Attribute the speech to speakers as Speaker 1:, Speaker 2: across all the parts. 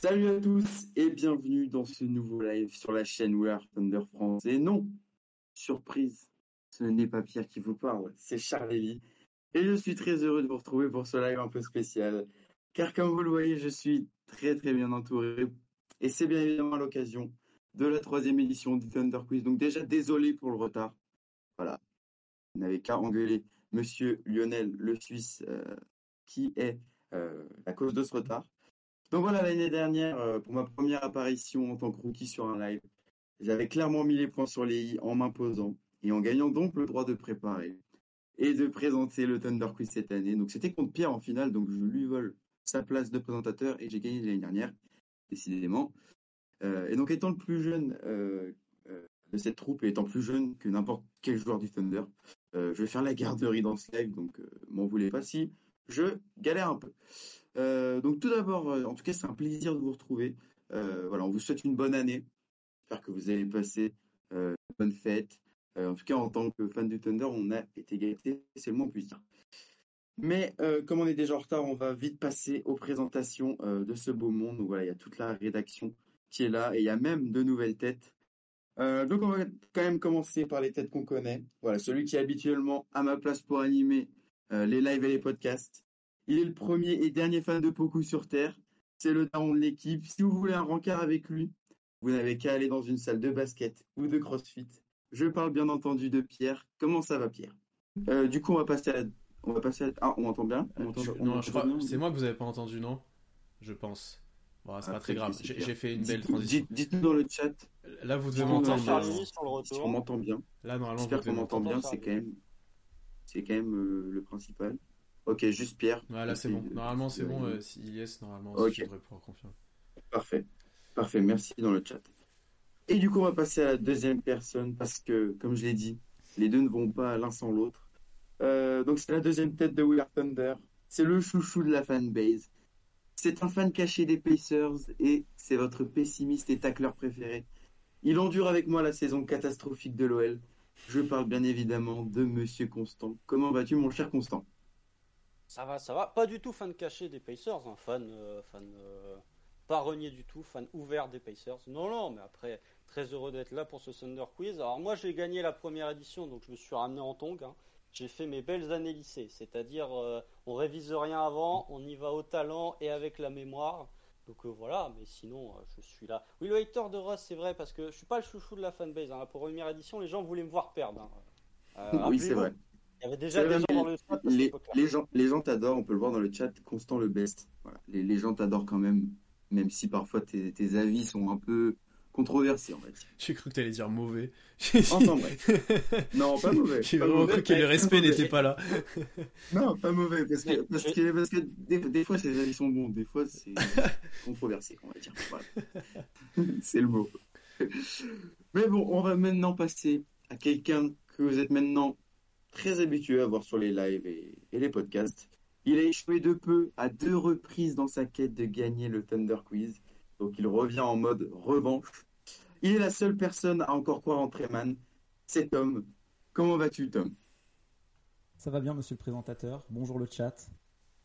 Speaker 1: Salut à tous et bienvenue dans ce nouveau live sur la chaîne We Are Thunder France. Et non, surprise, ce n'est pas Pierre qui vous parle, c'est Charlélie. Et je suis très heureux de vous retrouver pour ce live un peu spécial. Car comme vous le voyez, je suis très très bien entouré. Et c'est bien évidemment à l'occasion de la troisième édition du Thunder Quiz. Donc déjà désolé pour le retard. Voilà. Vous n'avez qu'à engueuler Monsieur Lionel le Suisse euh, qui est euh, la cause de ce retard. Donc voilà, l'année dernière, euh, pour ma première apparition en tant que rookie sur un live, j'avais clairement mis les points sur les i en m'imposant et en gagnant donc le droit de préparer et de présenter le Thunder Quiz cette année. Donc c'était contre Pierre en finale, donc je lui vole sa place de présentateur et j'ai gagné l'année dernière, décidément. Euh, et donc étant le plus jeune euh, de cette troupe et étant plus jeune que n'importe quel joueur du Thunder, euh, je vais faire la garderie dans ce live, donc euh, m'en voulez pas si je galère un peu. Euh, donc tout d'abord, euh, en tout cas, c'est un plaisir de vous retrouver. Euh, voilà, on vous souhaite une bonne année. J'espère que vous avez passé une bonne fête. Euh, en tout cas, en tant que fan du Thunder, on a été gâtés, c'est le moins plus dire. Mais euh, comme on est déjà en retard, on va vite passer aux présentations euh, de ce beau monde. Donc voilà, il y a toute la rédaction qui est là et il y a même de nouvelles têtes. Euh, donc on va quand même commencer par les têtes qu'on connaît. Voilà, celui qui est habituellement à ma place pour animer euh, les lives et les podcasts. Il est le premier et dernier fan de Poku sur Terre. C'est le daron de l'équipe. Si vous voulez un rencard avec lui, vous n'avez qu'à aller dans une salle de basket ou de crossfit. Je parle bien entendu de Pierre. Comment ça va, Pierre euh, Du coup, on va passer à. On va passer à... Ah, on entend bien on entend...
Speaker 2: Je...
Speaker 1: On
Speaker 2: Non, je crois... C'est moi que vous n'avez pas entendu, non Je pense. Bon, c'est ah, pas très grave. J'ai fait une dites, belle transition.
Speaker 1: Dites-nous dans le chat.
Speaker 2: Là, vous devez m'entendre.
Speaker 1: Si on m'entend bien.
Speaker 2: Là, normalement,
Speaker 1: J'espère qu'on m'entend bien. C'est quand même, c'est quand même euh, le principal. Ok, juste Pierre.
Speaker 2: Ouais, là, c'est bon. Normalement, c'est bon. Euh, si yes, normalement, okay. je devrais pouvoir confirmer.
Speaker 1: Parfait. Parfait. Merci dans le chat. Et du coup, on va passer à la deuxième personne parce que, comme je l'ai dit, les deux ne vont pas l'un sans l'autre. Euh, donc, c'est la deuxième tête de We Are Thunder. C'est le chouchou de la fanbase. C'est un fan caché des Pacers et c'est votre pessimiste et tacleur préféré. Il endure avec moi la saison catastrophique de l'OL. Je parle bien évidemment de Monsieur Constant. Comment vas-tu, mon cher Constant
Speaker 3: ça va, ça va. Pas du tout fan caché des Pacers, hein. fan, euh, fan euh, pas renié du tout, fan ouvert des Pacers. Non, non, mais après, très heureux d'être là pour ce Thunder Quiz. Alors moi, j'ai gagné la première édition, donc je me suis ramené en tongue. Hein. J'ai fait mes belles années lycée, c'est-à-dire euh, on révise rien avant, on y va au talent et avec la mémoire. Donc euh, voilà, mais sinon, euh, je suis là. Oui, le hater de Ross, c'est vrai, parce que je suis pas le chouchou de la fanbase. Hein. La première édition, les gens voulaient me voir perdre. hein. Euh,
Speaker 1: oui, c'est vrai.
Speaker 3: Il y avait déjà des gens dans le chat.
Speaker 1: Les, les, gens, les gens t'adorent, on peut le voir dans le chat, Constant le best. Voilà. Les, les, gens t'adorent quand même, même si parfois tes, tes, avis sont un peu controversés, en fait.
Speaker 2: J'ai cru que t'allais dire mauvais.
Speaker 1: Enfin bref. Non, pas mauvais.
Speaker 2: J'ai
Speaker 1: pas
Speaker 2: vraiment
Speaker 1: mauvais,
Speaker 2: cru que le respect n'était pas là.
Speaker 1: non, pas mauvais, parce que, parce que, parce que des, des, fois ces avis sont bons, des fois c'est controversé, on va dire. Voilà. c'est le mot. Mais bon, on va maintenant passer à quelqu'un que vous êtes maintenant très habitué à voir sur les lives et, et, les podcasts. Il a échoué de peu à deux reprises dans sa quête de gagner le Thunder Quiz. Donc il revient en mode revanche. Il est la seule personne à encore croire en Treman. C'est Tom. Comment vas-tu, Tom
Speaker 4: Ça va bien, monsieur le présentateur. Bonjour le chat.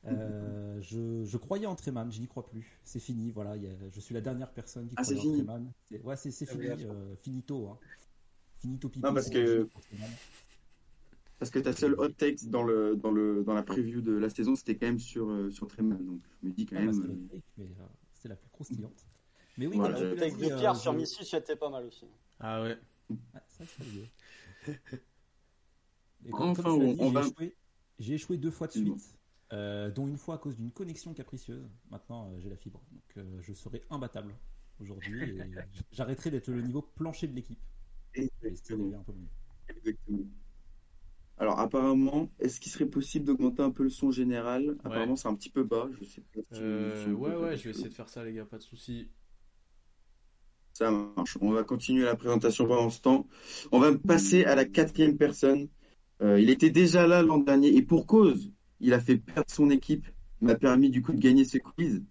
Speaker 4: Euh, je, je, croyais en Treman, je n'y crois plus. C'est fini, voilà. Y a, je suis la dernière personne qui
Speaker 1: ah,
Speaker 4: croit en
Speaker 1: fini. Ah,
Speaker 4: Treman. Ouais, c'est fini, euh, finito. Hein. Finito pipo.
Speaker 1: Non, parce que. Parce que ta seule hot take dans, le, dans, le, dans la preview de la saison, c'était quand même sur, euh, sur Treman. Donc je me dis quand
Speaker 4: ah,
Speaker 1: même.
Speaker 4: Bah, c'est euh... la, la plus croustillante. Mais oui,
Speaker 3: voilà, le texte de Pierre
Speaker 1: hein,
Speaker 3: euh, sur Missy, c'était pas mal aussi.
Speaker 2: Ah ouais.
Speaker 4: Ah, ça, c'est
Speaker 1: Enfin, on, on
Speaker 4: J'ai
Speaker 1: va...
Speaker 4: échoué, échoué, deux fois de suite, bon. dont une fois à cause d'une connexion capricieuse. Maintenant, euh, j'ai la fibre. Donc je serai imbattable aujourd'hui et j'arrêterai d'être le niveau plancher de l'équipe.
Speaker 1: Exactement. Un peu mieux. Exactement. Alors apparemment, est-ce qu'il serait possible d'augmenter un peu le son général ouais. Apparemment, c'est un petit peu bas. Je sais pas.
Speaker 2: Si euh, ouais, ouais, ouais je vais essayer de faire ça, les gars, pas de souci.
Speaker 1: Ça marche. On va continuer la présentation pendant ce temps. On va passer à la quatrième personne. Euh, il était déjà là l'an dernier et pour cause, il a fait perdre son équipe, m'a permis du coup de gagner ce quiz.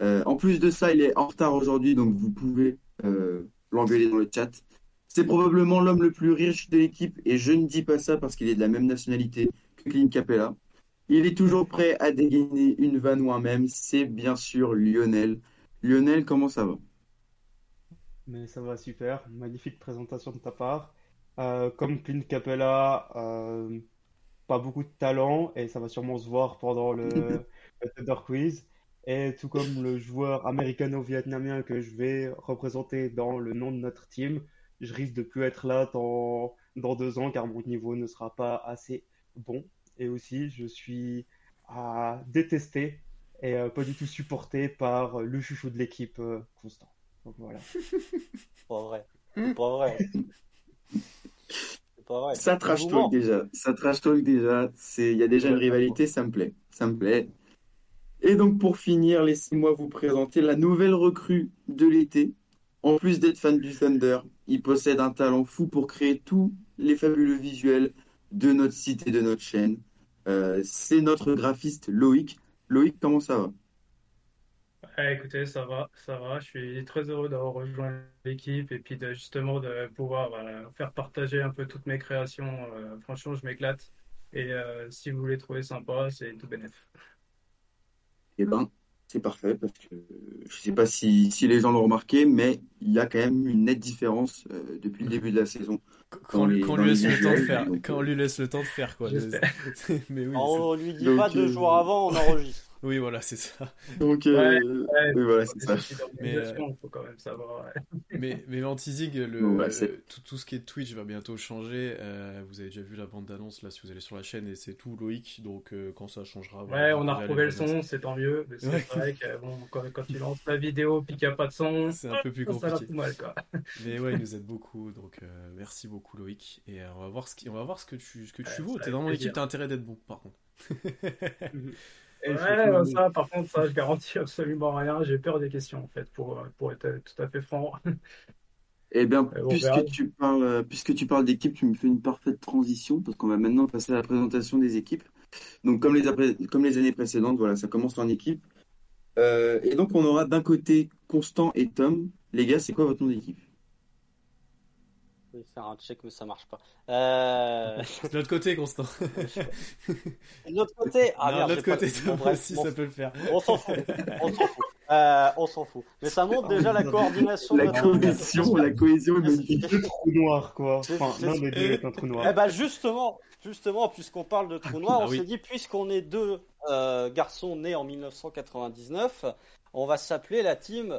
Speaker 1: Euh, en plus de ça, il est en retard aujourd'hui, donc vous pouvez euh, l'engueuler dans le chat. C'est probablement l'homme le plus riche de l'équipe et je ne dis pas ça parce qu'il est de la même nationalité que Clint Capella. Il est toujours prêt à dégainer une vanne ou un même, c'est bien sûr Lionel, Lionel, comment ça va
Speaker 5: Mais ça va super, magnifique présentation de ta part. Euh, comme Clint Capella, euh, pas beaucoup de talent et ça va sûrement se voir pendant le, le Thunder Quiz. Et tout comme le joueur américano-vietnamien que je vais représenter dans le nom de notre team, je risque de plus être là dans, dans deux ans car mon niveau ne sera pas assez bon. Et aussi, je suis à détester et euh, pas du tout supporté par euh, le chouchou de l'équipe euh, Constant. Donc voilà.
Speaker 3: Pas vrai.
Speaker 2: Hmm.
Speaker 3: C'est pas vrai. C'est pas vrai.
Speaker 1: Ça trash talk déjà. Ça trash talk déjà. C'est, il y a déjà une rivalité. Ça me plaît. Ça me plaît. Et donc pour finir, laissez-moi vous présenter la nouvelle recrue de l'été. En plus d'être fan du Thunder, il possède un talent fou pour créer tous les fabuleux visuels de notre site et de notre chaîne. Euh, c'est notre graphiste Loïc. Loïc, comment ça va
Speaker 6: Ouais, Ah, écoutez, ça va, ça va. Je suis très heureux d'avoir rejoint l'équipe et puis de, justement de pouvoir voilà, faire partager un peu toutes mes créations. Euh, franchement, je m'éclate. Et euh, si vous les trouvez sympas, c'est tout bénef.
Speaker 1: Eh ben, c'est parfait parce que euh, je sais pas si, si les gens l'ont remarqué, mais il y a quand même une nette différence euh, depuis le début de la saison.
Speaker 2: Quand, on lui-
Speaker 1: les-
Speaker 2: qu'on
Speaker 1: dans les
Speaker 2: lui laisse le temps de
Speaker 1: visuels,
Speaker 2: faire.
Speaker 1: donc,
Speaker 2: Quand on lui laisse le temps de faire, quoi.
Speaker 6: J'espère.
Speaker 2: Mais oui,
Speaker 3: On lui dit
Speaker 1: Donc,
Speaker 3: pas deux
Speaker 1: euh,
Speaker 3: jours avant, on enregistre.
Speaker 2: c'est- oui, voilà, c'est ça.
Speaker 1: Donc, euh,
Speaker 6: Ouais,
Speaker 1: oui, voilà, c'est
Speaker 6: des
Speaker 1: ça.
Speaker 6: soucis
Speaker 2: euh,
Speaker 6: d'organisation, faut quand même savoir. ouais.
Speaker 2: Mais, mais en teasing, le,
Speaker 1: Ouais,
Speaker 3: bah,
Speaker 2: le-
Speaker 1: c'est-
Speaker 2: tout, tout ce qui est Twitch va bientôt changer. Euh, vous avez déjà vu la bande d'annonce là si vous allez sur la chaîne et c'est tout Loïc. Donc euh, quand ça changera.
Speaker 6: Ouais,
Speaker 2: voilà,
Speaker 6: on a
Speaker 2: vous allez
Speaker 6: retrouvé le
Speaker 2: voir
Speaker 6: son, c'est tant mieux. Mais c'est
Speaker 2: Ouais.
Speaker 6: vrai que bon, quand, quand tu lances la vidéo puis qu'il n'y a pas de son,
Speaker 2: ça. C'est un peu plus
Speaker 6: ça a l'air
Speaker 2: compliqué.
Speaker 6: tout mal, quoi.
Speaker 2: Mais ouais, il nous aide beaucoup. Donc euh, merci beaucoup Loïc. Et euh, on va voir ce, qui, on va voir ce que tu, ce que tu
Speaker 6: Ouais,
Speaker 2: vaux.
Speaker 6: ça
Speaker 2: T'es
Speaker 6: fait
Speaker 2: dans mon
Speaker 6: plaisir.
Speaker 2: équipe, t'as intérêt d'être bon par contre.
Speaker 5: Et je
Speaker 6: ouais,
Speaker 5: suis-
Speaker 6: euh, ça, par contre, ça, je garantis absolument rien. J'ai peur des questions, en fait, pour, euh, pour être tout à fait franc.
Speaker 1: Eh bien,
Speaker 6: Euh, on verra.
Speaker 1: puisque tu parles, euh, puisque tu parles d'équipe, tu me fais une parfaite transition parce qu'on va maintenant passer à la présentation des équipes. Donc, comme les, après- comme les années précédentes, voilà, ça commence en équipe. Euh, et donc, on aura d'un côté Constant et Tom. Les gars, c'est quoi votre nom d'équipe
Speaker 3: Je vais faire un check, mais ça marche pas. Euh...
Speaker 2: De l'autre côté, Constant.
Speaker 3: De l'autre côté, ah
Speaker 2: Non,
Speaker 3: merde,
Speaker 2: de l'autre
Speaker 3: j'ai pas-
Speaker 2: côté,
Speaker 3: bon,
Speaker 2: Tom
Speaker 3: bref,
Speaker 2: aussi,
Speaker 3: bon,
Speaker 2: ça peut le faire.
Speaker 3: on s'en fout. On s'en fout. Euh, on s'en fout. Mais ça montre déjà la coordination. de
Speaker 1: La
Speaker 3: notre-
Speaker 1: cohésion, la cohésion est magnifique.
Speaker 5: deux trous noirs, quoi.
Speaker 3: C'est-
Speaker 5: Enfin,
Speaker 3: c'est-
Speaker 5: l'un des deux est un trou
Speaker 3: Eh
Speaker 5: noir.
Speaker 3: ben justement, justement, puisqu'on parle de trou noir,
Speaker 2: bah
Speaker 3: on
Speaker 2: oui.
Speaker 3: s'est dit puisqu'on est deux euh, garçons nés en 1999, on va s'appeler la team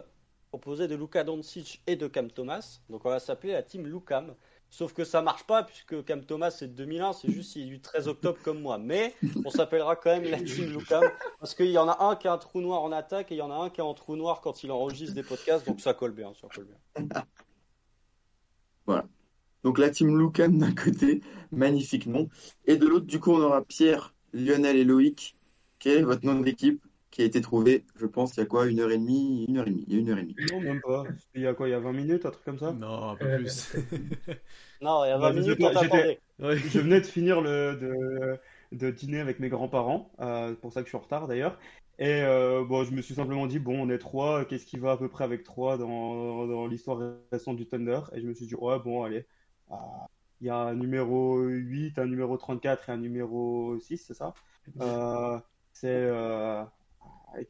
Speaker 3: composée de Luka Doncic et de Cam Thomas. Donc on va s'appeler la team Lucam. Sauf que ça marche pas puisque Cam Thomas c'est de 2001, c'est juste il est du 13 octobre comme moi. Mais on s'appellera quand même la team Lucam parce qu'il y en a un qui a un trou noir en attaque et il y en a un qui a un trou noir quand il enregistre des podcasts. Donc ça colle bien, ça colle bien.
Speaker 1: Donc la team Lucan d'un côté, magnifique nom. Et de l'autre, du coup, on aura Pierre, Lionel et Loïc. Quel est votre nom d'équipe qui a été trouvé, je pense, il y a quoi, une heure et demie, une heure et demie, il y a une heure et demie.
Speaker 5: Non, même pas. Il y a quoi, il y a 20 minutes, un truc comme ça
Speaker 2: Non, un peu
Speaker 6: Euh,
Speaker 2: plus.
Speaker 3: Non, il y a 20
Speaker 5: Ouais,
Speaker 3: minutes,
Speaker 5: j'étais-
Speaker 3: on t'attendait.
Speaker 2: Ouais.
Speaker 5: Je venais de finir le, de, de dîner avec mes grands-parents, euh, c'est pour ça que je suis en retard d'ailleurs. Et euh, bon, je me suis simplement dit, bon, on est trois, qu'est-ce qui va à peu près avec trois dans, dans l'histoire récente du Thunder? Et je me suis dit, ouais, bon, allez, Ah, il y a un numéro 8, un numéro 34 et un numéro 6, c'est ça? Euh, c'est euh,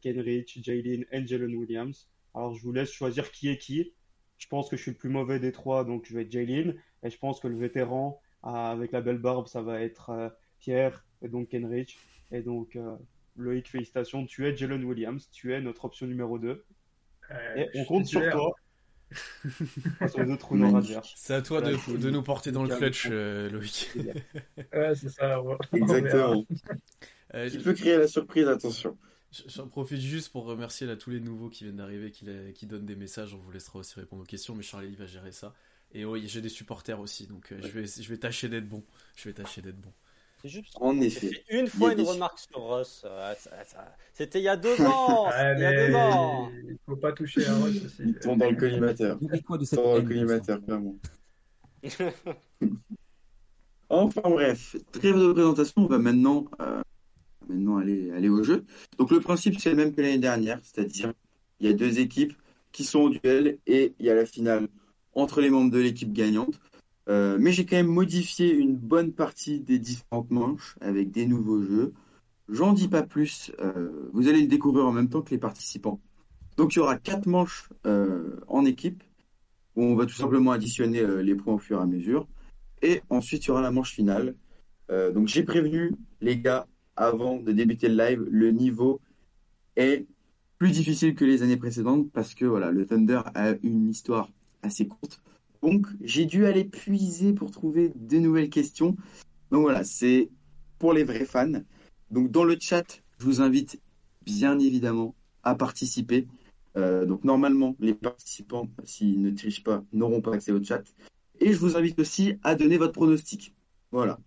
Speaker 5: Kenrich, Jalen et Jalen Williams. Alors, je vous laisse choisir qui est qui. Je pense que je suis le plus mauvais des trois, donc je vais être Jalen. Et je pense que le vétéran, ah, avec la belle barbe, ça va être euh, Pierre et donc Kenrich. Et donc, euh, Loïc, félicitations. Tu es Jalen Williams. Tu es notre option numéro 2.
Speaker 6: Euh,
Speaker 5: Et
Speaker 6: je
Speaker 5: on
Speaker 6: suis
Speaker 5: compte sur
Speaker 6: titulaire.
Speaker 5: toi. Pas sur les autres trous noirs
Speaker 1: Magnifique.
Speaker 5: adverses.
Speaker 2: C'est à toi de,
Speaker 5: Voilà.
Speaker 2: de nous porter dans le
Speaker 5: Lucam.
Speaker 2: clutch, euh, Loïc.
Speaker 6: Ouais, c'est ça. ouais.
Speaker 1: Exactement.
Speaker 2: Euh,
Speaker 1: Qui peut créer la surprise, attention.
Speaker 2: J- J'en profite juste pour remercier là, tous les nouveaux qui viennent d'arriver, qui, la- qui donnent des messages. On vous laissera aussi répondre aux questions, mais Charlie va gérer ça. Et oui, j'ai des supporters aussi, donc euh, je, vais, je vais tâcher d'être bon. Je vais tâcher d'être bon.
Speaker 3: C'est juste
Speaker 1: En
Speaker 3: J'ai
Speaker 1: effet.
Speaker 3: fait une fois
Speaker 1: Il y a
Speaker 3: une
Speaker 1: des-
Speaker 3: remarque sur Russ. Euh, ça- ça- C'était il y a deux ans.
Speaker 6: Ouais,
Speaker 3: c'était Oh, Il y a deux ans.
Speaker 6: mais il faut pas toucher à Ross aussi.
Speaker 1: Ils sont dans le collimateur.
Speaker 4: Il y avait quoi de
Speaker 1: Ils
Speaker 4: cette
Speaker 1: sont dans le
Speaker 4: haine,
Speaker 1: collimateur, clairement. Enfin bref, trêve de présentation, on va maintenant, euh, maintenant aller, aller au jeu. Donc le principe c'est le même que l'année dernière, c'est-à-dire il y a deux équipes qui sont au duel et il y a la finale entre les membres de l'équipe gagnante. Euh, mais j'ai quand même modifié une bonne partie des différentes manches avec des nouveaux jeux. J'en dis pas plus, euh, vous allez le découvrir en même temps que les participants. Donc il y aura quatre manches euh, en équipe où on va tout simplement additionner euh, les points au fur et à mesure. Et ensuite, il y aura la manche finale. Euh, donc j'ai prévenu les gars avant de débuter le live, le niveau est plus difficile que les années précédentes parce que voilà, le Thunder a une histoire assez courte. Donc j'ai dû aller puiser pour trouver de nouvelles questions. Donc voilà, c'est pour les vrais fans. Donc dans le chat, je vous invite bien évidemment à participer. Euh, donc normalement, les participants, s'ils ne trichent pas, n'auront pas accès au chat. Et je vous invite aussi à donner votre pronostic. Voilà.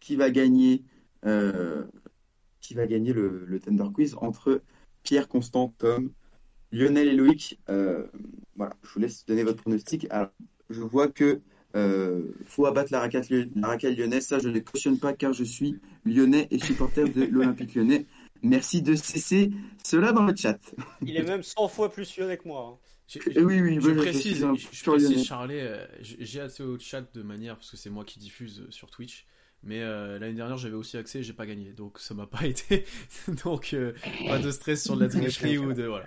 Speaker 1: Qui va gagner, euh, qui va gagner le, le Thunder Quiz entre Pierre, Constant, Tom, Lionel et Loïc. Euh, voilà, je vous laisse donner votre pronostic. Alors, je vois que euh, faut abattre la raquette, lyo- la raquette lyonnaise. Ça, je ne cautionne pas car je suis lyonnais et supporter de l'Olympique lyonnais. Merci de cesser cela dans le chat.
Speaker 3: Il est même 100 fois plus lyonnais que moi. hein.
Speaker 2: J'ai-
Speaker 1: Et Eh oui, oui,
Speaker 2: Je
Speaker 1: moi,
Speaker 2: précise,
Speaker 1: suis un
Speaker 2: je
Speaker 1: pur
Speaker 2: précise,
Speaker 1: lyonnais.
Speaker 2: Charlet, euh, j- j'ai accès au chat de manière, parce que c'est moi qui diffuse euh, sur Twitch, mais euh, l'année dernière j'avais aussi accès et j'ai pas gagné, donc ça m'a pas été. donc euh, pas de stress sur de la tricherie ou de. Voilà.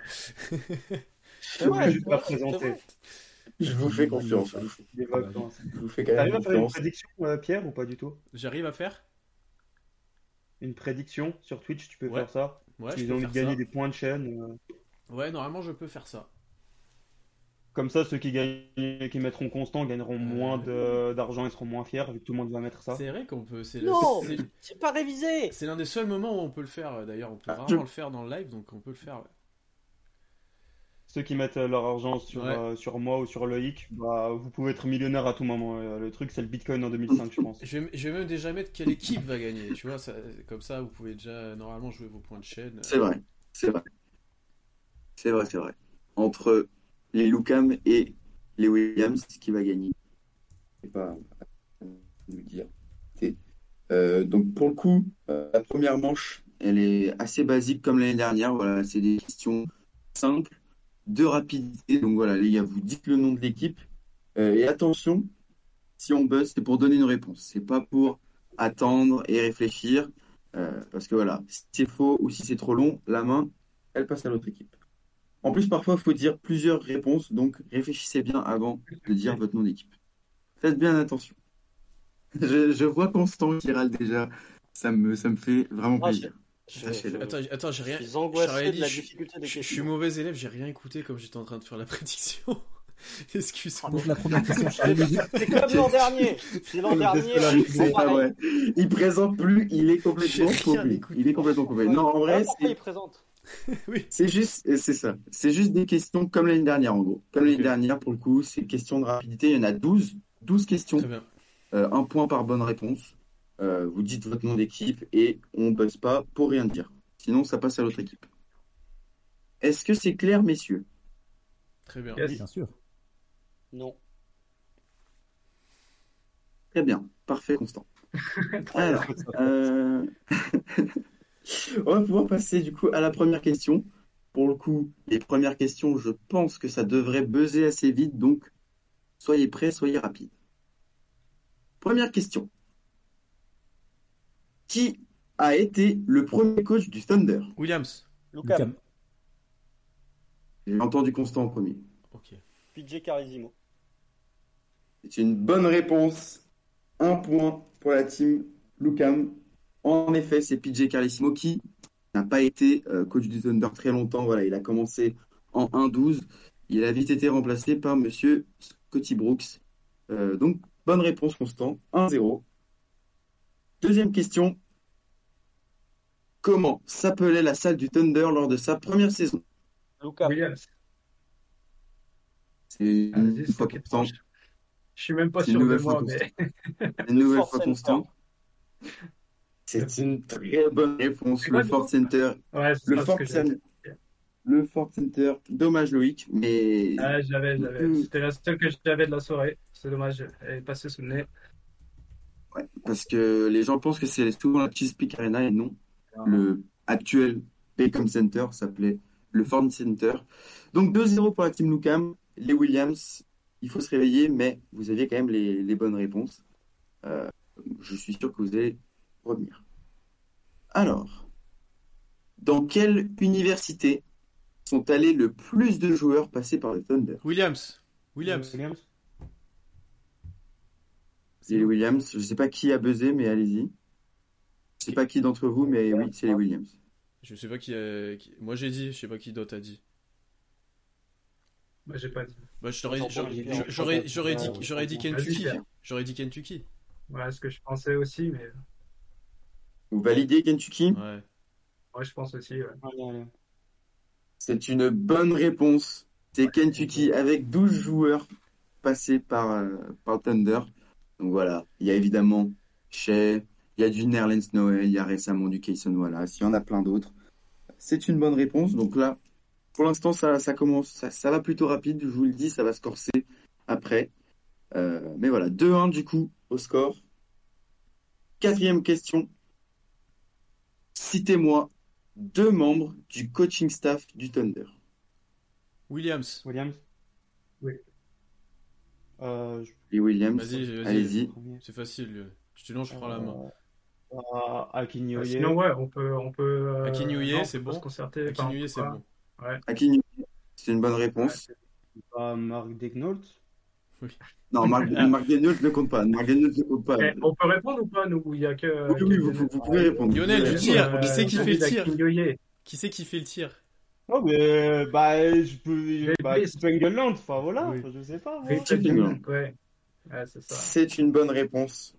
Speaker 5: Je voulais juste
Speaker 3: c'est
Speaker 5: la
Speaker 3: vrai, c'est
Speaker 5: présenter.
Speaker 3: vrai.
Speaker 1: Je vous fais confiance. hein.
Speaker 5: Des vacances.
Speaker 1: Je vous fais quand même
Speaker 5: T'arrives à faire une
Speaker 1: confiance.
Speaker 5: prédiction, euh, Pierre, ou pas du tout?
Speaker 2: J'arrive à faire
Speaker 5: Une prédiction sur Twitch, tu peux
Speaker 2: Ouais.
Speaker 5: faire ça.
Speaker 2: Ouais,
Speaker 5: S'ils
Speaker 2: je
Speaker 5: ont
Speaker 2: peux
Speaker 5: envie
Speaker 2: faire
Speaker 5: de gagner
Speaker 2: ça.
Speaker 5: des points de chaîne. euh,
Speaker 2: Ouais, normalement je peux faire ça.
Speaker 5: Comme ça, ceux qui gagnent, qui mettront constant gagneront moins de- d'argent et seront moins fiers, vu que tout le monde va mettre ça.
Speaker 2: Euh, C'est vrai qu'on peut. C'est la-
Speaker 3: Non,
Speaker 2: c'est-
Speaker 3: j'ai pas révisé.
Speaker 2: c'est l'un des seuls moments où on peut le faire, euh, d'ailleurs, on peut
Speaker 1: Ah,
Speaker 2: rarement
Speaker 1: je-
Speaker 2: le faire dans le live, donc on peut le faire. ouais.
Speaker 5: Ceux qui mettent euh, leur argent sur,
Speaker 2: Ouais.
Speaker 5: euh, sur moi ou sur Loïc, bah, vous pouvez être millionnaire à tout moment. euh, Le truc, c'est le Bitcoin en 2005, je pense.
Speaker 2: Je vais, je vais même déjà mettre quelle équipe va gagner, tu vois, ça- comme ça vous pouvez déjà euh, normalement jouer vos points de chaîne.
Speaker 1: C'est vrai. C'est vrai. C'est vrai, c'est vrai. Entre les Lucam et les Williams, qui va gagner Je sais pas à nous dire. C'est- euh, donc pour le coup, euh, la première manche, elle est assez basique comme l'année dernière. Voilà, c'est des questions simples, de rapidité. Donc voilà, les gars, vous dites le nom de l'équipe. Euh, et attention, si on buzz, c'est pour donner une réponse. C'est pas pour attendre et réfléchir. Euh, parce que voilà, si c'est faux ou si c'est trop long, la main, elle passe à l'autre équipe. En plus, parfois, il faut dire plusieurs réponses, donc réfléchissez bien avant de dire votre nom d'équipe. Faites bien attention. Je, je vois Constant qui râle déjà. Ça me, ça me fait vraiment
Speaker 3: Ah,
Speaker 1: plaisir.
Speaker 3: Je,
Speaker 1: Sachez-le.
Speaker 3: je-
Speaker 2: Euh, Attends, attends, j'ai rien.
Speaker 3: je suis angoissé
Speaker 2: Charlie,
Speaker 3: de la
Speaker 2: je-
Speaker 3: difficulté
Speaker 2: Je,
Speaker 3: des
Speaker 2: je suis
Speaker 3: questions.
Speaker 2: mauvais élève, j'ai rien écouté comme j'étais en train de faire la prédiction. Excuse-moi.
Speaker 4: Ah, Donc la première question, Charlie nous dit-
Speaker 3: C'est comme l'an dernier. C'est l'an dernier.
Speaker 1: C'est
Speaker 3: c'est
Speaker 1: pas
Speaker 3: pareil.
Speaker 1: vrai. Il présente plus, il est complètement
Speaker 2: J'ai rien
Speaker 1: paumé.
Speaker 2: écouté.
Speaker 1: Il est complètement paumé.
Speaker 3: Ouais,
Speaker 1: Non, en vrai,
Speaker 3: voilà pourquoi
Speaker 1: c'est-
Speaker 3: il présente.
Speaker 1: c'est juste, euh, c'est ça. C'est juste des questions comme l'année dernière, en gros. Comme l'année
Speaker 2: Ok.
Speaker 1: dernière, pour le coup, c'est question de rapidité. Il y en a 12, 12 questions.
Speaker 2: Très bien.
Speaker 1: Euh, un point par bonne réponse. Euh, vous dites votre nom d'équipe et on buzz pas pour rien dire. Sinon, ça passe à l'autre équipe. Est-ce que c'est clair, messieurs
Speaker 2: Très bien.
Speaker 6: Yes.
Speaker 4: Bien sûr.
Speaker 3: Non.
Speaker 1: Très bien. Parfait, Constant. Alors, euh, on va pouvoir passer du coup à la première question. Pour le coup, les premières questions, je pense que ça devrait buzzer assez vite, donc soyez prêts, soyez rapides. Première question. Qui a été le premier coach du Thunder
Speaker 2: Williams.
Speaker 3: Lucas,
Speaker 4: Lucam.
Speaker 1: J'ai entendu Constant en premier.
Speaker 2: Ok.
Speaker 3: PJ Carissimo.
Speaker 1: C'est une bonne réponse. Un point pour la team Lucam. En effet, c'est PJ Carlissimo qui n'a pas été euh, coach du Thunder très longtemps. Voilà, il a commencé en 1-12. Il a vite été remplacé par Monsieur Scotty Brooks. Euh, donc, bonne réponse, Constant. 1-0. Deuxième question. Comment s'appelait la salle du Thunder lors de sa première saison
Speaker 3: Lucas.
Speaker 6: Williams.
Speaker 1: C'est
Speaker 6: Ah,
Speaker 1: une
Speaker 6: zut,
Speaker 1: fois
Speaker 6: ok,
Speaker 1: Constant.
Speaker 6: proche. Je suis même pas
Speaker 1: C'est
Speaker 6: sûr
Speaker 1: une
Speaker 6: de
Speaker 1: nouvelle
Speaker 6: moi,
Speaker 1: fois
Speaker 6: mais
Speaker 1: Une nouvelle
Speaker 3: Force
Speaker 1: fois
Speaker 3: Center.
Speaker 1: constant. C'est une très bonne réponse.
Speaker 6: C'est
Speaker 1: Le
Speaker 6: quoi,
Speaker 1: Fort Center.
Speaker 6: ouais, c'est
Speaker 1: Le
Speaker 6: pas ce
Speaker 1: Fort
Speaker 6: que j'avais.
Speaker 1: Center. Le Fort Center. Dommage Loïc, mais
Speaker 6: Ah, je l'avais, je l'avais.
Speaker 1: Mm.
Speaker 6: C'était la seule que j'avais de la soirée. C'est dommage, elle est passée sous le nez.
Speaker 1: parce que les gens pensent que c'est souvent la Chesapeake Arena et non. Le actuel Paycom Center s'appelait le Fort Center. Donc 2-0 pour la team Lucam. Les Williams, il faut se réveiller, mais vous aviez quand même les, les bonnes réponses. Euh, je suis sûr que vous allez revenir. Alors, dans quelle université sont allés le plus de joueurs passer par le Thunder
Speaker 2: Williams. Williams.
Speaker 5: Euh,
Speaker 1: C'est les Williams. Je sais pas qui a buzzé, mais allez-y. Je sais pas qui d'entre vous, mais oui, c'est les Williams.
Speaker 2: Je sais pas qui, a- qui- Moi j'ai dit, je sais pas qui d'autre a dit.
Speaker 6: Moi, j'ai pas dit.
Speaker 2: Bah, je t'aurais-
Speaker 3: J'entends
Speaker 2: j'aurais-
Speaker 3: Olivier,
Speaker 2: j'aurais-
Speaker 3: j'entends
Speaker 2: j'aurais
Speaker 3: pas.
Speaker 2: j'aurais dit
Speaker 3: Ouais,
Speaker 2: j'aurais dit
Speaker 6: j'entends.
Speaker 2: Kentucky.
Speaker 6: Vas-y.
Speaker 2: J'aurais dit Kentucky.
Speaker 6: Voilà ce que je pensais aussi, mais
Speaker 1: Vous validez Kentucky
Speaker 2: Ouais.
Speaker 6: moi, je pense aussi. ouais.
Speaker 1: C'est une bonne réponse. C'est Kentucky avec 12 joueurs passés par, euh, par Thunder. Donc voilà, il y a évidemment Shea, il y a du Nerlens Noé, il y a récemment du Kayson Wallace, il y en a plein d'autres. C'est une bonne réponse. Donc là, pour l'instant, ça, ça commence, ça, ça va plutôt rapide. Je vous le dis, ça va se corser après. Euh, mais voilà, 2-1 du coup au score. Quatrième question. Citez-moi deux membres du coaching staff du Thunder.
Speaker 2: Williams.
Speaker 5: Williams
Speaker 6: Oui.
Speaker 5: Euh, je-
Speaker 1: Les Williams,
Speaker 2: Vas-y, vas-y.
Speaker 1: allez-y.
Speaker 5: premier.
Speaker 2: C'est facile. lui. Je te lance, je prends la main.
Speaker 5: Euh, ah, Akinyoye.
Speaker 6: Bah, Sinon, ouais, on peut. On peut euh,
Speaker 2: Akinouye,
Speaker 6: non, on
Speaker 2: c'est
Speaker 6: peut
Speaker 2: bon. Ah,
Speaker 6: se concerter.
Speaker 2: Akinouye,
Speaker 6: Enfin, on peut
Speaker 2: c'est
Speaker 6: pas.
Speaker 2: bon.
Speaker 1: Hakimi, c'est une bonne réponse.
Speaker 5: Ah, Marc Degnault.
Speaker 1: Non, Marc, Marc Gagnol ne compte pas. Marc Gagnol ne compte pas.
Speaker 6: Eh, on peut répondre ou pas, nous ou Il y a que. euh,
Speaker 1: Oui, oui, vous, vous- vous pouvez répondre. Euh,
Speaker 2: Lionel,
Speaker 1: Vous
Speaker 2: tu
Speaker 1: pouvez
Speaker 2: tires.
Speaker 1: répondre.
Speaker 2: Qui c'est qui
Speaker 6: j'ai
Speaker 2: fait
Speaker 6: envie
Speaker 2: le tir
Speaker 6: d'Akinouye.
Speaker 2: Qui c'est qui fait le tir
Speaker 5: Oh, mais bah, je peux. Bah,
Speaker 6: Davis.
Speaker 5: Spengeland, enfin voilà,
Speaker 2: Oui.
Speaker 5: enfin, je sais pas. hein. moi.
Speaker 6: Richard
Speaker 1: Akinouye.
Speaker 6: hein. Ouais, Ouais, c'est ça.
Speaker 1: C'est une bonne réponse.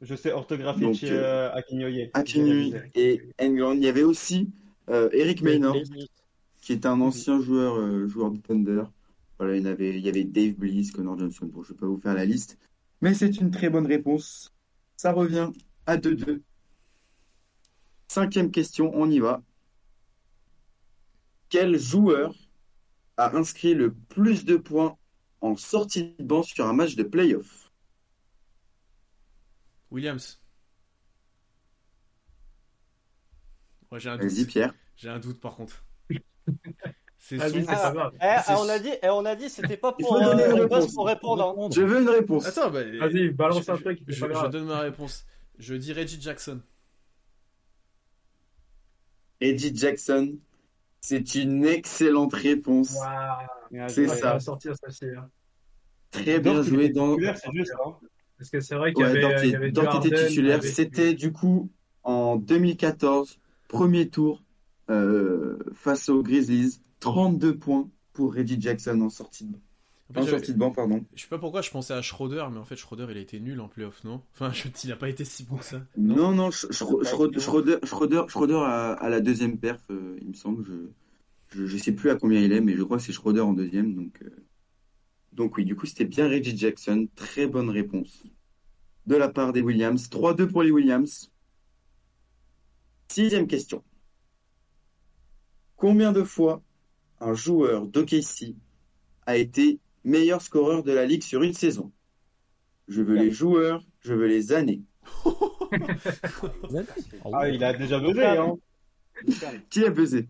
Speaker 5: Je sais orthographier
Speaker 1: Donc,
Speaker 5: chez
Speaker 1: euh,
Speaker 5: euh, Akinyoye.
Speaker 1: Hakimi et England. Il y avait aussi euh, Eric Maynard,
Speaker 3: Eh,
Speaker 1: qui est un ancien joueur, euh, joueur du Thunder. Voilà, il, y en avait, il y avait Dave Bliss, Connor Johnson. Bon, je ne vais pas vous faire la liste. Mais c'est une très bonne réponse. Ça revient à 2-2. Cinquième question, on y va. Quel joueur a inscrit le plus de points en sortie de banc sur un match de playoff
Speaker 2: Williams. Ouais, j'ai un
Speaker 1: Vas-y,
Speaker 2: doute.
Speaker 1: Pierre.
Speaker 2: J'ai un doute par contre. C'est
Speaker 6: Ah, oui,
Speaker 2: son.
Speaker 6: c'est pas grave.
Speaker 3: Eh, ah, on a dit, eh, on a dit, c'était pas
Speaker 1: Il
Speaker 3: pour,
Speaker 1: faut donner
Speaker 3: euh,
Speaker 1: une
Speaker 3: on
Speaker 1: réponse.
Speaker 3: passe pour répondre. hein.
Speaker 1: Je veux une réponse.
Speaker 2: Attends, bah,
Speaker 6: Vas-y, balance
Speaker 2: je-
Speaker 6: un truc,
Speaker 2: Je,
Speaker 6: c'est pas
Speaker 2: je
Speaker 6: grave.
Speaker 2: donne ma réponse. Je dis Reggie Jackson.
Speaker 1: Eddie Jackson, c'est une excellente réponse.
Speaker 6: Waouh,
Speaker 5: Bien
Speaker 1: C'est
Speaker 5: joué.
Speaker 1: ça.
Speaker 6: ça va sortir celle-ci. hein.
Speaker 1: Très bien
Speaker 5: Dort, il
Speaker 1: joué
Speaker 5: était
Speaker 1: dans.
Speaker 5: titulaire, c'est juste, hein.
Speaker 6: Parce que c'est vrai qu'il y
Speaker 1: Ouais,
Speaker 6: avait,
Speaker 1: Dort
Speaker 6: euh, il y avait
Speaker 1: est- Dort
Speaker 6: du
Speaker 1: était
Speaker 6: Harden,
Speaker 1: titulaire.
Speaker 6: il y avait-
Speaker 1: C'était du coup en 2014, premier tour euh, face aux Grizzlies. 32 points pour Reggie Jackson en sortie de banc.
Speaker 2: En fait,
Speaker 1: En
Speaker 2: j'avais-
Speaker 1: sortie de banc, pardon.
Speaker 2: je sais pas pourquoi je pensais à Schroeder, mais en fait Schroeder il a été nul en playoff, non Enfin, je- il a pas été si bon que ça.
Speaker 1: Non, non, Sch- Schro- Schro- Schroeder, Schroeder, Schroeder à, à la deuxième perf, euh, il me semble. Je, je, je sais plus à combien il est, mais je crois que c'est Schroeder en deuxième. Donc, euh, donc oui, du coup, c'était bien Reggie Jackson. Très bonne réponse de la part des Williams. 3-2 pour les Williams. Sixième question. Combien de fois un joueur d'OKC a été meilleur scoreur de la ligue sur une saison Je veux les joueurs, je veux les années.
Speaker 4: Zach Ah
Speaker 5: Ah,
Speaker 4: ouais.
Speaker 5: il a déjà buzzé, hein.
Speaker 1: Qui a buzzé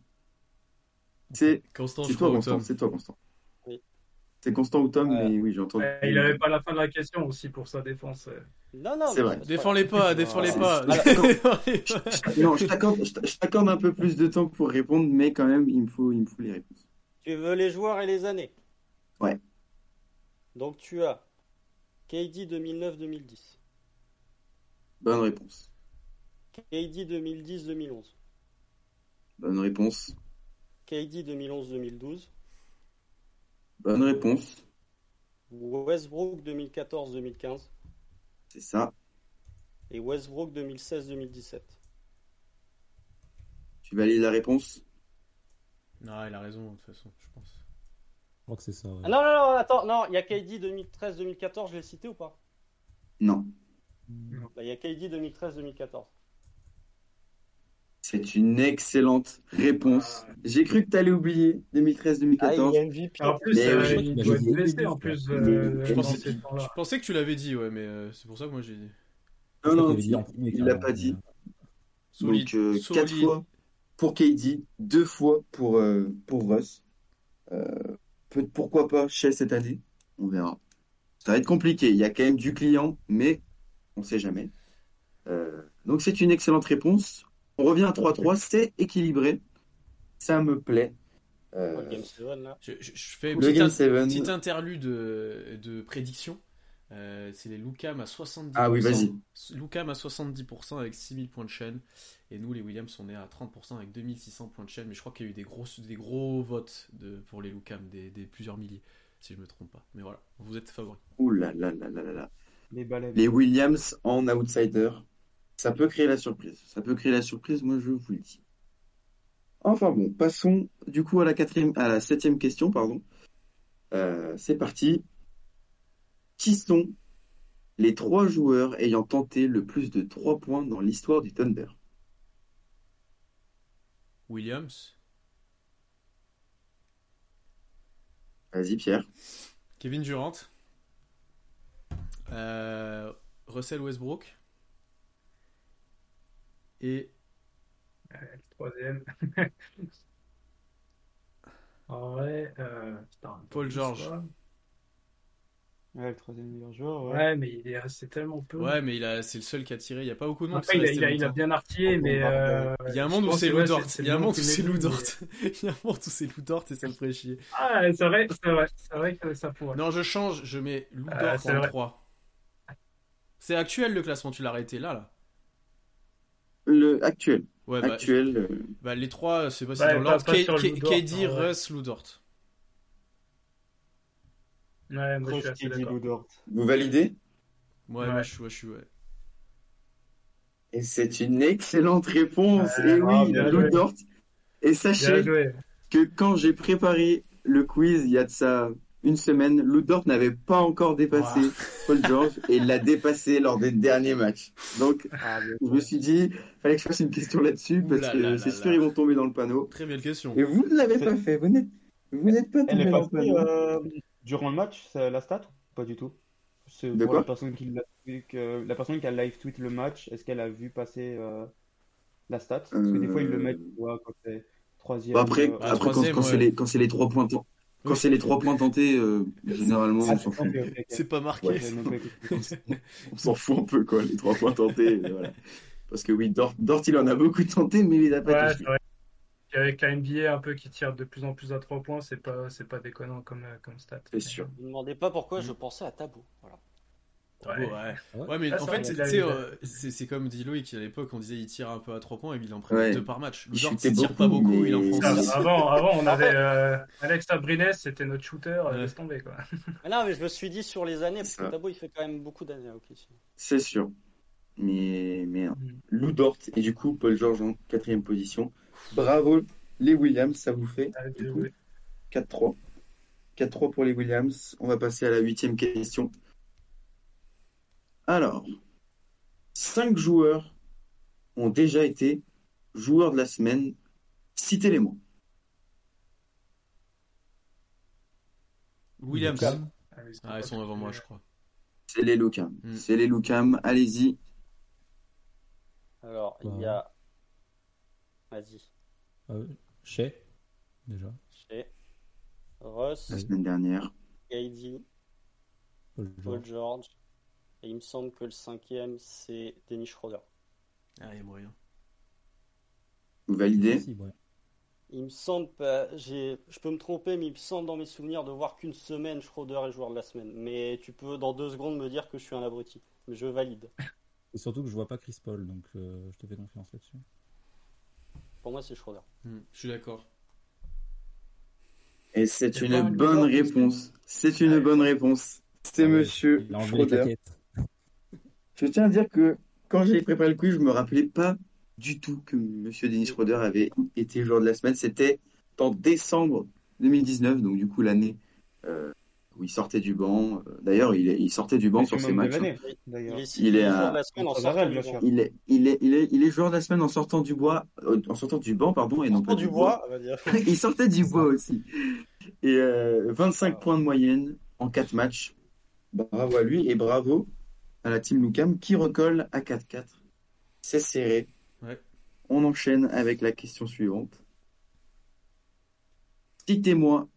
Speaker 1: C'est
Speaker 2: Constant,
Speaker 1: c'est
Speaker 2: je
Speaker 1: toi,
Speaker 2: crois, ou
Speaker 1: Constant.
Speaker 2: Tom.
Speaker 1: C'est toi, Constant.
Speaker 3: Oui.
Speaker 1: C'est Constant ou Tom,
Speaker 3: Ouais.
Speaker 1: mais oui, j'ai entendu.
Speaker 6: Ouais, il avait pas la fin de la question aussi pour sa défense. euh.
Speaker 3: Non, non,
Speaker 1: C'est
Speaker 3: mais
Speaker 1: vrai.
Speaker 3: pas
Speaker 2: Défends-les
Speaker 6: Ah,
Speaker 2: pas, défends-les
Speaker 1: c'est-
Speaker 2: pas.
Speaker 1: Alors,
Speaker 2: Défends-les pas.
Speaker 1: Non, je t'accorde- je t'a- je t'accorde un peu plus de temps pour répondre, mais quand même, il me faut, il me faut les réponses.
Speaker 3: Tu veux les joueurs et les années.
Speaker 1: Ouais.
Speaker 3: Donc tu as KD 2009-2010,
Speaker 1: Bonne réponse.
Speaker 3: KD 2010-2011,
Speaker 1: Bonne réponse.
Speaker 3: KD 2011-2012,
Speaker 1: Bonne réponse.
Speaker 3: Westbrook 2014-2015
Speaker 1: C'est ça.
Speaker 3: et Westbrook 2016-2017.
Speaker 1: Tu valides la réponse
Speaker 2: Non, il a raison de toute façon, je pense.
Speaker 4: Je crois que c'est ça. ouais.
Speaker 3: Ah non, non, non, attends, non, il y a KD 2013-2014, je l'ai cité ou pas
Speaker 1: Non.
Speaker 3: Bah, Il y a KD 2013-2014.
Speaker 1: C'est une excellente réponse.
Speaker 6: Ah.
Speaker 1: J'ai cru que t'allais oublier 2013-2014.
Speaker 3: MVP.
Speaker 6: En plus,
Speaker 1: Mais
Speaker 6: euh,
Speaker 1: oui,
Speaker 6: il
Speaker 4: mais
Speaker 6: doit
Speaker 4: je-
Speaker 6: être blessé en plus
Speaker 1: je-
Speaker 6: euh,
Speaker 1: je-
Speaker 6: dans
Speaker 1: je-
Speaker 6: ces
Speaker 2: Je
Speaker 6: temps-là.
Speaker 2: pensais que tu l'avais dit, ouais, mais euh, c'est pour ça que moi j'ai dit.
Speaker 4: Je
Speaker 1: non,
Speaker 4: crois
Speaker 1: non,
Speaker 4: qu'il avait dit euh, en premier,
Speaker 1: il l'a
Speaker 4: clairement.
Speaker 1: pas dit.
Speaker 2: Solide.
Speaker 1: Donc, euh,
Speaker 2: solide.
Speaker 1: quatre fois pour KD, deux fois pour, euh, pour Russ. Euh, peut- pourquoi pas chez cette année On verra. Ça va être compliqué. Il y a quand même du client, mais on ne sait jamais. Euh, donc, c'est une excellente réponse. On revient à 3-3. C'est équilibré. Ça me plaît. Euh,
Speaker 3: Paul Oh, Game Seven, là.
Speaker 2: Je, je- je fais une
Speaker 1: Le
Speaker 2: petite,
Speaker 1: Game
Speaker 2: in-
Speaker 1: Seven.
Speaker 2: petite interlude euh, de, prédiction. Euh, c'est les Lucam à 70%.
Speaker 1: Ah oui, vas-y.
Speaker 2: Lucam à 70% avec 6000 points de chaîne. Et nous, les Williams, on est à 30% avec 2600 points de chaîne. Mais je crois qu'il y a eu des gros, des gros votes de, pour les Lucam, des, des plusieurs milliers, si je me trompe pas. Mais voilà, vous êtes favoris.
Speaker 1: Ouh là là là là là là.
Speaker 5: Les balais.
Speaker 1: Les Williams en outsider, ça peut créer la surprise. Ça peut créer la surprise, moi je vous le dis. Enfin bon, passons du coup à la quatrième, à la septième question, pardon. Euh, c'est parti. Qui sont les trois joueurs ayant tenté le plus de trois points dans l'histoire du Thunder?
Speaker 2: Williams,
Speaker 1: Vas-y Pierre.
Speaker 2: Kevin Durant, euh, Russell Westbrook et
Speaker 6: Le troisième. En vrai, euh, putain,
Speaker 2: Paul
Speaker 6: je sais
Speaker 2: George.
Speaker 6: pas.
Speaker 5: Ouais, le troisième meilleur joueur. Ouais.
Speaker 6: Ouais, mais il est resté tellement peu.
Speaker 2: Ouais, mais il a, c'est le seul qui a tiré. Il n'y a pas beaucoup de monde. Ah
Speaker 6: Après, il a, il a- il a bien artillé,
Speaker 5: Bon,
Speaker 6: mais.
Speaker 5: bah,
Speaker 6: euh,
Speaker 2: Il y a un
Speaker 6: je
Speaker 2: monde où
Speaker 6: pense
Speaker 2: c'est
Speaker 6: que, ouais,
Speaker 2: Lou Dort.
Speaker 6: c'est- c'est
Speaker 2: Il y a un
Speaker 6: le
Speaker 2: monde où
Speaker 6: qui
Speaker 2: c'est
Speaker 6: l'a
Speaker 2: Lou
Speaker 6: mis,
Speaker 2: Dort.
Speaker 6: mais-
Speaker 2: Il y a un monde où c'est Lou Dort et ça me ferait chier.
Speaker 6: Ah, c'est vrai, c'est vrai, c'est vrai que ça pourrait.
Speaker 2: Non, je change. Je mets Lou
Speaker 6: Euh,
Speaker 2: Dort
Speaker 6: c'est
Speaker 2: en
Speaker 6: vrai.
Speaker 2: 3. C'est actuel le classement. Tu l'as arrêté là, là.
Speaker 1: Le actuel.
Speaker 2: Ouais, bah,
Speaker 1: Actuel. euh,
Speaker 2: bah, les trois, c'est pas si
Speaker 6: Ouais,
Speaker 2: dans
Speaker 6: pas-
Speaker 2: l'ordre.
Speaker 6: pas
Speaker 2: K-
Speaker 6: sur Lou
Speaker 2: K-
Speaker 6: Dort,
Speaker 2: KD,
Speaker 6: hein, ouais.
Speaker 2: Russ, Lou Dort.
Speaker 6: Ouais, moi, je suis
Speaker 5: Cross,
Speaker 6: assez
Speaker 5: KD,
Speaker 6: d'accord.
Speaker 5: Lou Dort.
Speaker 1: Vous validez?
Speaker 2: Ouais,
Speaker 6: Ouais.
Speaker 2: moi, je suis, ouais, je suis, ouais.
Speaker 1: Et c'est une excellente réponse.
Speaker 6: Euh,
Speaker 1: Et
Speaker 5: ah,
Speaker 1: oui,
Speaker 6: bien
Speaker 1: Lou
Speaker 6: joué.
Speaker 1: Dort. Et
Speaker 6: Bien
Speaker 1: sachez
Speaker 6: joué.
Speaker 1: que quand j'ai préparé le quiz il y a de ça une semaine, Lou Dort n'avait pas encore dépassé
Speaker 2: Wow.
Speaker 1: Paul George et il l'a dépassé lors des derniers matchs. Donc
Speaker 5: Ah, bien
Speaker 1: je me suis dit, fallait que je fasse une question là-dessus parce
Speaker 2: Ouh là
Speaker 1: que
Speaker 2: là
Speaker 1: c'est
Speaker 2: là
Speaker 1: sûr
Speaker 2: là.
Speaker 1: ils vont tomber dans le panneau.
Speaker 2: Très belle question.
Speaker 1: Et vous ne l'avez pas fait, vous n'êtes vous n'êtes pas
Speaker 5: Elle
Speaker 1: tombé
Speaker 5: est
Speaker 1: dans le
Speaker 5: passée
Speaker 1: panneau.
Speaker 5: euh, durant le match, ça- la stat ou Pas du tout. C'est
Speaker 1: De
Speaker 5: pour
Speaker 1: quoi
Speaker 5: la personne qui l'a que- la personne qui a live tweet le match, est-ce qu'elle a vu passer euh, la stat? Parce que des fois ils le mettent, tu vois, quand c'est troisième.
Speaker 1: Bah, après,
Speaker 5: euh,
Speaker 1: après
Speaker 2: Ah,
Speaker 1: quand,
Speaker 2: troisième,
Speaker 1: quand c'est
Speaker 2: ouais.
Speaker 1: les quand c'est les trois points tentés, quand
Speaker 2: Oui.
Speaker 1: c'est les trois points tentés, euh, généralement
Speaker 5: ah,
Speaker 1: on s'en
Speaker 5: ok,
Speaker 1: fout.
Speaker 5: ok, ok.
Speaker 2: C'est pas marqué.
Speaker 5: Ouais, j'avais même pas écouté.
Speaker 1: On s'en fout un peu quoi, les trois points tentés. euh, voilà. Parce que oui, Dort, Dort, il en a beaucoup tenté, mais il n'a pas
Speaker 6: Ouais,
Speaker 1: touché.
Speaker 6: c'est vrai. Puis Avec la NBA un peu qui tire de plus en plus à trois points, c'est pas, c'est pas déconnant comme, euh, comme stat.
Speaker 1: C'est sûr.
Speaker 3: Vous ne me demandez pas pourquoi je pensais à Tabou. Voilà.
Speaker 2: Ah
Speaker 6: Ouais.
Speaker 2: bon, ouais.
Speaker 4: Ouais.
Speaker 2: Ouais, mais
Speaker 6: Ah,
Speaker 2: en
Speaker 6: ça,
Speaker 2: fait,
Speaker 6: il
Speaker 2: tu
Speaker 6: a-
Speaker 2: sais,
Speaker 6: il a-
Speaker 2: euh, c'est c'est comme dit Loïc à l'époque, on disait il tire un peu à trois points et il en prend
Speaker 1: Ouais.
Speaker 2: deux par match. Lou
Speaker 1: Il
Speaker 2: Dort,
Speaker 1: shootait
Speaker 2: il tire pas
Speaker 1: beaucoup,
Speaker 2: beaucoup, il en
Speaker 1: mais-
Speaker 2: prend
Speaker 6: Ah,
Speaker 2: six.
Speaker 6: avant, avant, on avait euh, Alex Abrines, c'était notre shooter, euh,
Speaker 2: Ouais.
Speaker 6: laisse tomber quoi.
Speaker 3: Mais non, mais je me suis dit sur les années, parce
Speaker 1: C'est
Speaker 3: que
Speaker 1: ça.
Speaker 3: Tabou, il fait quand même beaucoup d'années. ok.
Speaker 1: C'est sûr. Mais merde.
Speaker 6: Mm.
Speaker 1: Lou Dort et du coup Paul George en quatrième position. Bravo les Williams, ça vous fait
Speaker 6: Ah,
Speaker 1: du
Speaker 6: bien
Speaker 1: coup,
Speaker 6: joué.
Speaker 1: 4-3. 4-3 pour les Williams. On va passer à la huitième question. Alors, cinq joueurs ont déjà été joueurs de la semaine. Citez-les-moi.
Speaker 2: Williams.
Speaker 4: Lucam.
Speaker 6: Ah, oui, c'est
Speaker 2: Ah, ils
Speaker 6: pas
Speaker 2: sont
Speaker 6: cool.
Speaker 2: avant moi, je crois.
Speaker 1: C'est les Lucam.
Speaker 2: Mm.
Speaker 1: C'est les Lucam. Allez-y.
Speaker 3: Alors, il y
Speaker 4: Ouais.
Speaker 3: a. Vas-y.
Speaker 4: Euh, Shea, déjà.
Speaker 3: Chez Russ,
Speaker 1: La semaine dernière.
Speaker 3: Gaidy,
Speaker 4: Paul
Speaker 3: Paul
Speaker 4: George.
Speaker 3: George. Et il me semble que le cinquième, c'est Denis Schroeder.
Speaker 2: Ah, il y a moyen.
Speaker 1: Vous validez
Speaker 4: Si, ouais.
Speaker 3: Il me semble pas. j'ai- Je peux me tromper, mais il me semble dans mes souvenirs de voir qu'une semaine Schroeder est joueur de la semaine. Mais tu peux dans deux secondes me dire que je suis un abruti. Mais je valide.
Speaker 4: Et surtout que je vois pas Chris Paul, donc euh, je te fais confiance là-dessus.
Speaker 3: Pour moi, c'est Schroeder.
Speaker 2: Hmm, je suis d'accord.
Speaker 1: Et c'est
Speaker 6: Y a
Speaker 1: une
Speaker 6: pas un
Speaker 1: bonne
Speaker 6: joueur qui-
Speaker 1: réponse. C'est une
Speaker 6: Ah,
Speaker 1: bonne réponse. C'est
Speaker 4: Ah ouais,
Speaker 3: Euh,
Speaker 1: monsieur
Speaker 4: Il a enlevé les
Speaker 1: Schroeder.
Speaker 4: claquettes.
Speaker 1: Je tiens à dire que quand j'ai préparé le quiz, je me rappelais pas du tout que monsieur Denis Schroeder avait été joueur de la semaine. C'était en décembre 2019, donc du coup l'année euh, où il sortait du banc. Euh, D'ailleurs, il, est- il sortait du banc sur
Speaker 5: Maximum
Speaker 1: ses matchs.
Speaker 5: de
Speaker 1: hein.
Speaker 5: l'année,
Speaker 3: Il
Speaker 5: d'ailleurs.
Speaker 3: est,
Speaker 1: Il est à-
Speaker 3: joueur de la semaine en
Speaker 5: Contre
Speaker 3: sortant
Speaker 5: Varel,
Speaker 3: du
Speaker 5: bien
Speaker 3: banc.
Speaker 5: sûr.
Speaker 1: Il est, il est, il est, il est joueur de la semaine en sortant du bois, euh, en sortant du banc, pardon, et non pas
Speaker 3: Sortant du bois, on va dire.
Speaker 1: il sortait du bois aussi. Et euh, 25
Speaker 3: Ah.
Speaker 1: points de moyenne en 4 matchs. Bravo à lui et bravo à la team Lucam qui recolle à 4-4. C'est serré.
Speaker 2: Ouais.
Speaker 1: On enchaîne avec la question suivante. Citez-moi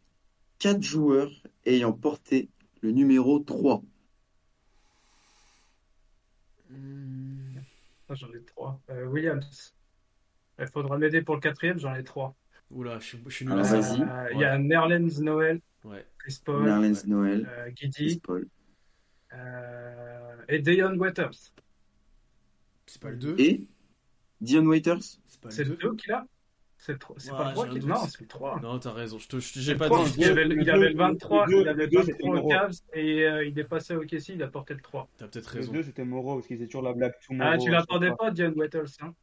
Speaker 1: 4 joueurs ayant porté le numéro 3.
Speaker 2: Hmm.
Speaker 6: Ah, J'en ai trois. Euh, Williams. Il faudra m'aider pour le quatrième, j'en ai trois.
Speaker 2: Oula, je, suis- je suis nul
Speaker 1: Alors,
Speaker 2: à ça.
Speaker 1: vas-y.
Speaker 6: Euh, Il y a Nerlens Noël,
Speaker 2: Ouais.
Speaker 6: Chris Paul,
Speaker 1: Nerlens Noël,
Speaker 6: euh,
Speaker 1: Chris
Speaker 6: Guidi
Speaker 1: Paul.
Speaker 6: euh, et Deion Waters.
Speaker 2: C'est pas le 2
Speaker 1: Et Dion Waiters
Speaker 2: C'est pas
Speaker 6: C'est
Speaker 2: le
Speaker 6: le
Speaker 2: 2
Speaker 6: 2 qu'il a C'est tro- c'est pas
Speaker 2: Ouais,
Speaker 6: le
Speaker 2: j'ai
Speaker 6: 3
Speaker 2: un
Speaker 6: qu'il
Speaker 2: doute.
Speaker 6: Non, c'est le 3.
Speaker 2: Non, t'as raison. Je te, je- j'ai pas
Speaker 5: trois,
Speaker 2: dit.
Speaker 5: je-
Speaker 6: Il avait, le- il avait le 23,
Speaker 5: Le deux,
Speaker 6: il avait
Speaker 5: le deux,
Speaker 6: le
Speaker 5: c'était
Speaker 6: 23 aux
Speaker 5: Moro.
Speaker 6: Cavs et euh, il dépassait au Casey, il apportait le 3.
Speaker 2: T'as peut-être
Speaker 5: Le
Speaker 2: raison.
Speaker 5: 2, c'était Moro, parce qu'ils étaient toujours la blague tout
Speaker 6: Ah, tu l'attendais
Speaker 5: l'attendais
Speaker 6: pas, John Wattles. Hein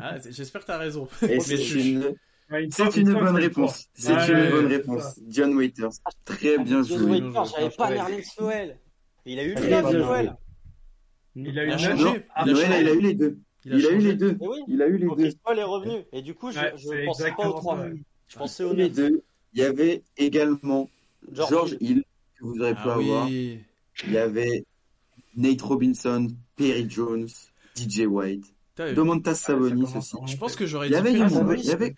Speaker 2: Ah, c'est- j'espère que t'as raison.
Speaker 1: Et
Speaker 2: Mais
Speaker 1: C'est
Speaker 2: je-
Speaker 1: une,
Speaker 6: Ouais, il
Speaker 1: c'est
Speaker 6: sort- il
Speaker 1: une
Speaker 6: sort
Speaker 1: bonne
Speaker 6: que
Speaker 1: réponse. C'est
Speaker 2: Ouais,
Speaker 1: une
Speaker 2: ouais,
Speaker 1: bonne
Speaker 6: c'est Ah,
Speaker 1: réponse. John Waiters, très bien
Speaker 2: Dion
Speaker 3: John
Speaker 1: joué.
Speaker 2: Waiters.
Speaker 3: Whitehorse, j'avais
Speaker 5: je
Speaker 3: pas
Speaker 5: savais.
Speaker 3: Nerlens Noël. Il a
Speaker 5: Ah,
Speaker 3: eu
Speaker 1: Très
Speaker 3: le Nerlens
Speaker 1: bien
Speaker 3: Noël.
Speaker 5: joué.
Speaker 6: Il a eu
Speaker 2: Il a
Speaker 6: neuf.
Speaker 2: changé.
Speaker 6: Ah,
Speaker 2: Il a
Speaker 1: Noël,
Speaker 2: changé.
Speaker 1: il a eu les deux. Il a, eu
Speaker 2: changé.
Speaker 1: les deux.
Speaker 3: Et oui,
Speaker 1: Il a eu les
Speaker 3: donc
Speaker 1: deux.
Speaker 3: Chris Paul Oh, est revenu. Et du coup, je,
Speaker 6: Ouais,
Speaker 3: je
Speaker 6: c'est
Speaker 3: pensais pas aux
Speaker 6: exactement
Speaker 3: 3.
Speaker 6: ça.
Speaker 3: Je pensais aux
Speaker 1: Tous les
Speaker 3: 9.
Speaker 1: deux. Il y avait également
Speaker 3: George
Speaker 1: George Hill, que vous aurez pu
Speaker 2: Ah
Speaker 1: avoir.
Speaker 2: oui.
Speaker 1: Il y avait Nate Robinson, Perry Jones, DJ White,
Speaker 2: Putain,
Speaker 1: Domantas
Speaker 6: ça
Speaker 1: Sabonis
Speaker 6: commence
Speaker 1: aussi.
Speaker 6: en-
Speaker 2: Je pense que j'aurais
Speaker 1: Il y
Speaker 2: dit.
Speaker 1: avait
Speaker 2: Perry-
Speaker 1: du monde.
Speaker 3: Sabonis.
Speaker 6: Ah,
Speaker 1: Il y avait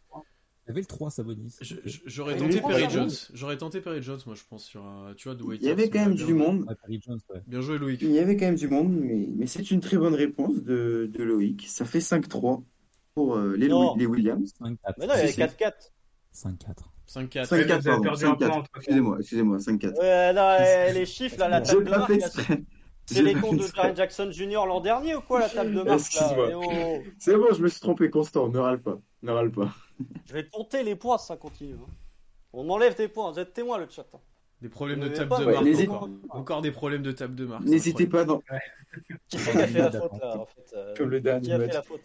Speaker 4: Il y avait le 3, Sabonis.
Speaker 2: Je- je- J'aurais
Speaker 5: Et
Speaker 2: tenté
Speaker 5: les trois,
Speaker 2: Perry
Speaker 5: j'avoue.
Speaker 2: Jones. J'aurais tenté Perry Jones, moi, je pense, sur un. Tu vois, Dwight
Speaker 1: il y avait
Speaker 2: Howard,
Speaker 1: quand même
Speaker 2: bien
Speaker 1: du
Speaker 2: joué.
Speaker 1: monde.
Speaker 4: Ouais, Paris Jones, ouais.
Speaker 2: Bien joué, Loïc.
Speaker 1: Il y avait quand même du monde, mais, mais c'est une très bonne réponse de, de Loïc. Ça fait 5-3 pour euh, les,
Speaker 3: Non.
Speaker 1: Louis- les Williams.
Speaker 4: 5-4.
Speaker 3: Mais non, il y avait 4-4.
Speaker 4: 5-4.
Speaker 2: 5-4.
Speaker 6: Ouais, vous
Speaker 1: 5-4,
Speaker 6: avez
Speaker 1: pardon.
Speaker 6: perdu un
Speaker 1: 5-4.
Speaker 6: point entre
Speaker 1: Excusez-moi, excusez-moi, 5-4.
Speaker 3: Ouais, non, eh, les chiffres, là, la
Speaker 1: Je
Speaker 3: table de
Speaker 1: pas
Speaker 3: marque,
Speaker 1: fait
Speaker 3: là,
Speaker 1: exprès.
Speaker 3: c'est les
Speaker 1: J'ai pas
Speaker 3: comptes de
Speaker 1: fait
Speaker 3: Jaren Jackson Jr. l'an dernier ou quoi, la table de marque là
Speaker 1: Excuse-moi.
Speaker 3: Et on-
Speaker 1: C'est bon, je me suis trompé, Constant. Ne râle pas. Ne râle pas.
Speaker 3: Je vais compter les points si ça continue. hein. On enlève des points, vous êtes témoin le chat. hein.
Speaker 2: Des problèmes de
Speaker 3: Vous avez
Speaker 2: table
Speaker 3: pas-
Speaker 2: de
Speaker 1: Ouais,
Speaker 2: marque
Speaker 1: n'hésite-
Speaker 2: encore. Encore des problèmes de table de
Speaker 3: Ah,
Speaker 2: marque. c'est
Speaker 1: N'hésitez
Speaker 2: incroyable.
Speaker 1: pas, dans,
Speaker 3: Qui c'est qui a fait la faute là en fait euh,
Speaker 1: comme le dernier
Speaker 3: Qui a fait
Speaker 1: match.
Speaker 3: la faute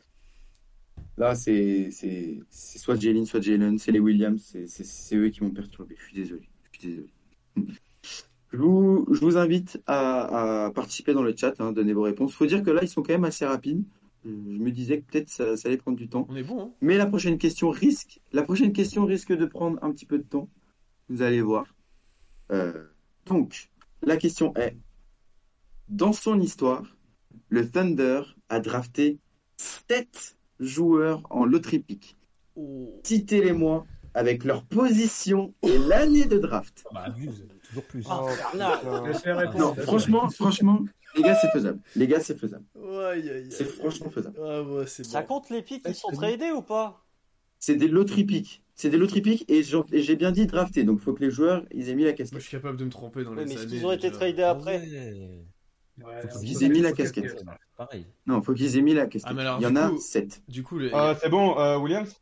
Speaker 1: Là, c'est c'est- c'est soit Jalen, soit Jalen, c'est les Williams, c'est- c'est c'est eux qui m'ont perturbé. Je suis désolé. Je suis désolé. Je vous, je vous invite à, à participer dans le chat, hein, donner vos réponses. Faut dire que là, ils sont quand même assez rapides. Je me disais que peut-être ça, ça allait prendre du temps.
Speaker 2: On est bon, hein
Speaker 1: Mais la prochaine question risque, la prochaine question risque de prendre un petit peu de temps. Vous allez voir. Euh, donc, la question est, dans son histoire, le Thunder a drafté 7 joueurs en loterie pick.
Speaker 2: Oh.
Speaker 1: Citez-les-moi avec leur position et l'année de draft.
Speaker 4: Bah, abuse, toujours
Speaker 5: Oh,
Speaker 4: plus.
Speaker 3: Ah, Bernard.
Speaker 6: Je vais répondre.
Speaker 1: Non, franchement, franchement, les gars, c'est faisable. Les gars, c'est faisable.
Speaker 2: hein. Aïe, aïe, aïe.
Speaker 1: C'est franchement faisable.
Speaker 2: Ah, ouais, c'est
Speaker 3: Ça
Speaker 2: bon.
Speaker 3: compte les pics qui sont tradés ou pas
Speaker 1: C'est des loterie pick. C'est des loterie pick et j'en- et j'ai bien dit drafté. Donc, faut que les joueurs, ils aient mis la
Speaker 2: Moi,
Speaker 1: casquette.
Speaker 2: je suis capable de me tromper dans
Speaker 3: Oui,
Speaker 2: les
Speaker 3: mais
Speaker 2: années.
Speaker 3: s'ils ont été
Speaker 2: déjà.
Speaker 3: tradés après.
Speaker 6: Ouais,
Speaker 4: Ah Faut qu'ils
Speaker 6: on
Speaker 4: aient
Speaker 6: peut-
Speaker 1: mis la
Speaker 6: faut
Speaker 1: casquette.
Speaker 6: quelques-
Speaker 4: Pareil.
Speaker 1: Non, faut qu'ils aient mis la casquette.
Speaker 2: Ah, mais alors,
Speaker 1: Il y
Speaker 2: du
Speaker 1: en a
Speaker 2: coup-
Speaker 1: 7.
Speaker 2: Du coup, le...
Speaker 5: Euh, c'est bon, euh, Williams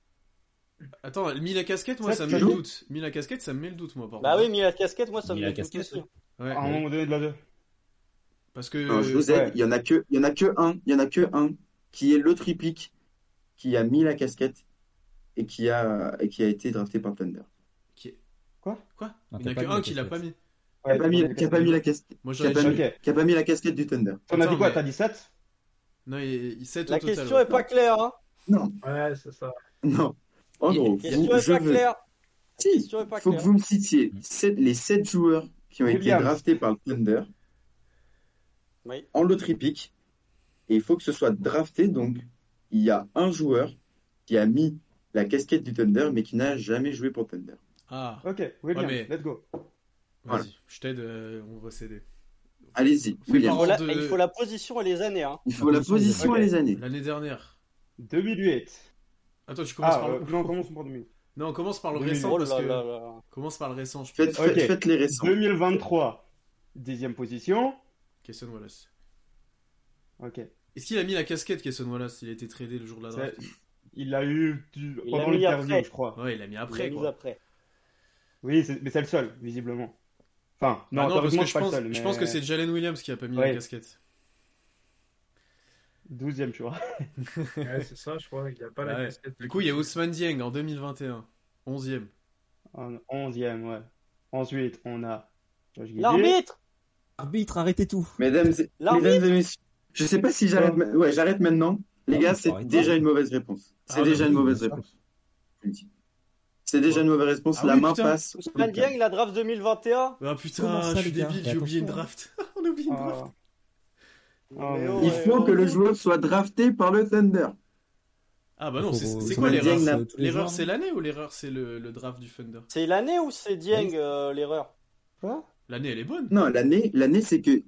Speaker 2: attends, mis la casquette, moi,
Speaker 5: Ça,
Speaker 2: ça me
Speaker 5: tu
Speaker 2: met le
Speaker 5: joues
Speaker 2: doute. Mis la casquette, ça me met le doute, moi, par
Speaker 3: Bah oui,
Speaker 2: contre.
Speaker 3: mis la casquette, moi ça me
Speaker 4: Mis
Speaker 3: met
Speaker 4: la
Speaker 3: le doute
Speaker 4: casquette.
Speaker 3: aussi.
Speaker 2: Ouais,
Speaker 5: À un moment donné de la 2.
Speaker 2: Parce que.
Speaker 1: Non, je vous aide.
Speaker 5: ouais.
Speaker 1: Il y en a que, il y en a que un, il y en a que un qui est le tripic qui a mis la casquette et qui a et qui a été drafté par Thunder.
Speaker 2: Qui-
Speaker 5: Quoi
Speaker 2: Quoi Il n'y
Speaker 4: Non,
Speaker 2: en a
Speaker 4: t'as
Speaker 2: que
Speaker 4: pas mis
Speaker 2: un
Speaker 4: la
Speaker 2: qui l'a pas
Speaker 4: casquette.
Speaker 2: mis.
Speaker 1: Qui a pas mis, qui a pas mis la casquette,
Speaker 2: Moi,
Speaker 1: qui a
Speaker 2: j'aurais
Speaker 1: pas mis,
Speaker 5: Ok.
Speaker 1: qui a pas mis la casquette du Thunder.
Speaker 5: On a dit quoi
Speaker 2: Attends,
Speaker 5: T'as
Speaker 2: mais-
Speaker 5: dit 7
Speaker 2: Non, il, il 7 au
Speaker 3: La
Speaker 2: total.
Speaker 3: question
Speaker 2: ouais.
Speaker 3: est pas claire, hein
Speaker 6: Ouais, c'est ça.
Speaker 1: Non. En gros,
Speaker 3: La question
Speaker 1: vous-
Speaker 3: est
Speaker 1: je
Speaker 3: pas
Speaker 1: veux.
Speaker 3: claire. La
Speaker 1: Si,
Speaker 3: question est pas
Speaker 1: faut que
Speaker 3: claire.
Speaker 1: vous me citiez sept- les 7 joueurs qui ont été
Speaker 5: Williams.
Speaker 1: draftés par le Thunder
Speaker 3: Oui.
Speaker 1: en loterie pick. Et il faut que ce soit drafté. Donc, il y a un joueur qui a mis la casquette du Thunder, mais qui n'a jamais joué pour Thunder.
Speaker 2: Ah,
Speaker 5: Ok, Williams,
Speaker 2: Ouais, mais-
Speaker 5: let's go.
Speaker 1: Voilà.
Speaker 2: vas-y, je t'aide, euh, on va céder.
Speaker 1: Allez-y,
Speaker 2: Fais
Speaker 1: William.
Speaker 2: Avant
Speaker 3: Faut la-
Speaker 2: de-
Speaker 3: mais Il faut la position et les années. Hein.
Speaker 1: Il faut la position et les années.
Speaker 2: L'année dernière.
Speaker 5: 2008.
Speaker 2: Attends, tu commences
Speaker 5: Ah,
Speaker 2: par
Speaker 5: euh,
Speaker 2: le.
Speaker 5: non, commence par 2000.
Speaker 2: Non, on commence par le
Speaker 5: Oui,
Speaker 2: récent
Speaker 3: Oh
Speaker 2: parce
Speaker 3: là
Speaker 2: que.
Speaker 3: là là.
Speaker 2: Commence par le récent, je
Speaker 1: Faites,
Speaker 2: pense.
Speaker 5: Ok.
Speaker 1: faites- faites les récents.
Speaker 5: 2023, dixième position.
Speaker 2: Kesson Wallace.
Speaker 5: Ok.
Speaker 2: Est-ce qu'il a mis la casquette, Kesson Wallace Il a été tradé le jour de la draft.
Speaker 5: Il a eu du...
Speaker 3: Il
Speaker 5: pendant
Speaker 3: l'a mis
Speaker 5: l'interview,
Speaker 3: après.
Speaker 5: je crois.
Speaker 2: Ouais, il l'a mis
Speaker 3: Il
Speaker 2: après,
Speaker 3: l'a mise
Speaker 2: quoi.
Speaker 3: après.
Speaker 5: Oui, c'est- mais c'est le seul, visiblement. Enfin,
Speaker 2: Ah non,
Speaker 5: non,
Speaker 2: parce
Speaker 5: théoriquement,
Speaker 2: que
Speaker 5: c'est
Speaker 2: je
Speaker 5: pas le
Speaker 2: pense,
Speaker 5: seul.
Speaker 2: je
Speaker 5: mais-
Speaker 2: pense que c'est Jalen Williams qui a pas mis la
Speaker 5: Ouais.
Speaker 2: casquette.
Speaker 5: 12e, tu vois.
Speaker 6: Ouais, c'est ça, je crois. Il n'y a pas
Speaker 2: Ah ouais.
Speaker 6: la casquette.
Speaker 2: Du coup, il y a Ousmane Dieng en 2021, 11e.
Speaker 5: En- 11e, ouais. Ensuite, on a Josh Ah. Giddey.
Speaker 3: L'arbitre
Speaker 4: Arbitre, arrêtez tout.
Speaker 1: Mesdames, et-
Speaker 3: L'arbitre
Speaker 1: mesdames et messieurs, je sais pas si j'arrête. ma- Ouais, j'arrête maintenant. Les gars, c'est
Speaker 4: Arrête.
Speaker 1: déjà une mauvaise réponse.
Speaker 2: Ah,
Speaker 1: C'est déjà
Speaker 2: non,
Speaker 1: une
Speaker 4: oui,
Speaker 1: mauvaise
Speaker 4: bien sûr.
Speaker 1: réponse. Je le dis. C'est déjà une mauvaise réponse.
Speaker 2: Ah
Speaker 1: La
Speaker 2: oui,
Speaker 1: main
Speaker 2: putain.
Speaker 1: passe. au
Speaker 3: Ousmane
Speaker 1: Lucas.
Speaker 3: Dieng, la draft 2021
Speaker 2: Ah
Speaker 4: Comment
Speaker 2: putain,
Speaker 4: ça,
Speaker 2: je suis
Speaker 4: les gars
Speaker 2: débile,
Speaker 4: Mais
Speaker 2: j'ai oublié une
Speaker 4: attention.
Speaker 2: draft. On a oublié une draft.
Speaker 5: Ah, Ah,
Speaker 3: Mais oh.
Speaker 5: ouais.
Speaker 1: Il
Speaker 3: ouais,
Speaker 1: faut
Speaker 3: ouais.
Speaker 1: que le joueur soit drafté par le Thunder.
Speaker 2: Ah bah non,
Speaker 4: Faut-
Speaker 2: c'est
Speaker 4: faut-
Speaker 2: c'est
Speaker 4: faut
Speaker 2: quoi
Speaker 1: Ousmane
Speaker 2: l'erreur
Speaker 1: Dieng
Speaker 4: n'a-
Speaker 2: c'est-
Speaker 4: tous les
Speaker 2: L'erreur
Speaker 4: jours,
Speaker 2: c'est
Speaker 4: non
Speaker 2: l'année ou l'erreur c'est le, le draft du Thunder
Speaker 3: C'est l'année ou c'est Dieng euh, l'erreur
Speaker 5: Quoi
Speaker 2: L'année elle est bonne.
Speaker 1: Non, l'année, l'année, c'est que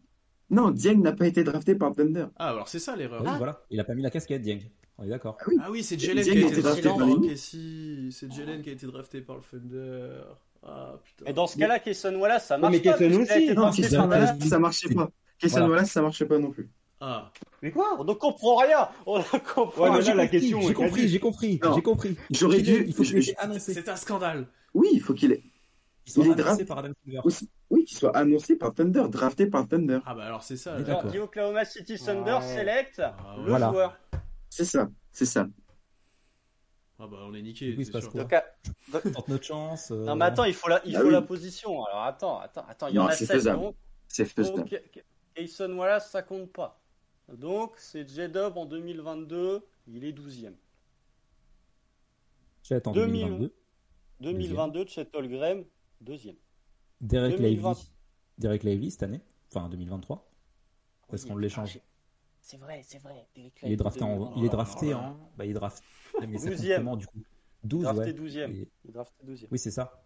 Speaker 1: Non, Dieng n'a pas été drafté par Thunder.
Speaker 2: Ah, alors c'est ça
Speaker 4: Ah
Speaker 2: l'erreur.
Speaker 4: oui,
Speaker 2: Ah,
Speaker 4: voilà. Il a pas mis la casquette, Dieng. On est d'accord.
Speaker 2: oui, c'est Jalen qui
Speaker 1: Jalen
Speaker 2: a
Speaker 1: a
Speaker 2: été
Speaker 1: été
Speaker 2: drafté
Speaker 3: drafté
Speaker 2: par
Speaker 1: par
Speaker 2: le
Speaker 1: les
Speaker 2: KC. C'est Jalen qui a été drafté par le Thunder. Ah putain.
Speaker 3: Et dans ce cas-là, Kesson Wallace, ça marche
Speaker 5: mais
Speaker 3: pas.
Speaker 5: Kaysen
Speaker 3: parce qu'il a
Speaker 5: aussi.
Speaker 3: été
Speaker 1: Non,
Speaker 3: drafté
Speaker 1: Kesson
Speaker 3: par Dallas.
Speaker 1: Wallace, ça marchait pas. Kesson
Speaker 4: Voilà.
Speaker 1: Wallace, ça marchait pas non plus.
Speaker 2: Ah.
Speaker 5: Mais quoi
Speaker 3: On ne comprend rien. On ne comprend
Speaker 5: Ouais, mais
Speaker 3: rien.
Speaker 5: là, la question
Speaker 4: Oh, J'ai
Speaker 5: est
Speaker 4: compris,
Speaker 5: quasi-
Speaker 4: j'ai compris,
Speaker 1: Non.
Speaker 4: j'ai compris.
Speaker 1: J'aurais
Speaker 4: Kylian,
Speaker 1: dû-
Speaker 4: Il faut que
Speaker 1: je-
Speaker 4: je
Speaker 1: je-
Speaker 4: l'ai annoncé.
Speaker 2: C'est un scandale.
Speaker 1: Oui, il faut qu'il ait...
Speaker 4: Ils sont
Speaker 1: il est
Speaker 4: annoncés
Speaker 1: draft.
Speaker 4: par Adam Silver.
Speaker 1: aussi- Oui, qu'il soit annoncé par Thunder, drafté par Thunder.
Speaker 2: Ah bah alors c'est ça.
Speaker 4: Mais
Speaker 2: là.
Speaker 3: Alors,
Speaker 4: D'accord.
Speaker 3: dit Oklahoma City Thunder
Speaker 5: Ouais.
Speaker 3: select
Speaker 2: Ah,
Speaker 3: le
Speaker 2: ouais.
Speaker 4: Voilà.
Speaker 3: joueur.
Speaker 1: C'est ça, c'est ça.
Speaker 2: Ah bah on est niqué.
Speaker 4: Oui, il se
Speaker 2: c'est
Speaker 4: passe
Speaker 2: sûr.
Speaker 4: quoi
Speaker 3: Donc, à-
Speaker 4: Tente notre chance. euh,
Speaker 3: non mais attends, il faut la, il
Speaker 1: Bah
Speaker 3: faut
Speaker 1: oui.
Speaker 3: la position. Alors attends, attends, attends. Il y
Speaker 1: Non,
Speaker 3: en a
Speaker 1: c'est
Speaker 3: 7
Speaker 1: faisable.
Speaker 3: donc,
Speaker 1: C'est faisable.
Speaker 3: donc Kayson Wallace ça compte pas. Donc c'est J-Dub en 2022, il est 12e.
Speaker 4: Chet en
Speaker 3: 2000.
Speaker 4: 2022.
Speaker 3: 2022 Chet Holmgren deuxième.
Speaker 4: Derek
Speaker 3: 2020.
Speaker 4: Lively. Derek Lively cette année. Enfin, 2023. Parce qu'on l'échange.
Speaker 3: C'est vrai, c'est vrai. Derrick
Speaker 4: Il est
Speaker 3: Lively,
Speaker 4: drafté en.
Speaker 3: 2020.
Speaker 4: Il est drafté
Speaker 2: Alors là.
Speaker 4: en. Bah, il est drafté. Mais ça compte
Speaker 3: Douzième.
Speaker 4: comment, du coup 12,
Speaker 3: Drafté
Speaker 4: ouais.
Speaker 3: 12e.
Speaker 4: Et-
Speaker 3: Il est drafté deuxième.
Speaker 4: Oui, c'est ça.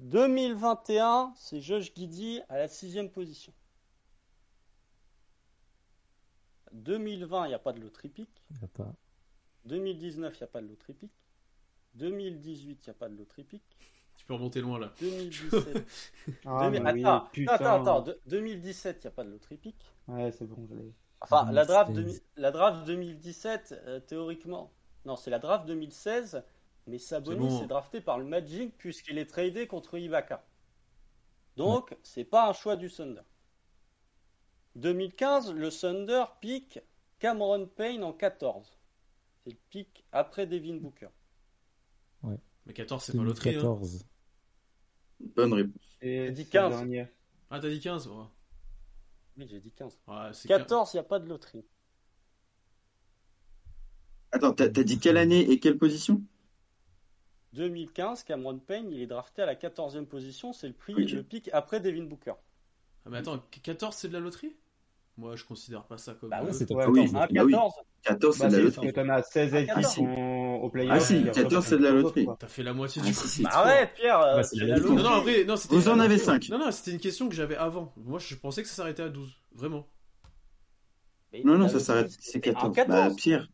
Speaker 3: 2021, c'est Josh Giddy à la sixième position. 2020, il n'y a pas de loterie pick.
Speaker 4: Il va pas-
Speaker 3: 2019, il n'y a pas de loterie pick. 2018, il n'y a pas de loterie pick.
Speaker 2: Tu peux remonter loin là.
Speaker 3: 2017.
Speaker 5: Ah,
Speaker 3: Demi-
Speaker 5: mais oui,
Speaker 3: attends,
Speaker 5: putain.
Speaker 3: attends, attends, de- 2017, il n'y a pas de loterie pick.
Speaker 5: Ouais, c'est bon, je l'ai.
Speaker 3: Enfin, la draft,
Speaker 4: 2016.
Speaker 3: demi- la draft 2017, euh, théoriquement. Non, c'est la draft 2016, mais Sabonis
Speaker 2: C'est bon.
Speaker 3: est drafté par le Magic puisqu'il est tradé contre Ibaka. Donc, c'est pas un choix du Thunder. 2015, le Thunder pique Cameron Payne en 14. C'est le pick après Devin Booker.
Speaker 2: Mais 14 c'est pas loterie. Hein.
Speaker 4: 2014.
Speaker 1: Bonne réponse.
Speaker 5: Et
Speaker 3: J'ai dit
Speaker 5: c'est
Speaker 3: 15.
Speaker 5: le dernier.
Speaker 2: Ah t'as dit 15 ouais.
Speaker 3: Oui, j'ai dit 15.
Speaker 2: Ouais, c'est
Speaker 3: 14, il n'y a pas de loterie.
Speaker 1: Attends, t'as t'as dit quelle année et quelle position
Speaker 3: 2015, Cameron Payne, il est drafté à la 14e position. C'est le, prix,
Speaker 1: Ok.
Speaker 3: le pick après Devin Booker.
Speaker 2: Ah, mais attends, 14 c'est de la loterie Moi je considère pas ça comme.
Speaker 3: Bah
Speaker 4: Ah
Speaker 2: euh,
Speaker 4: ouais, c'est top
Speaker 5: Ouais,
Speaker 4: 14.
Speaker 3: Un
Speaker 1: oui. Bah 14,
Speaker 3: 14,
Speaker 1: c'est
Speaker 5: Bah,
Speaker 1: de
Speaker 5: c'est
Speaker 1: la
Speaker 5: parce
Speaker 1: loterie.
Speaker 5: que t'en as 16 aides
Speaker 3: Ah,
Speaker 5: qui
Speaker 3: si.
Speaker 5: sont au playoff.
Speaker 1: Ah si,
Speaker 5: Et après,
Speaker 1: 14,
Speaker 5: t'en
Speaker 1: c'est de la
Speaker 5: as
Speaker 1: loterie.
Speaker 5: quoi.
Speaker 2: T'as fait la moitié
Speaker 1: Ah,
Speaker 2: du.
Speaker 1: si, si.
Speaker 3: Bah ouais, Pierre, euh,
Speaker 4: Bah, c'est
Speaker 3: c'est la
Speaker 4: la loterie.
Speaker 2: Non, non, en vrai, non, c'était. euh,
Speaker 1: Vous en avez 5.
Speaker 2: Non, non, c'était une question que j'avais avant. Moi je pensais que ça s'arrêtait à 12. Vraiment.
Speaker 1: Non,
Speaker 3: Ah,
Speaker 1: non, ça s'arrête. C'est 14. Bah, Pierre.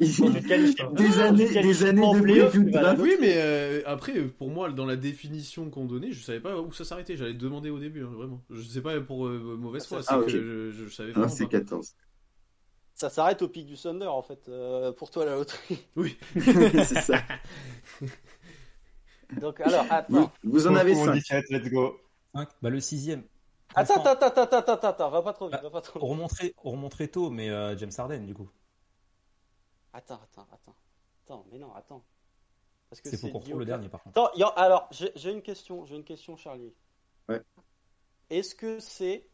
Speaker 3: tu te qualifies-
Speaker 1: Des années, des années
Speaker 3: en
Speaker 1: de
Speaker 3: playoff,
Speaker 1: preview de
Speaker 3: tu vas à la
Speaker 1: draft.
Speaker 2: Oui, mais euh, après, pour moi, dans la définition qu'on donnait, je savais pas où ça s'arrêtait. J'allais te demander au début, hein, vraiment. Je sais pas pour euh, mauvaise foi,
Speaker 3: Ah,
Speaker 2: c'est
Speaker 1: ah,
Speaker 2: que
Speaker 1: ok.
Speaker 2: je, je savais
Speaker 1: Non,
Speaker 2: vraiment
Speaker 1: c'est
Speaker 2: pas.
Speaker 1: 14.
Speaker 3: Ça s'arrête au pic du Thunder, en fait, euh, pour toi, la loterie.
Speaker 1: c'est ça.
Speaker 3: Donc, alors,
Speaker 1: Vous,
Speaker 3: attends.
Speaker 1: vous en avez
Speaker 5: Pour
Speaker 1: 5.
Speaker 5: 17, let's go.
Speaker 4: Cinq. Bah, le 6
Speaker 3: Attends, attends, attends, attends, attends, attends, attends, va pas trop vite, va pas trop
Speaker 4: On
Speaker 3: vite.
Speaker 4: remonterait, on remonterait tôt, mais euh, James Harden, du coup.
Speaker 3: Bah, Attends, attends, attends. Attends, mais non, attends. Parce que
Speaker 4: C'est faut qu'on
Speaker 3: dit au
Speaker 4: retrouve le
Speaker 3: clair.
Speaker 4: dernier, par contre.
Speaker 3: Attends, y a- alors, j'ai j'ai une question, j'ai une question, Charlie.
Speaker 1: Ouais.
Speaker 3: Est-ce que c'est...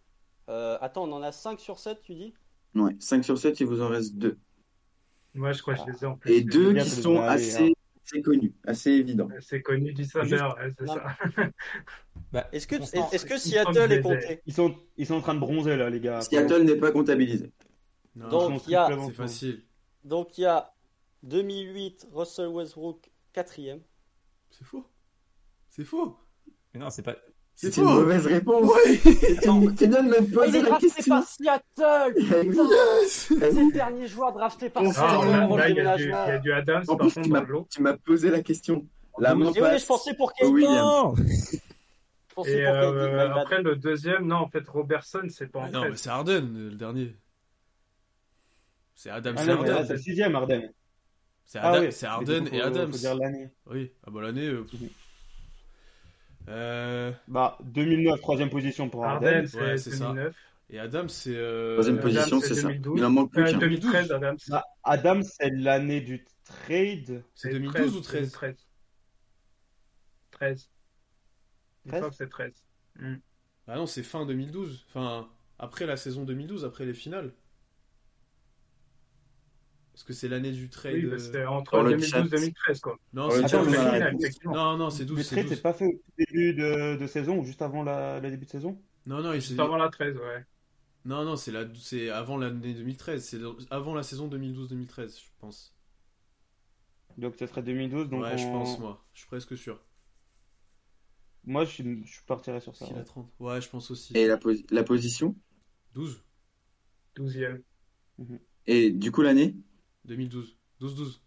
Speaker 3: euh, attends, on en a 5 sur 7, tu dis
Speaker 1: Ouais, 5 sur 7, il vous en reste 2.
Speaker 6: Moi, je crois que je les ai en plus.
Speaker 1: Et deux
Speaker 5: gars,
Speaker 1: qui
Speaker 5: ça
Speaker 1: sont
Speaker 5: nous va aller,
Speaker 2: hein.
Speaker 1: assez, assez connus, assez évidents.
Speaker 6: C'est connu du Thunder,
Speaker 4: Juste-
Speaker 6: ouais, c'est
Speaker 3: Non.
Speaker 6: ça.
Speaker 4: Bah,
Speaker 3: Est-ce que,
Speaker 4: Constant,
Speaker 3: est-ce que
Speaker 6: il me
Speaker 3: Seattle
Speaker 6: semble
Speaker 3: est
Speaker 6: que je les ai.
Speaker 3: compté
Speaker 5: Ils sont, ils sont en train de bronzer là, les
Speaker 2: Ah
Speaker 5: gars.
Speaker 1: Seattle n'est pas comptabilisé.
Speaker 2: Non,
Speaker 5: Ils sont
Speaker 3: Donc, il y a-
Speaker 5: triplement
Speaker 2: c'est facile.
Speaker 3: Donc il y a 2008, Russell Westbrook, quatrième.
Speaker 2: C'est faux. C'est faux.
Speaker 4: Mais non, c'est pas.
Speaker 2: C'est
Speaker 1: C'est une
Speaker 2: faux.
Speaker 1: mauvaise réponse. C'est une- Tu viens de me
Speaker 3: Oh, il
Speaker 1: poser
Speaker 3: est
Speaker 1: la
Speaker 3: drafté
Speaker 1: question.
Speaker 3: par Seattle
Speaker 2: Yes.
Speaker 3: C'est le dernier joueur drafté par
Speaker 1: Ah,
Speaker 6: Ah,
Speaker 1: on
Speaker 3: Seattle
Speaker 1: a-
Speaker 6: là,
Speaker 3: avant
Speaker 6: là,
Speaker 3: le
Speaker 6: il y a du- il y
Speaker 3: déménagement.
Speaker 6: a du Adams,
Speaker 1: En
Speaker 6: par
Speaker 1: plus,
Speaker 6: contre,
Speaker 1: tu
Speaker 6: dans
Speaker 1: m'as,
Speaker 6: le lot.
Speaker 1: tu m'as posé la question. La main
Speaker 3: Et oui, je
Speaker 1: passe.
Speaker 3: pensais pour Kate.
Speaker 1: Oui.
Speaker 4: Non
Speaker 3: Je pensais
Speaker 6: Et
Speaker 3: pour Kate,
Speaker 6: euh,
Speaker 3: my bad.
Speaker 6: après, le deuxième, non, en fait, Robertson, c'est pas
Speaker 2: Ah
Speaker 6: en
Speaker 2: non, mais
Speaker 6: fait.
Speaker 2: c'est Harden, euh, le dernier. C'est Adam,
Speaker 5: Ah
Speaker 2: c'est
Speaker 5: non, mais là,
Speaker 2: Harden.
Speaker 5: c'est le sixième Arden.
Speaker 2: C'est
Speaker 5: Ah
Speaker 2: Adam-
Speaker 5: ouais.
Speaker 2: c'est
Speaker 5: Mais
Speaker 2: Harden
Speaker 5: du coup,
Speaker 2: et
Speaker 5: faut-
Speaker 2: Adams.
Speaker 5: euh, Faut dire l'année.
Speaker 2: Oui, ah bah l'année. euh,
Speaker 5: Mhm.
Speaker 2: euh,
Speaker 5: Bah, 2009, troisième position pour
Speaker 6: Arden,
Speaker 5: Arden.
Speaker 2: Ouais,
Speaker 6: c'est
Speaker 2: c'est ça.
Speaker 6: 2009.
Speaker 2: Et Adam, c'est. euh,
Speaker 1: Troisième
Speaker 6: Adams,
Speaker 1: position,
Speaker 6: c'est
Speaker 1: c'est ça.
Speaker 6: 2012.
Speaker 1: Il en manque plus
Speaker 6: Euh,
Speaker 1: qu'un.
Speaker 6: 2013, Adams.
Speaker 5: Bah, Adams, c'est l'année du trade.
Speaker 2: C'est 2012 ou 13
Speaker 6: 13. 13. Il me
Speaker 5: 13?
Speaker 6: semble que c'est 13. Hmm.
Speaker 2: Ah non, c'est fin 2012. Enfin, après la saison 2012, après les finales. Parce que c'est l'année du trade.
Speaker 6: Oui, bah,
Speaker 2: euh,
Speaker 6: c'est entre
Speaker 1: Dans le
Speaker 6: 2012 2013, quoi.
Speaker 2: Non,
Speaker 1: Dans
Speaker 2: c'est
Speaker 1: le
Speaker 5: Attends,
Speaker 1: Attends,
Speaker 2: douze,
Speaker 5: mais
Speaker 1: mais on a la
Speaker 2: c'est douze.
Speaker 6: finale,
Speaker 1: réponse.
Speaker 6: effectivement.
Speaker 2: Non, non, c'est 12.
Speaker 5: Le
Speaker 2: c'est
Speaker 5: trade,
Speaker 2: 12.
Speaker 5: c'est pas fait au tout début de, de saison ou juste avant la- le début de saison
Speaker 2: Non, non, il s'est-
Speaker 6: Juste avant la 13, ouais.
Speaker 2: non, non, c'est la... c'est avant l'année 2013. C'est avant la saison 2012-2013, je pense.
Speaker 5: Donc, ça serait 2012. Donc
Speaker 2: ouais, je
Speaker 5: on-
Speaker 2: pense, moi. Je suis presque sûr.
Speaker 5: Moi, je, suis- je partirais sur ça.
Speaker 2: Parce qu'il
Speaker 5: ouais.
Speaker 2: a 30. Ouais, je pense aussi.
Speaker 1: Et la, posi- la position
Speaker 2: 12
Speaker 6: 12e.
Speaker 1: Et du coup, l'année
Speaker 2: 2012. 12-12.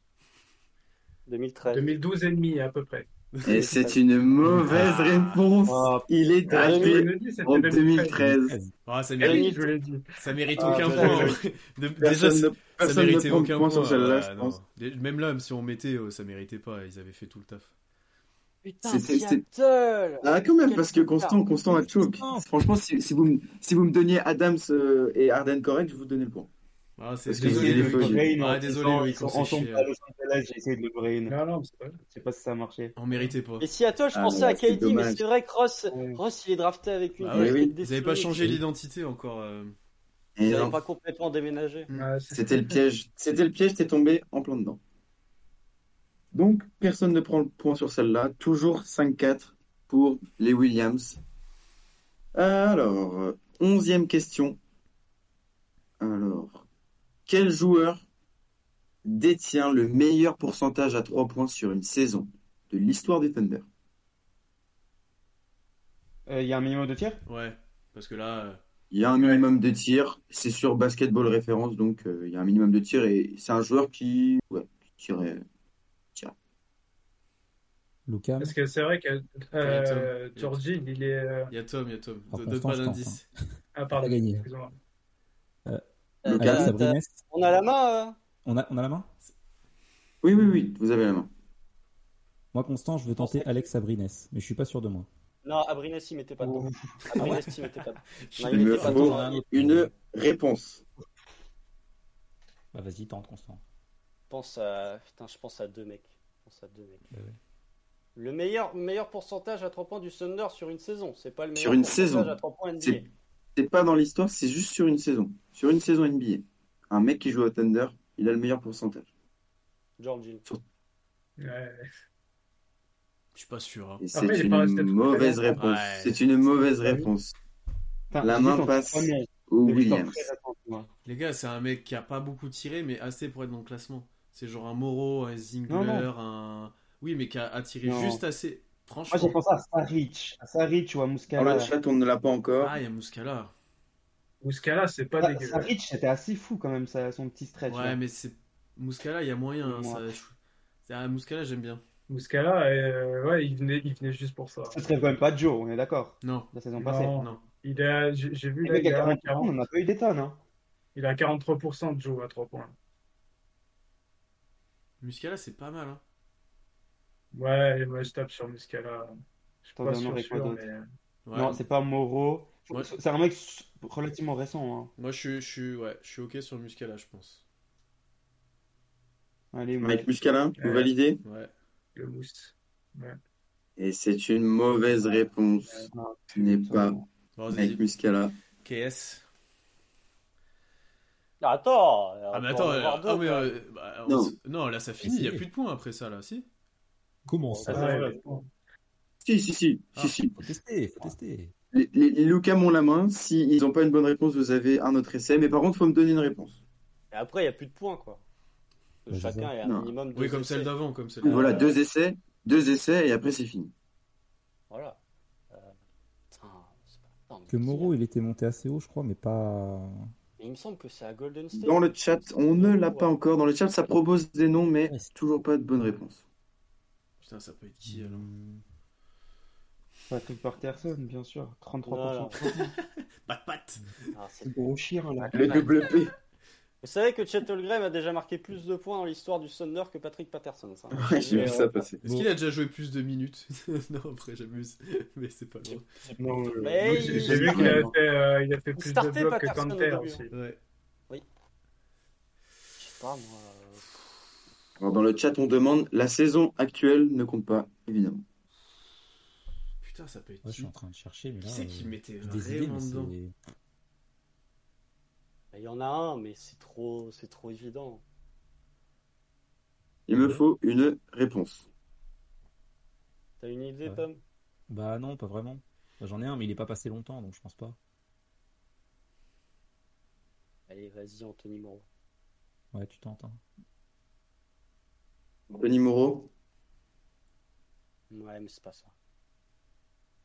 Speaker 3: 2013.
Speaker 6: 2012 et demi à peu près.
Speaker 1: Et c'est une mauvaise réponse.
Speaker 3: Ah.
Speaker 1: Il est
Speaker 6: Ah, je vous
Speaker 1: drafté
Speaker 6: l'ai dit, c'était
Speaker 1: en 2013.
Speaker 2: Ah, ça
Speaker 6: Eh oui,
Speaker 2: mérite,
Speaker 6: je vous l'ai dit.
Speaker 2: ça mérite
Speaker 6: Ah,
Speaker 2: aucun
Speaker 6: bah,
Speaker 2: point.
Speaker 6: oui,
Speaker 2: hein. De- déjà,
Speaker 1: Personne
Speaker 2: ça,
Speaker 1: ne,
Speaker 2: ça
Speaker 1: personne ne
Speaker 2: méritait
Speaker 1: prend de
Speaker 2: aucun
Speaker 1: point
Speaker 2: point.
Speaker 1: sur celle-là,
Speaker 2: Ah,
Speaker 1: je
Speaker 2: non.
Speaker 1: pense.
Speaker 2: Dé- Même là, même si on mettait, euh, ça méritait pas. Ils avaient fait tout le taf.
Speaker 3: Putain,
Speaker 1: C'est- c'est- c'est-
Speaker 3: Ah, Seattle
Speaker 1: Ah, quand même,
Speaker 3: Quel
Speaker 1: parce que Constant, Constant a choke. Franchement, si, si vous, me- si vous me donniez Adams euh, et Arden Correct, je vous donnais le point.
Speaker 2: Ah, c'est
Speaker 1: Parce que
Speaker 2: désolé,
Speaker 1: il est
Speaker 2: Loïc.
Speaker 1: faux,
Speaker 5: brain,
Speaker 2: Ah,
Speaker 5: en
Speaker 2: désolé,
Speaker 5: disant,
Speaker 2: Loïc, on
Speaker 5: on
Speaker 2: s'est
Speaker 5: tombe
Speaker 2: chié. hein.
Speaker 5: pas à Los Angeles, j'ai essayé de le brain.
Speaker 6: Non, non, c'est pas
Speaker 5: Je sais pas si ça a marché.
Speaker 2: On méritait pas.
Speaker 3: Et Seattle, je
Speaker 1: Ah,
Speaker 3: pensais
Speaker 1: bah,
Speaker 3: à
Speaker 1: c'est
Speaker 3: KD, mais
Speaker 1: dommage.
Speaker 3: c'est vrai que Ross,
Speaker 6: Ouais.
Speaker 3: Ross, il est drafté avec une
Speaker 2: Ah
Speaker 3: tête
Speaker 1: oui, oui.
Speaker 2: Ils avaient pas changé l'identité encore. euh.
Speaker 1: Et
Speaker 3: Ils n'avaient
Speaker 1: non,
Speaker 3: pas complètement déménagé.
Speaker 6: Ouais, c'est-
Speaker 1: C'était le piège. C'était le piège, t'es tombé en plein dedans. Donc, personne ne prend le point sur celle-là. Toujours 5-4 pour les Williams. Alors, euh, onzième question. Alors, quel joueur détient le meilleur pourcentage à 3 points sur une saison de l'histoire du Thunder
Speaker 5: Euh, Il y a un minimum de tiers
Speaker 2: Ouais. Parce que là, euh,
Speaker 1: Il y a un minimum de tirs, c'est sur basketball référence, donc euh, il y a un minimum de tirs et c'est un joueur qui, ouais, qui tirait.
Speaker 4: Lucas,
Speaker 6: Parce que c'est vrai que euh,
Speaker 2: Tom.
Speaker 6: Georgie, il est. euh,
Speaker 2: y a Tom, y a Tom.
Speaker 4: Ah,
Speaker 2: Do-
Speaker 4: pour
Speaker 2: Donne pas
Speaker 4: l'instant, je
Speaker 2: l'indice.
Speaker 6: Ah, pardon.
Speaker 4: On a gagné.
Speaker 6: excuse-moi.
Speaker 3: Euh,
Speaker 1: Lucas,
Speaker 3: t'as-
Speaker 4: Sabrines,
Speaker 3: on a la main, euh
Speaker 4: on a, on a la main
Speaker 1: Oui, oui, oui, vous avez la main.
Speaker 4: Moi, Constant, je veux tenter Alex Sabrines, mais je suis pas sûr de moi.
Speaker 3: Non, Abrines, il mettait pas de temps. Abrines, il mettait pas de temps. Non,
Speaker 1: Il
Speaker 3: il
Speaker 1: me
Speaker 3: mettait pas de
Speaker 1: faut
Speaker 3: temps. Il
Speaker 1: Une réponse.
Speaker 4: Bah, vas-y, tente, Constant.
Speaker 3: pense à... Putain, je pense à deux mecs. Je pense à deux mecs.
Speaker 2: Eh
Speaker 4: Bah ouais.
Speaker 3: Le meilleur, meilleur pourcentage à 3 points du Thunder sur une saison. C'est pas le meilleur
Speaker 1: Sur une
Speaker 3: pourcentage
Speaker 1: saison.
Speaker 3: à 3 points NBA.
Speaker 1: C'est- C'est pas dans l'histoire, c'est juste sur une saison. Sur une saison NBA. Un mec qui joue au Thunder, il a le meilleur pourcentage.
Speaker 3: Georgie.
Speaker 6: Ouais.
Speaker 2: Je suis pas sûr. hein.
Speaker 1: Et c'est
Speaker 6: Après, il est
Speaker 1: une
Speaker 6: pas resté très
Speaker 1: mauvaise
Speaker 6: longtemps.
Speaker 1: réponse.
Speaker 2: Ouais.
Speaker 1: C'est une mauvaise réponse.
Speaker 5: Putain,
Speaker 1: La
Speaker 5: j'ai
Speaker 1: main
Speaker 5: tenté
Speaker 1: passe.
Speaker 5: trois mille.
Speaker 1: Au
Speaker 5: J'ai tenté
Speaker 1: Williams.
Speaker 5: très longtemps, moi.
Speaker 2: Les gars, c'est un mec qui a pas beaucoup tiré, mais assez pour être dans le classement. C'est genre un Moro, un Zingler,
Speaker 5: Non, non.
Speaker 2: un. Oui, mais qui a, a tiré
Speaker 5: Non.
Speaker 2: juste assez.
Speaker 5: Moi, j'ai
Speaker 2: Franchement.
Speaker 5: pensé à Saric, à Saric ou à
Speaker 1: Dans
Speaker 5: Muscala.
Speaker 1: Oh, le chat, on ne l'a pas encore.
Speaker 2: euh, Ah, il y a Muscala.
Speaker 6: Ou ce cas-là, c'est pas
Speaker 5: Sa-
Speaker 6: dégueu.
Speaker 5: Saric, c'était assez fou quand même, ça, son petit stretch. là.
Speaker 2: Ouais, mais c'est. Muscala, il y a moyen. hein,
Speaker 5: Moi.
Speaker 2: ça- je- C'est- Ah, Muscala, j'aime bien.
Speaker 6: Ou ce cas-là, euh, ouais, il venait, il venait juste pour ça.
Speaker 5: Ce serait quand même pas Joe, on est d'accord,
Speaker 2: Non,
Speaker 5: la saison
Speaker 6: Non.
Speaker 5: passée.
Speaker 2: non.
Speaker 6: Il a, j'ai j'ai vu
Speaker 5: Le
Speaker 6: là,
Speaker 5: mec
Speaker 6: il
Speaker 5: à
Speaker 6: a,
Speaker 5: 40,
Speaker 6: 40
Speaker 5: on en a pas eu des tonnes. Hein.
Speaker 6: il a 43% de Joe à 3 points.
Speaker 2: Muscala, c'est pas mal. hein.
Speaker 6: Ouais, et moi je tape sur Muscala. Je suis
Speaker 5: Attends,
Speaker 6: pas
Speaker 5: il y en
Speaker 6: sûr,
Speaker 5: aurait quoi
Speaker 6: sûr,
Speaker 5: d'autre
Speaker 6: mais euh,
Speaker 2: Ouais.
Speaker 5: Non, c'est pas Moro.
Speaker 2: Ouais.
Speaker 5: C'est un mec s- relativement récent. Hein.
Speaker 2: Moi, je suis, je, suis, ouais, je suis OK sur Muscala, je pense.
Speaker 5: Allez,
Speaker 1: Mike
Speaker 5: Mike.
Speaker 1: Muscala, vous
Speaker 6: Ouais.
Speaker 1: validez
Speaker 2: Ouais.
Speaker 6: le mousse.
Speaker 1: Et c'est une mauvaise
Speaker 5: Euh,
Speaker 1: réponse. Ce n'est pas
Speaker 2: Bon,
Speaker 1: Mike
Speaker 2: vas-y.
Speaker 1: Muscala.
Speaker 2: KS.
Speaker 3: Ah, Attends,
Speaker 2: Ah, mais
Speaker 3: on peut
Speaker 2: attends,
Speaker 3: en avoir
Speaker 2: euh,
Speaker 3: deux,
Speaker 2: ah, mais,
Speaker 3: quoi.
Speaker 2: euh, bah, on
Speaker 1: Non.
Speaker 2: s- non, là ça finit, il n'y a
Speaker 4: Si.
Speaker 2: plus de points après ça, là, si
Speaker 4: Comment
Speaker 6: Ah,
Speaker 4: ça
Speaker 6: ouais,
Speaker 1: Si, si, si.
Speaker 2: Ah.
Speaker 1: si, si.
Speaker 4: Faut tester, faut tester.
Speaker 1: Les, les, les Lucas m'ont la main. S'ils n'ont pas une bonne réponse, vous avez un autre essai. Mais par contre, faut me donner une réponse.
Speaker 3: Et après, il n'y a plus de points, quoi.
Speaker 4: Bah, c'est
Speaker 3: Chacun
Speaker 4: ça.
Speaker 3: est un
Speaker 1: Non.
Speaker 3: minimum de.
Speaker 2: Oui, comme
Speaker 3: essais.
Speaker 2: celle d'avant, comme celle
Speaker 1: Donc,
Speaker 2: d'avant.
Speaker 1: voilà, deux essais, deux essais, et après, c'est fini.
Speaker 3: Voilà. Euh, putain, c'est pas- putain, mais
Speaker 4: Que
Speaker 3: qui
Speaker 4: Moro,
Speaker 3: a-
Speaker 4: il était monté assez haut, je crois, mais pas.
Speaker 3: Mais il me semble que c'est à Golden State.
Speaker 1: Dans le chat, on ne l'a pas
Speaker 3: Ouais.
Speaker 1: encore. Dans le chat, ça propose des noms, mais
Speaker 4: Ouais, c'est-
Speaker 1: toujours pas de bonne réponse.
Speaker 2: Putain, ça peut être qui alors
Speaker 5: Patrick Parterson, bien sûr. 33%.
Speaker 3: Voilà.
Speaker 2: Pas de patte
Speaker 3: Ah, c'est-
Speaker 5: C'est gros chien, là.
Speaker 1: Le double P.
Speaker 3: Vous savez que Chettle Graham a déjà marqué plus de points dans l'histoire du Thunder que Patrick Patterson. Ça.
Speaker 1: Ouais, j'ai vu
Speaker 3: Euh,
Speaker 1: ça passer.
Speaker 2: Est-ce qu'il a déjà joué plus de minutes Non, après j'amuse, mais c'est pas loin.
Speaker 5: Non, euh,
Speaker 3: Mais
Speaker 6: J'ai
Speaker 3: il-
Speaker 6: j'ai vu qu'il a fait, euh, il a fait
Speaker 3: Il
Speaker 6: plus de
Speaker 3: startait
Speaker 6: blocs que
Speaker 3: Patterson au
Speaker 6: Canter
Speaker 3: début.
Speaker 6: aussi.
Speaker 2: Ouais.
Speaker 3: Je sais pas, moi. euh,
Speaker 1: Alors, dans le chat, on demande la saison actuelle ne compte pas, évidemment.
Speaker 2: Putain, ça peut être
Speaker 4: Ouais,
Speaker 2: qui
Speaker 4: je suis en train de chercher, mais
Speaker 2: Qui
Speaker 4: là.
Speaker 2: c'est
Speaker 4: euh,
Speaker 2: qui le mettait
Speaker 4: j'ai des idées,
Speaker 2: vraiment
Speaker 4: mais
Speaker 2: dedans
Speaker 4: c'est-
Speaker 3: Il bah, y en a un, mais c'est trop, c'est trop évident.
Speaker 1: Il me faut une réponse.
Speaker 3: T'as une idée,
Speaker 4: Ouais.
Speaker 3: Tom
Speaker 4: Bah non, pas vraiment. Bah, J'en ai un, mais il est pas passé longtemps, donc je pense pas.
Speaker 3: Allez, vas-y, Anthony Moreau.
Speaker 4: Ouais, tu tentes. hein.
Speaker 1: Anthony Moreau,
Speaker 3: Ouais, mais c'est pas ça.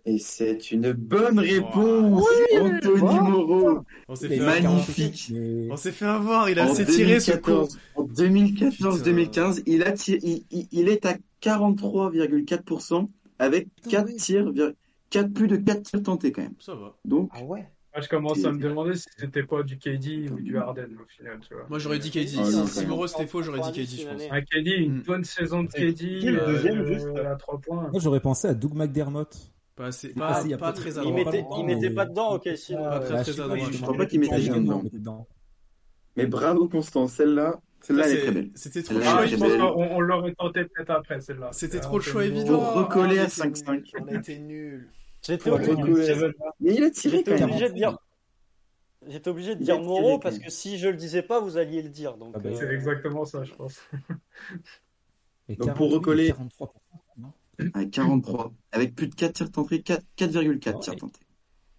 Speaker 1: Et c'est une bonne réponse, Anthony Moreau.
Speaker 2: On s'est
Speaker 1: Mais
Speaker 2: fait avoir.
Speaker 1: magnifique.
Speaker 2: On s'est fait avoir, il a
Speaker 1: En
Speaker 2: assez tiré ce con.
Speaker 1: 2014, En 2014-2015, il, a tiré- il, il- il est à 43,4% avec
Speaker 4: Putain,
Speaker 1: 4
Speaker 4: ouais.
Speaker 1: tirs, vir- quatre- plus de 4 tirs tentés quand même.
Speaker 2: Ça va.
Speaker 1: Donc,
Speaker 7: Ah ouais
Speaker 6: Moi, je commence à me demander si c'était pas du KD ou du Harden au final, tu vois.
Speaker 2: Moi j'aurais dit KD.
Speaker 1: Ah,
Speaker 2: Si-
Speaker 1: non,
Speaker 2: si
Speaker 1: non.
Speaker 2: Moreau c'était faux, j'aurais dit KD, je pense.
Speaker 3: Ouais.
Speaker 6: Un KD, une
Speaker 2: Mm.
Speaker 6: bonne saison de
Speaker 5: Et
Speaker 6: KD,
Speaker 5: qui est le
Speaker 6: euh,
Speaker 5: deuxième,
Speaker 6: euh,
Speaker 5: juste
Speaker 6: à 3 points.
Speaker 4: Moi, j'aurais pensé à Doug McDermott.
Speaker 2: Pas, assez,
Speaker 4: Ah,
Speaker 2: pas,
Speaker 4: si, y a
Speaker 2: pas
Speaker 4: pas-
Speaker 2: très
Speaker 4: il
Speaker 3: Il
Speaker 4: Alors,
Speaker 2: adroit.
Speaker 3: mettait,
Speaker 4: pas
Speaker 3: il
Speaker 4: dedans,
Speaker 3: mettait
Speaker 4: mais-
Speaker 3: pas dedans, ok, si. euh,
Speaker 6: Ah,
Speaker 2: Pas très,
Speaker 4: Bah,
Speaker 2: très
Speaker 4: je sais pas,
Speaker 2: adroit.
Speaker 1: je
Speaker 4: il-
Speaker 1: crois pas qu'il
Speaker 4: il-
Speaker 1: mette la
Speaker 4: il-
Speaker 1: ligne dedans.
Speaker 4: il- dedans.
Speaker 1: mais bravo Constant, celle-là, celle-là elle est
Speaker 2: C'est-
Speaker 1: très belle.
Speaker 2: C'était trop
Speaker 1: Elle
Speaker 2: le
Speaker 1: est
Speaker 6: Ah,
Speaker 2: choix
Speaker 1: très
Speaker 6: je
Speaker 1: belle.
Speaker 2: évident.
Speaker 6: pense qu'on on l'aurait tenté peut-être après, celle-là.
Speaker 2: C'était
Speaker 6: Euh,
Speaker 2: trop le choix
Speaker 6: Anthony
Speaker 2: évident.
Speaker 1: Pour recoller à
Speaker 2: Ah, on a été
Speaker 1: 5-5.
Speaker 2: nuls. On a été nuls.
Speaker 3: J'étais
Speaker 1: Pour
Speaker 3: obligé,
Speaker 1: recoller.
Speaker 5: Seven.
Speaker 1: Mais il a tiré
Speaker 3: j'étais
Speaker 1: quand même.
Speaker 3: obligé de dire. J'étais obligé de
Speaker 1: Il
Speaker 3: dire
Speaker 1: est
Speaker 3: Moreau
Speaker 1: terrible.
Speaker 3: parce que si je le disais pas, vous alliez le dire. Donc,
Speaker 4: Ah bah,
Speaker 5: hein.
Speaker 3: euh,
Speaker 6: C'est exactement ça, je pense.
Speaker 4: Et
Speaker 1: Donc,
Speaker 4: 40,
Speaker 1: pour
Speaker 4: oui,
Speaker 1: recoller-
Speaker 4: 43%, non
Speaker 1: À 43, avec plus de 4 tirs tentés, 4- 4,4 tirs tentés.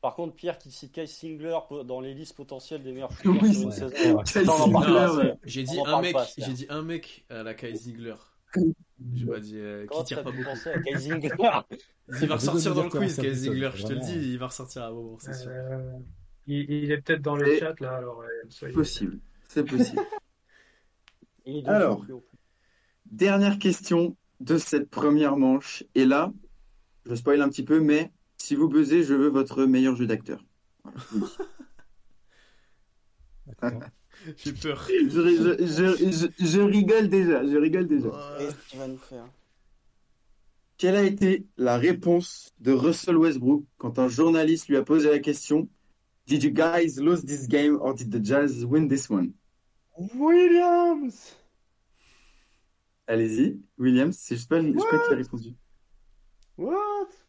Speaker 3: Par contre, Pierre qui s'y caille Singler po- dans les listes potentielles des meilleurs shooters
Speaker 1: Oui,
Speaker 3: sur une
Speaker 4: c'est-
Speaker 3: saison.
Speaker 4: ouais.
Speaker 1: Quel
Speaker 3: Non, on en parle pas,
Speaker 1: signal, ouais.
Speaker 2: J'ai dit
Speaker 3: On en
Speaker 2: un
Speaker 3: parle
Speaker 2: mec,
Speaker 3: pas, c'est
Speaker 2: j'ai dit un mec à la Kai Ziegler. J'ai pas dit euh, qui
Speaker 3: Comment
Speaker 2: tire
Speaker 3: t'as
Speaker 2: pas
Speaker 3: pu
Speaker 2: beaucoup.
Speaker 3: penser à Kai Singler
Speaker 2: Il va
Speaker 4: Ah, désolé
Speaker 2: ressortir
Speaker 4: de
Speaker 2: dans
Speaker 4: dire
Speaker 2: le
Speaker 4: comment
Speaker 2: quiz,
Speaker 4: ça
Speaker 2: Kai
Speaker 4: me sonne,
Speaker 2: Ziegler, je te le
Speaker 4: vraiment.
Speaker 2: dis, il va ressortir à un moment, c'est sûr.
Speaker 6: Euh, il, il est peut-être dans le
Speaker 1: C'est
Speaker 6: chat, là, alors euh, soyez...
Speaker 1: C'est possible, c'est possible.
Speaker 3: Il est
Speaker 1: Alors.
Speaker 3: donc champion.
Speaker 1: Dernière question de cette première manche. Et là, je spoil un petit peu, mais si vous buzzez, je veux votre meilleur jeu d'acteur. Voilà, je vous le dis.
Speaker 4: D'accord.
Speaker 2: J'ai peur.
Speaker 1: Je, je- je- je- je rigole déjà, je rigole déjà.
Speaker 3: Qu'est-ce qu'il va nous faire
Speaker 1: Quelle a été la réponse de Russell Westbrook quand un journaliste lui a posé la question Did you guys lose this game or did the Jazz win this one
Speaker 5: Williams
Speaker 1: Allez-y, Williams, c'est juste pas, je sais pas qui a répondu.
Speaker 5: What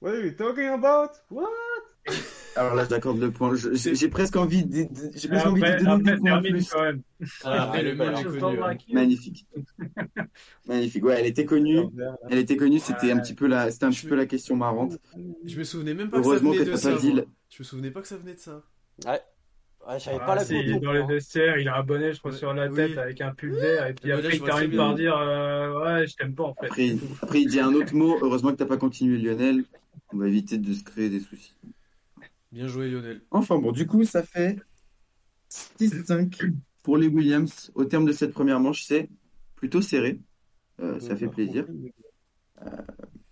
Speaker 5: What are you talking about What
Speaker 1: Alors là, j'accorde le point. Je- J'ai j'ai presque envie de, de- j'ai presque
Speaker 6: Ah,
Speaker 1: envie de
Speaker 6: après,
Speaker 1: donner des
Speaker 6: après,
Speaker 1: points en
Speaker 6: termine
Speaker 1: plus.
Speaker 6: quand même.
Speaker 2: Ah, après, le mien,
Speaker 6: Je
Speaker 2: j'ai
Speaker 6: vous
Speaker 2: connu. hein.
Speaker 6: embrasse.
Speaker 1: Magnifique. Magnifique. Ouais, elle était connue. Elle était connue. C'était un petit peu la, c'était un petit peu la question marrante.
Speaker 2: Je me souvenais même pas que ça
Speaker 1: Heureusement
Speaker 2: venait
Speaker 1: qu'elle
Speaker 2: de
Speaker 1: t'a
Speaker 2: ça.
Speaker 1: pas dit
Speaker 2: moi.
Speaker 1: le-
Speaker 2: Je me souvenais pas que ça venait de ça.
Speaker 3: Ouais, Ouais, j'avais
Speaker 6: Ah,
Speaker 3: pas la
Speaker 6: si, il est
Speaker 3: coupe. hein.
Speaker 6: dans les vestiaires, il a un bonnet, je crois,
Speaker 2: Ouais.
Speaker 6: sur la
Speaker 2: Oui.
Speaker 6: tête avec un pull vert, et puis
Speaker 2: Mais là,
Speaker 6: après,
Speaker 2: je
Speaker 6: il
Speaker 2: vois très
Speaker 6: termine
Speaker 2: bien.
Speaker 6: par dire euh, Ouais, je t'aime pas en fait.
Speaker 1: Après,
Speaker 6: C'est
Speaker 1: il-
Speaker 6: tout.
Speaker 1: après, il dit un autre mot. Heureusement que t'as pas continué, Lionel. On va éviter de se créer des soucis.
Speaker 2: Bien joué, Lionel.
Speaker 1: Enfin bon, du coup, ça fait 6-5 pour les Williams. Au terme de cette première manche, c'est plutôt serré. Euh, ça
Speaker 5: bah,
Speaker 1: fait plaisir.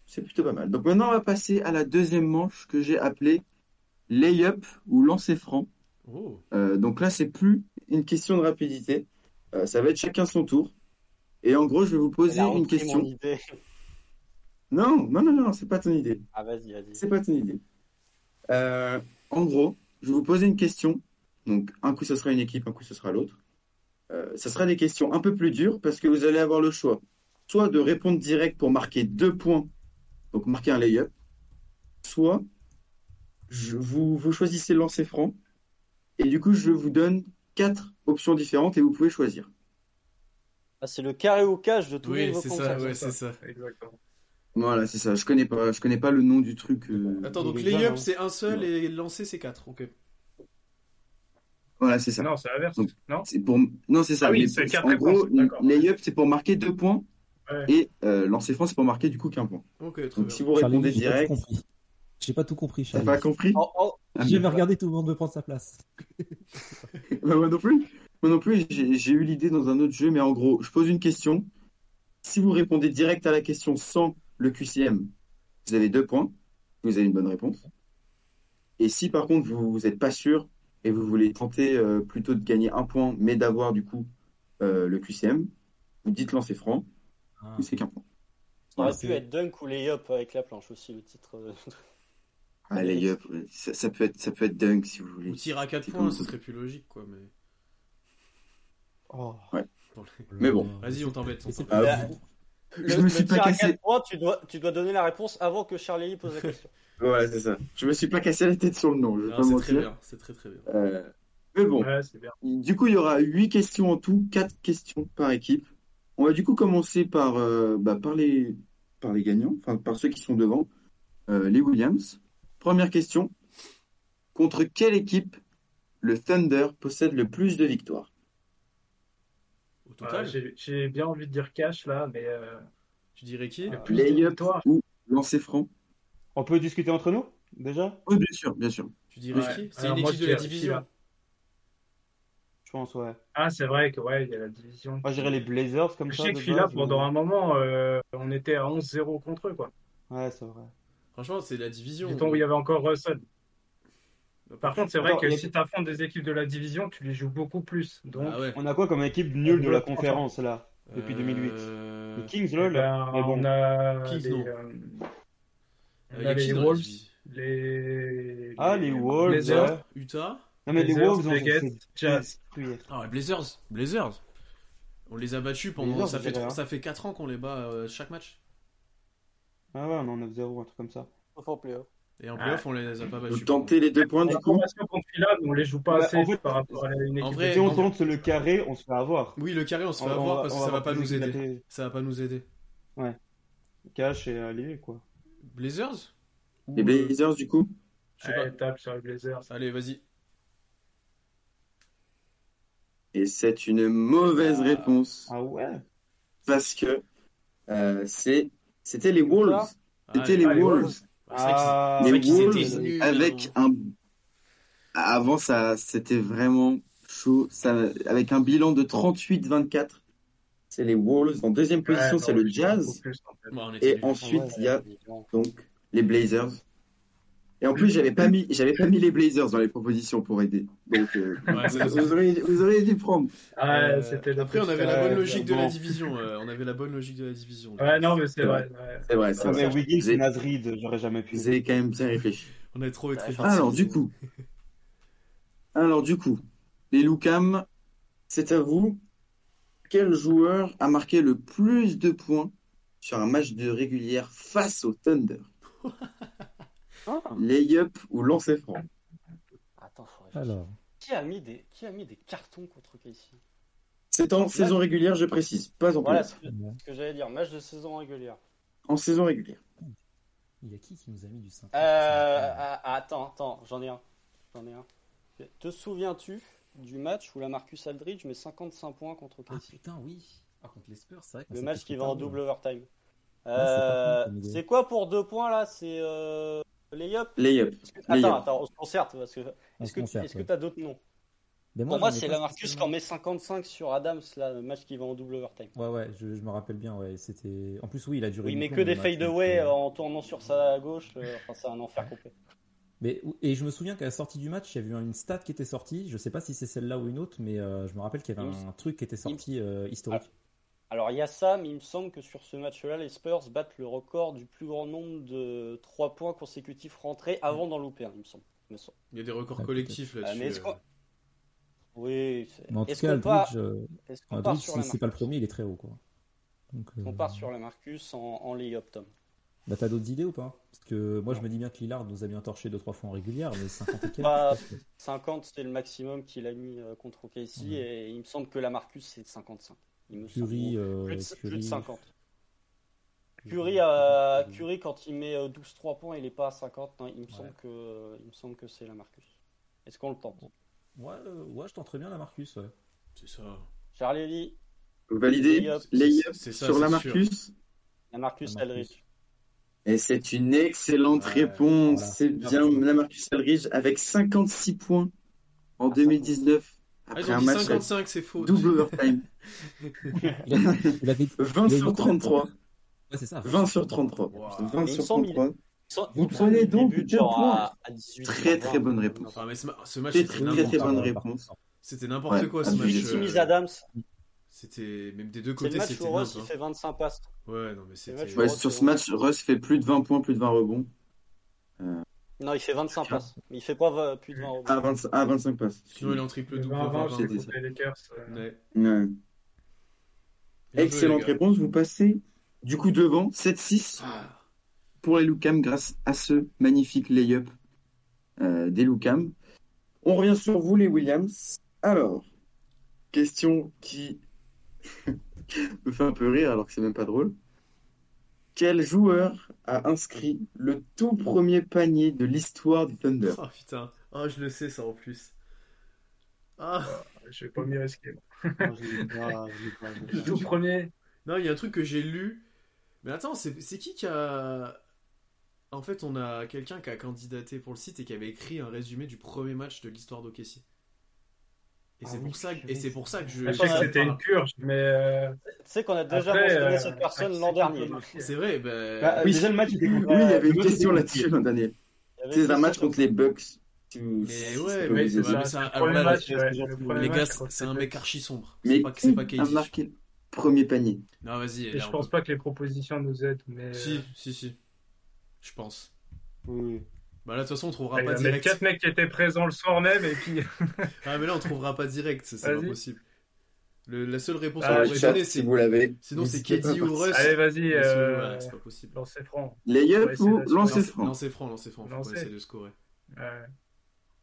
Speaker 1: C'est plutôt pas mal. Donc maintenant, on va passer à la deuxième manche que j'ai appelée layup ou lancer franc.
Speaker 2: Oh,
Speaker 1: Euh, donc là, c'est plus une question de rapidité. Euh, ça va être chacun son tour. Et en gros, je vais vous
Speaker 3: Elle
Speaker 1: poser
Speaker 3: a
Speaker 1: une
Speaker 3: repris mon
Speaker 1: question.
Speaker 3: idée.
Speaker 1: Non, non, non, non, c'est pas ton idée.
Speaker 3: Ah, vas-y, vas-y.
Speaker 1: C'est pas ton idée. Euh, en gros, je vais vous poser une question. Donc, un coup, ce sera une équipe, un coup, ce sera l'autre. Euh, ça sera des questions un peu plus dures parce que vous allez avoir le choix. Soit de répondre direct pour marquer deux points, donc marquer un layup. Soit je, vous, vous choisissez le lancer franc. Et du coup, je vous donne quatre options différentes et vous pouvez choisir.
Speaker 3: Ah, c'est le carré au cage de tous les
Speaker 2: oui,
Speaker 3: vos
Speaker 2: c'est ça,
Speaker 3: contacts.
Speaker 2: ouais, c'est ça.
Speaker 6: Exactement.
Speaker 1: Voilà, c'est ça. Je connais pas, je connais pas le nom du truc. euh,
Speaker 2: Attends, donc
Speaker 7: Il est bien,
Speaker 2: layup
Speaker 7: hein.
Speaker 2: c'est un seul et lancer c'est quatre. Ok.
Speaker 1: Voilà, c'est ça.
Speaker 6: Non, c'est l'inverse.
Speaker 1: Donc,
Speaker 6: Non
Speaker 1: C'est pour... Non, c'est ça.
Speaker 6: Ah oui,
Speaker 1: mais
Speaker 6: c'est
Speaker 1: pour-
Speaker 6: quatre
Speaker 1: en gros,
Speaker 6: réponses, d'accord.
Speaker 1: layup, c'est pour marquer deux points.
Speaker 6: Ouais.
Speaker 1: Et euh, lancer franc, c'est pour marquer du coup qu'un point.
Speaker 2: Ok, très
Speaker 1: Donc si
Speaker 2: bien.
Speaker 1: vous
Speaker 4: Charlie,
Speaker 1: répondez
Speaker 4: j'ai pas tout
Speaker 1: direct,
Speaker 4: compris. J'ai pas tout compris,
Speaker 1: t'as
Speaker 4: Charlie.
Speaker 1: pas compris
Speaker 3: Oh, oh,
Speaker 1: Ah,
Speaker 4: J'ai
Speaker 1: mais-
Speaker 4: regardé tout le monde veut prendre sa place.
Speaker 1: Bah, moi non plus. Moi non plus, j'ai j'ai eu l'idée dans un autre jeu, mais en gros, je pose une question. Si vous répondez direct à la question sans le QCM, vous avez deux points. Vous avez une bonne réponse. Et si par contre vous n'êtes pas sûr et vous voulez tenter euh, plutôt de gagner un point, mais d'avoir du coup euh, le QCM, vous dites lancer franc,
Speaker 4: Ah.
Speaker 1: ou c'est qu'un point.
Speaker 3: ça aurait
Speaker 1: Ouais,
Speaker 3: pu
Speaker 4: c'est-
Speaker 3: être dunk ou layup avec la planche aussi, le titre. euh,
Speaker 1: Ah, layup, ouais. ça, ça peut être, ça peut être dunk si vous voulez.
Speaker 2: Ou tirer à quatre
Speaker 1: C'est
Speaker 2: points,
Speaker 1: comme-
Speaker 2: ce serait plus logique, quoi. Mais.
Speaker 7: Oh.
Speaker 2: pour les-
Speaker 1: Mais bon.
Speaker 2: Vas-y, on t'embête. on
Speaker 4: C'est-
Speaker 2: t'embête.
Speaker 1: Ah, vous- Je me suis
Speaker 3: le
Speaker 1: pas
Speaker 3: tir à
Speaker 1: cassé.
Speaker 3: quatre points, tu dois, tu dois donner la réponse avant que Charlie pose la question.
Speaker 1: Voilà, c'est ça. Je me suis pas cassé la tête sur le nom, je vais
Speaker 2: Non,
Speaker 1: pas
Speaker 2: C'est très
Speaker 1: mentir.
Speaker 2: bien, c'est très très bien.
Speaker 1: Euh, mais bon,
Speaker 6: Ouais, c'est bien.
Speaker 1: du coup, il y aura huit questions en tout, quatre questions par équipe. On va du coup commencer par, euh, bah, par, les, par les gagnants, enfin par ceux qui sont devant, euh, les Williams. Première question. Contre quelle équipe le Thunder possède le plus de victoires
Speaker 2: Au
Speaker 6: Voilà,
Speaker 2: total,
Speaker 6: J'ai j'ai bien envie de dire cash, là, mais euh,
Speaker 2: tu dirais qui
Speaker 6: le plus de
Speaker 1: Layup
Speaker 6: victoires.
Speaker 1: ou lancer franc
Speaker 5: On peut discuter entre nous Déjà
Speaker 1: Oui, bien sûr, bien sûr.
Speaker 2: Tu dirais
Speaker 6: Ouais.
Speaker 2: qui C'est
Speaker 6: Alors
Speaker 2: une
Speaker 6: moi,
Speaker 2: équipe
Speaker 6: je
Speaker 2: de la
Speaker 6: dirais qui,
Speaker 2: division.
Speaker 6: là
Speaker 5: Je pense, ouais.
Speaker 6: Ah, c'est vrai que ouais, il y a la division.
Speaker 5: Moi, j'irais les Blazers comme
Speaker 6: Je
Speaker 5: ça.
Speaker 6: sais que
Speaker 5: de
Speaker 6: celui-là,
Speaker 5: base, mais-
Speaker 6: pendant un moment, euh, on était à 11-0 contre eux, quoi.
Speaker 5: Ouais, c'est vrai.
Speaker 2: Franchement, c'est la division.
Speaker 6: Du temps où il y avait encore Russell. Par contre, c'est vrai
Speaker 5: Attends,
Speaker 6: que
Speaker 5: il y a-
Speaker 6: si tu affrontes des équipes de la division, tu les joues beaucoup plus. Donc,
Speaker 2: Ah ouais.
Speaker 5: On a quoi comme équipe nulle de la conférence, là, depuis 2008
Speaker 2: Euh,
Speaker 5: Les Kings,
Speaker 6: eh
Speaker 5: lol.
Speaker 6: ben,
Speaker 5: oh mais bon.
Speaker 6: on a
Speaker 2: Kings,
Speaker 6: les,
Speaker 2: non.
Speaker 6: euh, on
Speaker 2: euh, y
Speaker 6: a
Speaker 2: a qui
Speaker 6: les
Speaker 2: dans la
Speaker 6: Wolves,
Speaker 2: division
Speaker 6: les,
Speaker 5: Ah, les Wolves,
Speaker 6: Blazers,
Speaker 5: ouais.
Speaker 2: Utah
Speaker 5: Non, mais les
Speaker 6: Blazers,
Speaker 5: Wolves, on s'est
Speaker 6: Nuggets,
Speaker 5: fait
Speaker 6: Jazz.
Speaker 5: tuer.
Speaker 2: Ah ouais, Blazers. Blazers. On les a battus pendant.
Speaker 5: Blazers,
Speaker 2: ça,
Speaker 5: je
Speaker 2: fait
Speaker 5: dirais,
Speaker 2: trois-
Speaker 5: hein.
Speaker 2: ça fait 4 ans qu'on les bat euh, chaque match.
Speaker 5: Ah ouais, on est en 9-0, un truc comme ça.
Speaker 3: Sauf en
Speaker 1: hein.
Speaker 3: playoff.
Speaker 2: Et en
Speaker 6: Ah.
Speaker 2: playoff, on les a pas
Speaker 1: Vous
Speaker 2: battus.
Speaker 1: tentez les deux points
Speaker 6: La
Speaker 1: du coup
Speaker 6: formation contre Milan, on les joue pas
Speaker 5: Bah,
Speaker 6: assez
Speaker 5: en fait,
Speaker 6: par rapport à une
Speaker 2: en
Speaker 6: équipe.
Speaker 2: vrai,
Speaker 5: Si on
Speaker 2: non.
Speaker 5: tente le carré, on se fait avoir.
Speaker 2: Oui, le carré, on se fait
Speaker 5: On- on
Speaker 2: avoir parce
Speaker 5: on
Speaker 2: que ça va
Speaker 5: avoir
Speaker 2: pas
Speaker 5: plus
Speaker 2: nous
Speaker 5: d'équipes
Speaker 2: aider.
Speaker 5: d'athlétisme.
Speaker 2: Ça va pas nous aider.
Speaker 5: Cash et Allier, quoi.
Speaker 2: Blazers Ou,
Speaker 1: Les
Speaker 2: euh,
Speaker 1: Blazers du coup
Speaker 2: je sais
Speaker 6: Allez, tape sur les Blazers.
Speaker 2: pas. Allez, vas-y.
Speaker 1: Et c'est une mauvaise
Speaker 2: Ah.
Speaker 1: réponse
Speaker 5: Ah ouais?
Speaker 1: parce que euh, c'est c'était les Wolves. C'était
Speaker 2: Ah,
Speaker 1: les
Speaker 6: ah, les
Speaker 1: Wolves.
Speaker 6: Wolves.
Speaker 2: Ah,
Speaker 5: Ah,
Speaker 1: Les
Speaker 2: c'est vrai qu'ils
Speaker 1: Wolves
Speaker 2: étaient nuls,
Speaker 6: hein.
Speaker 1: avec un avant ça c'était vraiment chaud ça avec un bilan de 38-24. C'est les Wolves en deuxième position,
Speaker 6: Ouais,
Speaker 1: c'est
Speaker 6: non,
Speaker 1: le
Speaker 6: je suis un peu
Speaker 1: Jazz
Speaker 6: plus, en fait.
Speaker 2: Bon, on était
Speaker 1: et
Speaker 2: nuls.
Speaker 1: ensuite
Speaker 3: Ouais,
Speaker 1: il y a
Speaker 3: évidemment.
Speaker 1: donc les Blazers. Et en plus, j'avais pas mis, j'avais pas mis les Blazers dans les propositions pour aider. Donc, euh,
Speaker 2: Ouais, ça-
Speaker 1: vous, vous auriez, vous auriez dû prendre.
Speaker 6: Ah,
Speaker 2: Euh,
Speaker 6: c'était la
Speaker 2: Après, on avait la
Speaker 5: Euh,
Speaker 2: bonne logique de la
Speaker 5: bon.
Speaker 2: division. euh, on avait la bonne logique de la division.
Speaker 6: Ouais, non, mais c'est
Speaker 1: C'est
Speaker 6: vrai. ouais.
Speaker 1: C'est vrai,
Speaker 5: Ah,
Speaker 1: c'est
Speaker 5: mais
Speaker 1: vrai.
Speaker 5: Wiggins
Speaker 1: Zé-
Speaker 5: et Nasrid, j'aurais jamais pu.
Speaker 1: Vous avez quand même bien réfléchi.
Speaker 2: On est trop très
Speaker 1: Alors, du coup. Alors, du coup, les Lucam, c'est à vous. Quel joueur a marqué le plus de points sur un match de régulière face au Thunder
Speaker 3: Ah.
Speaker 1: Layup ou lancer franc
Speaker 3: Attends, faut réfléchir.
Speaker 4: Alors,
Speaker 3: Qui a mis des, qui a mis des cartons contre Casey
Speaker 1: C'est en saison régulière, je précise, pas en
Speaker 3: Voilà
Speaker 1: playoff.
Speaker 3: ce que, ce que j'allais dire. Match de saison régulière.
Speaker 1: En saison régulière.
Speaker 4: il y a qui qui nous a mis du 5
Speaker 3: Euh, ah, ah, attends, attends, j'en ai un. J'en ai un. Te souviens-tu du match où la Marcus Aldridge met 55 points contre
Speaker 4: Ah
Speaker 3: Casey
Speaker 4: putain, oui. Par contre, les Spurs, Ah, c'est vrai que
Speaker 3: Le
Speaker 4: ça
Speaker 3: match
Speaker 4: fait
Speaker 3: qui
Speaker 4: plus
Speaker 3: va en
Speaker 4: tard,
Speaker 3: double
Speaker 4: ouais.
Speaker 3: overtime.
Speaker 4: pas
Speaker 3: Euh,
Speaker 4: con comme idée.
Speaker 3: c'est quoi pour deux points là C'est euh, layup
Speaker 1: Layup. Layup.
Speaker 3: Attends, attends, on se concerte parce que
Speaker 4: On
Speaker 3: est-ce
Speaker 4: se
Speaker 3: que tu
Speaker 4: concerte,
Speaker 3: est-ce que
Speaker 4: ouais.
Speaker 3: t'as d'autres noms
Speaker 4: Mais
Speaker 3: Pour
Speaker 4: j'en
Speaker 3: moi,
Speaker 4: ai
Speaker 3: c'est
Speaker 4: pas
Speaker 3: la Marcus qui en
Speaker 4: spécialement.
Speaker 3: met 55 sur Adams là, le match qui va en double overtime.
Speaker 4: Ouais, ouais, je, je me rappelle bien, ouais, c'était... En plus, oui, il a duré
Speaker 3: Oui,
Speaker 4: une
Speaker 3: mais que
Speaker 4: plombe,
Speaker 3: des
Speaker 4: le match, donc,
Speaker 3: fadeaway
Speaker 4: euh,
Speaker 3: en tournant sur sa gauche, euh, enfin, c'est un enfer complet.
Speaker 4: Mais, et je me souviens qu'à la sortie du match, il y avait une stat qui était sortie, je sais pas si c'est celle-là ou une autre, mais euh, je me rappelle qu'il y avait
Speaker 3: Il me-
Speaker 4: un, truc qui était sorti euh, historique.
Speaker 3: Ah, Alors, il y a ça, mais il me semble que sur ce match-là, les Spurs battent le record du plus grand nombre de 3 points consécutifs rentrés avant d'en louper, un, il me semble. Il me semble.
Speaker 2: Il y a des records collectifs
Speaker 3: Ah,
Speaker 2: là-dessus.
Speaker 3: mais est-ce
Speaker 2: euh.
Speaker 3: qu'on- Oui, c'est-
Speaker 4: Mais en tout
Speaker 3: est-ce
Speaker 4: cas,
Speaker 3: qu'on part,
Speaker 4: Aldridge, euh,
Speaker 3: est-ce qu'on part
Speaker 4: Aldridge
Speaker 3: sur la
Speaker 4: si c'est
Speaker 3: Marcus
Speaker 4: pas le premier, il est très haut, quoi. Donc, euh,
Speaker 3: On part sur la Marcus en, en lay-up, Tom.
Speaker 4: bah, t'as d'autres idées ou pas? Parce que moi, je me dis bien que Lillard nous a bien torché deux, trois fois en régulière, mais 50 et quelques,
Speaker 3: Bah,
Speaker 4: je pense que-
Speaker 3: 50, c'est le maximum qu'il a mis euh, contre OKC,
Speaker 4: Ouais.
Speaker 3: et il me semble que la Marcus, c'est 55. Il me semble.
Speaker 4: Curry, euh,
Speaker 3: Plus de- plus de
Speaker 4: Curry-
Speaker 3: 50.
Speaker 4: Curry-
Speaker 3: Curry, euh,
Speaker 4: Curry-
Speaker 3: Curry, quand il met euh, 12-3 points, il est pas à 50. non, il, me
Speaker 4: Ouais.
Speaker 3: semble que, il me semble que c'est la Marcus. Est-ce qu'on le tente
Speaker 4: Ouais, euh, ouais, je tenterais bien la Marcus, ouais.
Speaker 2: C'est ça.
Speaker 3: Charlie Lee,
Speaker 1: Validé.
Speaker 3: Layup.
Speaker 1: Layup
Speaker 2: C'est ça,
Speaker 1: sur
Speaker 2: c'est
Speaker 1: la
Speaker 2: sûr.
Speaker 1: Marcus.
Speaker 3: la Marcus
Speaker 4: La Marcus.
Speaker 3: Aldridge.
Speaker 1: Et c'est une excellente
Speaker 2: Ouais,
Speaker 1: réponse.
Speaker 4: voilà.
Speaker 1: C'est bien Lamarcus Aldridge avec 56 points
Speaker 3: Ah,
Speaker 1: en 2019
Speaker 2: Ah,
Speaker 1: après
Speaker 2: ils ont
Speaker 1: un
Speaker 2: dit
Speaker 1: match à
Speaker 2: 55, c'est faux. Ah,
Speaker 1: double overtime.
Speaker 4: Il avait- il avait-
Speaker 1: 20
Speaker 4: Il a
Speaker 1: sur
Speaker 4: eu
Speaker 1: 33.
Speaker 4: Ouais, c'est ça.
Speaker 1: 20 sur 33.
Speaker 2: Wow.
Speaker 1: 20
Speaker 3: Il me
Speaker 1: sur
Speaker 3: semble
Speaker 1: 33. Vous
Speaker 3: Il
Speaker 1: prenez donc
Speaker 3: débute
Speaker 1: deux
Speaker 3: genre
Speaker 1: points.
Speaker 3: à- à euh, 18,
Speaker 1: Très, très
Speaker 3: 20.
Speaker 1: bonne réponse.
Speaker 2: Ah, mais ce, ma- ce match,
Speaker 1: Très,
Speaker 2: c'était
Speaker 1: très,
Speaker 2: n'importe
Speaker 1: très
Speaker 4: euh,
Speaker 1: bonne
Speaker 2: quoi.
Speaker 1: réponse.
Speaker 2: C'était n'importe
Speaker 1: Ouais,
Speaker 2: quoi ce
Speaker 1: ah,
Speaker 2: match.
Speaker 1: j'ai dit
Speaker 2: euh,
Speaker 3: Miss Adams,
Speaker 2: C'était même des deux
Speaker 3: c'est le
Speaker 2: côtés,
Speaker 3: match
Speaker 2: c'était
Speaker 3: où Ross il
Speaker 2: naze, hein.
Speaker 3: fait 25 passes.
Speaker 2: Ouais, non mais c'était.
Speaker 3: match où
Speaker 1: Ouais,
Speaker 3: Russ,
Speaker 1: sur
Speaker 3: c'est
Speaker 1: ce match, Russ fait plus de 20 points, plus de 20 rebonds.
Speaker 3: Non, il fait 25
Speaker 1: Chacun. Ah
Speaker 3: passes. Mais il fait pas euh, plus de 20 rebonds.
Speaker 1: À, 20 à 25 passes.
Speaker 2: Sinon, il est en triple
Speaker 6: Le
Speaker 2: double.
Speaker 6: 20-20,
Speaker 1: c'est
Speaker 6: j'ai
Speaker 1: dit
Speaker 6: coupé les Lakers. euh,
Speaker 2: Ouais.
Speaker 1: Ouais.
Speaker 2: Bien joué,
Speaker 1: Excellente
Speaker 2: les gars.
Speaker 1: réponse. Vous passez du coup devant 7-6
Speaker 2: Ah,
Speaker 1: pour les Lucam grâce à ce magnifique lay-up euh, des Lucam. On revient sur vous, les Williams. Alors, question qui me fait un peu rire alors que c'est même pas drôle. Quel joueur a inscrit le tout premier panier de l'histoire du Thunder
Speaker 2: Oh, putain. Ah, je le sais ça en plus. Ah,
Speaker 6: Je vais pas m'y risquer.
Speaker 5: Non, je l'ai pas, je l'ai pas, je l'ai
Speaker 6: Le
Speaker 5: pas.
Speaker 6: tout premier,
Speaker 2: non, il y a un truc que j'ai lu. Mais attends, c'est c'est qui qui a. En fait, on a quelqu'un qui a candidaté pour le site et qui avait écrit un résumé du premier match de l'histoire d'Okessi. Et
Speaker 5: Ah
Speaker 2: c'est
Speaker 5: oui,
Speaker 2: pour ça, que- et
Speaker 5: oui.
Speaker 2: c'est pour ça que je.
Speaker 6: Je sais que
Speaker 2: j'en
Speaker 6: c'était
Speaker 2: parle.
Speaker 6: une purge, mais euh,
Speaker 3: Tu sais qu'on a déjà
Speaker 6: après,
Speaker 3: mentionné
Speaker 6: euh,
Speaker 3: cette personne
Speaker 6: ah,
Speaker 3: l'an
Speaker 6: c'est un peu
Speaker 3: dernier.
Speaker 6: marqué.
Speaker 2: C'est vrai, ben,
Speaker 5: Bah,
Speaker 1: oui.
Speaker 5: Déjà, le match était
Speaker 1: Oui,
Speaker 5: contre-
Speaker 1: il y avait
Speaker 5: le
Speaker 1: une
Speaker 5: match
Speaker 1: question
Speaker 5: était-
Speaker 1: là-dessus hein, l'an dernier.
Speaker 3: Il y avait
Speaker 1: C'est un
Speaker 3: une
Speaker 1: match
Speaker 3: question
Speaker 1: contre les Bucks. Tu-
Speaker 2: Mais
Speaker 1: c'est
Speaker 2: ouais,
Speaker 1: pas
Speaker 2: mais
Speaker 1: obligé de-
Speaker 2: c'est-
Speaker 6: ça,
Speaker 2: mais ça-
Speaker 6: le
Speaker 2: alors
Speaker 6: premier
Speaker 2: là,
Speaker 6: match,
Speaker 5: c'est-
Speaker 6: euh, ouais,
Speaker 5: c'est-
Speaker 6: le premier
Speaker 2: les gars,
Speaker 6: match,
Speaker 2: c'est
Speaker 6: quoi,
Speaker 2: c'est un mec archi sombre. C'est
Speaker 1: Mais
Speaker 2: pas, c'est pas
Speaker 1: qui a
Speaker 2: Katie.
Speaker 1: marqué premier panier
Speaker 2: Non, vas-y.
Speaker 6: Et
Speaker 2: là,
Speaker 6: je
Speaker 2: on
Speaker 6: pense
Speaker 2: peut-
Speaker 6: pas que les propositions nous aident, mais. euh,
Speaker 1: Euh,
Speaker 2: Si, si, si. Je pense.
Speaker 5: Oui.
Speaker 2: Bah là, de toute façon, on trouvera
Speaker 6: Ah, il y
Speaker 2: pas
Speaker 6: a même
Speaker 2: direct.
Speaker 6: quatre mecs qui étaient présents le soir même et puis
Speaker 2: Ah, mais là, on trouvera pas direct, c'est c'est
Speaker 6: Vas-y.
Speaker 2: impossible. Le- la seule réponse
Speaker 6: Ah,
Speaker 2: qu'on
Speaker 1: Ah,
Speaker 2: pourrait
Speaker 1: chat,
Speaker 2: donner,
Speaker 1: si
Speaker 2: c'est.
Speaker 1: vous l'avez.
Speaker 2: Sinon, c'est
Speaker 1: N'hésitez
Speaker 2: Katie
Speaker 1: pas.
Speaker 2: ou Russ.
Speaker 6: allez vas-y
Speaker 2: Mais sinon,
Speaker 6: euh...
Speaker 2: ouais, c'est pas possible.
Speaker 6: lancez franc.
Speaker 1: Layup
Speaker 6: Ouais, c'est
Speaker 1: ou
Speaker 6: la suite.
Speaker 1: lancer
Speaker 2: Lancez-
Speaker 1: franc
Speaker 2: Lancez franc, lancez franc. Faut
Speaker 6: Lancez.
Speaker 2: pas essayer de scorer.
Speaker 6: Ouais.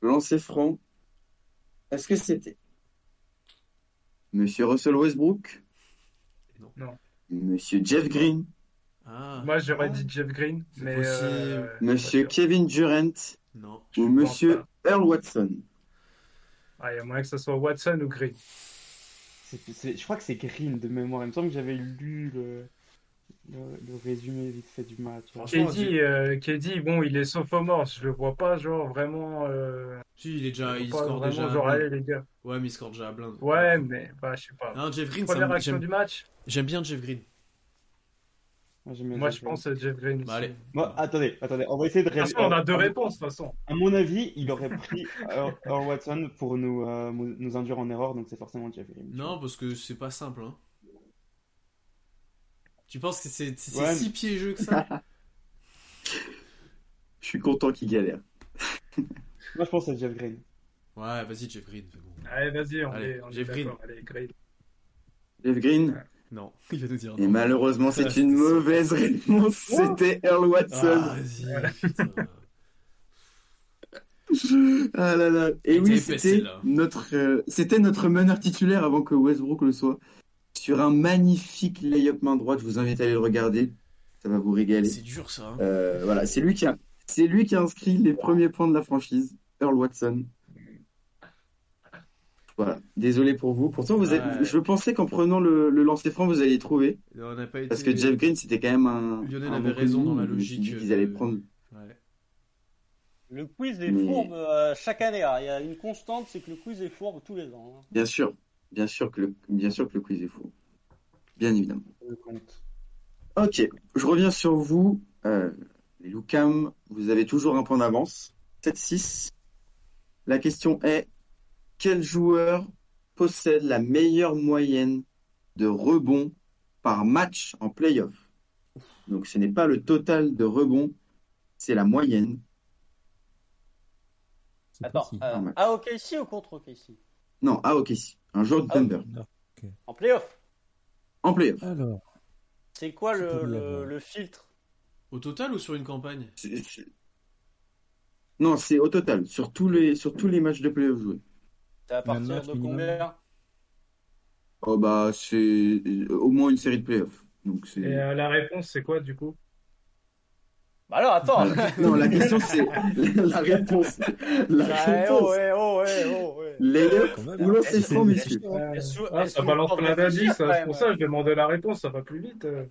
Speaker 1: Lancer franc. Est-ce que c'était Monsieur Russell Westbrook
Speaker 2: Non.
Speaker 6: Non.
Speaker 1: Monsieur Jeff Green
Speaker 2: Ah.
Speaker 6: Moi j'aurais
Speaker 2: non.
Speaker 6: dit Jeff Green,
Speaker 2: C'est
Speaker 6: mais
Speaker 2: possible.
Speaker 6: euh,
Speaker 1: Monsieur Kevin Durant
Speaker 2: Non.
Speaker 6: je
Speaker 1: ou
Speaker 6: pense
Speaker 1: Monsieur
Speaker 6: pas.
Speaker 1: Earl Watson
Speaker 6: Ah, il y a moyen que ce soit Watson ou Green.
Speaker 5: C'est- c'est- Je crois que c'est Green de mémoire. Il me semble que j'avais lu le, le- le résumé vite fait du match.
Speaker 2: Franchement,
Speaker 6: KD, euh, KD, bon, il est sophomore, je le vois pas, genre vraiment. euh,
Speaker 2: Si, il est déjà.
Speaker 6: je
Speaker 2: Ah,
Speaker 6: le
Speaker 2: Il
Speaker 6: vois pas
Speaker 2: score
Speaker 6: vraiment,
Speaker 2: déjà. à
Speaker 6: genre,
Speaker 2: blinde.
Speaker 6: allez les gars.
Speaker 2: Ouais, mais il score déjà à blinde.
Speaker 6: Ouais, mais bah, je sais pas.
Speaker 2: Non, Jeff Green, Ah, ça
Speaker 6: Première
Speaker 2: me-
Speaker 6: action
Speaker 2: j'aime-
Speaker 6: du match,
Speaker 2: j'aime bien Jeff Green.
Speaker 5: Moi, j'aime bien
Speaker 6: moi
Speaker 5: Jeff
Speaker 6: je pense à Jeff Green.
Speaker 2: Bah,
Speaker 6: aussi.
Speaker 2: allez.
Speaker 5: Green. Moi, attendez, attendez, on va essayer de
Speaker 6: De toute façon, on a deux
Speaker 5: à-
Speaker 6: réponses de toute façon.
Speaker 5: À mon avis, il aurait pris Earl Earl Watson pour nous, euh, nous nous induire en erreur, donc c'est forcément Jeff Green.
Speaker 2: Non, parce que c'est pas simple, hein. Tu penses que c'est c'est
Speaker 5: Ouais,
Speaker 2: si piégeux que ça
Speaker 1: Je suis content qu'il galère.
Speaker 5: Moi, je pense à Jeff Green.
Speaker 2: Ouais, vas-y, Jeff Green. c'est bon.
Speaker 6: Allez, vas-y, on
Speaker 2: Allez,
Speaker 6: est, on est
Speaker 2: Jeff Green.
Speaker 6: d'accord. Allez, Green.
Speaker 1: Jeff Green
Speaker 2: Non, il va nous dire
Speaker 1: Et
Speaker 2: non.
Speaker 1: malheureusement, c'est une mauvaise réponse. C'était Earl Watson.
Speaker 2: Ah, vas-y, putain.
Speaker 1: Ah là là. Et oui,
Speaker 2: Elle était épaisse,
Speaker 1: c'était
Speaker 2: celle-là.
Speaker 1: notre, euh, c'était notre meneur titulaire avant que Westbrook le soit. Sur un magnifique layup main droite, je vous invite à aller le regarder. Ça va vous régaler.
Speaker 2: C'est dur, ça. hein.
Speaker 1: Euh, voilà, c'est lui qui a, c'est lui qui a inscrit les premiers points de la franchise, Earl Watson. Voilà. Désolé pour vous. Pourtant, vous êtes-
Speaker 2: Ouais.
Speaker 1: je pensais qu'en prenant le, le lancer franc, vous alliez trouver.
Speaker 2: Non, on n'a pas été...
Speaker 1: Parce que Jeff Green, c'était quand même un.
Speaker 2: Lionel
Speaker 1: un
Speaker 2: avait
Speaker 1: bon
Speaker 2: raison
Speaker 1: coup.
Speaker 2: dans la
Speaker 1: Je me suis dit
Speaker 2: logique,
Speaker 1: qu'ils allaient
Speaker 2: euh,
Speaker 1: prendre.
Speaker 2: Ouais.
Speaker 3: Le quiz est
Speaker 1: Mais-
Speaker 3: fourbe euh, chaque année. hein. Il y a une constante, c'est que le quiz est fourbe tous les ans. hein.
Speaker 1: Bien sûr. Bien sûr que le, bien sûr que le quiz est faux. Bien évidemment.
Speaker 5: Je compte.
Speaker 1: Ok, je reviens sur vous. Euh, les Lucam, vous avez toujours un point d'avance. 7-6. La question est, quel joueur possède la meilleure moyenne de rebonds par match en playoff Donc ce n'est pas le total de rebonds, c'est la moyenne.
Speaker 4: C'est
Speaker 3: Attends,
Speaker 4: précis.
Speaker 3: euh,
Speaker 1: Ah, ouais.
Speaker 3: à OKC ou contre OKC
Speaker 1: Non, ah ok, si. Un joueur du
Speaker 3: Ah.
Speaker 1: Thunder.
Speaker 3: En playoff
Speaker 1: En playoff.
Speaker 4: Alors,
Speaker 3: C'est quoi
Speaker 4: C'est euh,
Speaker 3: le,
Speaker 4: pour
Speaker 3: le-
Speaker 4: le-
Speaker 3: le filtre
Speaker 2: Au total ou sur une campagne
Speaker 1: C'est- c'est- Non, c'est au total, sur tous les, sur tous les matchs de playoff joués.
Speaker 3: C'est à partir
Speaker 4: match
Speaker 3: de
Speaker 4: minimum.
Speaker 3: combien
Speaker 1: Oh bah c'est euh, au moins une série de playoffs. Donc c'est.
Speaker 6: Et euh, la réponse, c'est quoi du coup?
Speaker 3: Bah alors attends
Speaker 1: Non, la question c'est la réponse. La
Speaker 3: Ah, eh
Speaker 1: réponse.
Speaker 3: oh, eh oh, eh oh, eh.
Speaker 1: Layup
Speaker 4: quand même,
Speaker 1: ou lancer
Speaker 4: c'est-
Speaker 1: franc,
Speaker 4: c'est- hein.
Speaker 1: messieurs.
Speaker 6: Euh,
Speaker 3: Elle sou-
Speaker 6: ah,
Speaker 3: elle
Speaker 6: ça
Speaker 3: sous-
Speaker 6: balance
Speaker 3: elle
Speaker 6: plein
Speaker 3: sous-
Speaker 6: d'indices, hein,
Speaker 3: quand
Speaker 6: c'est
Speaker 3: même.
Speaker 6: pour ça que je demandais la réponse, ça va plus vite. euh.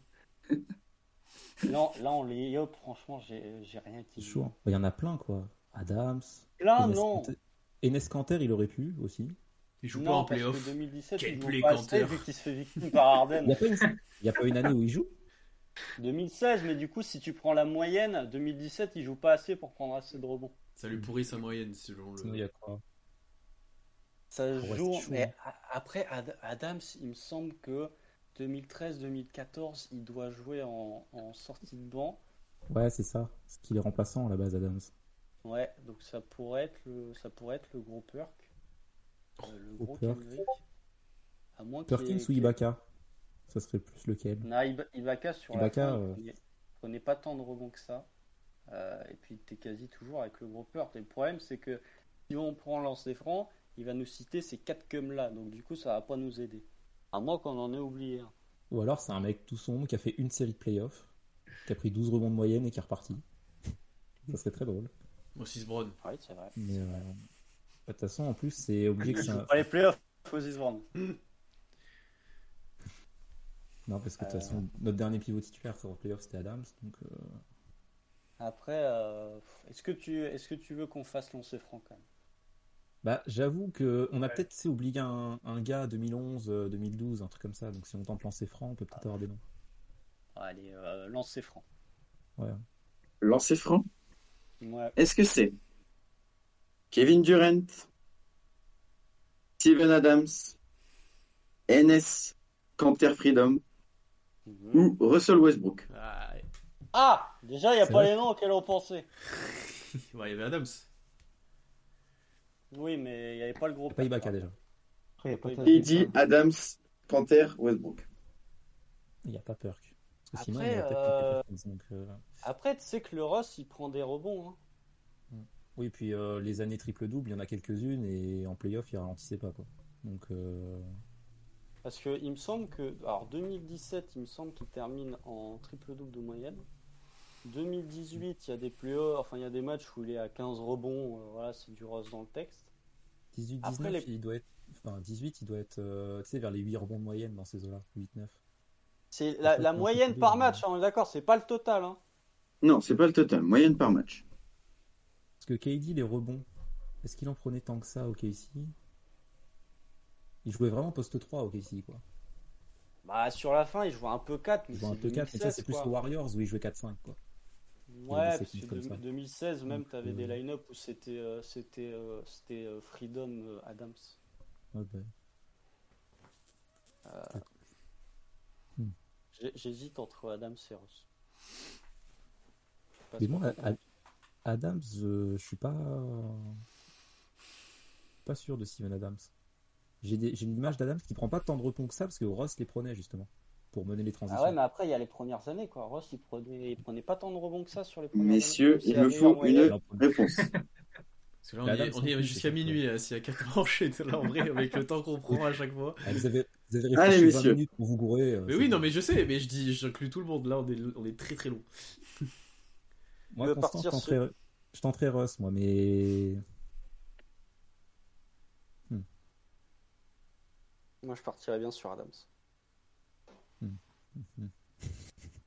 Speaker 3: Non, là on les hop, franchement, j'ai j'ai rien
Speaker 4: c'est
Speaker 3: qui.
Speaker 4: chaud. hein. Il y en a plein, quoi. Adams.
Speaker 3: Là
Speaker 4: Enes
Speaker 3: Ah, non.
Speaker 4: Kanter- Enes Kanter, il aurait pu aussi.
Speaker 2: Il joue pas en
Speaker 3: Non, parce
Speaker 2: playoff.
Speaker 3: que 2017,
Speaker 2: Quel
Speaker 3: ils
Speaker 2: play
Speaker 3: l'ont pas assez,
Speaker 2: Kanter.
Speaker 3: vu qu'il se fait victime par
Speaker 4: Il n'y
Speaker 3: Harden.
Speaker 4: a, pas une... il y a pas une année où il joue
Speaker 3: 2016, mais du coup, si tu prends la moyenne, 2017, il joue pas assez pour prendre assez de rebonds.
Speaker 2: Ça lui pourrit sa moyenne, selon
Speaker 4: Sinon, il y
Speaker 2: le...
Speaker 4: a quoi
Speaker 3: Ça se
Speaker 4: Ouais, c'est
Speaker 3: joue.
Speaker 4: chaud,
Speaker 3: mais
Speaker 4: hein.
Speaker 3: a- après, Ad- Adams, il me semble que 2013-2014, il doit jouer en, en sortie de banc.
Speaker 4: Ouais, c'est ça. Ce qu'il est remplaçant à la base, Adams.
Speaker 3: Ouais, donc ça pourrait être le, ça pourrait être le gros perk. Euh, le gros
Speaker 4: Gros perk.
Speaker 3: Kendrick. À moins qu'il y ait-
Speaker 4: Perkins ou
Speaker 3: qu'il y ait-
Speaker 4: Ibaka Ça serait plus lequel
Speaker 3: Non, Iba- Ibaka sur
Speaker 4: Ibaka,
Speaker 3: la fin, il
Speaker 4: euh.
Speaker 3: prenait, prenait pas tant de rebonds que ça. Euh, et puis t'es quasi toujours avec le gros peur. Et le problème c'est que si on prend lancer franc, il va nous citer ces quatre cums là. Donc du coup ça va pas nous aider. À moins qu'on en ait oublié. un.
Speaker 4: Ou alors c'est un mec tout sombre qui a fait une série de playoffs, qui a pris 12 rebonds de moyenne et qui est reparti. Ça serait très drôle.
Speaker 2: Moses Brown.
Speaker 3: Ouais, c'est vrai.
Speaker 4: Mais euh, bah, de toute façon, en plus, c'est obligé que
Speaker 3: Il joue
Speaker 4: ça.
Speaker 3: pas les playoffs, faut se vendre.
Speaker 4: Non, parce que de toute façon, notre dernier pivot titulaire en playoffs c'était Adams. Donc, euh,
Speaker 3: Après, euh, est-ce que, est que tu veux qu'on fasse lancer franc quand même
Speaker 4: Bah, j'avoue que on a
Speaker 6: Ouais.
Speaker 4: peut-être tu sais, oublié un, un gars 2011, euh, 2012, un truc comme ça. Donc si on tente lancer franc, on peut peut-être avoir des noms.
Speaker 3: Allez, euh, lancer franc.
Speaker 1: Lancer franc.
Speaker 3: Ouais.
Speaker 1: Est-ce que c'est Kevin Durant, Steven Adams, NS, Canter Freedom
Speaker 3: Mhm.
Speaker 1: ou Russell Westbrook
Speaker 2: Ah,
Speaker 3: Ah Déjà, il n'y a
Speaker 4: C'est
Speaker 3: pas
Speaker 4: vrai.
Speaker 3: les noms auxquels on pensait.
Speaker 2: ouais, il y avait Adams.
Speaker 3: Oui, mais il n'y avait pas le gros.
Speaker 4: Y a Pas Ibaka déjà.
Speaker 5: Après, il y a pas
Speaker 3: Oui,
Speaker 5: de-
Speaker 1: Il dit Adams, Canter, Westbrook.
Speaker 4: Il n'y a pas Perk. Parce que sinon,
Speaker 3: Après,
Speaker 4: il y aurait peut-être
Speaker 3: euh,
Speaker 4: quelques personnes, donc, euh,
Speaker 3: Après, tu sais que le Ross, il prend des rebonds. hein.
Speaker 4: Oui, puis euh, les années triple-double, il y en a quelques-unes, et en playoff, il ralentissait pas. Quoi. Donc, euh,
Speaker 3: Parce que il me semble que. Alors, 2017, il me semble qu'il termine en triple-double de moyenne. 2018, il y a des playoffs, enfin, il y a des matchs où il est à 15 rebonds. euh, voilà, c'est du Ross dans le texte.
Speaker 4: 18-19,
Speaker 3: Après, les-
Speaker 4: il doit être. Enfin, 18, il doit être euh, tu sais, vers les 8 rebonds de moyenne dans ces eaux-là, 8-9.
Speaker 3: C'est la,
Speaker 4: fait,
Speaker 3: la
Speaker 4: on
Speaker 3: moyenne
Speaker 4: peut
Speaker 3: par
Speaker 4: dire,
Speaker 3: match, hein, on est d'accord, c'est pas le total. hein.
Speaker 1: Non, c'est pas le total, moyenne par match.
Speaker 4: Parce que KD, les rebonds, est-ce qu'il en prenait tant que ça au KC Il jouait vraiment poste 3 au KC, quoi.
Speaker 3: Bah, sur la fin, il joue un peu 4, mais
Speaker 4: Il jouait un
Speaker 3: c'est
Speaker 4: peu 4, mais ça,
Speaker 3: 2016,
Speaker 4: c'est plus
Speaker 3: quoi.
Speaker 4: aux Warriors où il jouait 4-5, quoi.
Speaker 3: Ouais,
Speaker 4: des
Speaker 3: parce
Speaker 4: séquences
Speaker 3: que
Speaker 4: comme
Speaker 3: de-
Speaker 4: ça.
Speaker 3: 2016, même,
Speaker 4: Donc,
Speaker 3: tu avais
Speaker 4: euh,
Speaker 3: des line-up où c'était euh, c'était euh, c'était euh, Freedom euh, Adams.
Speaker 4: Ouais, bah,
Speaker 3: J'ai- J'hésite entre Adams et Ross. Je sais pas
Speaker 4: Mais
Speaker 3: ce
Speaker 4: moi,
Speaker 3: que t'en
Speaker 4: Ad-
Speaker 3: penses.
Speaker 4: Adams, euh, je suis pas pas sûr de Steven Adams. J'ai des- j'ai une image d'Adams qui prend pas tant de rebonds que ça parce que Ross les prenait justement pour mener les transitions.
Speaker 3: Ah ouais, mais après, il y a les premières années, quoi. Ross, il prenait, il prenait pas tant de rebonds que ça sur les premières
Speaker 1: Messieurs,
Speaker 3: années. C'est
Speaker 1: il
Speaker 3: la
Speaker 1: me
Speaker 3: meilleure
Speaker 1: faut
Speaker 3: moyenne.
Speaker 1: une-
Speaker 4: Il en prenait-
Speaker 1: Réponse.
Speaker 2: Parce que là, on y
Speaker 4: Bah, Adams,
Speaker 2: est, on
Speaker 4: en
Speaker 2: y est
Speaker 4: plus,
Speaker 2: jusqu'à
Speaker 4: c'est pas
Speaker 2: minuit, là, s'il y a 4 manches, et là, en vrai, avec le temps qu'on prend à chaque fois.
Speaker 4: Ah, vous avez, vous avez
Speaker 1: Allez,
Speaker 4: réfléchi 20
Speaker 1: messieurs.
Speaker 4: minutes pour vous gourer. euh,
Speaker 2: Mais
Speaker 4: c'est
Speaker 2: oui,
Speaker 4: bon.
Speaker 2: non, mais je sais, mais je dis, j'inclus tout le monde, là, on est, on est très très long.
Speaker 4: Moi,
Speaker 3: veux
Speaker 4: Constant, je
Speaker 3: partir
Speaker 4: tenterais- je tenterais Ross, moi, mais
Speaker 3: Moi, je partirais bien sur Adams.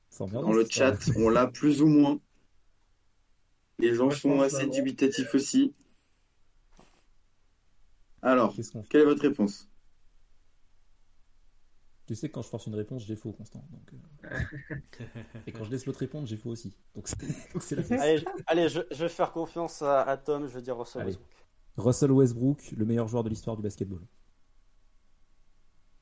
Speaker 4: sans
Speaker 1: Dans le chat, on l'a plus ou moins. Les gens
Speaker 6: Moi, je
Speaker 1: sont
Speaker 6: pense
Speaker 1: assez
Speaker 6: l'avoir.
Speaker 1: dubitatifs aussi. Alors,
Speaker 4: Qu'est-ce qu'on fait
Speaker 1: quelle est votre réponse
Speaker 4: Tu sais que quand je force une réponse, j'ai faux, Constant. Donc, euh, Et quand je laisse l'autre répondre, j'ai faux aussi. Donc c'est donc c'est la
Speaker 3: Allez, je, allez, je- je vais faire confiance à, à Tom, je vais dire Russell
Speaker 4: Allez.
Speaker 3: Westbrook.
Speaker 4: Russell Westbrook, le meilleur joueur de l'histoire du basketball.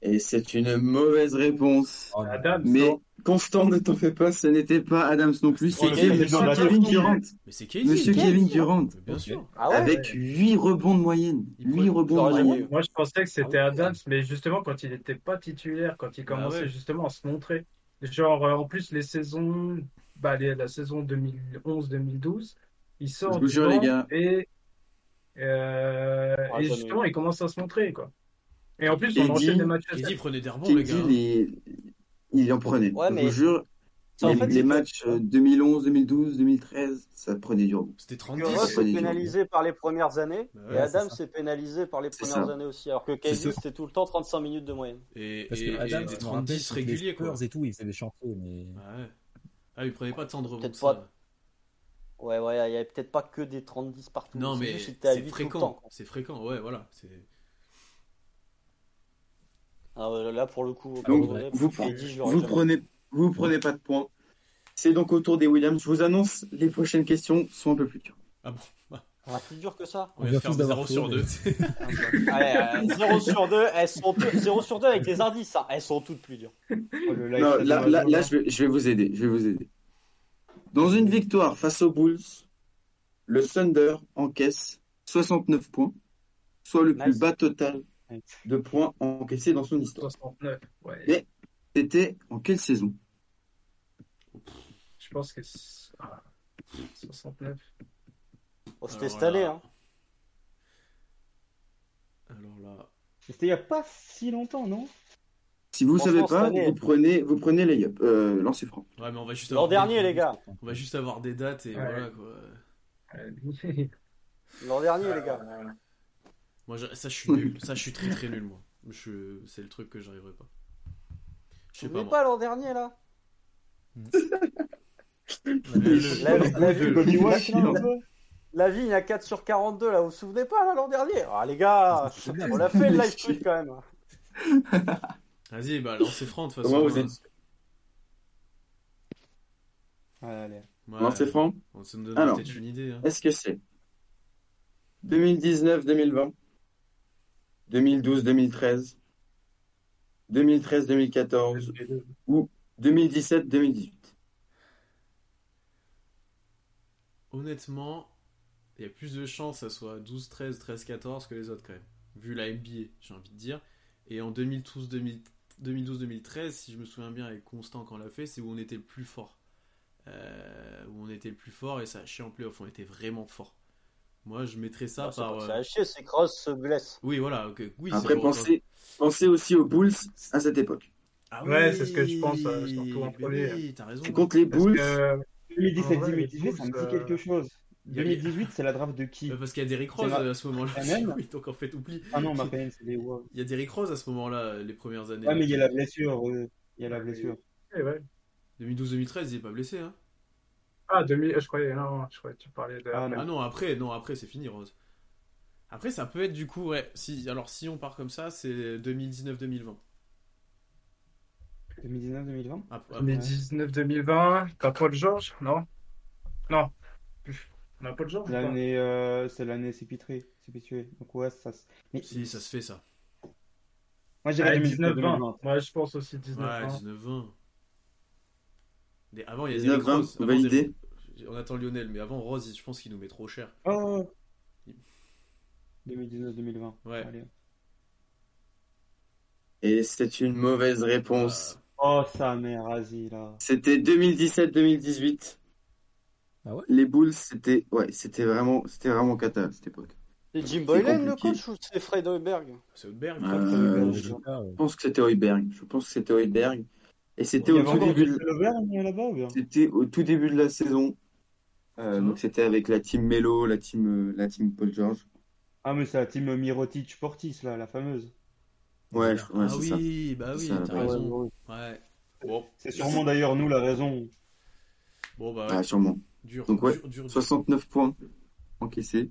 Speaker 1: Et c'est une mauvaise réponse.
Speaker 2: Ah,
Speaker 4: Oh, non.
Speaker 6: Adam,
Speaker 1: Mais
Speaker 6: non.
Speaker 1: Constant, ne t'en fais pas, ce n'était pas Adams non plus,
Speaker 2: Oh,
Speaker 1: c'est
Speaker 2: le
Speaker 1: Kevin,
Speaker 2: président de la
Speaker 1: Kevin
Speaker 5: Turquie.
Speaker 1: Durant. Ah
Speaker 2: Mais c'est Casey
Speaker 1: Monsieur Kevin Durant,
Speaker 2: Mais Bien
Speaker 4: Ok.
Speaker 2: sûr.
Speaker 3: Ah ouais
Speaker 1: avec 8 rebonds de moyenne.
Speaker 2: Il
Speaker 1: 8
Speaker 2: pourrait-
Speaker 1: rebonds de
Speaker 3: J'aurais jamais
Speaker 1: moyenne.
Speaker 3: eu.
Speaker 6: Moi, je pensais que c'était
Speaker 4: Ah oui.
Speaker 6: Adams, mais justement, quand il n'était pas titulaire, quand il
Speaker 2: Bah
Speaker 6: commençait
Speaker 2: ouais.
Speaker 6: justement à se montrer. Genre, euh, en plus, les saisons, bah, les- la saison 2011-2012, il sort
Speaker 1: Je vous
Speaker 6: du
Speaker 1: jure, les
Speaker 6: banc
Speaker 1: gars.
Speaker 6: et, euh,
Speaker 3: Ah,
Speaker 6: et
Speaker 3: jamais.
Speaker 6: justement, il commence à se montrer, quoi. Et en plus, on
Speaker 1: KD,
Speaker 6: enchaîne des matchs. à
Speaker 2: Casey prenait des rebonds, les
Speaker 1: KD,
Speaker 2: gars. hein.
Speaker 1: les- il en prenait.
Speaker 3: Ouais,
Speaker 1: Je
Speaker 3: mais-
Speaker 1: vous jure,
Speaker 3: Ça, en
Speaker 1: les,
Speaker 3: fait,
Speaker 1: les
Speaker 3: c'est-
Speaker 1: matchs euh, 2011, 2012, 2013, ça prenait du rebond.
Speaker 2: C'était
Speaker 3: Parce
Speaker 2: 30
Speaker 3: que
Speaker 1: Dix,
Speaker 3: Ross
Speaker 1: c'est
Speaker 3: est
Speaker 1: pas
Speaker 3: pénalisé par les premières années
Speaker 2: Bah
Speaker 3: et
Speaker 4: ouais,
Speaker 3: Adams
Speaker 4: c'est
Speaker 3: est pénalisé par les
Speaker 1: C'est
Speaker 3: premières
Speaker 1: ça.
Speaker 3: années aussi, alors que
Speaker 4: C'est
Speaker 3: KD
Speaker 4: ça.
Speaker 3: c'était tout le temps 35 minutes de moyenne.
Speaker 2: Et,
Speaker 4: Parce
Speaker 2: et-
Speaker 4: que
Speaker 2: et
Speaker 4: Adam,
Speaker 2: des
Speaker 4: je me rappelle,
Speaker 2: 30-10
Speaker 4: contre les
Speaker 2: réguliers, quoi.
Speaker 4: Spurs et tout, il faisait des chantiers, mais
Speaker 2: Ouais. Ah, il prenait pas tant de rebonds
Speaker 3: Peut-être
Speaker 2: que ça.
Speaker 3: pas. Ouais, ouais, il n'y avait peut-être pas que des 30-10 partout.
Speaker 2: Non,
Speaker 3: C'est
Speaker 2: mais
Speaker 3: juste que t'es à
Speaker 2: c'est
Speaker 3: 8 tout le temps,
Speaker 2: fréquent.
Speaker 3: quoi.
Speaker 2: C'est fréquent, ouais, voilà. c'est-
Speaker 3: Ah, ouais, là, pour le coup, au
Speaker 1: Donc,
Speaker 3: Camerounais,
Speaker 1: vous,
Speaker 3: pour
Speaker 1: pre-
Speaker 3: KD, j'aurais
Speaker 1: vous
Speaker 3: jamais-
Speaker 1: prenez, vous prenez pas de points. C'est donc au tour des Williams. Je vous annonce, les prochaines questions sont un peu plus dures.
Speaker 2: Ah bon bah,
Speaker 3: Ah, plus dur que ça.
Speaker 2: On vient de
Speaker 4: vient
Speaker 2: faire
Speaker 4: tous
Speaker 2: des
Speaker 4: d'avoir
Speaker 2: 0 sur
Speaker 4: faux,
Speaker 2: 2.
Speaker 3: Allez, euh, 0 sur 2, elles sont toutes- 0 sur 2 avec des indices, hein. elles sont toutes plus dures.
Speaker 5: Oh, le live,
Speaker 1: Non, là,
Speaker 5: ça doit
Speaker 1: là,
Speaker 5: jouer,
Speaker 1: là,
Speaker 5: hein.
Speaker 1: je vais, je vais vous aider. Je vais vous aider. Dans une victoire face aux Bulls, le Thunder encaisse 69 points, soit le plus
Speaker 3: Nice.
Speaker 1: bas total de points encaissés dans son histoire.
Speaker 6: 69. Ouais,
Speaker 1: Mais- C'était en quelle saison
Speaker 6: je pense que c'est- ah, 69.
Speaker 3: Oh, C'était
Speaker 2: Alors
Speaker 3: cette année,
Speaker 2: là.
Speaker 3: hein.
Speaker 2: Alors là.
Speaker 5: C'était il n'y a pas si longtemps, non
Speaker 1: Si vous
Speaker 3: Franchement,
Speaker 1: savez pas,
Speaker 3: cette année-
Speaker 1: vous prenez, vous prenez les euh, lancez franc.
Speaker 2: Ouais, mais on va juste
Speaker 3: L'an
Speaker 2: avoir.
Speaker 3: dernier,
Speaker 2: des...
Speaker 3: les gars.
Speaker 2: On va juste avoir des dates et
Speaker 6: Ouais.
Speaker 2: voilà, quoi.
Speaker 6: Euh,
Speaker 3: L'an dernier, les gars.
Speaker 6: euh,
Speaker 2: Moi, je- ça, je suis nul. Ça, je suis très très nul, moi. Je... C'est le truc que j'arriverai pas. Je sais
Speaker 3: Vous
Speaker 2: pas, moi.
Speaker 3: voulez pas l'an dernier, là La, la vie,
Speaker 5: C'est Bobby
Speaker 1: Il
Speaker 5: Walsh,
Speaker 1: l'a-
Speaker 5: non
Speaker 3: hein. la vie, il a 4 sur 42, là, vous vous souvenez pas, là, l'an dernier Ah, les gars,
Speaker 4: C'est bien,
Speaker 3: on l'a fait, le
Speaker 1: Mais
Speaker 3: live
Speaker 1: si.
Speaker 3: tweet, quand même.
Speaker 2: Vas-y, bah lancez franc de toute façon.
Speaker 1: Comment vous êtes
Speaker 5: Allez.
Speaker 2: Ouais,
Speaker 1: Alors, c'est franc.
Speaker 2: On se donne
Speaker 1: Alors.
Speaker 2: peut-être une idée. hein.
Speaker 1: Est-ce que c'est 2019-2020 2012-2013 2013-2014 2017-2018
Speaker 2: Honnêtement, il y a plus de chances que ça soit 12, 13, 13, 14 que les autres quand même. Vu la NBA, j'ai envie de dire. Et en 2012, 2000 2012-2013, si je me souviens bien avec Constant quand on l'a fait, c'est où on était le plus fort. Euh, où on était le plus fort et ça a chié en playoff, on était vraiment fort. Moi je mettrais ça
Speaker 3: Ah, c'est
Speaker 2: par.
Speaker 3: pas-
Speaker 2: euh,
Speaker 3: c'est à chier, c'est Cross se blesse.
Speaker 2: Oui, voilà. ok, Oui, c'est
Speaker 1: Après,
Speaker 2: pour-
Speaker 1: pensez, pensez aussi aux Bulls à cette époque.
Speaker 2: Ah
Speaker 6: Ouais, c'est ce que je pense, euh, surtout en
Speaker 2: mais
Speaker 6: premier.
Speaker 2: Oui, t'as raison. hein.
Speaker 1: Tu comptes les
Speaker 6: Parce
Speaker 1: Bulls
Speaker 6: que,
Speaker 5: 2017-2018, ça me
Speaker 6: euh,
Speaker 5: dit quelque chose.
Speaker 2: y a-
Speaker 5: 2018, c'est la draft de qui
Speaker 2: Euh, Parce qu'il y a Derrick Rose
Speaker 5: C'est ma-
Speaker 2: euh, à ce moment-là.
Speaker 5: la même
Speaker 2: Oui, donc en fait, oublie.
Speaker 5: Ah non, Marcanen, c'est des Wolves.
Speaker 2: Il y a Derrick Rose à ce moment-là, euh, les premières années.
Speaker 5: Ouais, mais il y a la blessure. euh, Il y a la blessure.
Speaker 6: eh ouais.
Speaker 2: 2012-2013, il est pas blessé. Hein.
Speaker 6: Ah, 2000, je croyais, non, je croyais que tu parlais de.
Speaker 5: Ah,
Speaker 6: après.
Speaker 2: Ah non, après, non, après, c'est fini, Rose. Après, ça peut être du coup, ouais. Si, alors, si on part comme ça, c'est 2019-2020.
Speaker 5: 2019-2020
Speaker 2: Ah, ah,
Speaker 6: Mais 19-2020, t'as Paul George, non Non. On a Paul George ou pas
Speaker 5: L'année, euh, c'est l'année Sépitré. Sépitué. Donc ouais, ça. se- Mais
Speaker 2: si, ça se fait ça.
Speaker 5: Moi,
Speaker 6: Ah,
Speaker 5: j'irais
Speaker 6: 19-20.
Speaker 5: 2019-2020.
Speaker 6: Moi, je pense aussi
Speaker 2: Ouais,
Speaker 6: 19-20.
Speaker 2: 19-20. Mais avant, il y a Derrick
Speaker 1: 19-20,
Speaker 2: Rose. Avant,
Speaker 1: validé.
Speaker 2: Derrick- On attend Lionel, mais avant Rose, il- je pense qu'il nous met trop cher.
Speaker 5: Oh 2019-2020.
Speaker 2: Ouais.
Speaker 5: Allez.
Speaker 1: Et c'est une mauvaise réponse.
Speaker 2: Ah,
Speaker 5: Oh, sa mère, Asie, là.
Speaker 1: C'était 2017-2018.
Speaker 4: Ah ouais
Speaker 1: Les Bulls, c'était ouais, c'était vraiment, c'était vraiment cata à cette époque.
Speaker 3: C'est Jim
Speaker 1: Boylan,
Speaker 3: Boylan,
Speaker 1: le
Speaker 3: le
Speaker 1: compliqué.
Speaker 3: coach, ou c'est Fred Hoiberg
Speaker 2: c'est Holmberg.
Speaker 1: Euh,
Speaker 4: Je
Speaker 1: je
Speaker 4: sais pas, ouais.
Speaker 1: Je pense que c'était Hoiberg. Je pense que c'était Hoiberg. Et c'était
Speaker 5: Il y
Speaker 1: au
Speaker 5: avait
Speaker 1: tout
Speaker 5: encore
Speaker 1: début. de-
Speaker 5: Jesse Lovren, là-bas ou bien
Speaker 1: C'était au tout début de la saison. Euh,
Speaker 2: Ça.
Speaker 1: donc c'était avec la team Melo, la team, euh, la team Paul George.
Speaker 5: Ah, mais c'est la team Mirotic Portis, là, la fameuse.
Speaker 1: Ouais,
Speaker 2: Voilà.
Speaker 1: je- ouais,
Speaker 2: ah
Speaker 1: c'est
Speaker 2: oui,
Speaker 1: ça.
Speaker 2: bah
Speaker 1: C'est
Speaker 2: oui,
Speaker 1: ça,
Speaker 3: Ah,
Speaker 2: t'as
Speaker 1: ouais.
Speaker 2: raison. Ouais. Bon,
Speaker 5: C'est sûrement d'ailleurs nous la raison.
Speaker 2: bon bah,
Speaker 1: Ah, sûrement.
Speaker 2: dur,
Speaker 1: Donc, ouais,
Speaker 2: dur, dur, dur.
Speaker 1: 69 points encaissés.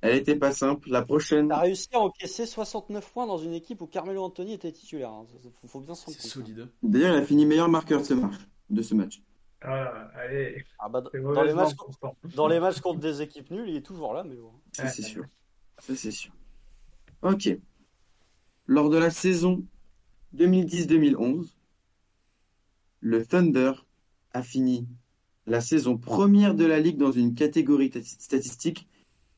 Speaker 1: Elle était pas simple. La prochaine,
Speaker 3: T'as réussi à encaisser 69 points dans une équipe où Carmelo Anthony était titulaire. hein. Ça, ça, Faut, faut bien s'en
Speaker 2: C'est
Speaker 3: compte.
Speaker 2: solide. hein.
Speaker 1: d'ailleurs, elle a fini meilleur marqueur de ce match. De ce match.
Speaker 6: Ah, allez,
Speaker 3: Ah bah, dans,
Speaker 6: c'est
Speaker 3: dans les
Speaker 6: mauvaisement
Speaker 3: matchs,
Speaker 6: constant.
Speaker 3: dans les matchs contre des équipes nulles, il est toujours là, mais bon.
Speaker 1: Ça,
Speaker 6: Ouais.
Speaker 1: c'est sûr. Ça, c'est sûr. Ok. Lors de la saison 2010-2011, le Thunder a fini la saison première de la Ligue dans une catégorie ta- statistique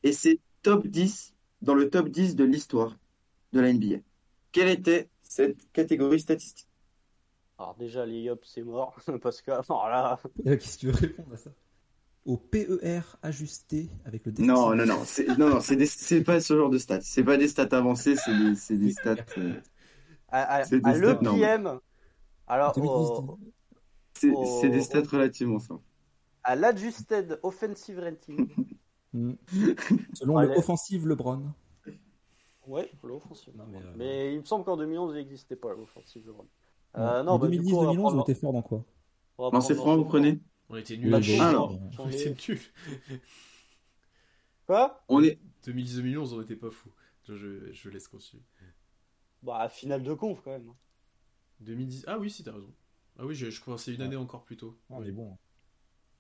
Speaker 1: et c'est top 10 dans le top 10 de l'histoire de la NBA. Quelle était cette catégorie statistique
Speaker 3: Alors déjà, les ups, c'est mort, parce que, alors là,
Speaker 4: Euh, Qu'est-ce que tu veux répondre à ça Au PER ajusté avec le déficit.
Speaker 1: Non, non, non, c'est, non, non, c'est, des- c'est pas ce genre de stats. C'est pas des stats avancées, c'est des, c'est des stats. euh,
Speaker 3: à, à-
Speaker 1: C'est
Speaker 3: à
Speaker 1: des stats
Speaker 3: l'EPM, alors au-
Speaker 4: 2010,
Speaker 1: c'est, c'est des stats relativement simples.
Speaker 3: à l'adjusted offensive rating.
Speaker 4: Mm. Selon
Speaker 3: Allez.
Speaker 4: le offensive LeBron.
Speaker 3: Ouais, l'offensive.
Speaker 4: Non, mais,
Speaker 3: mais,
Speaker 4: euh,
Speaker 3: il me semble qu'en 2011, il n'existait pas l'offensive. LeBron.
Speaker 4: Ouais.
Speaker 3: Euh, non,
Speaker 4: En
Speaker 3: bah, du coup, on va
Speaker 4: 2010-2011, on
Speaker 3: prendre-
Speaker 4: était fort dans quoi
Speaker 3: on va
Speaker 1: Oh, Non, c'est
Speaker 3: prendre
Speaker 1: franc, vous prenez
Speaker 3: l'ensemble.
Speaker 2: On était
Speaker 4: On
Speaker 2: nuls.
Speaker 1: Bah,
Speaker 4: a
Speaker 2: à chier.
Speaker 4: bon.
Speaker 1: Alors.
Speaker 2: on était
Speaker 5: Ah.
Speaker 2: nuls.
Speaker 3: Quoi
Speaker 1: On est,
Speaker 2: 2010-2011, on était pas fous. Je, je, je laisse continuer.
Speaker 3: Bah, finale de conf quand même.
Speaker 2: 2010. Ah oui, si t'as raison. Ah oui, je, je pensais une année encore plus tôt.
Speaker 4: Non, mais bon.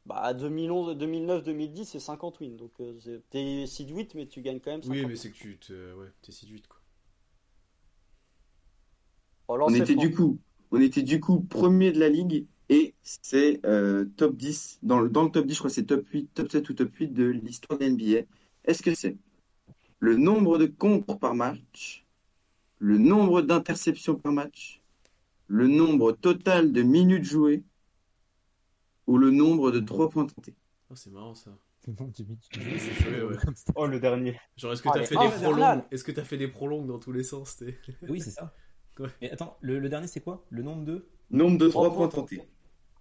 Speaker 3: Bah, 2011, 2009, 2010, c'est 50 wins. Donc, euh, c'est- t'es seed 8, mais tu gagnes quand même 50.
Speaker 2: Oui, mais c'est que tu te, ouais, t'es séduite quoi.
Speaker 3: Oh, là,
Speaker 1: on
Speaker 3: c'est
Speaker 1: était
Speaker 3: franc.
Speaker 1: du coup, on était du coup premier de la ligue et c'est euh, top 10 dans le, dans le top 10, je crois que c'est top 8, top 7 ou top 8 de l'histoire de NBA. Est-ce que c'est le nombre de contres par match, le nombre d'interceptions par match, le nombre total de minutes jouées ou le nombre de trois points tentés
Speaker 2: Oh, c'est marrant ça.
Speaker 4: Le nom du mythe.
Speaker 2: Ouais, ouais.
Speaker 4: Comme ça.
Speaker 5: Oh, le dernier.
Speaker 2: Genre, est-ce que
Speaker 3: Ah,
Speaker 2: t'as
Speaker 3: mais
Speaker 2: fait des
Speaker 3: infernal.
Speaker 2: prolongues Est-ce que t'as fait des prolongues dans tous les sens t'es-
Speaker 4: Oui, c'est ça.
Speaker 2: Ouais.
Speaker 4: Mais attends, le, le dernier, c'est quoi Le nombre de
Speaker 1: Nombre de
Speaker 3: Trois
Speaker 1: trois points
Speaker 3: points
Speaker 1: tentés.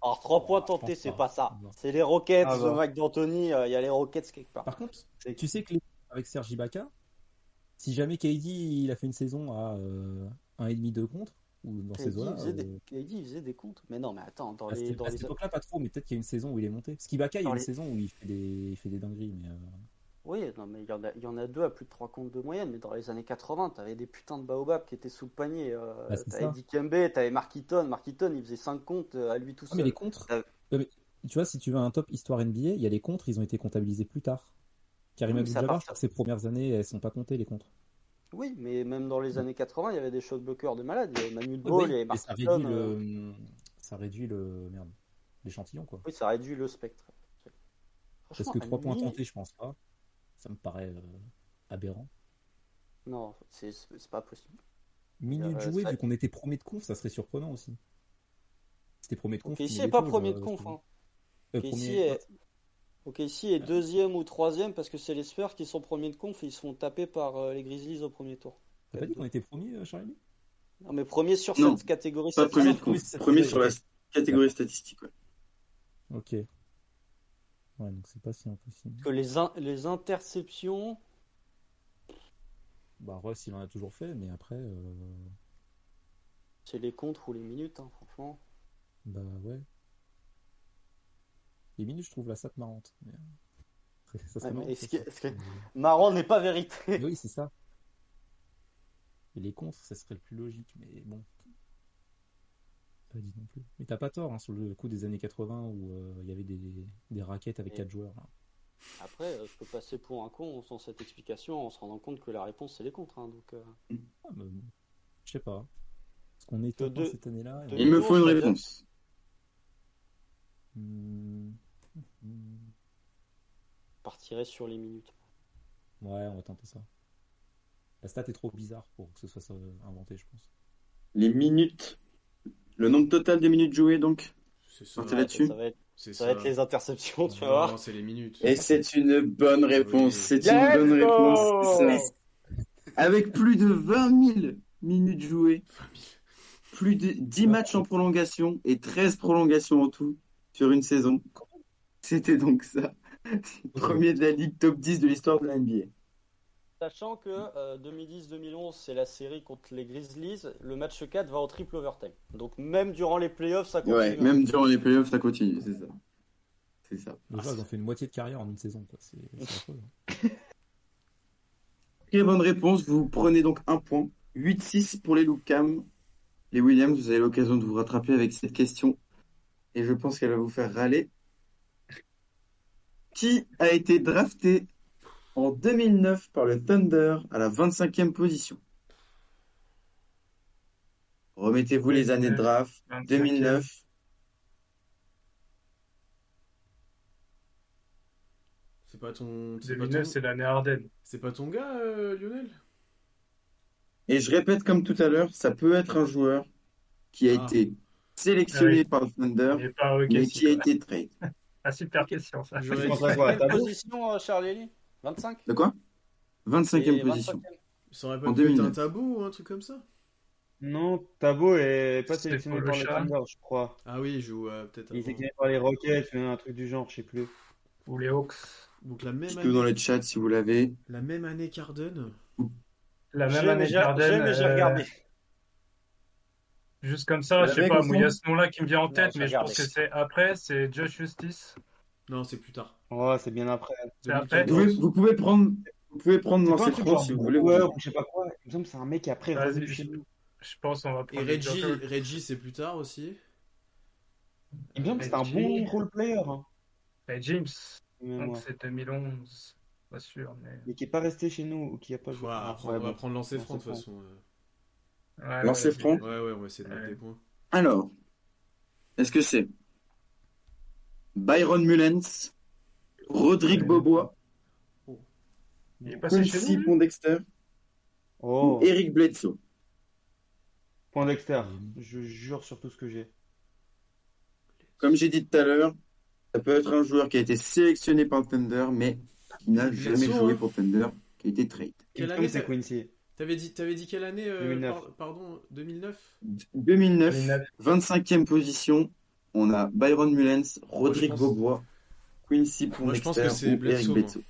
Speaker 3: Alors, 3 points
Speaker 4: Oh, je
Speaker 3: tentés,
Speaker 4: pense
Speaker 3: c'est
Speaker 4: pas.
Speaker 3: pas ça.
Speaker 4: Non.
Speaker 3: C'est les Rockets,
Speaker 5: Ah bah.
Speaker 3: le Mac d'Anthony, euh, il y a les Rockets quelque part.
Speaker 4: Par contre,
Speaker 3: C'est-
Speaker 4: tu sais que les- avec euh, Sergi Ibaka, si jamais KD il a fait une saison à 1,5 de contre, ou dans ces
Speaker 3: KD, il
Speaker 4: eaux-là.
Speaker 3: faisait
Speaker 4: euh,
Speaker 3: des- KD, il faisait des comptes. Mais non, mais attends, dans
Speaker 4: À
Speaker 3: les.
Speaker 4: cette,
Speaker 3: Dans
Speaker 4: à
Speaker 3: les...
Speaker 4: cette époque-là, pas trop, mais peut-être qu'il y a une saison où il est monté. Parce qu'Ibaka, il y a
Speaker 3: Dans
Speaker 4: une
Speaker 3: les-
Speaker 4: saison où il fait des, il fait des dingueries, mais euh,
Speaker 3: Oui, non, mais il y, en a, il y en a deux à plus de 3 comptes de moyenne, mais dans les années 80, t'avais des putains de baobabs qui étaient sous le panier. euh,
Speaker 4: Bah, c'est
Speaker 3: t'avais
Speaker 4: ça.
Speaker 3: Dikembe, t'avais Markiton. Markiton, il faisait 5 comptes euh, à lui tout
Speaker 4: Ah, mais
Speaker 3: seul.
Speaker 4: les contres.
Speaker 3: Ah.
Speaker 4: Ouais, mais tu vois, si tu veux un top histoire NBA, il y a les contres, ils ont été comptabilisés plus tard. Karim
Speaker 3: Oui, mais c'est à
Speaker 4: Abdul-Jabbar,
Speaker 3: partir-
Speaker 4: je crois que ses premières années, elles sont pas comptées, les contres.
Speaker 3: Oui, mais même dans les années 80, il y avait des shot blockers de malades. Il y avait Manu
Speaker 4: Oui,
Speaker 3: Ball,
Speaker 4: oui,
Speaker 3: il y avait
Speaker 4: mais ça
Speaker 3: Markiton.
Speaker 4: réduit
Speaker 3: Oh, euh,
Speaker 4: le. Ça réduit le. Merde. L'échantillon, quoi.
Speaker 3: Oui, ça réduit le spectre.
Speaker 4: Parce
Speaker 3: Franchement,
Speaker 4: que
Speaker 3: un
Speaker 4: 3 points
Speaker 3: mini-
Speaker 4: tentés, je pense pas. Ça me paraît euh, aberrant.
Speaker 3: Non, c'est c'est- c'est pas possible.
Speaker 4: Minutes
Speaker 3: Euh,
Speaker 4: jouées,
Speaker 3: ça-
Speaker 4: vu qu'on était premier de conf, ça serait surprenant aussi. C'était premier de conf.
Speaker 3: Ok, ici,
Speaker 4: premier
Speaker 3: il est
Speaker 4: des
Speaker 3: pas
Speaker 4: pauvres,
Speaker 3: premier de
Speaker 4: euh,
Speaker 3: conf.
Speaker 4: souvent.
Speaker 3: Hein.
Speaker 4: Euh,
Speaker 3: Ok, ici,
Speaker 4: premier-
Speaker 3: est... ok, ici est deuxième ou troisième parce que c'est les Spurs qui sont premiers de conf et ils se font taper par euh, les Grizzlies au premier tour.
Speaker 4: T'as pas dit qu'on était premier, euh, Charlie
Speaker 3: Non, mais premier sur
Speaker 1: Non,
Speaker 3: cette catégorie.
Speaker 1: Pas
Speaker 3: cette
Speaker 1: premier de
Speaker 3: année.
Speaker 1: con,
Speaker 4: oui, c'est-
Speaker 1: premier
Speaker 4: c'est-
Speaker 1: sur la catégorie statistique. ouais.
Speaker 4: Ok. Ouais, donc c'est pas si impossible.
Speaker 3: Que les, in- les interceptions.
Speaker 4: Bah, Russ, il en a toujours fait, mais après, euh,
Speaker 3: C'est les contres ou les minutes, hein, franchement.
Speaker 4: bah ouais. Les minutes, je trouve la SAT marrante. mais, euh, Ça serait
Speaker 3: Ouais, mais
Speaker 4: marrant,
Speaker 3: est-ce
Speaker 4: ça.
Speaker 3: que- est-ce que- Marrant n'est pas
Speaker 4: Mais
Speaker 3: vérité.
Speaker 4: oui, c'est ça. Et les contres, ça serait le plus logique, mais bon. Pas dit non plus. Mais t'as pas tort hein, sur le coup des années 80 où euh, il y avait des, des raquettes avec
Speaker 3: Et-
Speaker 4: 4 joueurs. là.
Speaker 3: Après, euh, je peux passer pour un con sans cette explication en se rendant compte que la réponse c'est les contres. hein, donc, euh,
Speaker 4: Ah, mais bon. Je sais pas. Parce qu'on est
Speaker 3: De
Speaker 4: top hein,
Speaker 3: deux-
Speaker 4: cette année-là. et
Speaker 3: de-
Speaker 4: on-
Speaker 1: Il me faut une réponse.
Speaker 4: Hmm. Hmm.
Speaker 3: je partirai sur les minutes.
Speaker 4: Ouais, on va tenter ça. La stat est trop bizarre pour que ce soit euh, inventé, je pense.
Speaker 1: Les minutes. Le nombre total des minutes jouées, donc.
Speaker 2: C'est ça.
Speaker 1: Partez là-dessus.
Speaker 3: Ça va être,
Speaker 2: C'est
Speaker 3: ça va être les interceptions, tu vas
Speaker 2: Non,
Speaker 3: voir.
Speaker 2: c'est les minutes.
Speaker 1: Et c'est une bonne réponse.
Speaker 2: Oui.
Speaker 1: C'est
Speaker 3: Yes,
Speaker 1: une bonne réponse.
Speaker 3: oh
Speaker 1: c'est ça. Avec plus de 20 000 minutes jouées, plus de 10 matchs en prolongation et 13 prolongations en tout sur une saison. C'était donc ça. Premier de la ligue top 10 de l'histoire de la NBA.
Speaker 3: Sachant que euh, 2010-2011, c'est la série contre les Grizzlies, le match 4 va en triple overtime. Donc même durant les playoffs, ça continue.
Speaker 1: Ouais, même durant les playoffs, ça continue, c'est ça. C'est ça.
Speaker 4: Les
Speaker 2: Ah,
Speaker 4: joueurs, ils
Speaker 2: c'est-
Speaker 4: ont fait une moitié de carrière en une saison, quoi. C'est c'est affreux, hein.
Speaker 1: Très bonne réponse, vous prenez donc un point. 8-6 pour les Lucam. Les Williams, vous avez l'occasion de vous rattraper avec cette question. Et je pense qu'elle va vous faire râler. Qui a été drafté en 2009 par le Thunder à la 25e position Remettez-vous les années de draft. 2009.
Speaker 2: C'est pas ton. C'est pas
Speaker 6: 2009,
Speaker 2: ton...
Speaker 6: c'est l'année Ardennes.
Speaker 2: c'est pas ton gars, euh, Lionel
Speaker 1: Et je répète comme tout à l'heure, ça peut être un joueur qui a
Speaker 2: Ah.
Speaker 1: été sélectionné
Speaker 6: Ah oui.
Speaker 1: par le Thunder,
Speaker 6: Il est pas au
Speaker 1: mais
Speaker 6: Casey,
Speaker 1: qui a
Speaker 6: quoi.
Speaker 1: été trade.
Speaker 6: Ah, super question, ça.
Speaker 2: J'aurais-
Speaker 5: Je pense à quoi, à
Speaker 3: Quelle
Speaker 5: tableau
Speaker 3: position, euh, Charlie Lee 25
Speaker 1: De quoi 25e
Speaker 3: Et
Speaker 1: position.
Speaker 3: 25e.
Speaker 2: Ça aurait
Speaker 1: En
Speaker 2: pas pu être un
Speaker 1: 2009.
Speaker 2: tabou ou un truc comme ça
Speaker 5: Non, Tabo est pas
Speaker 6: C'est
Speaker 5: sélectionné
Speaker 6: pour
Speaker 5: par
Speaker 6: le
Speaker 5: le
Speaker 6: chat.
Speaker 5: Thunder, je crois.
Speaker 2: Ah oui, il joue euh, peut-être
Speaker 5: Il est
Speaker 2: avant.
Speaker 5: sélectionné par les Rockets, mais un truc du genre, je sais plus.
Speaker 6: Ou les Hawks.
Speaker 2: Donc la même
Speaker 1: Dites-nous dans
Speaker 2: année,
Speaker 1: le chat si vous l'avez.
Speaker 2: la même année qu'Arden.
Speaker 6: La
Speaker 3: J'ai-
Speaker 6: même année
Speaker 3: j'ai-
Speaker 6: qu'Arden,
Speaker 3: j'ai- mais j'ai
Speaker 6: euh,
Speaker 3: regardé.
Speaker 6: Juste comme ça,
Speaker 1: Le
Speaker 6: je sais
Speaker 1: mec,
Speaker 6: pas,
Speaker 1: il
Speaker 6: moi, il y a ce nom-là qui me vient en
Speaker 3: Non,
Speaker 6: tête,
Speaker 3: je
Speaker 6: mais je
Speaker 3: regarde.
Speaker 6: pense que c'est après, c'est Josh Justice.
Speaker 2: Non, c'est plus tard.
Speaker 5: Ouais, Oh, c'est bien après.
Speaker 6: C'est après.
Speaker 1: Vous pouvez, vous pouvez prendre, vous pouvez prendre
Speaker 5: C'est
Speaker 1: dans
Speaker 5: pas un
Speaker 1: ces
Speaker 5: truc
Speaker 1: francs
Speaker 5: genre
Speaker 1: si vous voulez.
Speaker 5: Brewer ou je sais pas quoi. Il me semble que c'est un mec qui après est
Speaker 6: Vas-y,
Speaker 5: revenu
Speaker 6: je-
Speaker 5: chez nous.
Speaker 6: Je pense qu'on va
Speaker 2: Et
Speaker 6: prendre les
Speaker 2: Reggie,
Speaker 6: Joker.
Speaker 2: Reggie c'est plus tard aussi.
Speaker 5: Il me semble que c'est un
Speaker 6: Reggie.
Speaker 5: bon role-player, hein,
Speaker 6: Et James,
Speaker 5: de mémoire.
Speaker 6: donc c'est 2011, pas sûr, mais...
Speaker 5: mais qui est pas resté chez nous ou qui a pas joué.
Speaker 2: Ouais,
Speaker 5: Ah,
Speaker 2: après, on
Speaker 5: ouais,
Speaker 2: va
Speaker 5: bon.
Speaker 2: prendre lancer franc de toute
Speaker 5: Lancer
Speaker 2: façon. euh.
Speaker 6: Ouais,
Speaker 1: Lancer
Speaker 6: ouais,
Speaker 1: franc.
Speaker 2: Ouais, ouais, on va essayer de mettre
Speaker 6: Ouais.
Speaker 2: des points.
Speaker 1: Alors, est-ce que c'est Byron Mullens, Rodrigue Bobois,
Speaker 6: Il est passé Bah, chez
Speaker 1: Quincy
Speaker 6: nous, lui
Speaker 1: Pondexter
Speaker 5: Oh,
Speaker 1: ou Eric Bledsoe
Speaker 5: point Dexter.
Speaker 4: Mm.
Speaker 5: Je jure sur tout ce que j'ai.
Speaker 1: Comme j'ai dit tout à l'heure, ça peut être un joueur qui a été sélectionné par le Thunder, mais qui n'a
Speaker 2: Bledsoe,
Speaker 1: jamais joué
Speaker 2: hein.
Speaker 1: pour Thunder, qui a été trade.
Speaker 5: Il me
Speaker 2: Quelle
Speaker 5: semble
Speaker 2: année
Speaker 5: que c'est
Speaker 2: t'as-
Speaker 5: Quincy.
Speaker 2: T'avais dit, t'avais dit quelle année euh,
Speaker 5: 2009.
Speaker 2: par- Pardon, 2009
Speaker 1: 2009,
Speaker 6: 2009.
Speaker 1: 25e position, on a Byron Mullens, Rodrigue
Speaker 2: pense-
Speaker 1: Bobois, Quincy Pondexter
Speaker 2: Moi, je pense que c'est
Speaker 1: ou Eric
Speaker 2: Bledsoe,
Speaker 1: Bledsoe.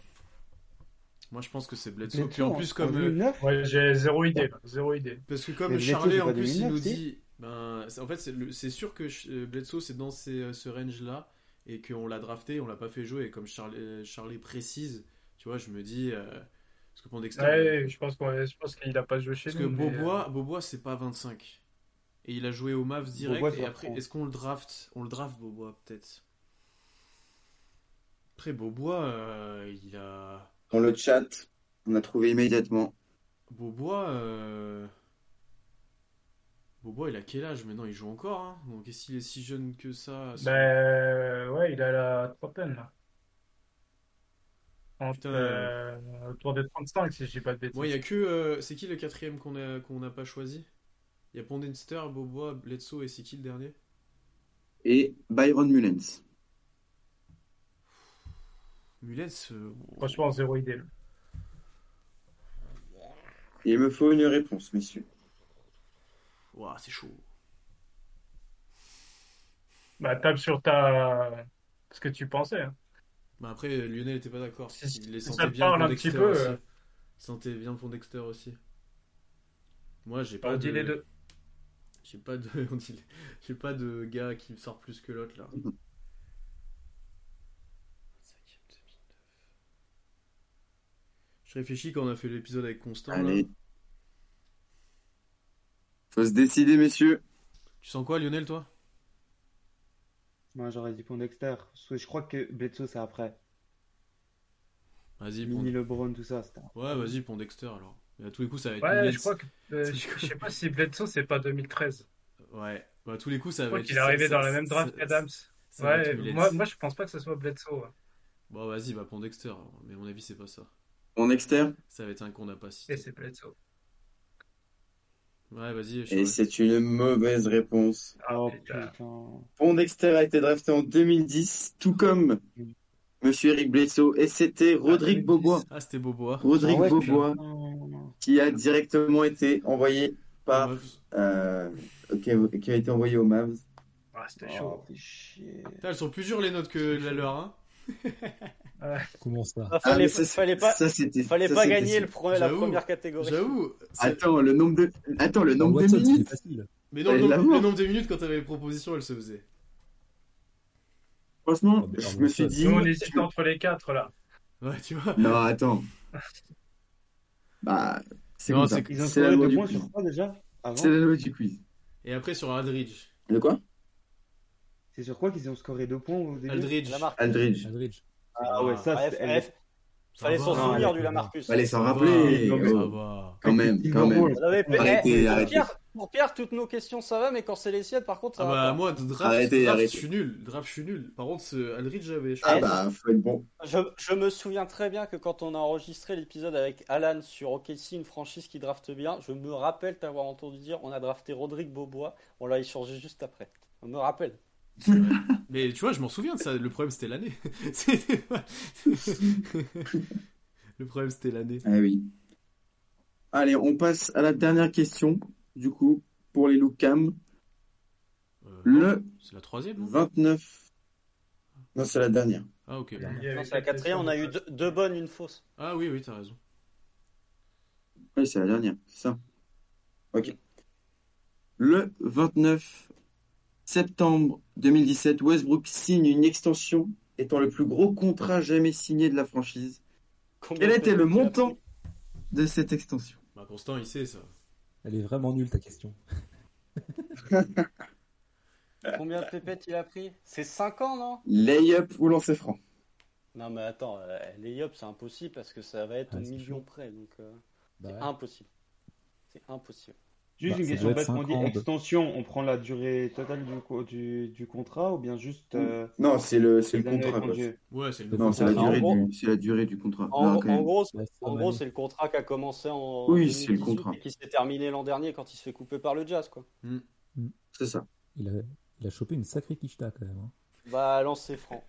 Speaker 2: Moi, je pense que c'est Bledsoe. Puis en plus, comme. euh,
Speaker 6: Ouais, j'ai zéro idée, là, zéro idée.
Speaker 2: Parce que comme
Speaker 5: Mais Bledsoe,
Speaker 2: Charlet,
Speaker 5: c'est
Speaker 2: en
Speaker 5: pas des
Speaker 2: plus, il
Speaker 5: mineurs,
Speaker 2: nous
Speaker 5: si
Speaker 2: dit... Ben, c'est- en fait, c'est le- c'est sûr que Ch- euh, Bledsoe, c'est dans ces, euh, ce range-là, et qu'on l'a drafté, on l'a pas fait jouer, et comme Charlet, euh, Charlet précise, tu vois, je me dis... euh, parce que pour Dexter...
Speaker 6: Ouais, je pense qu'on- je pense qu'il a pas joué chez
Speaker 2: parce que
Speaker 6: nous. mais,
Speaker 2: Bobois,
Speaker 5: euh,
Speaker 2: Bobois c'est pas 25. Et il a joué au Mavs direct,
Speaker 5: Bobois, c'est
Speaker 2: et
Speaker 5: pas
Speaker 2: après,
Speaker 5: franc.
Speaker 2: est-ce qu'on le draft On le draft, Bobois, peut-être. Après, Bobois, euh, il a...
Speaker 1: Dans le chat, on a trouvé immédiatement.
Speaker 2: Beaubois, euh... Beaubois, il a quel âge maintenant? Il joue encore, hein? Donc, est-ce qu'il est si jeune que ça?
Speaker 6: Ben euh, ouais, il a la trentaine là. Entre,
Speaker 2: Putain.
Speaker 6: euh, autour de 35 si je dis pas de bêtises.
Speaker 2: Moi, il y a que. euh, C'est qui le quatrième qu'on a... qu'on n'a pas choisi? Il y a Pondinster, Beaubois, Bledsoe et c'est qui le dernier?
Speaker 1: Et Byron Mullens.
Speaker 2: Mullens, euh,
Speaker 6: Franchement, zéro idée. là.
Speaker 1: Il me faut une réponse, messieurs.
Speaker 2: ouah, c'est chaud.
Speaker 6: Bah tape sur ta ce que tu pensais. hein.
Speaker 2: Bah, après, Lionel était pas d'accord.
Speaker 6: Si-
Speaker 2: Il les
Speaker 6: si ça
Speaker 2: sentait
Speaker 6: te
Speaker 2: bien
Speaker 6: parle
Speaker 2: pour
Speaker 6: un petit
Speaker 2: Dexter
Speaker 6: peu,
Speaker 2: aussi.
Speaker 6: euh.
Speaker 2: Il sentait bien pour Dexter aussi. Moi, j'ai
Speaker 6: Bah,
Speaker 2: pas
Speaker 6: on dit
Speaker 2: de.
Speaker 6: les deux.
Speaker 2: J'ai pas de. on dit les- J'ai pas de gars qui me sort plus que l'autre là. Je réfléchis quand on a fait l'épisode avec Constant. là.
Speaker 1: Allez. Faut se décider, messieurs.
Speaker 2: Tu sens quoi, Lionel, toi
Speaker 5: Moi, j'aurais dit Pondexter. Parce que je crois que Bledsoe, c'est après.
Speaker 2: Vas-y, Pond-
Speaker 5: Mini LeBron, tout ça, c'était.
Speaker 2: Ouais, vas-y, pond Dexter alors. Et à tous les coups, ça va être
Speaker 6: Ouais,
Speaker 2: Mullens.
Speaker 6: je crois que euh, je je sais pas si Bledsoe c'est pas 2013.
Speaker 2: Ouais, bah, à tous les coups, ça
Speaker 6: Je
Speaker 2: va
Speaker 6: crois
Speaker 2: être.
Speaker 6: qu'il est arrivé
Speaker 2: ça-
Speaker 6: dans
Speaker 2: ça-
Speaker 6: la même draft
Speaker 2: ça-
Speaker 6: qu'Adams.
Speaker 2: ça va
Speaker 6: Ouais,
Speaker 2: être Mullens.
Speaker 6: moi moi je pense pas que ce soit Bledsoe. hein. ouais.
Speaker 2: Bon, vas-y, bah, pond Dexter. Mais à mon avis, c'est pas ça.
Speaker 1: On externe.
Speaker 2: Ça va être un qu'on n'a pas
Speaker 6: Et
Speaker 2: cité.
Speaker 6: c'est Bledsoe.
Speaker 2: Ouais, vas-y,
Speaker 1: Et
Speaker 2: Charles.
Speaker 1: c'est une mauvaise réponse.
Speaker 5: Oh
Speaker 6: putain.
Speaker 5: putain.
Speaker 1: Pondexter a été drafté en 2010, tout comme Monsieur Eric Bledsoe. Et c'était Rodrigue
Speaker 6: 2010.
Speaker 1: Bobois.
Speaker 2: Ah, c'était Bobois.
Speaker 1: Rodrigue
Speaker 5: Ah ouais,
Speaker 1: Bobois
Speaker 5: putain.
Speaker 1: qui a directement été envoyé par.
Speaker 2: Ouais. bah,
Speaker 1: euh, qui, a, qui a été envoyé au Mavs.
Speaker 6: Ah, c'était
Speaker 5: Oh,
Speaker 6: chaud.
Speaker 5: fais chier.
Speaker 2: Putain, elles sont plus dures les notes que la leur, hein.
Speaker 4: Comment ça
Speaker 3: Ah,
Speaker 1: Ah,
Speaker 3: fallait,
Speaker 1: mais ça, c'est-
Speaker 3: fallait pas,
Speaker 1: ça, c'était-
Speaker 3: fallait
Speaker 1: ça,
Speaker 3: pas
Speaker 1: c'était
Speaker 3: gagner le
Speaker 1: sûr.
Speaker 3: pre- la
Speaker 2: J'avoue.
Speaker 3: première catégorie.
Speaker 2: J'avoue. c'est-
Speaker 1: Attends, le nombre de, Attends, le nombre de
Speaker 4: Watson, c'était
Speaker 1: minutes.
Speaker 4: facile.
Speaker 2: Mais dans le
Speaker 1: Fallait
Speaker 2: nombre,
Speaker 1: l'avoir.
Speaker 2: le nombre de minutes, quand t'avais les propositions, elles se faisaient.
Speaker 1: Franchement,
Speaker 4: Oh, mais
Speaker 1: je
Speaker 4: pardon,
Speaker 1: me suis
Speaker 4: ça,
Speaker 1: dit.
Speaker 6: Nous on hésite entre les quatre là.
Speaker 2: Ouais, tu vois.
Speaker 1: Non, attends. Bah, c'est
Speaker 2: Non,
Speaker 1: comme ça.
Speaker 2: c'est-
Speaker 5: Ils ont
Speaker 1: C'est la
Speaker 5: scoré
Speaker 1: loi
Speaker 5: deux
Speaker 1: du
Speaker 5: points
Speaker 1: quiz.
Speaker 5: sur trois déjà? Avant?
Speaker 1: C'est la loi du quiz.
Speaker 2: Et après, sur Aldridge.
Speaker 1: De quoi
Speaker 5: C'est sur quoi qu'ils ont scoré deux points au début?
Speaker 2: Aldridge.
Speaker 3: Lamarcus.
Speaker 1: Aldridge.
Speaker 4: Aldridge.
Speaker 5: Ah ouais, ça,
Speaker 3: Ouais,
Speaker 5: c'est.
Speaker 3: fallait- fallait
Speaker 2: Ça
Speaker 3: s'en
Speaker 2: va.
Speaker 3: souvenir
Speaker 5: Ouais,
Speaker 3: du
Speaker 4: ouais.
Speaker 3: Lamarcus.
Speaker 1: Fallait s'en
Speaker 2: Ça va,
Speaker 1: rappeler.
Speaker 5: non, mais-
Speaker 2: Ah, Ça
Speaker 1: oh,
Speaker 2: va. Ah, bah,
Speaker 1: Quand même, quand même.
Speaker 3: On avait-
Speaker 1: Arrêtez,
Speaker 3: Eh, pour
Speaker 1: arrêtez.
Speaker 3: Pierre- Pour Pierre, toutes nos questions ça va, mais quand c'est les siennes, par contre, ça
Speaker 2: Ah
Speaker 3: va
Speaker 2: bah
Speaker 3: pas.
Speaker 2: moi, draft,
Speaker 1: Arrêtez,
Speaker 2: draft,
Speaker 1: arrêtez.
Speaker 2: je suis nul. Draft, je suis nul. Par contre, ce Aldridge, j'avais. je
Speaker 1: Ah
Speaker 2: pense.
Speaker 1: bah, faut être bon.
Speaker 3: Je, je me souviens très bien que quand on a enregistré l'épisode avec Alan sur OKC, une franchise qui drafte bien, je me rappelle t'avoir entendu dire on a drafté Rodrigue Beaubois, on l'a échangé juste après. On me rappelle.
Speaker 2: Mais tu vois, je m'en souviens de ça. Le problème, c'était l'année. C'était pas- Le problème, c'était l'année.
Speaker 1: Ah oui. Allez, on passe à la dernière question, du coup, pour les Lucam.
Speaker 2: Euh,
Speaker 1: Le
Speaker 2: C'est la troisième, non?
Speaker 1: 29. Non, c'est la dernière.
Speaker 2: Ah, ok.
Speaker 4: Dernière.
Speaker 3: Non, c'est la quatrième, on a eu deux, deux bonnes, une fausse.
Speaker 2: Ah oui, oui, t'as raison.
Speaker 1: Oui, c'est la dernière, c'est ça. Ok. Le 29 septembre 2017, Westbrook signe une extension étant le plus gros contrat jamais signé de la franchise.
Speaker 3: Combien
Speaker 1: Quel
Speaker 3: de
Speaker 1: était le
Speaker 3: pénalités
Speaker 1: montant de cette extension
Speaker 2: Bah, Constant, il sait ça.
Speaker 4: Elle est vraiment nulle ta question.
Speaker 3: il a pris Combien de pépettes il a pris C'est 5 ans, non
Speaker 1: Layup ou lancer franc
Speaker 3: Non, mais attends, euh, les Yop, c'est impossible parce que ça va être
Speaker 4: Ah,
Speaker 3: au
Speaker 4: c'est
Speaker 3: million
Speaker 4: chaud.
Speaker 3: près, donc euh,
Speaker 4: Bah, ouais.
Speaker 3: impossible. C'est impossible.
Speaker 5: Juste
Speaker 4: Bah,
Speaker 5: une
Speaker 4: ça
Speaker 5: question
Speaker 4: doit être
Speaker 5: bête, on dit
Speaker 4: 50.
Speaker 5: extension, on prend la durée totale du, co- du, du contrat ou bien juste euh,
Speaker 1: Non, c'est le, c'est
Speaker 5: les
Speaker 1: le
Speaker 5: années
Speaker 1: contrat. quoi.
Speaker 5: étendues
Speaker 2: Ouais, c'est le
Speaker 1: Non, c'est la,
Speaker 3: En
Speaker 1: durée
Speaker 3: gros-
Speaker 1: du, c'est la durée du contrat.
Speaker 3: En,
Speaker 1: Non,
Speaker 3: gros-
Speaker 1: quand
Speaker 3: en
Speaker 1: même.
Speaker 3: gros,
Speaker 4: Ouais, ça,
Speaker 3: En
Speaker 4: mais-
Speaker 3: gros, c'est le contrat qui a commencé en
Speaker 1: Ah, bah, Oui, c'est le
Speaker 3: 2018
Speaker 1: contrat.
Speaker 3: et qui s'est terminé l'an dernier quand il se fait couper par le Jazz, quoi.
Speaker 1: C'est ça.
Speaker 4: il, a... il a chopé une sacrée quicheta quand même. hein.
Speaker 3: Bah, lancez franc.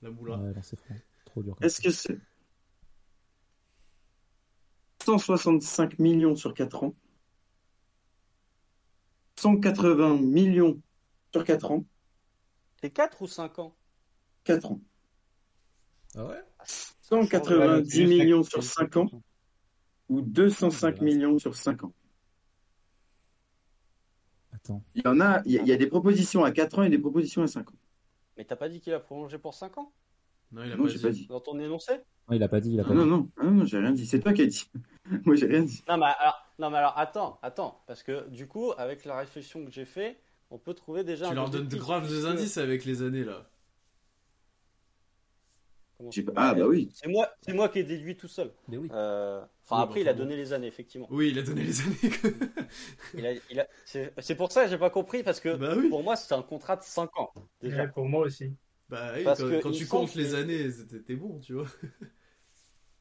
Speaker 2: La boula.
Speaker 4: Ouais, lancer franc. Trop dur. comme
Speaker 1: Est-ce que c'est 165 millions sur 4 ans 180 millions sur 4 ans
Speaker 3: C'est 4 ou 5 ans
Speaker 1: 4 ans.
Speaker 4: ça. Ah ouais
Speaker 1: 190 millions sur 5 ans ou 205 millions sur 5 ans.
Speaker 4: Attends.
Speaker 1: Il y en a, il y, a- il y a des propositions à 4 ans et des propositions à 5 ans.
Speaker 3: Mais t'as pas dit qu'il a prolongé pour 5 ans
Speaker 2: Non, il a
Speaker 1: Non,
Speaker 2: pas
Speaker 1: j'ai
Speaker 2: dit.
Speaker 1: pas dit.
Speaker 3: dans ton énoncé
Speaker 4: Non, il a pas dit, il a
Speaker 1: Ah
Speaker 4: pas
Speaker 1: Non,
Speaker 4: dit.
Speaker 1: non, ah non, j'ai rien dit. C'est toi qui as dit. Moi, j'ai rien dit.
Speaker 3: non mais, alors, non, mais alors attends, attends, parce que du coup, avec la réflexion que j'ai fait, on peut trouver déjà
Speaker 2: Tu
Speaker 3: un
Speaker 2: leur
Speaker 3: peu de
Speaker 2: donnes de
Speaker 3: pistes,
Speaker 2: graves
Speaker 3: puisque-
Speaker 2: indices avec les années là.
Speaker 3: Comment
Speaker 1: J'ai
Speaker 3: ça
Speaker 1: pas- Ah, bah oui.
Speaker 3: C'est moi, c'est moi qui ai déduit tout seul.
Speaker 4: Mais oui.
Speaker 3: Euh, Enfin,
Speaker 2: Oui,
Speaker 3: après,
Speaker 2: bah,
Speaker 3: il a
Speaker 2: enfin,
Speaker 3: donné les années, effectivement.
Speaker 2: Oui, il a donné les années. que-
Speaker 3: Il a, il a- C'est c'est pour ça que j'ai pas compris, parce que
Speaker 2: bah oui.
Speaker 3: pour moi, c'est un contrat de 5 ans. Déjà.
Speaker 6: Ouais, pour moi aussi.
Speaker 2: Bah oui,
Speaker 3: Parce
Speaker 2: quand,
Speaker 3: que
Speaker 2: quand
Speaker 3: il
Speaker 2: tu
Speaker 3: me
Speaker 2: comptes
Speaker 3: semble
Speaker 2: les
Speaker 3: que-
Speaker 2: années, c'était t'es bon, tu vois.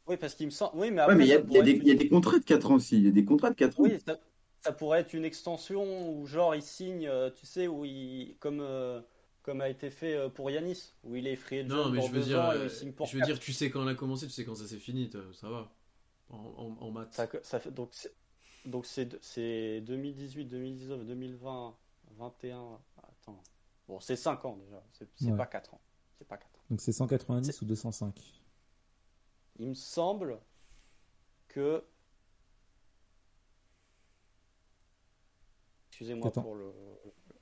Speaker 3: Oui, parce qu'il me semble. Oui, mais
Speaker 1: Ouais,
Speaker 3: après,
Speaker 1: mais il y a,
Speaker 3: ça
Speaker 1: il y a
Speaker 3: pourrait
Speaker 1: des,
Speaker 3: être
Speaker 1: il y a
Speaker 3: une-
Speaker 1: des contrats de 4 ans aussi. Il y a des contrats de 4 ans.
Speaker 3: Oui, ça, ça pourrait être une extension où, genre, il signe, euh, tu sais, où il. Comme, euh, comme a été fait euh, pour Yanis, où il est free agent
Speaker 2: Non, mais
Speaker 3: pour
Speaker 2: je veux
Speaker 3: deux
Speaker 2: dire,
Speaker 3: ans et
Speaker 2: euh,
Speaker 3: il signe pour
Speaker 2: je veux
Speaker 3: quatre.
Speaker 2: dire, tu sais quand elle a commencé, tu sais quand ça s'est fini, toi, ça va. En, en, en maths.
Speaker 3: Ça que- ça fait- donc c'est donc c'est de- c'est 2018, 2019, 2020, 21. Attends. Bon, c'est 5 ans déjà. C'est c'est
Speaker 4: Ouais.
Speaker 3: pas 4 ans. C'est pas 4 ans.
Speaker 4: Donc c'est 190 ou 205.
Speaker 3: Il me semble que Excusez-moi
Speaker 4: T'attends.
Speaker 3: pour le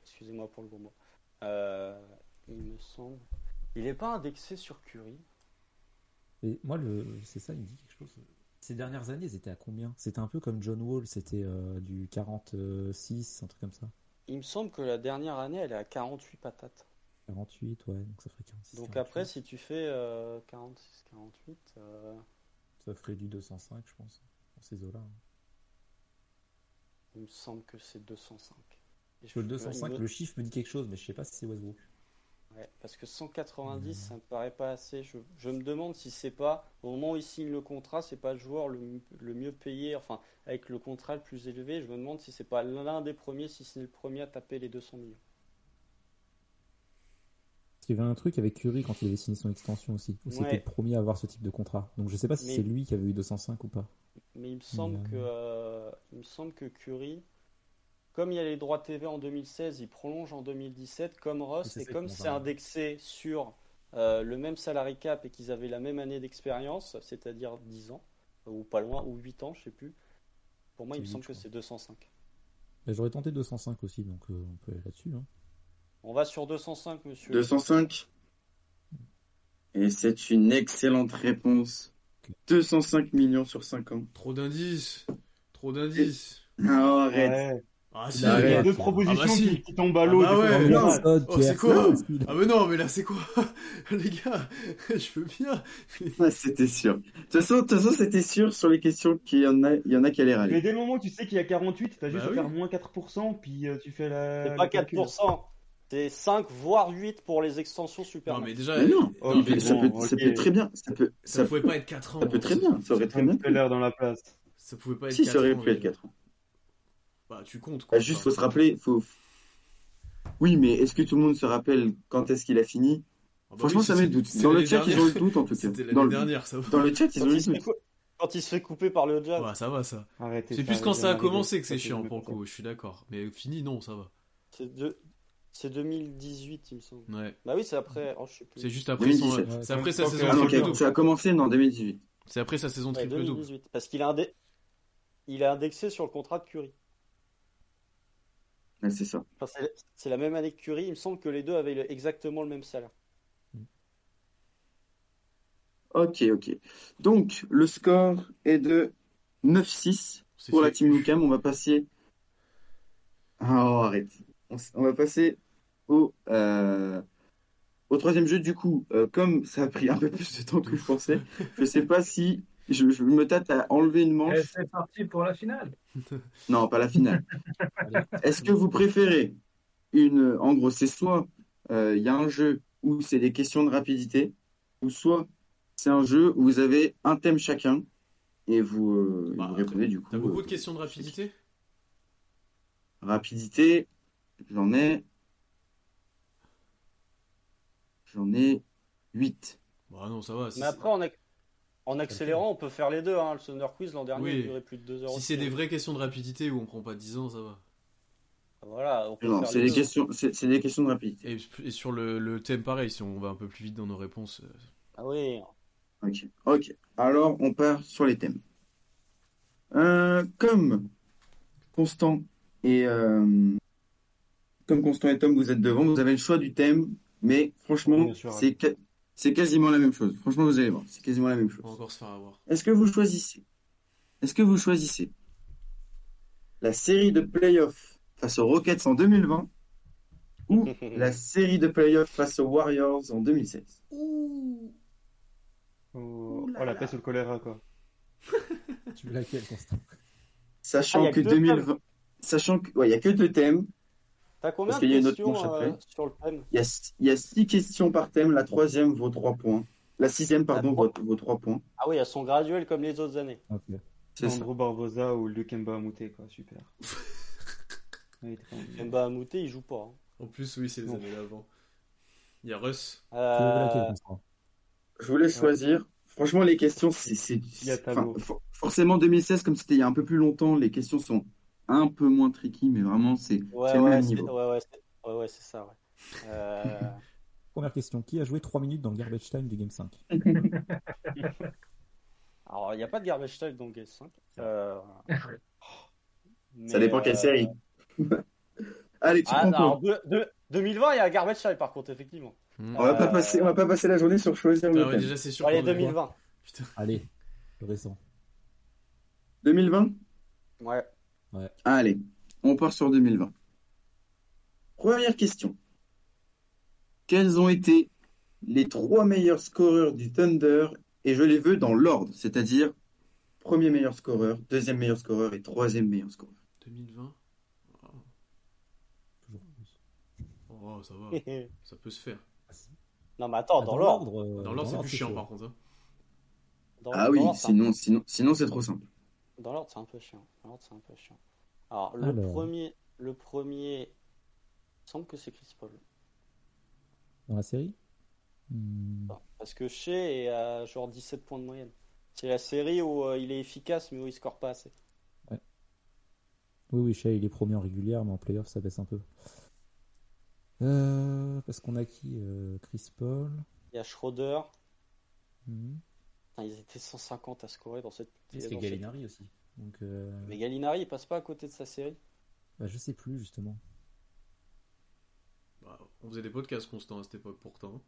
Speaker 3: excusez-moi pour le gros mot. Euh, il me semble il est pas indexé sur Curie.
Speaker 4: Et moi, le... c'est ça, il me dit quelque chose. Ces dernières années, ils étaient à combien C'était un peu comme John Wall, c'était euh, du 46, un truc comme ça.
Speaker 3: Il me semble que la dernière année, elle est à 48 patates.
Speaker 4: 48, ouais, donc ça ferait 46.
Speaker 3: Donc
Speaker 4: 48.
Speaker 3: après, si tu fais euh, 46, 48, euh,
Speaker 4: Ça ferait du 205, je pense, dans ces eaux-là. hein.
Speaker 3: il me semble que c'est 205. Et
Speaker 4: Parce que le
Speaker 3: je-
Speaker 4: 205,
Speaker 3: il me-
Speaker 4: le chiffre me dit quelque chose, mais je sais pas si c'est Westbrook.
Speaker 3: ouais, parce que 190,
Speaker 4: Mmh.
Speaker 3: ça me paraît pas assez. Je, je me demande si c'est pas, au moment où il signe le contrat, c'est pas le joueur le, m- le mieux payé, enfin, avec le contrat le plus élevé. Je me demande si c'est pas l'un des premiers, si c'est le premier à taper les 200 millions.
Speaker 4: Parce qu'il y avait un truc avec Curie quand il avait signé son extension aussi, où
Speaker 3: Ouais.
Speaker 4: c'était le premier à avoir ce type de contrat. Donc je sais pas si
Speaker 3: Mais-
Speaker 4: c'est lui qui avait eu 205 ou pas.
Speaker 3: Mais il me semble
Speaker 4: euh,
Speaker 3: que, euh, il me semble que Curie, comme il y a les droits TV en 2016, il prolonge en 2017 comme
Speaker 4: Oui,
Speaker 3: Ross
Speaker 4: c'est
Speaker 3: et
Speaker 4: ça
Speaker 3: comme
Speaker 4: qu'on
Speaker 3: c'est
Speaker 4: parle.
Speaker 3: indexé sur euh, le même salary cap et qu'ils avaient la même année d'expérience, c'est-à-dire 10 ans ou pas loin ou 8 ans, je sais plus. Pour moi, il me
Speaker 4: C'est
Speaker 3: semble
Speaker 4: huit,
Speaker 3: que
Speaker 4: je
Speaker 3: c'est 205.
Speaker 4: Mais j'aurais tenté 205 aussi, donc euh, on peut aller là-dessus. hein.
Speaker 3: On va sur 205, monsieur.
Speaker 1: 205. Et c'est une excellente réponse. 205 millions sur 5 ans.
Speaker 2: Trop d'indices. Trop d'indices.
Speaker 1: Non, arrête.
Speaker 5: Ouais.
Speaker 2: Ah,
Speaker 5: Il
Speaker 2: si.
Speaker 5: y a- il y a
Speaker 4: arrête.
Speaker 5: deux propositions
Speaker 2: Ah bah si.
Speaker 5: qui, qui tombent à l'eau.
Speaker 2: Ah bah
Speaker 5: j'ai fait
Speaker 2: ouais.
Speaker 5: vraiment
Speaker 1: Non.
Speaker 5: mal.
Speaker 4: Épisode,
Speaker 2: Oh,
Speaker 4: Pierre.
Speaker 2: c'est quoi
Speaker 4: Non, c'est-
Speaker 2: Ah mais non, mais là c'est quoi Les gars, je veux bien.
Speaker 1: Ah, c'était sûr. De toute façon, de toute façon, c'était sûr sur les questions qu'il y en a, il y en a qui allaient
Speaker 5: Mais
Speaker 1: râler.
Speaker 5: dès le moment où tu sais qu'il y a 48, t'as juste
Speaker 2: Bah
Speaker 5: à
Speaker 2: oui.
Speaker 5: faire moins 4%, puis euh, tu fais la.
Speaker 3: C'est pas
Speaker 5: le calcul.
Speaker 3: 4%, c'est 5 voire 8 pour les extensions super.
Speaker 2: Non mais déjà,
Speaker 1: Mais non,
Speaker 5: Oh,
Speaker 2: non,
Speaker 1: Mais
Speaker 2: mais
Speaker 1: ça,
Speaker 5: bon,
Speaker 1: peut, ça
Speaker 5: ok.
Speaker 1: peut très bien. Ça peut,
Speaker 2: ça,
Speaker 1: ça,
Speaker 2: pouvait
Speaker 1: peut-
Speaker 2: pas être 4 ans. hein.
Speaker 1: ça peut très bien. Ça aurait
Speaker 5: C'est
Speaker 1: très
Speaker 5: un
Speaker 1: bien.
Speaker 5: petit peu l'air dans la place.
Speaker 2: Ça pouvait pas être
Speaker 1: Si,
Speaker 2: 4
Speaker 1: ça aurait
Speaker 2: ans.
Speaker 1: pu être
Speaker 2: les gars.
Speaker 1: 4 ans.
Speaker 2: Bah tu comptes quoi.
Speaker 1: Bah, juste,
Speaker 2: enfin.
Speaker 1: faut se rappeler. Faut... Oui, mais est-ce que tout le monde se rappelle quand est-ce qu'il a fini
Speaker 2: Ah bah
Speaker 1: Franchement,
Speaker 2: oui,
Speaker 1: ça
Speaker 2: c'est-
Speaker 1: met le doute.
Speaker 2: c'est
Speaker 1: Dans le
Speaker 2: l'année
Speaker 1: chat, ils ont le
Speaker 2: dernière.
Speaker 1: doute en tout cas.
Speaker 2: C'était
Speaker 1: Dans
Speaker 2: l'année
Speaker 1: le,
Speaker 2: dernière, ça va.
Speaker 1: dans le chat, ils
Speaker 3: Quand
Speaker 1: ont
Speaker 3: il,
Speaker 1: le
Speaker 3: se fait
Speaker 1: doute.
Speaker 3: cou- quand il se fait couper par le jazz,
Speaker 2: Ouais, ça va ça.
Speaker 5: Arrêtez.
Speaker 2: C'est
Speaker 5: ça,
Speaker 2: plus quand
Speaker 5: arrêtez
Speaker 2: ça a
Speaker 5: d'arriver.
Speaker 2: commencé que c'est
Speaker 5: Ça,
Speaker 2: chiant
Speaker 5: jamais
Speaker 2: pour le
Speaker 5: passé.
Speaker 2: coup, je suis d'accord. Mais fini, non, ça va.
Speaker 3: c'est de- c'est 2018, il me semble.
Speaker 2: Ouais.
Speaker 3: Bah oui, c'est après. Oh, je sais plus.
Speaker 2: C'est juste après son...
Speaker 1: 2017.
Speaker 2: C'est après sa
Speaker 5: Ouais,
Speaker 2: saison
Speaker 1: Ah non,
Speaker 5: donc,
Speaker 2: triple
Speaker 1: ok,
Speaker 2: double.
Speaker 1: ça a commencé en 2018.
Speaker 2: C'est après sa saison
Speaker 3: Ouais,
Speaker 2: triple double.
Speaker 3: 2018. Parce qu'il a indé- il est indexé sur le contrat de Curie.
Speaker 1: Ouais, c'est ça.
Speaker 3: Enfin, c'est- c'est la même année que Curie. Il me semble que les deux avaient le- exactement le même salaire.
Speaker 1: Ok, ok. Donc, le score est de 9-6
Speaker 2: C'est
Speaker 1: pour la
Speaker 2: fait.
Speaker 1: team Lucam. On va passer. Ah, oh, arrête. On, s- on va passer au, euh, au troisième jeu. Du coup, euh, comme ça a pris un peu plus de temps que je pensais, je sais pas si je, je me tâte à enlever une
Speaker 6: Et
Speaker 1: manche.
Speaker 6: c'est parti pour la finale.
Speaker 1: Non, pas la finale.
Speaker 4: Allez.
Speaker 1: Est-ce que vous préférez une. En gros, c'est soit euh, il y a un jeu où c'est des questions de rapidité, ou soit c'est un jeu où vous avez un thème chacun et vous, euh,
Speaker 2: Bah,
Speaker 1: vous répondez du coup.
Speaker 2: T'as beaucoup
Speaker 1: euh,
Speaker 2: de questions de rapidité
Speaker 1: Rapidité, j'en ai. J'en ai 8.
Speaker 2: Bah non, ça va. si
Speaker 3: Mais
Speaker 2: c'est-
Speaker 3: après, en, ac- en accélérant, on peut faire les deux. Hein. Le Thunder Quiz l'an dernier
Speaker 2: Oui.
Speaker 3: il durait plus de deux heures.
Speaker 2: Si
Speaker 3: aussi,
Speaker 2: c'est des
Speaker 3: hein.
Speaker 2: vraies questions de rapidité où on prend pas 10 ans, ça va.
Speaker 3: Voilà, on peut
Speaker 1: Non,
Speaker 3: faire
Speaker 1: c'est
Speaker 3: les
Speaker 1: des,
Speaker 3: deux.
Speaker 1: questions, c'est, c'est des questions de rapidité.
Speaker 2: Et, et sur le, le thème, pareil, si on va un peu plus vite dans nos réponses. euh,
Speaker 3: Ah oui.
Speaker 1: Ok. Ok. Alors, on part sur les thèmes. Euh, comme Constant et euh, comme Constant et Tom, vous êtes devant, vous avez le choix du thème, mais
Speaker 5: Oui,
Speaker 1: franchement,
Speaker 5: bien sûr, ouais.
Speaker 1: c'est ca- c'est quasiment la même chose. Franchement, vous allez voir, c'est quasiment la même chose.
Speaker 2: On va encore se faire avoir.
Speaker 1: Est-ce que vous choisissez? Est-ce que vous choisissez la série de playoffs face aux Rockets en 2020 ou la série de playoffs face aux Warriors en 2016?
Speaker 7: Ouh.
Speaker 5: Oh,
Speaker 7: Ouh là
Speaker 5: oh, la
Speaker 7: là.
Speaker 5: paix sous le choléra, quoi.
Speaker 4: Tu veux laquelle, Constant
Speaker 1: Sachant
Speaker 3: Ah, y a
Speaker 1: que
Speaker 3: que deux
Speaker 1: 2020, sachant que, ouais, il y a que deux thèmes.
Speaker 3: T'as combien
Speaker 1: Parce
Speaker 3: de
Speaker 1: qu'il y a une autre
Speaker 3: questions
Speaker 1: manche
Speaker 3: euh,
Speaker 1: après.
Speaker 3: sur le thème
Speaker 1: Il y a, il y a six questions par thème. La troisième vaut trois points. La sixième, pardon,
Speaker 3: trois.
Speaker 1: vaut, vaut trois points.
Speaker 3: Ah oui, elles sont graduelles comme les autres années.
Speaker 4: Ok.
Speaker 1: C'est ça.
Speaker 5: Andrew Barbosa ou Luke Mbamute, quoi, super. Ouais, il était pas mal.
Speaker 3: Mba Amouté, il joue pas. hein.
Speaker 2: En plus, oui, c'est les
Speaker 5: Non.
Speaker 2: années d'avant. Il y a Russ.
Speaker 4: Tu veux laquelle,
Speaker 3: Euh,
Speaker 4: Constant
Speaker 1: Je voulais choisir. Franchement, les questions, c'est, c'est,
Speaker 5: Il y a
Speaker 1: c'est-
Speaker 5: Tabo.
Speaker 1: enfin, for- forcément 2016, comme c'était il y a un peu plus longtemps, les questions sont un peu moins tricky, mais vraiment, c'est,
Speaker 3: Ouais,
Speaker 1: c'est le
Speaker 3: ouais,
Speaker 1: même
Speaker 3: c'est-
Speaker 1: niveau.
Speaker 3: ouais, ouais, c'est ouais, ouais, c'est ça. Ouais. Euh,
Speaker 4: Première question. Qui a joué 3 minutes dans le garbage time du Game 5
Speaker 3: alors, il n'y a pas de garbage time dans Game 5. Euh,
Speaker 1: Ça
Speaker 3: mais,
Speaker 1: dépend quelle
Speaker 3: euh,
Speaker 1: série. Allez, tu
Speaker 3: ah,
Speaker 1: comprends.
Speaker 3: alors, de- de- 2020, il y a un garbage time par contre, effectivement.
Speaker 2: Hmm.
Speaker 1: On va pas
Speaker 3: euh,
Speaker 1: passer, on va pas passer la journée sur choisir
Speaker 2: Ah
Speaker 1: le
Speaker 2: ouais,
Speaker 1: thème.
Speaker 2: déjà, c'est sûr.
Speaker 3: Allez,
Speaker 2: qu'on a-
Speaker 3: 2020.
Speaker 2: Putain.
Speaker 4: Allez, le récent.
Speaker 1: 2020?
Speaker 3: Ouais.
Speaker 1: Allez, on part sur 2020. Première question. Quels ont été les trois meilleurs scoreurs du Thunder? Et je les veux dans l'ordre, c'est-à-dire premier meilleur scoreur, deuxième meilleur scoreur et troisième meilleur scoreur.
Speaker 2: 2020
Speaker 4: Toujours plus.
Speaker 2: Oh, ça va. ça peut se faire.
Speaker 3: non, mais attends,
Speaker 4: Ah,
Speaker 3: Oh, dans l'ordre.
Speaker 4: euh,
Speaker 2: Dans l'ordre, c'est plus chiant,
Speaker 4: chaud.
Speaker 2: par contre. hein.
Speaker 3: Dans-
Speaker 1: Ah
Speaker 3: dans
Speaker 1: oui,
Speaker 3: l'ordre, c'est un
Speaker 1: sinon, sinon, sinon c'est trop simple.
Speaker 3: Dans l'ordre, c'est un peu chiant. Dans l'ordre, c'est un peu chiant. Alors, le
Speaker 4: Alors.
Speaker 3: premier, le premier, il me semble que c'est Chris Paul.
Speaker 2: hein.
Speaker 4: Dans la série Hmm,
Speaker 3: Enfin, Parce que Shea est à genre 17 points de moyenne. C'est la série où euh, il est efficace, mais où il score pas assez.
Speaker 4: Oui, oui, Shea, il est premier en régulière, mais en playoff, ça baisse un peu. Euh, parce qu'on a qui euh, Chris Paul.
Speaker 3: Il y a Schroeder.
Speaker 4: Hmm.
Speaker 3: Putain, ils étaient 150 à scorer dans cette.
Speaker 4: Parce
Speaker 3: dans
Speaker 4: qu'il y a
Speaker 3: cette-
Speaker 4: Gallinari aussi. Donc, euh,
Speaker 3: Mais Gallinari, il passe pas à côté de sa série.
Speaker 4: bah, je sais plus, justement.
Speaker 2: Bah, on faisait des podcasts constants à cette époque, pourtant.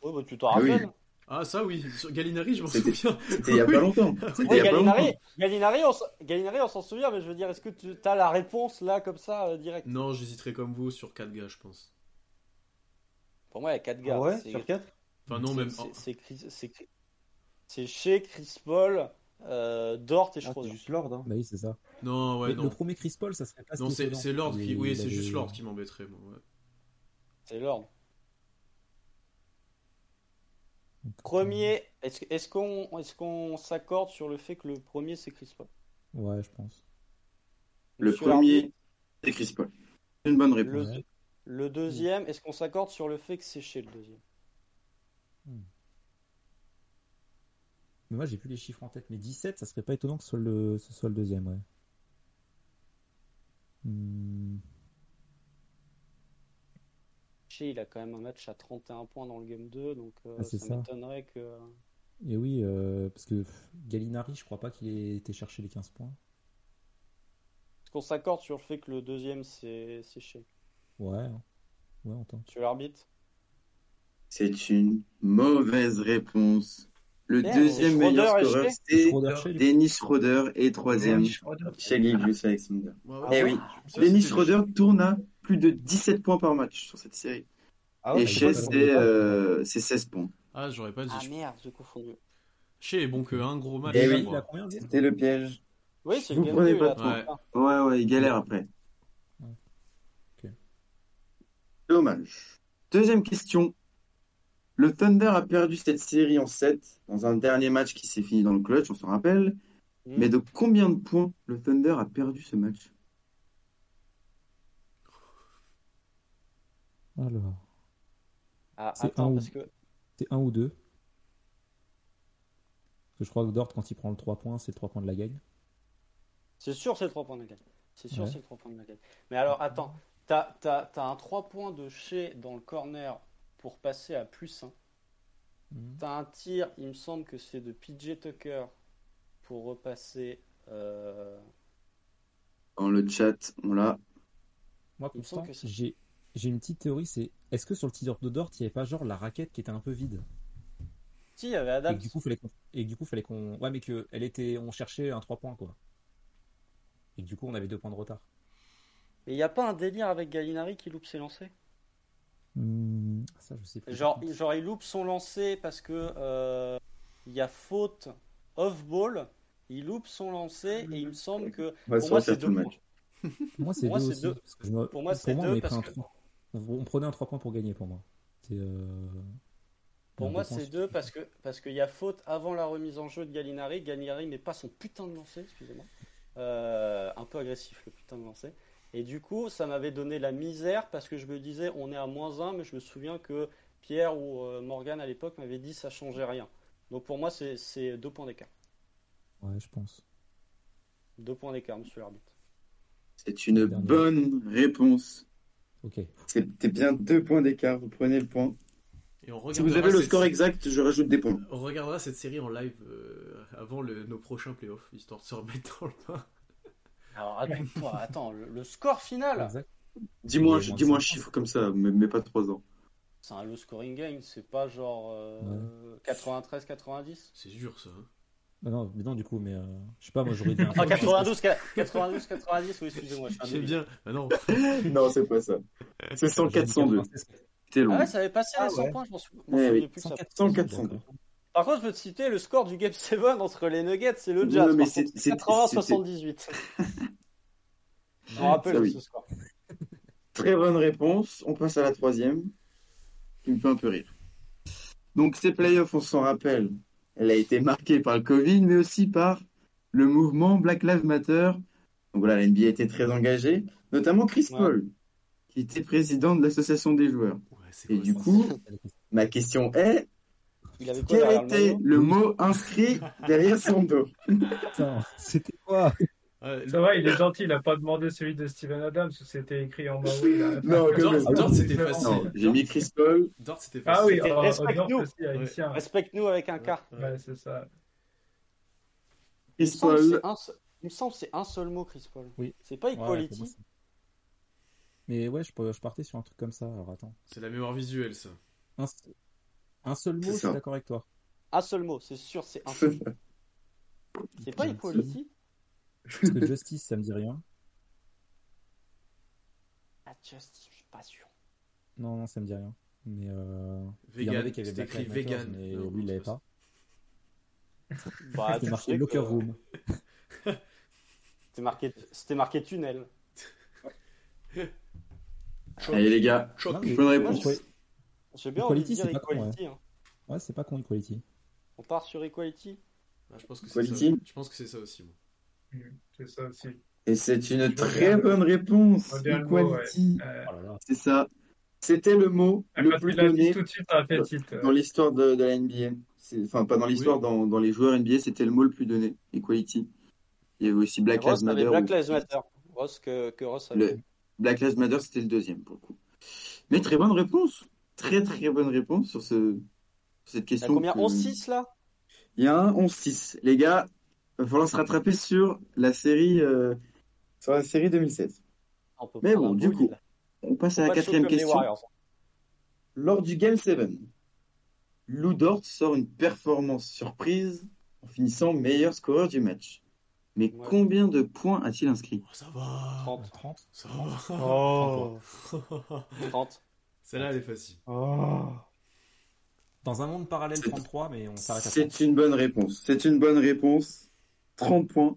Speaker 3: Ouais, bah, tu t'en
Speaker 1: Ah oui.
Speaker 3: rappelles.
Speaker 2: Ah, ça, oui. Sur Gallinari, je m'en
Speaker 1: C'était-
Speaker 2: souviens.
Speaker 1: C'était il y a pas longtemps. C'était il
Speaker 3: Ouais,
Speaker 1: y a pas
Speaker 3: Gallinari,
Speaker 1: longtemps.
Speaker 3: Gallinari, on s'en- Gallinari, on s'en souvient, mais je veux dire, est-ce que tu as la réponse là, comme ça, euh, direct
Speaker 2: Non, j'hésiterais comme vous sur 4 gars, je pense.
Speaker 3: Pour moi, il y a 4
Speaker 5: Ah
Speaker 3: gars.
Speaker 5: ouais,
Speaker 3: C'est-
Speaker 5: sur 4
Speaker 2: Enfin, Ah non, même.
Speaker 3: C'est- C'est Chris- c'est Chris- c'est chez Chris Paul, euh, Dort et
Speaker 5: Ah, c'est
Speaker 3: Schroeder.
Speaker 5: juste l'ordre. hein.
Speaker 4: Bah oui, c'est ça.
Speaker 2: Non, ouais,
Speaker 4: le, le
Speaker 2: non.
Speaker 4: premier Chris Paul, ça serait pas
Speaker 2: Non, c'est
Speaker 4: décevant.
Speaker 2: c'est l'ordre qui.
Speaker 4: Il-
Speaker 2: Oui,
Speaker 4: il
Speaker 2: c'est
Speaker 4: avait-
Speaker 2: juste l'ordre qui m'embêterait, moi. ouais.
Speaker 3: C'est l'ordre. Premier, est-ce est-ce qu'on est-ce qu'on s'accorde sur le fait que le premier c'est Chris Paul
Speaker 4: euh, Ouais, je pense.
Speaker 1: Le
Speaker 3: Monsieur
Speaker 1: premier,
Speaker 3: l'arbitre,
Speaker 1: c'est Chris Paul. Une bonne réponse.
Speaker 3: le,
Speaker 4: Ouais.
Speaker 3: le deuxième,
Speaker 5: Mm.
Speaker 3: est-ce qu'on s'accorde sur le fait que c'est chez le deuxième
Speaker 4: Mais moi, j'ai plus les chiffres en tête. Mais 17, ça serait pas étonnant que ce soit le, ce soit le deuxième, ouais. Hmm.
Speaker 3: Chez, il a quand même un match à 31 points dans le game 2, donc euh,
Speaker 4: Ah, c'est
Speaker 3: ça
Speaker 4: ça.
Speaker 3: m'étonnerait que.
Speaker 4: Et oui, euh, parce que pff, Gallinari, je crois pas qu'il ait été chercher les 15 points.
Speaker 3: Est-ce qu'on s'accorde sur le fait que le deuxième c'est c'est chez
Speaker 4: Ouais, hein. ouais, on tente.
Speaker 3: Sur l'arbitre
Speaker 1: C'est une mauvaise réponse. Le
Speaker 3: Merde,
Speaker 1: deuxième
Speaker 3: Schroeder
Speaker 1: meilleur
Speaker 3: et
Speaker 1: scoreur,
Speaker 3: Shea
Speaker 1: c'est
Speaker 4: Schroeder, Shea, du coup.
Speaker 1: Dennis Schroeder et troisième,
Speaker 6: Schroeder.
Speaker 1: Shelly Gilgeous Alexander.
Speaker 2: Ouais,
Speaker 3: Ah
Speaker 1: Eh
Speaker 2: ouais,
Speaker 1: oui,
Speaker 2: Ah ça,
Speaker 1: Dennis
Speaker 2: c'était-
Speaker 1: Schroeder tourne à plus de 17 points par match sur cette série.
Speaker 5: Ah
Speaker 1: Et
Speaker 5: ouais,
Speaker 1: Shea,
Speaker 4: c'est
Speaker 1: c'est
Speaker 4: bon,
Speaker 1: euh, c'est 16 points.
Speaker 2: Ah, j'aurais pas dit.
Speaker 3: Ah
Speaker 2: je-
Speaker 3: merde, j'ai confondu.
Speaker 2: Chez est bon que un gros match.
Speaker 1: Eh
Speaker 2: je
Speaker 1: oui.
Speaker 4: Il a
Speaker 2: crois.
Speaker 4: combien lui
Speaker 1: C'était le piège.
Speaker 3: Oui, c'est
Speaker 1: Vous
Speaker 3: le game
Speaker 1: prenez
Speaker 3: 2, il
Speaker 1: pas
Speaker 3: a
Speaker 2: de
Speaker 3: 31.
Speaker 1: Ouais, ouais, il galère après.
Speaker 4: Ouais. Ok.
Speaker 1: Dommage. Deuxième question. Le Thunder a perdu cette série en 7 dans un dernier match qui s'est fini dans le clutch, on s'en rappelle.
Speaker 3: Mm.
Speaker 1: Mais de combien de points le Thunder a perdu ce match
Speaker 4: Alors,
Speaker 3: Ah,
Speaker 4: C'est un
Speaker 3: attends,
Speaker 4: ou-
Speaker 3: parce que.
Speaker 4: c'est 1 ou 2. Parce que je crois que Dort, quand il prend le 3 points, c'est le 3 points de la gagne.
Speaker 3: C'est sûr, c'est le 3 points de la gagne. C'est sûr,
Speaker 4: Ouais.
Speaker 3: c'est le 3 points de la gagne. Mais alors, attends, t'as, t'as- t'as un 3 points de chez dans le corner pour passer à plus 1. T'as un tir, il me semble que c'est de PJ Tucker pour repasser. euh,
Speaker 1: Dans le chat, on l'a.
Speaker 4: Moi,
Speaker 3: Il me
Speaker 4: pourtant,
Speaker 3: semble que c'est-
Speaker 4: j'ai j'ai une petite théorie, c'est est-ce que sur le teaser d'Odort, il n'y avait pas genre la raquette qui était un peu vide
Speaker 3: Si, il y avait
Speaker 4: Et
Speaker 3: Adam.
Speaker 4: que du coup, fallait qu'on. Et que du coup, fallait qu'on. Ouais, mais que elle était. On cherchait un 3 points, quoi. Et que du coup, on avait 2 points de retard.
Speaker 3: Mais il n'y a pas un délire avec Gallinari qui loupe ses lancers
Speaker 4: Hmm, Ça, je sais plus.
Speaker 3: Genre, il- genre il loupe son lancer parce que euh, il y a faute off-ball. Il loupe son lancer et il me semble que
Speaker 1: On va
Speaker 3: Pour moi,
Speaker 1: sortir
Speaker 3: c'est
Speaker 1: tout le
Speaker 3: deux
Speaker 1: match.
Speaker 4: Pour moi, c'est
Speaker 3: pour moi,
Speaker 4: 2
Speaker 3: c'est
Speaker 4: aussi.
Speaker 3: deux.
Speaker 4: parce que je me-
Speaker 3: Pour moi, c'est
Speaker 4: on
Speaker 3: deux
Speaker 4: avait
Speaker 3: parce
Speaker 4: pris un
Speaker 3: que-
Speaker 4: trois. On prenait un 3 points pour gagner, pour moi. C'est, euh,
Speaker 3: pour
Speaker 4: un
Speaker 3: moi
Speaker 4: deux points
Speaker 3: c'est
Speaker 4: sur-
Speaker 3: deux parce que parce qu'il y a faute avant la remise en jeu de Gallinari. Gallinari n'est pas son putain de lancer, excusez-moi. Euh, un peu agressif le putain de lancer. Et du coup, ça m'avait donné la misère parce que je me disais on est à moins 1, mais je me souviens que Pierre ou euh, Morgan à l'époque m'avait dit ça changeait rien. Donc pour moi, c'est- c'est deux points d'écart.
Speaker 4: Ouais, je pense.
Speaker 3: Deux points d'écart, monsieur l'arbitre.
Speaker 1: C'est une
Speaker 4: Dernier.
Speaker 1: bonne réponse.
Speaker 4: Ok.
Speaker 1: C'était bien deux points d'écart. Vous prenez le point.
Speaker 2: Et on
Speaker 1: Si vous
Speaker 2: regardera
Speaker 1: avez le
Speaker 2: cette-
Speaker 1: score exact, je rajoute des points.
Speaker 2: On regardera cette série en live euh, avant le- nos prochains playoffs, histoire de se remettre dans le bain.
Speaker 3: Alors attends, attends le, le score final,
Speaker 4: Exact.
Speaker 1: Dis-moi
Speaker 4: Et
Speaker 1: un-
Speaker 4: moins
Speaker 1: dis-moi un
Speaker 4: cinq.
Speaker 1: chiffre comme ça, mais, mais pas trois ans.
Speaker 3: c'est un low scoring game, c'est pas genre euh, 93-90.
Speaker 2: C'est dur ça. hein.
Speaker 4: Bah non, mais non, du coup, mais euh, je sais pas, moi j'aurais dit un
Speaker 3: Ah 92, 92, 90, oui excusez-moi. je suis un
Speaker 2: J'aime
Speaker 3: débile.
Speaker 2: bien. Ah non,
Speaker 1: non, c'est pas ça. C'est 100 402. T'es
Speaker 3: Ah
Speaker 1: long.
Speaker 3: ouais, ça avait passé les
Speaker 5: Ah
Speaker 3: 100
Speaker 5: ouais.
Speaker 3: points, je m'en sou-
Speaker 1: Eh
Speaker 3: m'en souviens
Speaker 1: oui.
Speaker 3: plus. que ça.
Speaker 1: 100 402.
Speaker 3: Par contre, je peux te citer le score du Game 7 entre les Nuggets et le
Speaker 1: Non,
Speaker 3: Jazz.
Speaker 1: mais
Speaker 3: Par
Speaker 1: c'est-
Speaker 3: contre,
Speaker 1: c'est-
Speaker 3: 80-78. Je me
Speaker 1: Ça,
Speaker 3: rappelle de
Speaker 1: oui.
Speaker 3: ce score.
Speaker 1: Très bonne réponse. On passe à la troisième. Qui me fait un peu rire. Donc, ces playoffs, on s'en rappelle, elle a été marquée par le Covid, mais aussi par le mouvement Black Lives Matter. Donc voilà, la NBA était très engagée, notamment Chris
Speaker 3: Ouais.
Speaker 1: Paul, qui était président de l'association des joueurs.
Speaker 2: Ouais, c'est
Speaker 1: Et
Speaker 2: quoi
Speaker 1: du
Speaker 2: ça
Speaker 1: coup, ma question est,
Speaker 3: Il avait quoi derrière
Speaker 1: quel
Speaker 3: le
Speaker 1: était
Speaker 3: maillot
Speaker 1: le mot inscrit derrière son dos
Speaker 4: Putain, c'était quoi
Speaker 2: Ouais,
Speaker 6: Ça va, il est gentil, il a pas demandé celui de Steven Adams où c'était écrit en maori. là.
Speaker 1: Non, quand
Speaker 2: Dort,
Speaker 1: même.
Speaker 2: Dort, c'était
Speaker 6: Non,
Speaker 2: facile.
Speaker 1: Non, j'ai mis Chris Paul.
Speaker 2: Dort, c'était
Speaker 6: Ah oui,
Speaker 2: facile.
Speaker 3: C'était
Speaker 6: oh,
Speaker 3: respecte-nous.
Speaker 6: Dort aussi, haïtien.
Speaker 3: Respecte-nous avec un quart.
Speaker 2: Ouais.
Speaker 6: Ouais, c'est ça.
Speaker 3: Il
Speaker 1: Chris
Speaker 3: me semble que
Speaker 1: Paul,
Speaker 3: c'est un seul- il me semble que c'est un seul mot, Chris Paul.
Speaker 4: Oui.
Speaker 3: C'est pas
Speaker 4: Ouais, pour moi,
Speaker 3: equality.
Speaker 4: c'est- Mais ouais, je, je partais sur un truc comme ça. Alors attends.
Speaker 2: C'est la mémoire visuelle ça.
Speaker 4: Un, un seul mot,
Speaker 1: C'est
Speaker 4: je
Speaker 1: ça.
Speaker 4: suis d'accord avec toi.
Speaker 3: un seul mot, c'est sûr, c'est un seul. C'est pas equality.
Speaker 4: Parce que justice, ça me dit rien.
Speaker 3: Ah, just, je suis pas sûr.
Speaker 4: Non, non, ça me dit rien. Mais euh, il y en
Speaker 2: Vegan.
Speaker 4: avait qui avaient
Speaker 2: C'était
Speaker 4: Black
Speaker 2: écrit
Speaker 4: Lives Matter,
Speaker 2: vegan. Ah,
Speaker 4: mais
Speaker 2: Non,
Speaker 4: lui, il l'avait
Speaker 2: c'est pas
Speaker 4: pas.
Speaker 3: Bah,
Speaker 4: C'était
Speaker 3: tu sais
Speaker 4: marqué
Speaker 3: que-
Speaker 4: locker room.
Speaker 3: C'était marqué, c'était marqué tunnel.
Speaker 1: allez les gars,
Speaker 2: ça. Choc.
Speaker 4: Non, mais-
Speaker 1: bonne
Speaker 4: moi,
Speaker 1: réponse.
Speaker 4: je trouvais-
Speaker 3: J'ai bien
Speaker 4: Equality,
Speaker 3: envie de
Speaker 4: c'est
Speaker 3: dire
Speaker 4: pas con,
Speaker 3: equality. hein.
Speaker 4: Ouais, c'est pas con Equality.
Speaker 3: On part sur equality.
Speaker 2: Ah, je pense que c'est ça.
Speaker 1: Quality.
Speaker 2: Je pense que c'est ça aussi. moi.
Speaker 6: C'est ça aussi.
Speaker 1: Et c'est une
Speaker 6: Je
Speaker 1: très
Speaker 6: regarde.
Speaker 1: bonne réponse.
Speaker 6: Regarde le mot,
Speaker 1: Equality.
Speaker 6: Euh,
Speaker 4: Oh là là.
Speaker 1: C'est ça. C'était le mot le
Speaker 6: quand
Speaker 1: plus
Speaker 6: il a dit
Speaker 1: donné
Speaker 6: tout de suite, euh, ça a fait titre.
Speaker 1: dans l'histoire de, de la NBA. C'est- Enfin, pas dans l'histoire,
Speaker 2: Oui.
Speaker 1: dans, dans les joueurs NBA, c'était le mot le plus donné. Equality. Il y avait aussi Black
Speaker 3: Ross
Speaker 1: Lives
Speaker 3: avait
Speaker 1: Matter.
Speaker 3: Black
Speaker 1: ou-
Speaker 3: Lives Matter. Ross que, que Ross avait.
Speaker 1: Le Black Lives Matter, c'était le deuxième pour le coup. Mais très bonne réponse. Très très bonne réponse sur ce sur cette
Speaker 3: Il y a
Speaker 1: question.
Speaker 3: combien
Speaker 1: que-
Speaker 3: 11-6 là
Speaker 1: Il y a un 11-6. Les gars, va falloir se rattraper sur la série euh, sur la série 2016.
Speaker 3: On peut
Speaker 1: Mais
Speaker 3: prendre
Speaker 1: bon,
Speaker 3: un
Speaker 1: du
Speaker 3: bowl,
Speaker 1: coup,
Speaker 3: il a
Speaker 1: on passe à
Speaker 3: pas
Speaker 1: la
Speaker 3: de chaud
Speaker 1: quatrième
Speaker 3: comme les
Speaker 1: question.
Speaker 3: Warriors. hein.
Speaker 1: Lors du Game 7, Lou Dort sort une performance surprise en finissant meilleur scoreur du match. Mais
Speaker 3: Ouais.
Speaker 1: combien de points a-t-il inscrit
Speaker 2: Oh, ça va.
Speaker 3: 30,
Speaker 4: 30.
Speaker 2: Ça va.
Speaker 5: Oh.
Speaker 2: Celle-là elle est facile.
Speaker 5: Oh.
Speaker 4: Dans un monde parallèle
Speaker 1: C'est-
Speaker 4: 33, mais on s'arrête à 30.
Speaker 1: C'est une bonne réponse. C'est une bonne réponse. 30 points.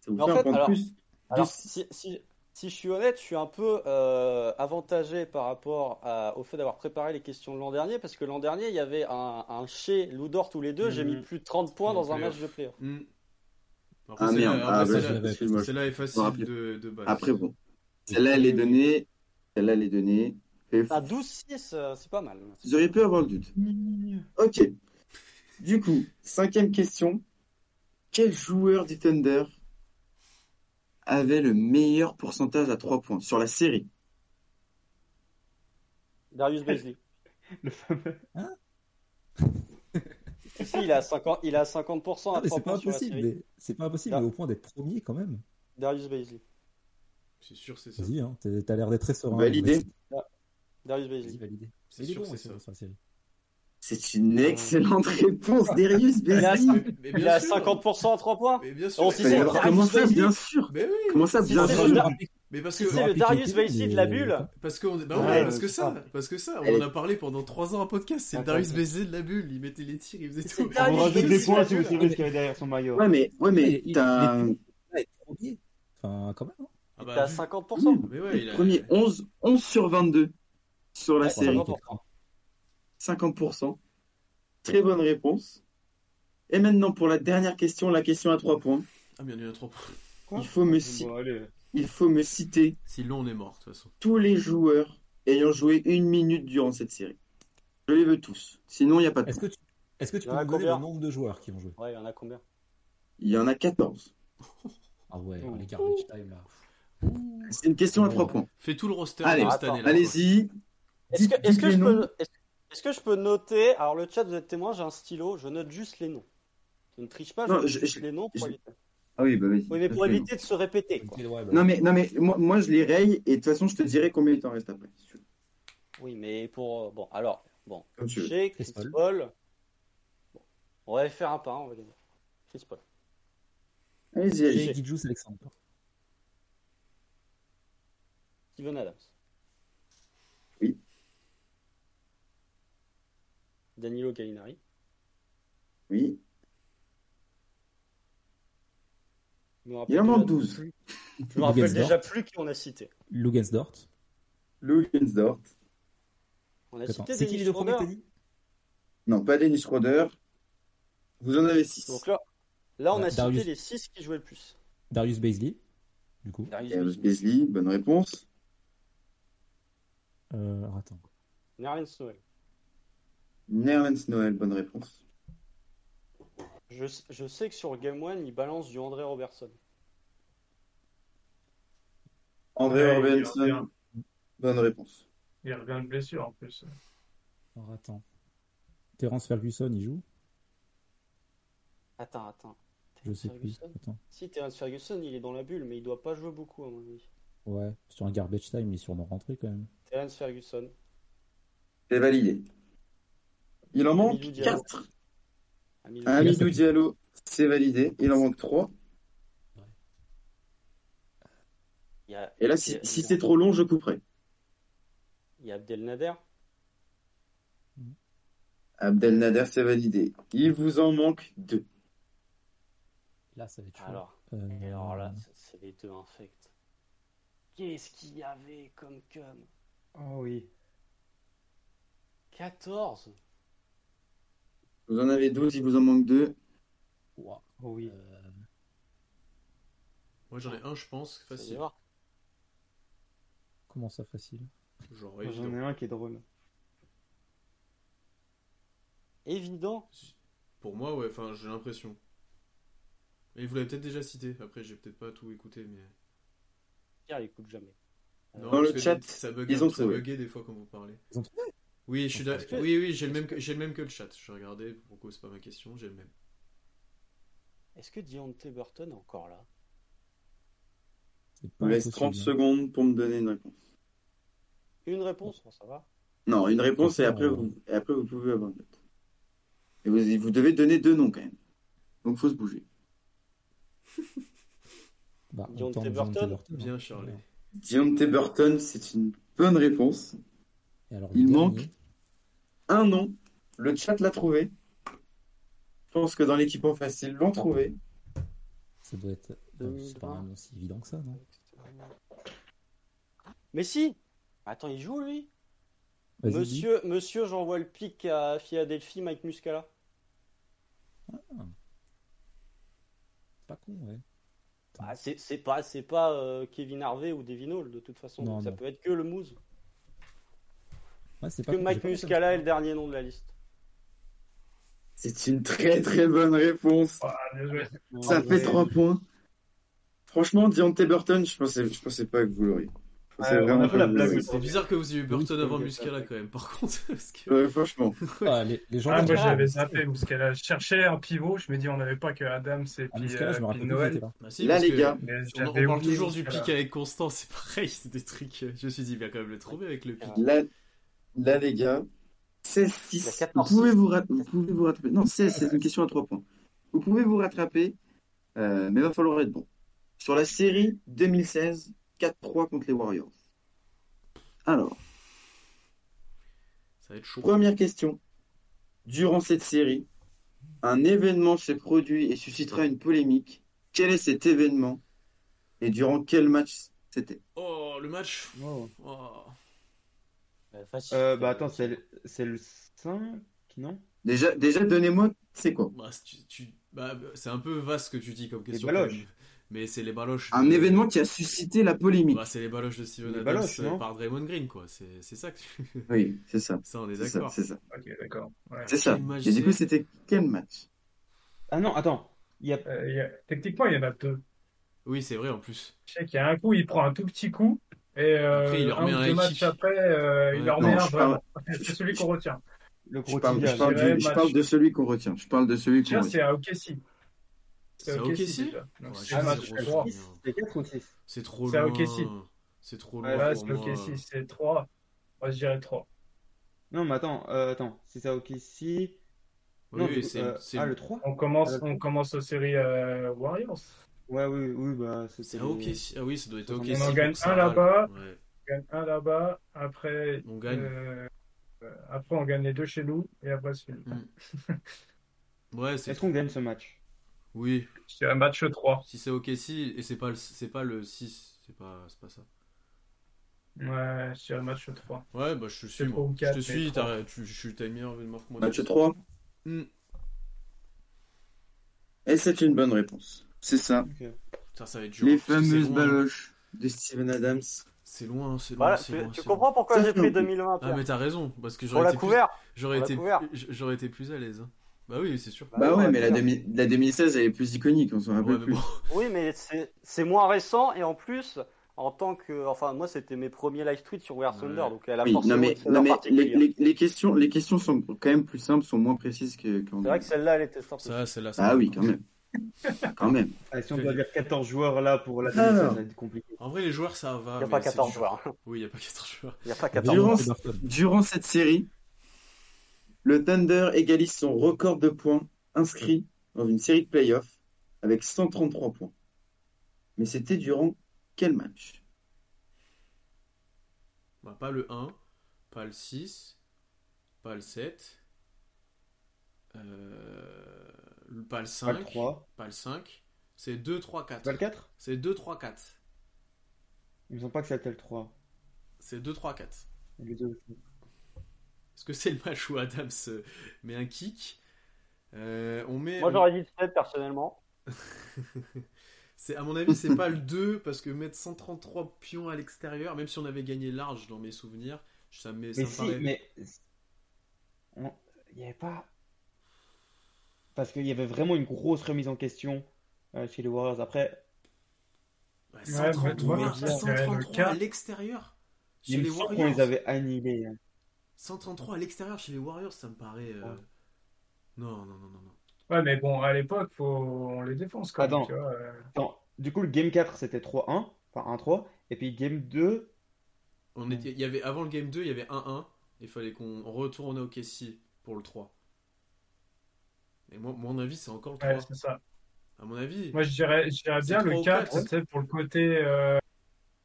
Speaker 1: Ça vous
Speaker 3: Mais en
Speaker 1: fait un
Speaker 3: fait,
Speaker 1: point de
Speaker 3: alors-
Speaker 1: plus.
Speaker 3: Alors,
Speaker 1: Deux-
Speaker 3: si, si- si je suis honnête, je suis un peu euh, avantagé par rapport à- au fait d'avoir préparé les questions de l'an dernier, parce que l'an dernier, il y avait un, un chez Loudor tous les deux, j'ai mis
Speaker 2: Mhm.
Speaker 3: plus de 30 points
Speaker 2: Dans
Speaker 3: dans un
Speaker 4: euh,
Speaker 2: les
Speaker 3: match de playoff.
Speaker 2: Hmm. Après,
Speaker 1: Ah
Speaker 2: celle-là-
Speaker 1: merde. Ah,
Speaker 2: après,
Speaker 1: bah,
Speaker 2: celle-là-
Speaker 4: j'avais-
Speaker 1: excuse-moi.
Speaker 2: celle-là est facile
Speaker 1: rappelais.
Speaker 2: de, de base.
Speaker 1: Après, bon. Celle-là, elle est donnée. Celle-là, elle est donnée. Et
Speaker 3: À 12-6, euh, c'est pas mal.
Speaker 1: Vous auriez pu avoir le doute.
Speaker 7: Mmh.
Speaker 1: Ok. Du coup, cinquième question. Quel joueur du Thunder avait le meilleur pourcentage à 3 points sur la série
Speaker 3: Darius Beasley.
Speaker 5: Le fameux.
Speaker 3: Si, il a 50%, il a 50% à
Speaker 4: Ah, mais
Speaker 3: 3
Speaker 4: c'est pas
Speaker 3: points sur la
Speaker 4: impossible.
Speaker 3: série.
Speaker 4: mais- C'est pas impossible,
Speaker 3: Ah.
Speaker 4: mais au point d'être premier quand même.
Speaker 3: Darius Baisley.
Speaker 2: C'est sûr, c'est ça.
Speaker 4: Vas-y, hein, t'es- t'as l'air d'être très serein.
Speaker 1: Validé.
Speaker 3: Darius
Speaker 4: Vas-y, vas-y,
Speaker 3: Baisley.
Speaker 4: validé.
Speaker 2: C'est
Speaker 4: Il est
Speaker 2: sûr,
Speaker 4: bon,
Speaker 2: c'est
Speaker 4: c'est
Speaker 2: ça.
Speaker 4: sur la série.
Speaker 1: C'est une excellente réponse, Darius Bézi.
Speaker 2: Mais
Speaker 3: Il
Speaker 2: bien
Speaker 3: a
Speaker 2: sûr.
Speaker 3: 50% à 3 points
Speaker 2: Mais bien sûr.
Speaker 3: On
Speaker 2: mais-
Speaker 3: s'y
Speaker 1: Fallait
Speaker 3: c'est
Speaker 1: le-
Speaker 3: Darius
Speaker 1: Comment ça,
Speaker 3: Bailey.
Speaker 1: bien sûr
Speaker 2: Mais oui.
Speaker 1: Comment ça,
Speaker 3: Si
Speaker 1: bien
Speaker 3: c'est
Speaker 1: sûr
Speaker 3: le
Speaker 4: Je
Speaker 3: Dar-
Speaker 4: rappelle-
Speaker 2: Mais parce
Speaker 3: Si
Speaker 2: que
Speaker 4: je
Speaker 3: c'est le
Speaker 4: rappelle
Speaker 3: Darius
Speaker 4: qu'il était,
Speaker 3: Bailey de
Speaker 4: mais- euh,
Speaker 3: la bulle
Speaker 2: parce qu'on bah
Speaker 5: Ouais,
Speaker 2: ouais, parce
Speaker 5: c'est
Speaker 2: que ça,
Speaker 5: ça.
Speaker 2: parce que ça, on
Speaker 1: Allez.
Speaker 2: en a parlé pendant 3 ans à podcast, c'est
Speaker 3: Attends,
Speaker 2: Darius
Speaker 3: attends.
Speaker 2: Bézé de la bulle, il mettait les tirs, il faisait
Speaker 3: C'est
Speaker 2: tout.
Speaker 3: Darius Ah,
Speaker 5: On
Speaker 3: oui,
Speaker 5: rajoute
Speaker 3: je
Speaker 5: des
Speaker 3: sais,
Speaker 5: points
Speaker 3: la
Speaker 5: si vous
Speaker 3: bulle.
Speaker 5: suivez ce qu'il y avait derrière son maillot.
Speaker 1: Ouais, mais, ouais, mais
Speaker 4: Mais il-
Speaker 1: t'as
Speaker 4: il Ouais, être premier. Enfin, quand même. hein.
Speaker 2: Ah
Speaker 3: T'es à
Speaker 2: vu-
Speaker 3: 50%.
Speaker 2: mais ouais, il a-
Speaker 1: premier 11, 11 sur 22 sur la
Speaker 3: Ouais,
Speaker 1: série.
Speaker 3: 50%.
Speaker 1: 50%. Très bonne réponse. Et maintenant, pour la dernière question, la question à 3 points.
Speaker 2: Ah mais il y en a eu un trop.
Speaker 5: Quoi
Speaker 1: Il faut me, ci-
Speaker 5: Bon, Oh, allez.
Speaker 1: il faut me citer
Speaker 2: Si l'on on est mort de toute façon.
Speaker 1: tous les joueurs ayant joué une minute durant cette série. Je les veux tous. Sinon, il n'y a pas de
Speaker 4: Est-ce
Speaker 1: temps.
Speaker 4: que tu, est-ce que tu
Speaker 3: Il y
Speaker 4: peux
Speaker 3: en a
Speaker 4: me donner
Speaker 3: combien
Speaker 4: le nombre de joueurs qui ont joué
Speaker 3: Ouais, il y en a combien
Speaker 1: Il y en a 14.
Speaker 4: Ah ouais,
Speaker 5: Oh.
Speaker 4: les garbage time là.
Speaker 1: C'est une question à 3 points.
Speaker 2: Fais tout le roster
Speaker 1: Allez,
Speaker 2: de cette
Speaker 3: attends,
Speaker 2: année là.
Speaker 1: Allez-y.
Speaker 3: Est-ce que,
Speaker 1: Dites-
Speaker 3: est-ce
Speaker 1: dites
Speaker 3: que
Speaker 1: les
Speaker 3: je
Speaker 1: noms.
Speaker 3: peux, est-ce, est-ce que je peux noter Alors le chat, vous êtes témoin, j'ai un stylo, je note juste les noms. Je ne triche pas, je
Speaker 1: Non,
Speaker 3: note
Speaker 1: je-
Speaker 3: juste
Speaker 1: je-
Speaker 3: les noms pour
Speaker 1: je-
Speaker 3: éviter.
Speaker 1: Ah oui, bah vas-y.
Speaker 3: Oui, mais pour
Speaker 1: Absolument.
Speaker 3: éviter de se répéter. Quoi.
Speaker 1: Non, mais, non, mais moi, moi, je les raye et de toute façon, je te dirai combien il t'en reste après. si tu veux.
Speaker 3: Oui, mais pour euh, bon, alors bon,
Speaker 1: Comme tu veux.
Speaker 3: chez Chris
Speaker 4: Chris Paul.
Speaker 3: Paul. Bon, on va faire un par un, on va gagner. Chris Paul.
Speaker 1: Allez-y, allez-y.
Speaker 4: Et Gidjous Alexander.
Speaker 3: Steven Adams.
Speaker 1: Oui.
Speaker 3: Danilo Gallinari.
Speaker 1: Oui.
Speaker 3: Je me
Speaker 1: Il en
Speaker 3: rappelle
Speaker 1: manque
Speaker 3: déjà-
Speaker 1: 12.
Speaker 3: Je me rappelle déjà plus qui on a cité.
Speaker 4: Lugensdort.
Speaker 1: Lugensdort.
Speaker 3: On a
Speaker 4: Attends,
Speaker 3: cité
Speaker 4: C'est qui
Speaker 3: Dennis
Speaker 4: les deux premiers,
Speaker 3: Schroeder.
Speaker 4: Tony
Speaker 1: Non, pas Dennis Schroeder. Vous en avez 6.
Speaker 3: Donc là, là on a
Speaker 4: Ouais, Darius.
Speaker 3: cité les 6 qui jouaient le plus.
Speaker 4: Darius Baisley, du coup.
Speaker 3: Darius
Speaker 1: Darius
Speaker 3: Baisley,
Speaker 1: Beasley, bonne réponse.
Speaker 4: Euh, alors attends.
Speaker 3: Nerlens Noël.
Speaker 1: Nerlens Noël, bonne réponse.
Speaker 3: Je, je sais que sur Game 1, il balance du André Robertson.
Speaker 1: André
Speaker 6: Ouais,
Speaker 1: Robinson,
Speaker 6: il revient.
Speaker 1: bonne réponse.
Speaker 6: Il revient de blessure en plus.
Speaker 4: Alors attends. Terence Ferguson, il joue
Speaker 3: Attends, attends.
Speaker 4: Je sais plus.
Speaker 3: Ferguson
Speaker 4: Attends.
Speaker 3: Si, Terence Ferguson, il est dans la bulle, mais il doit pas jouer beaucoup, à mon avis.
Speaker 4: Ouais, sur un garbage time, il est sûrement rentré quand même.
Speaker 3: Terence Ferguson.
Speaker 1: C'est validé. Il en manque
Speaker 3: Hamidou Diallo.
Speaker 1: 4.
Speaker 3: Hamilton.
Speaker 1: Amidou Diallo, c'est validé. Il en manque 3.
Speaker 3: Il y a,
Speaker 1: Et là,
Speaker 3: il
Speaker 1: si,
Speaker 3: y a-
Speaker 1: si c'est trop long, je couperai.
Speaker 3: Il y a Abdelnader.
Speaker 1: Abdelnader, c'est validé. Il vous en manque 2.
Speaker 4: Là, ça va être chaud.
Speaker 3: Alors,
Speaker 4: Euh,
Speaker 3: et alors là, c'est- c'est les deux infects. Qu'est-ce qu'il y avait comme comme
Speaker 5: Oh oui.
Speaker 3: 14
Speaker 1: Vous en avez 12, il vous en manque 2.
Speaker 4: ouah,
Speaker 5: Oh oui.
Speaker 4: euh,
Speaker 2: Moi j'en ai un je pense,
Speaker 3: Vous allez
Speaker 2: facile.
Speaker 3: voir.
Speaker 4: comment ça facile
Speaker 2: Genre
Speaker 5: Moi, J'en
Speaker 2: évident.
Speaker 5: ai un qui est drôle.
Speaker 3: Évident.
Speaker 2: Pour moi ouais, enfin j'ai l'impression. Et vous l'avez peut-être déjà cité, après j'ai peut-être pas tout écouté mais
Speaker 3: Pierre, il écoute jamais. Euh,
Speaker 2: Non,
Speaker 1: Dans
Speaker 2: parce
Speaker 1: le
Speaker 2: que
Speaker 1: chat,
Speaker 2: ça bug,
Speaker 1: ils ont
Speaker 2: ça
Speaker 1: trouvé.
Speaker 2: buguait des fois quand vous parlez.
Speaker 4: Ils ont
Speaker 2: Oui, je suis
Speaker 4: Parce
Speaker 2: d'accord.
Speaker 3: que-
Speaker 2: Oui, oui, j'ai le même que j'ai le même que le chat. Je regardais, pourquoi c'est pas ma question, j'ai le même.
Speaker 3: Est-ce que Deontay Burton est encore là
Speaker 4: C'est
Speaker 1: Je
Speaker 4: pas
Speaker 1: vous laisse
Speaker 4: impossible,
Speaker 1: 30
Speaker 4: hein.
Speaker 1: secondes pour me donner une réponse.
Speaker 3: Une réponse, bon, ça va.
Speaker 1: Non, une réponse et après vous, et après, vous pouvez avoir une autre. Et vous, vous devez donner deux noms quand même. Donc faut se bouger.
Speaker 4: Bah,
Speaker 3: John
Speaker 4: autant
Speaker 3: T.
Speaker 4: John
Speaker 3: Burton.
Speaker 4: hein.
Speaker 2: Bien, Charlie.
Speaker 1: Deontay Burton, c'est une bonne réponse.
Speaker 4: Et alors,
Speaker 1: Il
Speaker 4: le dernier,
Speaker 1: manque un nom. Le chat l'a trouvé. Je pense que dans l'équipe en face, ils l'ont trouvé.
Speaker 4: Ça doit être. euh, C'est pas
Speaker 3: 2020.
Speaker 4: un nom si évident que ça, non
Speaker 3: Mais si Attends, il joue lui
Speaker 4: Vas-y, dis.
Speaker 3: Monsieur, monsieur, j'envoie le pic à Philadelphie, Mike Muscala.
Speaker 4: C'est Pas con, ouais.
Speaker 3: Bah, c'est c'est pas, c'est pas euh, Kevin Harvey ou Devin Hall de toute façon.
Speaker 4: Non,
Speaker 3: donc Ça
Speaker 4: non.
Speaker 3: peut être que le Moose.
Speaker 4: Ouais, c'est pas
Speaker 3: Que
Speaker 4: con, j'ai
Speaker 3: Mike
Speaker 4: pas pensé à
Speaker 3: Muscala est le dernier nom de la liste.
Speaker 1: C'est une très très bonne réponse.
Speaker 6: Ah, bien joué.
Speaker 5: Oh,
Speaker 1: Ça fait trois points. Franchement, Deontay Burton, je pensais, je pensais pas que vous l'auriez. C'est
Speaker 5: Ouais, on
Speaker 1: vraiment
Speaker 5: a fait la
Speaker 1: pas
Speaker 5: blague
Speaker 1: mal.
Speaker 5: aussi.
Speaker 2: C'est bizarre que vous ayez eu Burton
Speaker 5: Euh, Oui,
Speaker 2: avant
Speaker 5: c'est
Speaker 2: Muscala quand même, par contre. Parce que...
Speaker 1: Ouais, franchement.
Speaker 4: Ah, les, les gens
Speaker 6: Ah,
Speaker 4: vont
Speaker 6: moi
Speaker 4: dire, ah,
Speaker 6: j'avais zappé parce qu'elle a cherché un pivot. Je me dis, on n'avait pas que Adams et
Speaker 4: ah,
Speaker 6: puis,
Speaker 4: Muscala, je me
Speaker 6: euh, puis
Speaker 4: rappelle plus qu'il était
Speaker 6: Noël.
Speaker 4: là.
Speaker 2: Bah si,
Speaker 1: Là,
Speaker 2: parce
Speaker 1: les
Speaker 2: que
Speaker 1: gars,
Speaker 6: Mais
Speaker 2: On, on
Speaker 6: j'avais
Speaker 2: parle
Speaker 6: oublié
Speaker 2: toujours du
Speaker 6: Muscala.
Speaker 2: pic avec Constant, c'est pareil, c'est des trucs. euh, Je me suis dit, il va quand même le trouver avec le pic.
Speaker 1: là, là, les gars,
Speaker 3: Il y a
Speaker 1: 16-6.
Speaker 3: 14-6.
Speaker 1: Vous, pouvez vous, rat- vous pouvez vous rattraper. Non, 16, c'est une question à 3 points. Vous pouvez vous rattraper, euh, mais il va falloir être bon. Sur la série 2016, 4-3 contre les Warriors. Alors.
Speaker 2: Ça va être chaud.
Speaker 1: Première question. Durant cette série, un événement s'est produit et suscitera une polémique. Quel est cet événement et durant quel match c'était
Speaker 2: Oh, le match
Speaker 5: Oh.
Speaker 2: Oh.
Speaker 3: Euh, facile.
Speaker 5: Euh, bah attends, c'est le, c'est le 5, non?
Speaker 1: Déjà, déjà donnez-moi, c'est quoi
Speaker 2: Bah, c'est- tu, tu- bah, c'est un peu vaste ce que tu dis comme question.
Speaker 5: baloches.
Speaker 2: quand même. Mais c'est les baloches.
Speaker 1: Un
Speaker 2: de-
Speaker 1: événement qui a suscité la polémique.
Speaker 2: Bah, c'est les baloches de Steven
Speaker 5: Les
Speaker 2: Adams
Speaker 5: baloches,
Speaker 2: euh,
Speaker 5: non
Speaker 2: par Draymond Green, quoi. C'est c'est ça que tu...
Speaker 1: Oui, c'est ça.
Speaker 2: Ça, on est
Speaker 1: C'est ça,
Speaker 2: d'accord.
Speaker 1: c'est ça.
Speaker 6: Ok, d'accord. Ouais.
Speaker 1: C'est ça.
Speaker 2: Quel match
Speaker 1: Et du coup,
Speaker 2: c'est
Speaker 1: c'était quel match
Speaker 5: Ah non, attends. Il y a...
Speaker 6: Euh, il y a- Techniquement, il y en a deux.
Speaker 2: Oui, c'est vrai en plus.
Speaker 6: Je sais qu'il y a un coup, il prend un tout petit coup. Et euh,
Speaker 2: Après, il leur
Speaker 6: un
Speaker 2: met
Speaker 6: ou
Speaker 2: un
Speaker 6: deux
Speaker 2: high
Speaker 6: matchs
Speaker 2: kick.
Speaker 6: après, euh, il
Speaker 2: Ouais.
Speaker 6: leur
Speaker 1: Non,
Speaker 6: met un
Speaker 1: je parle-
Speaker 6: vraiment. C'est celui qu'on retient.
Speaker 5: le
Speaker 1: Je
Speaker 5: gros
Speaker 1: parle, je
Speaker 5: tigage.
Speaker 1: parle
Speaker 6: dirais
Speaker 1: du- je
Speaker 6: match.
Speaker 1: parle de celui qu'on retient. Je parle de celui qu'on
Speaker 6: Tiens, c'est
Speaker 1: retient.
Speaker 6: à OKC.
Speaker 2: C'est
Speaker 6: OKC,
Speaker 2: OKC
Speaker 6: déjà. Donc,
Speaker 2: Ouais,
Speaker 6: c'est
Speaker 2: je
Speaker 6: un
Speaker 2: sais,
Speaker 6: match
Speaker 2: c'est
Speaker 6: de
Speaker 2: gros,
Speaker 6: trois.
Speaker 2: c'est bien.
Speaker 5: Ah, C'est 4 ou 6?
Speaker 2: C'est trop
Speaker 6: C'est à
Speaker 2: loin.
Speaker 6: OKC.
Speaker 2: C'est trop
Speaker 5: Ouais,
Speaker 2: loin.
Speaker 6: Là,
Speaker 2: pour
Speaker 6: c'est
Speaker 2: moi.
Speaker 6: OKC, c'est 3. Moi, je dirais 3.
Speaker 5: Non, mais attends, euh, attends. Si c'est OK, si...
Speaker 2: Oui,
Speaker 5: Non,
Speaker 2: oui,
Speaker 5: du coup,
Speaker 2: c'est
Speaker 5: euh,
Speaker 2: c'est-
Speaker 5: ah, le 3?
Speaker 6: On commence,
Speaker 5: Euh,
Speaker 6: on commence aux séries euh, Warriors.
Speaker 5: Ouais, oui, oui, bah c'était
Speaker 2: c'est à
Speaker 5: les-
Speaker 2: OKC. Ah oui, ça doit être
Speaker 5: On en
Speaker 2: OKC.
Speaker 5: gagne
Speaker 2: donc ça
Speaker 6: un
Speaker 2: râle.
Speaker 6: là-bas.
Speaker 2: Ouais.
Speaker 6: On gagne un là-bas. Après,
Speaker 2: On gagne.
Speaker 6: euh, euh, après, on gagne les deux chez nous. Et après, c'est
Speaker 2: Mm.
Speaker 6: fini.
Speaker 2: Ouais, c'est
Speaker 5: Est-ce qu'on gagne ce match?
Speaker 2: Oui,
Speaker 6: Je dirais match 3.
Speaker 2: si c'est OKC et c'est pas le c'est pas le 6, c'est pas c'est pas ça.
Speaker 6: Ouais, je dirais match 3.
Speaker 2: Ouais, bah je te suis
Speaker 6: C'est
Speaker 2: moi.
Speaker 6: pas au
Speaker 2: Je te
Speaker 6: quatre, mais
Speaker 2: suis,
Speaker 6: trois.
Speaker 2: t'as tu je suis t'as meilleur mémoire que moi.
Speaker 3: Bah,
Speaker 1: Match
Speaker 2: Donc,
Speaker 1: 3
Speaker 2: Hmm.
Speaker 1: Et c'est une bonne réponse. C'est ça.
Speaker 5: Ok.
Speaker 2: Putain, ça va être dur.
Speaker 1: Les
Speaker 2: Parce que c'est hein.
Speaker 1: fameuses
Speaker 2: loin.
Speaker 1: baloches de Steven Adams.
Speaker 2: C'est loin, c'est loin,
Speaker 3: Voilà,
Speaker 2: c'est
Speaker 3: tu,
Speaker 2: loin,
Speaker 3: tu
Speaker 2: c'est
Speaker 3: comprends pourquoi
Speaker 1: Ça,
Speaker 3: j'ai
Speaker 1: c'est
Speaker 3: pris
Speaker 1: un peu-
Speaker 3: 2001
Speaker 2: loin. Ah
Speaker 3: Pierre.
Speaker 2: mais t'as raison parce que
Speaker 3: On
Speaker 2: j'aurais
Speaker 3: l'a
Speaker 2: été plus
Speaker 3: couvert.
Speaker 2: j'aurais
Speaker 3: on l'a
Speaker 2: été
Speaker 3: couvert.
Speaker 2: j- j'aurais été plus à l'aise. hein. Bah oui, c'est sûr.
Speaker 1: Bah
Speaker 3: oui, on
Speaker 1: ouais,
Speaker 3: l'a
Speaker 1: mais la,
Speaker 3: couvert.
Speaker 1: demi- la 2016, elle est plus iconique, on s'en rappelle
Speaker 2: Ouais,
Speaker 3: bah,
Speaker 2: mais
Speaker 1: plus.
Speaker 2: bon.
Speaker 3: Oui, mais c'est c'est moins récent et en plus, en tant que. Enfin, moi, c'était mes premiers live tweets sur Wear Thunder,
Speaker 2: Ouais.
Speaker 3: donc elle a
Speaker 1: Oui,
Speaker 3: forcément
Speaker 1: non mais,
Speaker 3: une
Speaker 1: non, mais
Speaker 3: saveur
Speaker 1: les,
Speaker 3: particulière.
Speaker 1: les- les questions, les questions sont quand même plus simples, sont moins précises que quand.
Speaker 3: C'est vrai que celle-là, elle était sortie.
Speaker 2: Ça, celle-là ça.
Speaker 1: Ah
Speaker 2: va.
Speaker 1: oui, quand même. quand même.
Speaker 5: Ah, si on doit dire 14 joueurs là pour la
Speaker 1: Ah.
Speaker 5: demi-finale, ça va être compliqué.
Speaker 2: En vrai, les joueurs ça va
Speaker 3: Il n'y a
Speaker 2: mais
Speaker 3: pas
Speaker 2: c'est
Speaker 3: 14
Speaker 2: dur.
Speaker 3: joueurs.
Speaker 2: Oui, il y a pas 14 joueurs.
Speaker 3: Il n'y a pas
Speaker 4: Bien
Speaker 3: 14
Speaker 1: Durant,
Speaker 3: joueurs.
Speaker 4: remonté, Burton.
Speaker 1: durant cette série, le Thunder égalise son record de points inscrits dans une série de playoffs avec 133 points. Mais c'était durant quel match?
Speaker 2: Bah, pas le 1, pas le 6, pas le 7. Euh, pas le 5,
Speaker 5: Pas le 3,
Speaker 2: pas le 5. C'est 2 3 4.
Speaker 5: pas le 4?
Speaker 2: C'est 2 3 4.
Speaker 5: Il me semble pas que c'était le 3.
Speaker 2: C'est 2 3 4.
Speaker 5: Les deux.
Speaker 2: Est-ce que c'est le match où Adams euh, met un kick Euh, on met
Speaker 3: Moi,
Speaker 2: on-
Speaker 3: j'aurais dit le 7 personnellement.
Speaker 2: c'est à mon avis c'est pas le 2 parce que mettre 133 pions à l'extérieur même si on avait gagné large dans mes souvenirs ça me ça
Speaker 5: Mais
Speaker 2: me
Speaker 5: si,
Speaker 2: paraît
Speaker 5: mais. on- Il n'y avait pas. Parce qu'il y avait vraiment une grosse remise en question euh, chez les Warriors. Après,
Speaker 2: Ouais,
Speaker 6: mais
Speaker 2: 133
Speaker 5: moi,
Speaker 2: à
Speaker 5: je
Speaker 6: dirais le
Speaker 2: 133 à
Speaker 6: quatre.
Speaker 2: l'extérieur
Speaker 5: il
Speaker 2: chez
Speaker 5: me
Speaker 2: les
Speaker 5: semble qu'on
Speaker 2: Warriors
Speaker 5: les avait annihilés. hein.
Speaker 2: 133 à l'extérieur chez les Warriors ça me paraît euh,
Speaker 5: Ouais.
Speaker 2: non non non non non
Speaker 6: Ouais, mais bon, à l'époque, faut... on les défonce quand
Speaker 5: Attends.
Speaker 6: même, tu vois. euh.
Speaker 5: Attends, du coup, le game 4, c'était 3-1, enfin 1-3. Et puis game 2,
Speaker 2: on était il y avait avant le game 2 il y avait 1-1 il fallait qu'on retourne à OKC pour le 3 et moi mon avis c'est encore le 3
Speaker 6: Ouais, c'est ça.
Speaker 2: à mon avis
Speaker 6: Moi, je dirais, je dirais
Speaker 2: C'est
Speaker 6: bien
Speaker 2: trois
Speaker 6: le
Speaker 2: ou
Speaker 6: 4,
Speaker 2: quatre.
Speaker 6: tu sais, pour le côté. euh,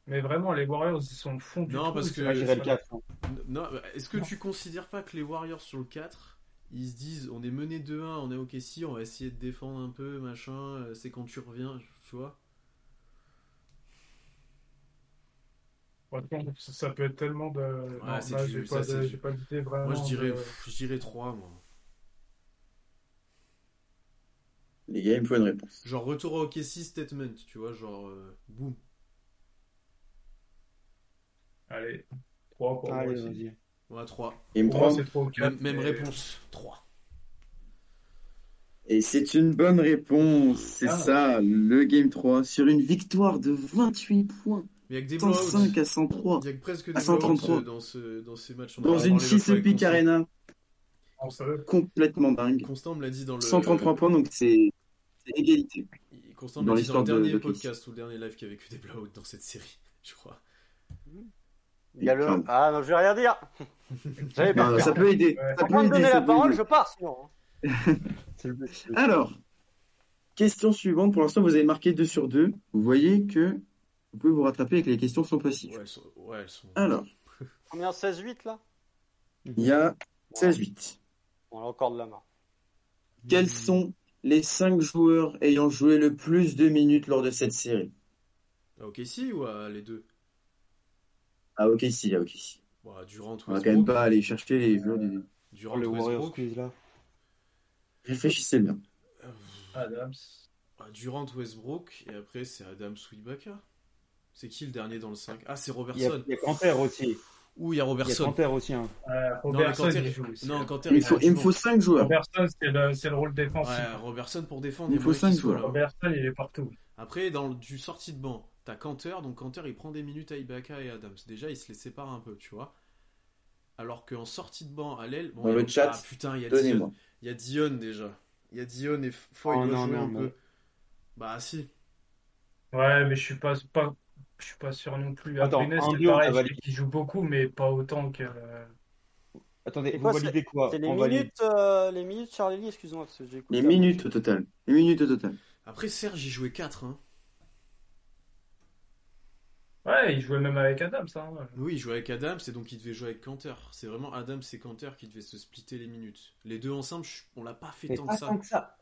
Speaker 6: Mais vraiment, les Warriors, ils sont au fond du
Speaker 2: Non,
Speaker 6: trou,
Speaker 2: parce
Speaker 6: c'est
Speaker 2: que-
Speaker 5: moi
Speaker 6: vrai
Speaker 5: je
Speaker 2: Euh,
Speaker 5: dirais le
Speaker 6: ça-
Speaker 5: 4. hein.
Speaker 2: Non, bah, est-ce que
Speaker 6: Non.
Speaker 2: tu considères pas que les Warriors sur le 4, ils se disent on est mené 2-1, on est ok si, on va essayer de défendre un peu, machin, euh, c'est quand tu reviens, tu vois
Speaker 6: Franchement, ça, ça peut être tellement de. non,
Speaker 2: c'est
Speaker 6: là,
Speaker 2: du-
Speaker 6: j'ai
Speaker 2: ça,
Speaker 6: pas
Speaker 2: c'est
Speaker 6: de-
Speaker 2: du-
Speaker 6: j'ai pas d'idée vraiment.
Speaker 2: Moi je dirais,
Speaker 6: de-
Speaker 2: pff, je dirais 3, moi.
Speaker 1: Les gars, il me faut une réponse.
Speaker 2: Genre retour à OKC statement, tu vois, genre euh, boum.
Speaker 6: Allez, 3 pour moi
Speaker 5: Allez,
Speaker 6: aussi.
Speaker 5: vas-y.
Speaker 2: On va 3.
Speaker 1: Il me
Speaker 6: Pour moi,
Speaker 1: prend-
Speaker 6: c'est 3 ou 4.
Speaker 2: Même, même réponse, 3.
Speaker 1: Et c'est une bonne réponse. C'est
Speaker 6: Ah.
Speaker 1: ça, le Game 3, sur une victoire de 28 points
Speaker 2: il y a que des blowouts.
Speaker 1: 105 à 103.
Speaker 2: Il y a que presque
Speaker 1: à
Speaker 2: des blowouts
Speaker 1: 133.
Speaker 2: euh, dans, ce, dans ces matchs. On en
Speaker 1: Ah, Dans
Speaker 2: a
Speaker 1: une
Speaker 2: parlé l'autre fois avec
Speaker 1: Chesapeake
Speaker 2: Constant.
Speaker 1: Arena
Speaker 6: On se-
Speaker 1: complètement dingue.
Speaker 2: Constant me l'a dit dans le.
Speaker 1: 133 points, donc c'est c'est égalité.
Speaker 2: Constant me
Speaker 1: dans
Speaker 2: l'a dit dans le
Speaker 1: l'histoire de-
Speaker 2: dernier
Speaker 1: de Chris.
Speaker 2: podcast ou le dernier live qui a vécu des blowouts dans cette série, je crois.
Speaker 3: Il y a le...
Speaker 1: Enfin,
Speaker 3: Ah non, je vais rien dire. J'avais pas
Speaker 1: non,
Speaker 3: peur.
Speaker 1: ça peut aider.
Speaker 6: Ouais.
Speaker 1: Ça
Speaker 3: Faut
Speaker 1: peut
Speaker 3: pas me
Speaker 1: aider,
Speaker 3: donner
Speaker 1: ça
Speaker 3: la
Speaker 1: peut
Speaker 3: parole,
Speaker 1: aider.
Speaker 3: je pars sinon. hein.
Speaker 5: C'est le but.
Speaker 1: Alors, question suivante. Pour l'instant, vous avez marqué 2 sur 2. Vous voyez que vous pouvez vous rattraper et que les questions sont
Speaker 2: Ouais,
Speaker 1: possibles.
Speaker 2: elles sont. Ouais, elles sont...
Speaker 1: Alors,
Speaker 3: Combien 16-8 là
Speaker 1: il y a 16-8.
Speaker 3: On a encore de la main.
Speaker 1: Quels sont les 5 joueurs ayant joué le plus de minutes lors de cette série
Speaker 2: Ah, ok, si, ou à les deux
Speaker 1: Ah, ok, si, ah, ok, si.
Speaker 2: Bah, Durant,
Speaker 1: On va quand même
Speaker 2: Westbrook.
Speaker 1: pas aller chercher les joueurs du.
Speaker 2: Durant,
Speaker 5: Oh, le Warriors
Speaker 2: Westbrook.
Speaker 5: quiz là.
Speaker 1: Réfléchissez bien.
Speaker 6: Adams.
Speaker 2: Ah, Durant, Westbrook, et après c'est Adam Swibaka. C'est qui le dernier dans le 5 Ah, c'est
Speaker 5: Il y a,
Speaker 2: Robertson.
Speaker 5: il y a Quentin aussi.
Speaker 2: Ouh, il y a
Speaker 5: Il y a
Speaker 2: Robertson.
Speaker 5: Quentin aussi. Hein.
Speaker 6: Euh,
Speaker 2: Non, mais
Speaker 6: Robertson,
Speaker 2: Quentin-
Speaker 6: il joue aussi.
Speaker 2: Non, Quentin,
Speaker 1: Il, faut,
Speaker 2: est
Speaker 1: il me
Speaker 2: toujours-
Speaker 1: faut 5 joueurs.
Speaker 6: Robertson, c'est le, c'est le rôle défensif.
Speaker 2: Ouais, Robertson pour défendre.
Speaker 1: Il
Speaker 2: y a
Speaker 1: faut
Speaker 2: moyen qu'il
Speaker 1: cinq
Speaker 2: soit
Speaker 1: joueurs.
Speaker 2: là.
Speaker 6: Robertson, il est partout.
Speaker 2: Après, dans le- du sorti de banc, t'as Canter, donc Canter il prend des minutes à Ibaka et Adams. Déjà, il se les sépare un peu, tu vois. Alors qu'en sortie de banc à l'aile, bon,
Speaker 1: Dans
Speaker 2: il y a-
Speaker 1: le chat,
Speaker 2: ah, putain, il y a Dion.
Speaker 1: Donnez-moi.
Speaker 2: Il y a Dion déjà. Il y a Dion et Foy
Speaker 5: Oh,
Speaker 2: doit
Speaker 5: non,
Speaker 2: jouer
Speaker 5: non,
Speaker 2: un
Speaker 5: non.
Speaker 2: peu. Bah si.
Speaker 6: Ouais, mais je suis pas, pas- je suis pas sûr non plus.
Speaker 5: Attends,
Speaker 6: Abrines,
Speaker 5: un
Speaker 6: c'est
Speaker 5: duo, on
Speaker 6: pareil,
Speaker 5: va
Speaker 6: je sais qu'il joue beaucoup, mais pas autant que. euh,
Speaker 5: Attendez,
Speaker 3: C'est
Speaker 5: vous
Speaker 3: quoi,
Speaker 5: validez quoi
Speaker 3: C'est les
Speaker 5: On valide.
Speaker 3: minutes, euh, les minutes, Charlie, excuse-moi, parce que j'ai écouté.
Speaker 1: Les minutes au total. Les minutes au total.
Speaker 2: Après, Serge, il jouait 4. Hein.
Speaker 6: Ouais, il jouait même avec Adams. Hein.
Speaker 2: Oui, il jouait avec Adams et donc il devait jouer avec Canter. C'est vraiment Adams et Canter qui devaient se splitter les minutes. Les deux ensemble, je- on l'a pas fait
Speaker 5: Mais
Speaker 2: tant
Speaker 5: pas
Speaker 2: que ça.
Speaker 5: tant que ça.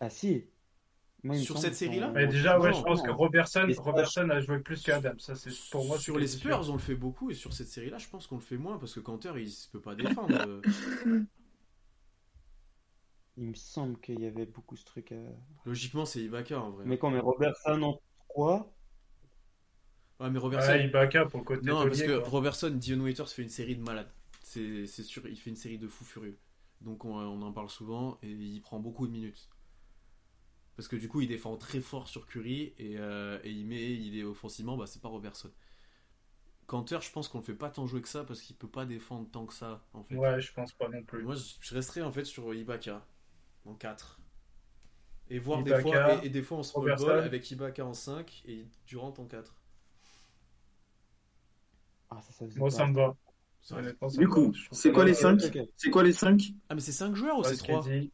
Speaker 5: Ah si. Moi, il me
Speaker 2: Sur
Speaker 5: semble
Speaker 2: cette série-là
Speaker 5: qu'on-
Speaker 6: Mais déjà, ouais,
Speaker 2: Non,
Speaker 6: je pense que Robertson,
Speaker 5: Les Spurs.
Speaker 6: Robertson a joué plus que Adams. Ça, c'est pour moi.
Speaker 2: sur
Speaker 6: c'est
Speaker 2: les
Speaker 6: sûr.
Speaker 2: Spurs, on le fait beaucoup et sur cette série-là, je pense qu'on le fait moins parce que Canter, il se peut pas défendre. Euh,
Speaker 5: Il me semble qu'il y avait beaucoup ce truc. à-
Speaker 2: Logiquement, c'est Ibaka en vrai.
Speaker 5: Mais quand mais Robertson en 3,
Speaker 2: Ouais, mais Robertson.
Speaker 6: Ouais, Ibaka pour le côté
Speaker 2: Non, parce
Speaker 6: taulier,
Speaker 2: que
Speaker 6: quoi.
Speaker 2: Robertson, Dion Waiters fait une série de malades. C'est c'est sûr, il fait une série de fous furieux. Donc on, on en parle souvent et il prend beaucoup de minutes. Parce que du coup, il défend très fort sur Curry et, euh, et il met, il est offensivement, bah c'est pas Robertson. Cantor, je pense qu'on le fait pas tant jouer que ça parce qu'il peut pas défendre tant que ça en fait.
Speaker 6: Ouais, je pense pas non plus.
Speaker 2: Moi, je, je resterais en fait sur Ibaka en 4. Et voir des
Speaker 6: Ibaka,
Speaker 2: fois, et, et des fois en small
Speaker 6: Robertson.
Speaker 2: ball avec Ibaka en 5 et Durant en 4.
Speaker 5: ah, ça, ça faisait
Speaker 6: Moi,
Speaker 5: pas.
Speaker 6: ça me va.
Speaker 2: Ça-
Speaker 6: Honnêtement, ça
Speaker 1: Du
Speaker 6: me
Speaker 1: coup,
Speaker 6: va. Je trouve
Speaker 1: c'est
Speaker 6: que
Speaker 1: quoi
Speaker 6: là,
Speaker 1: les
Speaker 6: euh,
Speaker 1: 5
Speaker 5: Ok.
Speaker 1: C'est quoi les 5
Speaker 2: Ah, mais c'est 5 joueurs ou
Speaker 6: ouais,
Speaker 2: c'est
Speaker 6: ce qui est
Speaker 2: 3
Speaker 6: dit.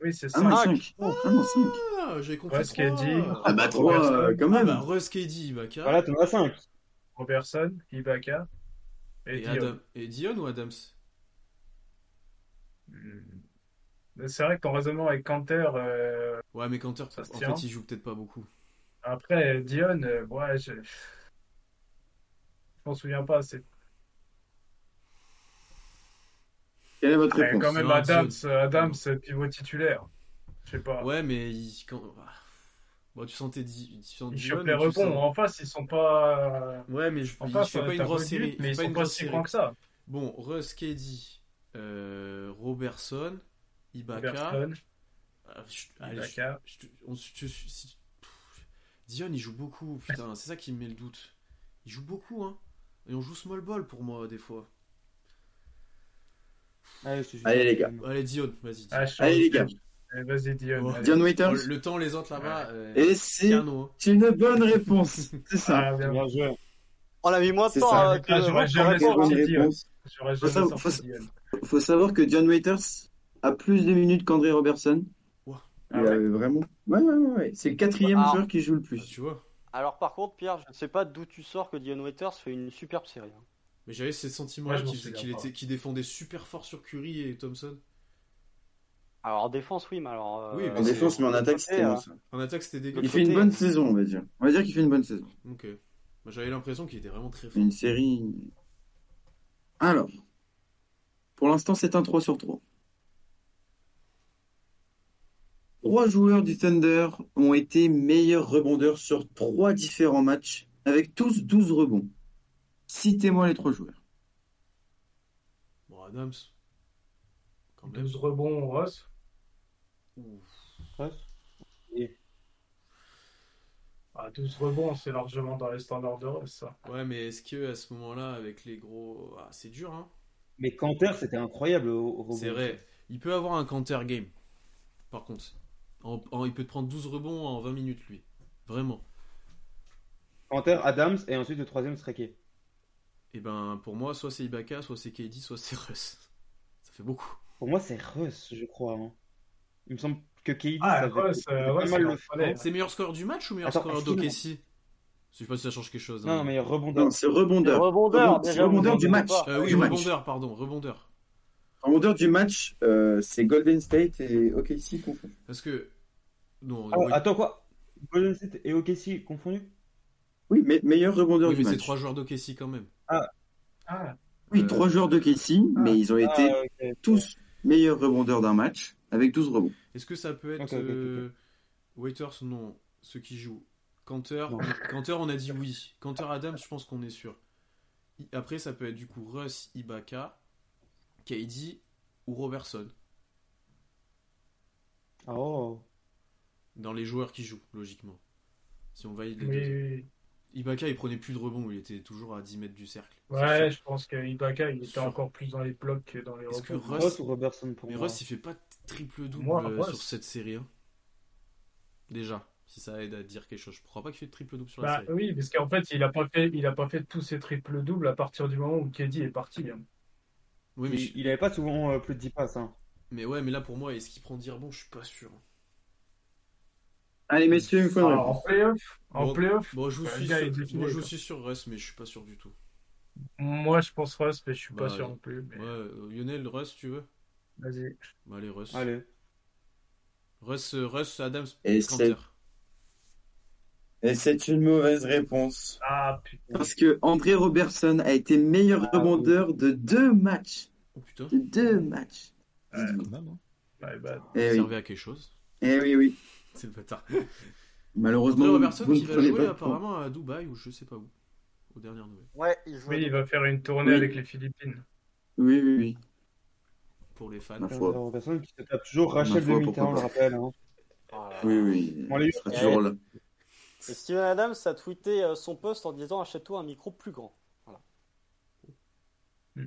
Speaker 6: Oui, c'est
Speaker 1: Ah
Speaker 6: ça.
Speaker 1: non,
Speaker 3: Cinq.
Speaker 1: 5. Ah non, 5.
Speaker 2: Ah, j'ai compris.
Speaker 6: Ouais, ce qui est
Speaker 2: trois.
Speaker 6: dit.
Speaker 1: Ah bah 3 quand
Speaker 2: Ah
Speaker 1: même.
Speaker 2: bah, Russ Kady, Ibaka
Speaker 5: Voilà, t'en as 5.
Speaker 6: Robertson, Ibaka et
Speaker 2: et,
Speaker 6: Dion.
Speaker 2: Adam- et Dion ou Adams
Speaker 6: Mais Hmm. C'est vrai que ton raisonnement avec Canter, euh,
Speaker 2: Ouais, mais Cantor,
Speaker 6: Ça se
Speaker 2: en
Speaker 6: tient.
Speaker 2: fait, il joue peut-être pas beaucoup.
Speaker 6: après Dion, euh, ouais, je, je m'en souviens pas. C'est
Speaker 1: Quelle est votre
Speaker 6: Mais quand
Speaker 1: réponse
Speaker 6: même
Speaker 2: Non,
Speaker 6: Adams,
Speaker 2: Dion.
Speaker 6: euh, Adams, euh, pivot titulaire. Je sais pas.
Speaker 2: Ouais, mais il- quand... ah. Bon, tu sentais Di- tu sens
Speaker 6: Ils
Speaker 2: Dion.
Speaker 6: chopent les
Speaker 2: mais tu
Speaker 6: rebonds.
Speaker 2: sens-
Speaker 6: En face, ils sont pas. euh,
Speaker 2: Ouais, mais je...
Speaker 6: En
Speaker 2: il
Speaker 6: face,
Speaker 2: fait
Speaker 6: euh,
Speaker 2: pas une
Speaker 6: t'as
Speaker 2: grosse
Speaker 6: Bogdan,
Speaker 2: série. il
Speaker 6: mais
Speaker 2: fait
Speaker 6: ils
Speaker 2: pas
Speaker 6: sont
Speaker 2: une
Speaker 6: pas
Speaker 2: grosse
Speaker 6: si
Speaker 2: série.
Speaker 6: grands que ça.
Speaker 2: Bon, Russ Kady, euh, Robertson, Ibaka.
Speaker 6: Robertson,
Speaker 2: Ah, je- allez, je-
Speaker 6: Ibaka.
Speaker 2: Je te- on se- je- si- pff. Dion, il joue beaucoup, putain, c'est ça qui me met le doute. Il joue beaucoup, hein. Et on joue small ball pour moi, des fois.
Speaker 5: Allez, je te jure.
Speaker 1: Allez, les gars.
Speaker 2: Allez, Dion, vas-y. Dion.
Speaker 6: Ah, je
Speaker 1: Allez,
Speaker 6: change.
Speaker 1: les gars.
Speaker 6: Allez, Vas-y, Dion.
Speaker 2: Oh,
Speaker 6: allez.
Speaker 1: Dion
Speaker 2: Oh,
Speaker 1: Waiters.
Speaker 2: le temps, les autres là-bas. euh,
Speaker 1: Et c'est
Speaker 2: Cano, hein.
Speaker 1: une bonne réponse. C'est ça.
Speaker 6: Ah, bien.
Speaker 5: Bien joué.
Speaker 3: On a mis moins
Speaker 1: C'est
Speaker 3: de temps
Speaker 1: ça.
Speaker 3: euh, que
Speaker 6: Ah, j'aurais
Speaker 3: que
Speaker 6: jamais
Speaker 1: Quelle
Speaker 3: répondre,
Speaker 6: sorti.
Speaker 1: bonne
Speaker 3: hein.
Speaker 6: Dion.
Speaker 1: réponse.
Speaker 6: J'aurais
Speaker 1: Faut
Speaker 6: jamais
Speaker 1: savoir-
Speaker 6: sorti
Speaker 1: faut sa-
Speaker 6: Dion.
Speaker 1: faut savoir que John Waiters a plus de minutes qu'André Robertson.
Speaker 2: Ouah.
Speaker 1: Il
Speaker 6: Ah ouais.
Speaker 1: a vraiment. Ouais, ouais, ouais, ouais. C'est le quatrième
Speaker 3: Ah.
Speaker 1: joueur qui joue le
Speaker 2: Bah,
Speaker 1: plus.
Speaker 2: tu vois.
Speaker 3: Alors par contre, Pierre, je ne sais pas d'où tu sors que Dion Waiters fait une superbe série. hein.
Speaker 2: Mais j'avais ces sentiments-là
Speaker 6: Ouais, je m'en
Speaker 2: qu'il faisait-
Speaker 6: souviens
Speaker 2: qu'il
Speaker 6: pas.
Speaker 2: était- qu'il défendait super fort sur Curry et Thompson.
Speaker 3: Alors en défense, oui, mais alors. euh,
Speaker 2: Oui,
Speaker 6: Ah,
Speaker 2: mais
Speaker 1: En défense, mais en
Speaker 3: de l'autre
Speaker 1: attaque,
Speaker 3: côté,
Speaker 1: c'était
Speaker 3: euh,
Speaker 1: moins ça.
Speaker 2: En attaque, c'était dégueu.
Speaker 1: Il fait une
Speaker 6: euh,
Speaker 1: bonne saison, on va dire. On va dire qu'il fait une bonne saison.
Speaker 2: Ok. Bah, j'avais l'impression qu'il était vraiment très fort.
Speaker 1: Une série. Alors. Pour l'instant, c'est un 3 sur 3. Trois joueurs du Thunder ont été meilleurs rebondeurs sur trois différents matchs, avec tous 12 rebonds. Citez-moi les trois joueurs.
Speaker 2: Bon, Adams. Quand même.
Speaker 6: 12 rebonds, Ross.
Speaker 2: Ouf.
Speaker 5: Russ
Speaker 6: Ah, 12 rebonds, c'est largement dans les standards de Rose, ça.
Speaker 2: Ouais, mais est-ce que à ce moment-là, avec les gros. Ah, c'est dur, hein
Speaker 5: Mais Canter, c'était incroyable au, au rebond.
Speaker 2: C'est vrai. Il peut avoir un counter game. Par contre, En- en- il peut te prendre 12 rebonds en 20 minutes, lui. Vraiment.
Speaker 5: Canter, Adams, et ensuite le troisième Streke.
Speaker 2: Et ben, pour moi, soit c'est Ibaka, soit c'est KD, soit c'est Russ. Ça fait beaucoup.
Speaker 5: Pour moi, c'est Russ, je crois. hein. Il me semble que KD,
Speaker 6: Ah,
Speaker 5: ça fait-
Speaker 6: Russ,
Speaker 5: ça fait
Speaker 6: euh,
Speaker 5: pas
Speaker 6: Russ,
Speaker 5: mal
Speaker 6: il
Speaker 5: le
Speaker 6: en fallait.
Speaker 2: C'est meilleur score du match ou meilleur
Speaker 5: Attends,
Speaker 2: scoreur
Speaker 5: est-ce qu'il
Speaker 2: d'OKC
Speaker 5: en-
Speaker 2: Je sais pas si ça change quelque chose. hein.
Speaker 5: Non, mais rebondeur.
Speaker 1: Non, c'est rebondeur.
Speaker 3: Rebondeur,
Speaker 1: Rebond- c'est
Speaker 3: déjà.
Speaker 1: rebondeur
Speaker 3: vous
Speaker 1: du
Speaker 3: en
Speaker 1: match.
Speaker 3: doutez pas.
Speaker 5: Ah,
Speaker 2: Euh, oui,
Speaker 1: du match.
Speaker 2: rebondeur, pardon, rebondeur.
Speaker 1: Rebondeur du match, euh, c'est Golden State et OKC confondus.
Speaker 2: Parce que. Non,
Speaker 5: Ah,
Speaker 2: oui,
Speaker 5: Attends, quoi? Golden State et OKC confondus?
Speaker 1: Oui, mais meilleur rebondeur
Speaker 2: oui,
Speaker 1: du
Speaker 2: mais c'est
Speaker 1: match.
Speaker 2: trois joueurs d'OKC quand même.
Speaker 6: Ah,
Speaker 1: Oui,
Speaker 2: Euh,
Speaker 1: trois joueurs de Casey, mais ils ont été
Speaker 5: Ah, ok.
Speaker 1: tous meilleurs rebondeurs d'un match avec 12 rebonds.
Speaker 2: Est-ce que ça peut être
Speaker 5: Ok, ok, ok, ok.
Speaker 2: euh, Waiters Non, ceux qui jouent. Canter,
Speaker 5: Non.
Speaker 2: Canter, on a dit oui. Canter Adams, je pense qu'on est sûr. I- Après, ça peut être du coup Russ, Ibaka, KD ou Robertson
Speaker 5: Ah, Oh.
Speaker 2: dans les joueurs qui jouent, logiquement. Si on valide les
Speaker 6: oui,
Speaker 2: deux.
Speaker 6: oui. oui.
Speaker 2: Ibaka, il prenait plus de rebonds, il était toujours à 10 mètres du cercle. C'est sûr.
Speaker 6: Ouais, je pense que Ibaka, il était
Speaker 2: Sûr.
Speaker 6: encore plus dans les blocs que dans les
Speaker 2: Est-ce que
Speaker 6: rebonds.
Speaker 2: Russ-
Speaker 5: Russ ou Robertson pour
Speaker 2: Mais
Speaker 5: moi.
Speaker 2: Russ, il fait pas triple-double
Speaker 6: Moi,
Speaker 2: euh,
Speaker 6: Russ.
Speaker 2: sur cette série. hein. Déjà, si ça aide à dire quelque chose. Je crois pas qu'il fait de triple-double sur la
Speaker 6: Bah
Speaker 2: série.
Speaker 6: oui, parce qu'en fait, il a pas fait, il a pas fait tous ses triples doubles à partir du moment où KD est parti. hein.
Speaker 2: Oui, mais je-
Speaker 5: Il, il avait pas souvent euh, plus de 10 passes, hein.
Speaker 2: Mais ouais, mais là pour moi, est-ce qu'il prend dire bon Je suis pas sûr.
Speaker 1: Allez, messieurs, une fois de
Speaker 6: Alors, en
Speaker 1: réponse.
Speaker 6: playoff, en
Speaker 2: Bon.
Speaker 6: playoff,
Speaker 2: Bon, je vous
Speaker 6: Bah,
Speaker 2: suis
Speaker 6: le gars est
Speaker 2: sur,
Speaker 6: défilé,
Speaker 2: moi, je
Speaker 6: quoi.
Speaker 2: vous suis sur Russ, mais je suis pas sûr du tout.
Speaker 6: moi je pense Russ, mais je suis pas
Speaker 2: Bah,
Speaker 6: sûr non plus. mais
Speaker 2: Ouais, euh, Lionel, Russ, tu veux
Speaker 6: Vas-y.
Speaker 2: Bah, Allez, Russ.
Speaker 5: Allez.
Speaker 2: Russ, euh, Russ, Adams,
Speaker 1: Et
Speaker 2: Canter.
Speaker 1: Et c'est une mauvaise réponse.
Speaker 6: Ah putain.
Speaker 1: Parce que André Robertson a été meilleur
Speaker 5: Ah,
Speaker 1: rebondeur de deux matchs.
Speaker 2: Oh putain,
Speaker 1: De deux matchs.
Speaker 4: Quand même, hein.
Speaker 6: Ouais, bah,
Speaker 2: ça
Speaker 1: Eh oui,
Speaker 2: servait à quelque chose.
Speaker 1: eh oui, oui.
Speaker 2: C'est le bâtard. André
Speaker 1: Malheureusement,
Speaker 2: Robertson
Speaker 1: vous ne
Speaker 2: qui va
Speaker 1: prenez
Speaker 2: jouer
Speaker 1: pas de points.
Speaker 2: apparemment à Dubaï ou je sais pas où. Aux dernières nouvelles.
Speaker 3: Ouais, il joue.
Speaker 6: oui, il va faire une tournée
Speaker 1: Oui.
Speaker 6: avec les Philippines.
Speaker 1: Oui, oui, oui.
Speaker 2: Pour les fans.
Speaker 1: Ma
Speaker 5: Pierre
Speaker 1: foi.
Speaker 5: Robertson qui se tape toujours Rachel
Speaker 1: Ma foi,
Speaker 5: de Mita, on
Speaker 1: pourquoi
Speaker 5: le
Speaker 1: pas.
Speaker 5: rappelle. Hein.
Speaker 3: Oh là là.
Speaker 1: Oui, oui.
Speaker 5: On l'a eu.
Speaker 1: Il sera toujours là.
Speaker 3: Et Steven Adams a tweeté euh, son post en disant achète-toi un micro plus grand. Voilà.
Speaker 6: Hmm.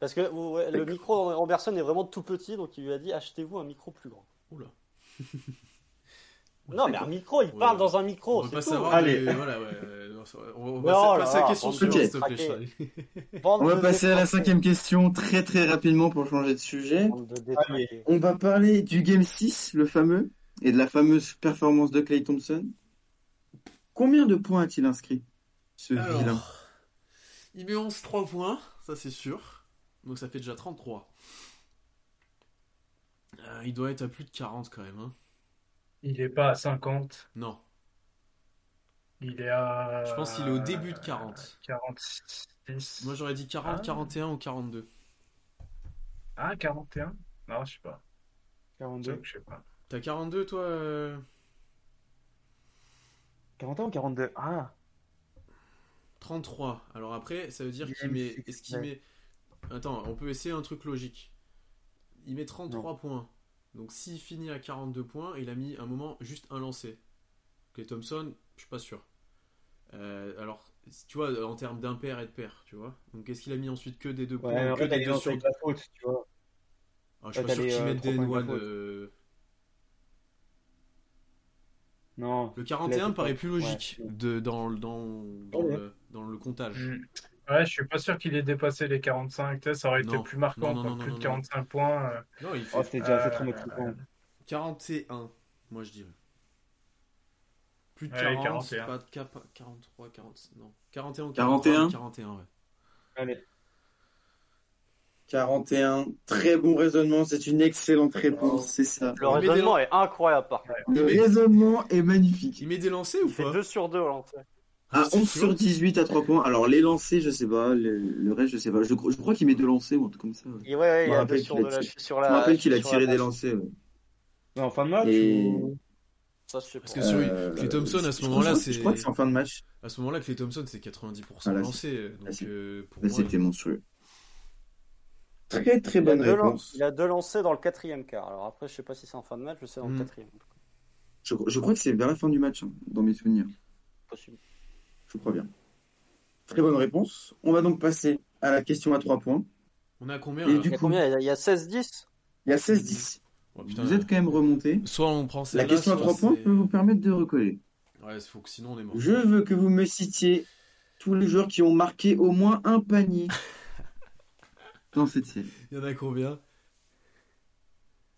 Speaker 3: Parce que vous- ouais, le micro en personne est vraiment tout petit, donc il lui a dit achetez-vous un micro plus grand.
Speaker 2: Oula.
Speaker 3: Non, mais un micro, il
Speaker 2: Ouais,
Speaker 3: parle
Speaker 2: ouais.
Speaker 3: dans un micro,
Speaker 1: Oh,
Speaker 2: on va
Speaker 3: c'est
Speaker 2: pas
Speaker 3: tout.
Speaker 2: savoir.
Speaker 5: Allez.
Speaker 2: de- voilà, ouais, euh, non, ça- on
Speaker 3: Mais oh
Speaker 2: va
Speaker 3: là
Speaker 2: passer à la
Speaker 3: là,
Speaker 2: question
Speaker 3: bande
Speaker 2: suivante,
Speaker 1: de
Speaker 2: s'il te plaît,
Speaker 3: détraqués.
Speaker 2: Charlie.
Speaker 3: Bande
Speaker 1: On va
Speaker 3: de
Speaker 1: passer à la
Speaker 3: détraqués.
Speaker 1: cinquième question très très rapidement pour changer de sujet.
Speaker 3: Bande de détraqués.
Speaker 1: On va parler du Game 6, le fameux, et de la fameuse performance de Clay Thompson. Combien de points a-t-il inscrit, ce vilain
Speaker 2: Alors, il met 11 3 points, ça c'est sûr. Donc ça fait déjà 33. Euh, il doit être à plus de 40 quand même. hein.
Speaker 6: Il est pas à 50,
Speaker 2: Non,
Speaker 6: il est à.
Speaker 2: je pense qu'il est au début de 40.
Speaker 6: 46.
Speaker 2: Moi j'aurais dit 40,
Speaker 6: Ah.
Speaker 2: 41 ou 42.
Speaker 6: Ah, 41? Non, je sais pas.
Speaker 5: 42.
Speaker 6: Je sais pas.
Speaker 2: T'as 42 toi euh,
Speaker 5: 41 ou 42? Ah,
Speaker 2: 33. Alors après, ça veut dire
Speaker 5: Il
Speaker 2: qu'il
Speaker 5: aime
Speaker 2: met.
Speaker 5: six,
Speaker 2: Est-ce qu'il
Speaker 5: ouais.
Speaker 2: met. Attends, on peut essayer un truc logique. Il met 33 points. Donc s'il finit à 42 points, il a mis un moment juste un lancer. Clay Thompson, je suis pas sûr. Euh, alors, si- tu vois, en termes d'impair et de pair, tu vois. Donc est-ce qu'il a mis ensuite que des deux points
Speaker 5: ouais,
Speaker 2: ou
Speaker 5: en
Speaker 2: que
Speaker 5: fait,
Speaker 2: des
Speaker 5: elle est
Speaker 2: deux
Speaker 5: lancée
Speaker 2: sur
Speaker 5: avec la faute, tu vois.
Speaker 2: Ah, je suis
Speaker 5: Ouais,
Speaker 2: pas sûr
Speaker 5: t'as
Speaker 2: qu'il
Speaker 5: les,
Speaker 2: mette
Speaker 5: euh,
Speaker 2: des
Speaker 5: trois points
Speaker 2: N1.
Speaker 5: de faute.
Speaker 2: euh,
Speaker 5: Non.
Speaker 2: Le 41
Speaker 5: Ouais,
Speaker 2: paraît
Speaker 5: c'est
Speaker 2: plus
Speaker 5: pas-
Speaker 2: logique
Speaker 5: ouais,
Speaker 2: de, dans, le- dans, dans
Speaker 5: Ouais.
Speaker 2: le, dans le comptage.
Speaker 6: Hmm. Ouais, je suis pas sûr qu'il ait dépassé les 45. tu sais, ça aurait été
Speaker 2: Non.
Speaker 6: plus marquant,
Speaker 2: Non, non,
Speaker 6: quoi.
Speaker 2: non, non,
Speaker 6: Plus
Speaker 2: non,
Speaker 6: de
Speaker 2: non.
Speaker 6: 45 points. euh.
Speaker 2: Non, il
Speaker 5: Oh,
Speaker 2: fait
Speaker 5: c'était déjà assez
Speaker 6: Euh,
Speaker 5: trop maximal.
Speaker 2: 41, moi je dirais. Plus de
Speaker 6: Ouais,
Speaker 2: 40,
Speaker 6: 41.
Speaker 2: pas de cap, 43, 40, non. 41,
Speaker 1: 41.
Speaker 2: 41, 41, ouais.
Speaker 5: Allez.
Speaker 1: 41. Très bon raisonnement, c'est une excellente réponse, c'est ça.
Speaker 3: Le
Speaker 2: Il met des
Speaker 3: raisonnement est incroyable par contre.
Speaker 1: Le raisonnement est magnifique.
Speaker 2: Il met des lancers ou
Speaker 3: Il fait
Speaker 2: pas Ah,
Speaker 3: 2 sur hein. 2 en fait.
Speaker 1: À
Speaker 2: C'est
Speaker 1: 11
Speaker 2: sûr
Speaker 1: Ah, sur 18 à 3 points. Alors, les lancers, je sais pas. Le, le reste, je sais pas. Je, cro- je crois qu'il met deux lancers ou un truc comme ça. ouais.
Speaker 3: Et ouais, ouais,
Speaker 1: Je
Speaker 3: il
Speaker 1: me
Speaker 3: a
Speaker 1: rappelle
Speaker 3: 2 sur
Speaker 1: qu'il a
Speaker 3: 2 là, je
Speaker 1: tiré-
Speaker 3: suis sur
Speaker 1: Je
Speaker 3: la.
Speaker 1: me rappelle qu'il
Speaker 3: je
Speaker 1: a
Speaker 3: suis sur la
Speaker 1: tiré des
Speaker 3: passe.
Speaker 1: lancers. ouais.
Speaker 5: Mais en fin de match
Speaker 1: Et-
Speaker 5: ou-
Speaker 3: Ça, je sais pas.
Speaker 2: Parce que sur
Speaker 1: Euh,
Speaker 2: Ah, Clay Thompson, à ce
Speaker 1: je crois-
Speaker 2: moment-là,
Speaker 1: je crois-
Speaker 2: c'est-
Speaker 1: Je crois que c'est en fin de match.
Speaker 2: À ce moment-là, Clay Thompson, c'est 90%
Speaker 1: Ah, là,
Speaker 2: lancé. Donc,
Speaker 1: là, c'est-
Speaker 2: euh, pour
Speaker 1: Là,
Speaker 2: moi,
Speaker 1: Bah, C'était monstrueux. Très, très
Speaker 3: Il a,
Speaker 1: bonne
Speaker 3: deux lan-
Speaker 1: réponse.
Speaker 3: il a deux lancers dans le quatrième quart. Alors après, je sais pas si c'est en fin de match, je sais dans le
Speaker 2: Hmm.
Speaker 3: quatrième.
Speaker 1: Je, je crois que c'est vers la fin du match, hein, dans mes souvenirs.
Speaker 3: Possible.
Speaker 1: Je crois bien. Très bonne réponse. On va donc passer à la question à 3 points.
Speaker 2: On est à combien
Speaker 1: Et
Speaker 2: là
Speaker 1: du
Speaker 3: Il y a
Speaker 1: coup,
Speaker 3: combien Il y a- il y a 16-10
Speaker 1: il y a 16-10.
Speaker 2: Oh, putain,
Speaker 1: Vous êtes quand même remonté.
Speaker 2: Soit on prend celle
Speaker 1: La question à 3 points peut vous permettre de recoller.
Speaker 2: Ouais, faut que sinon on est mort.
Speaker 1: Je veux que vous me citiez tous les joueurs qui ont marqué au moins un panier dans cette série.
Speaker 2: Il y en a combien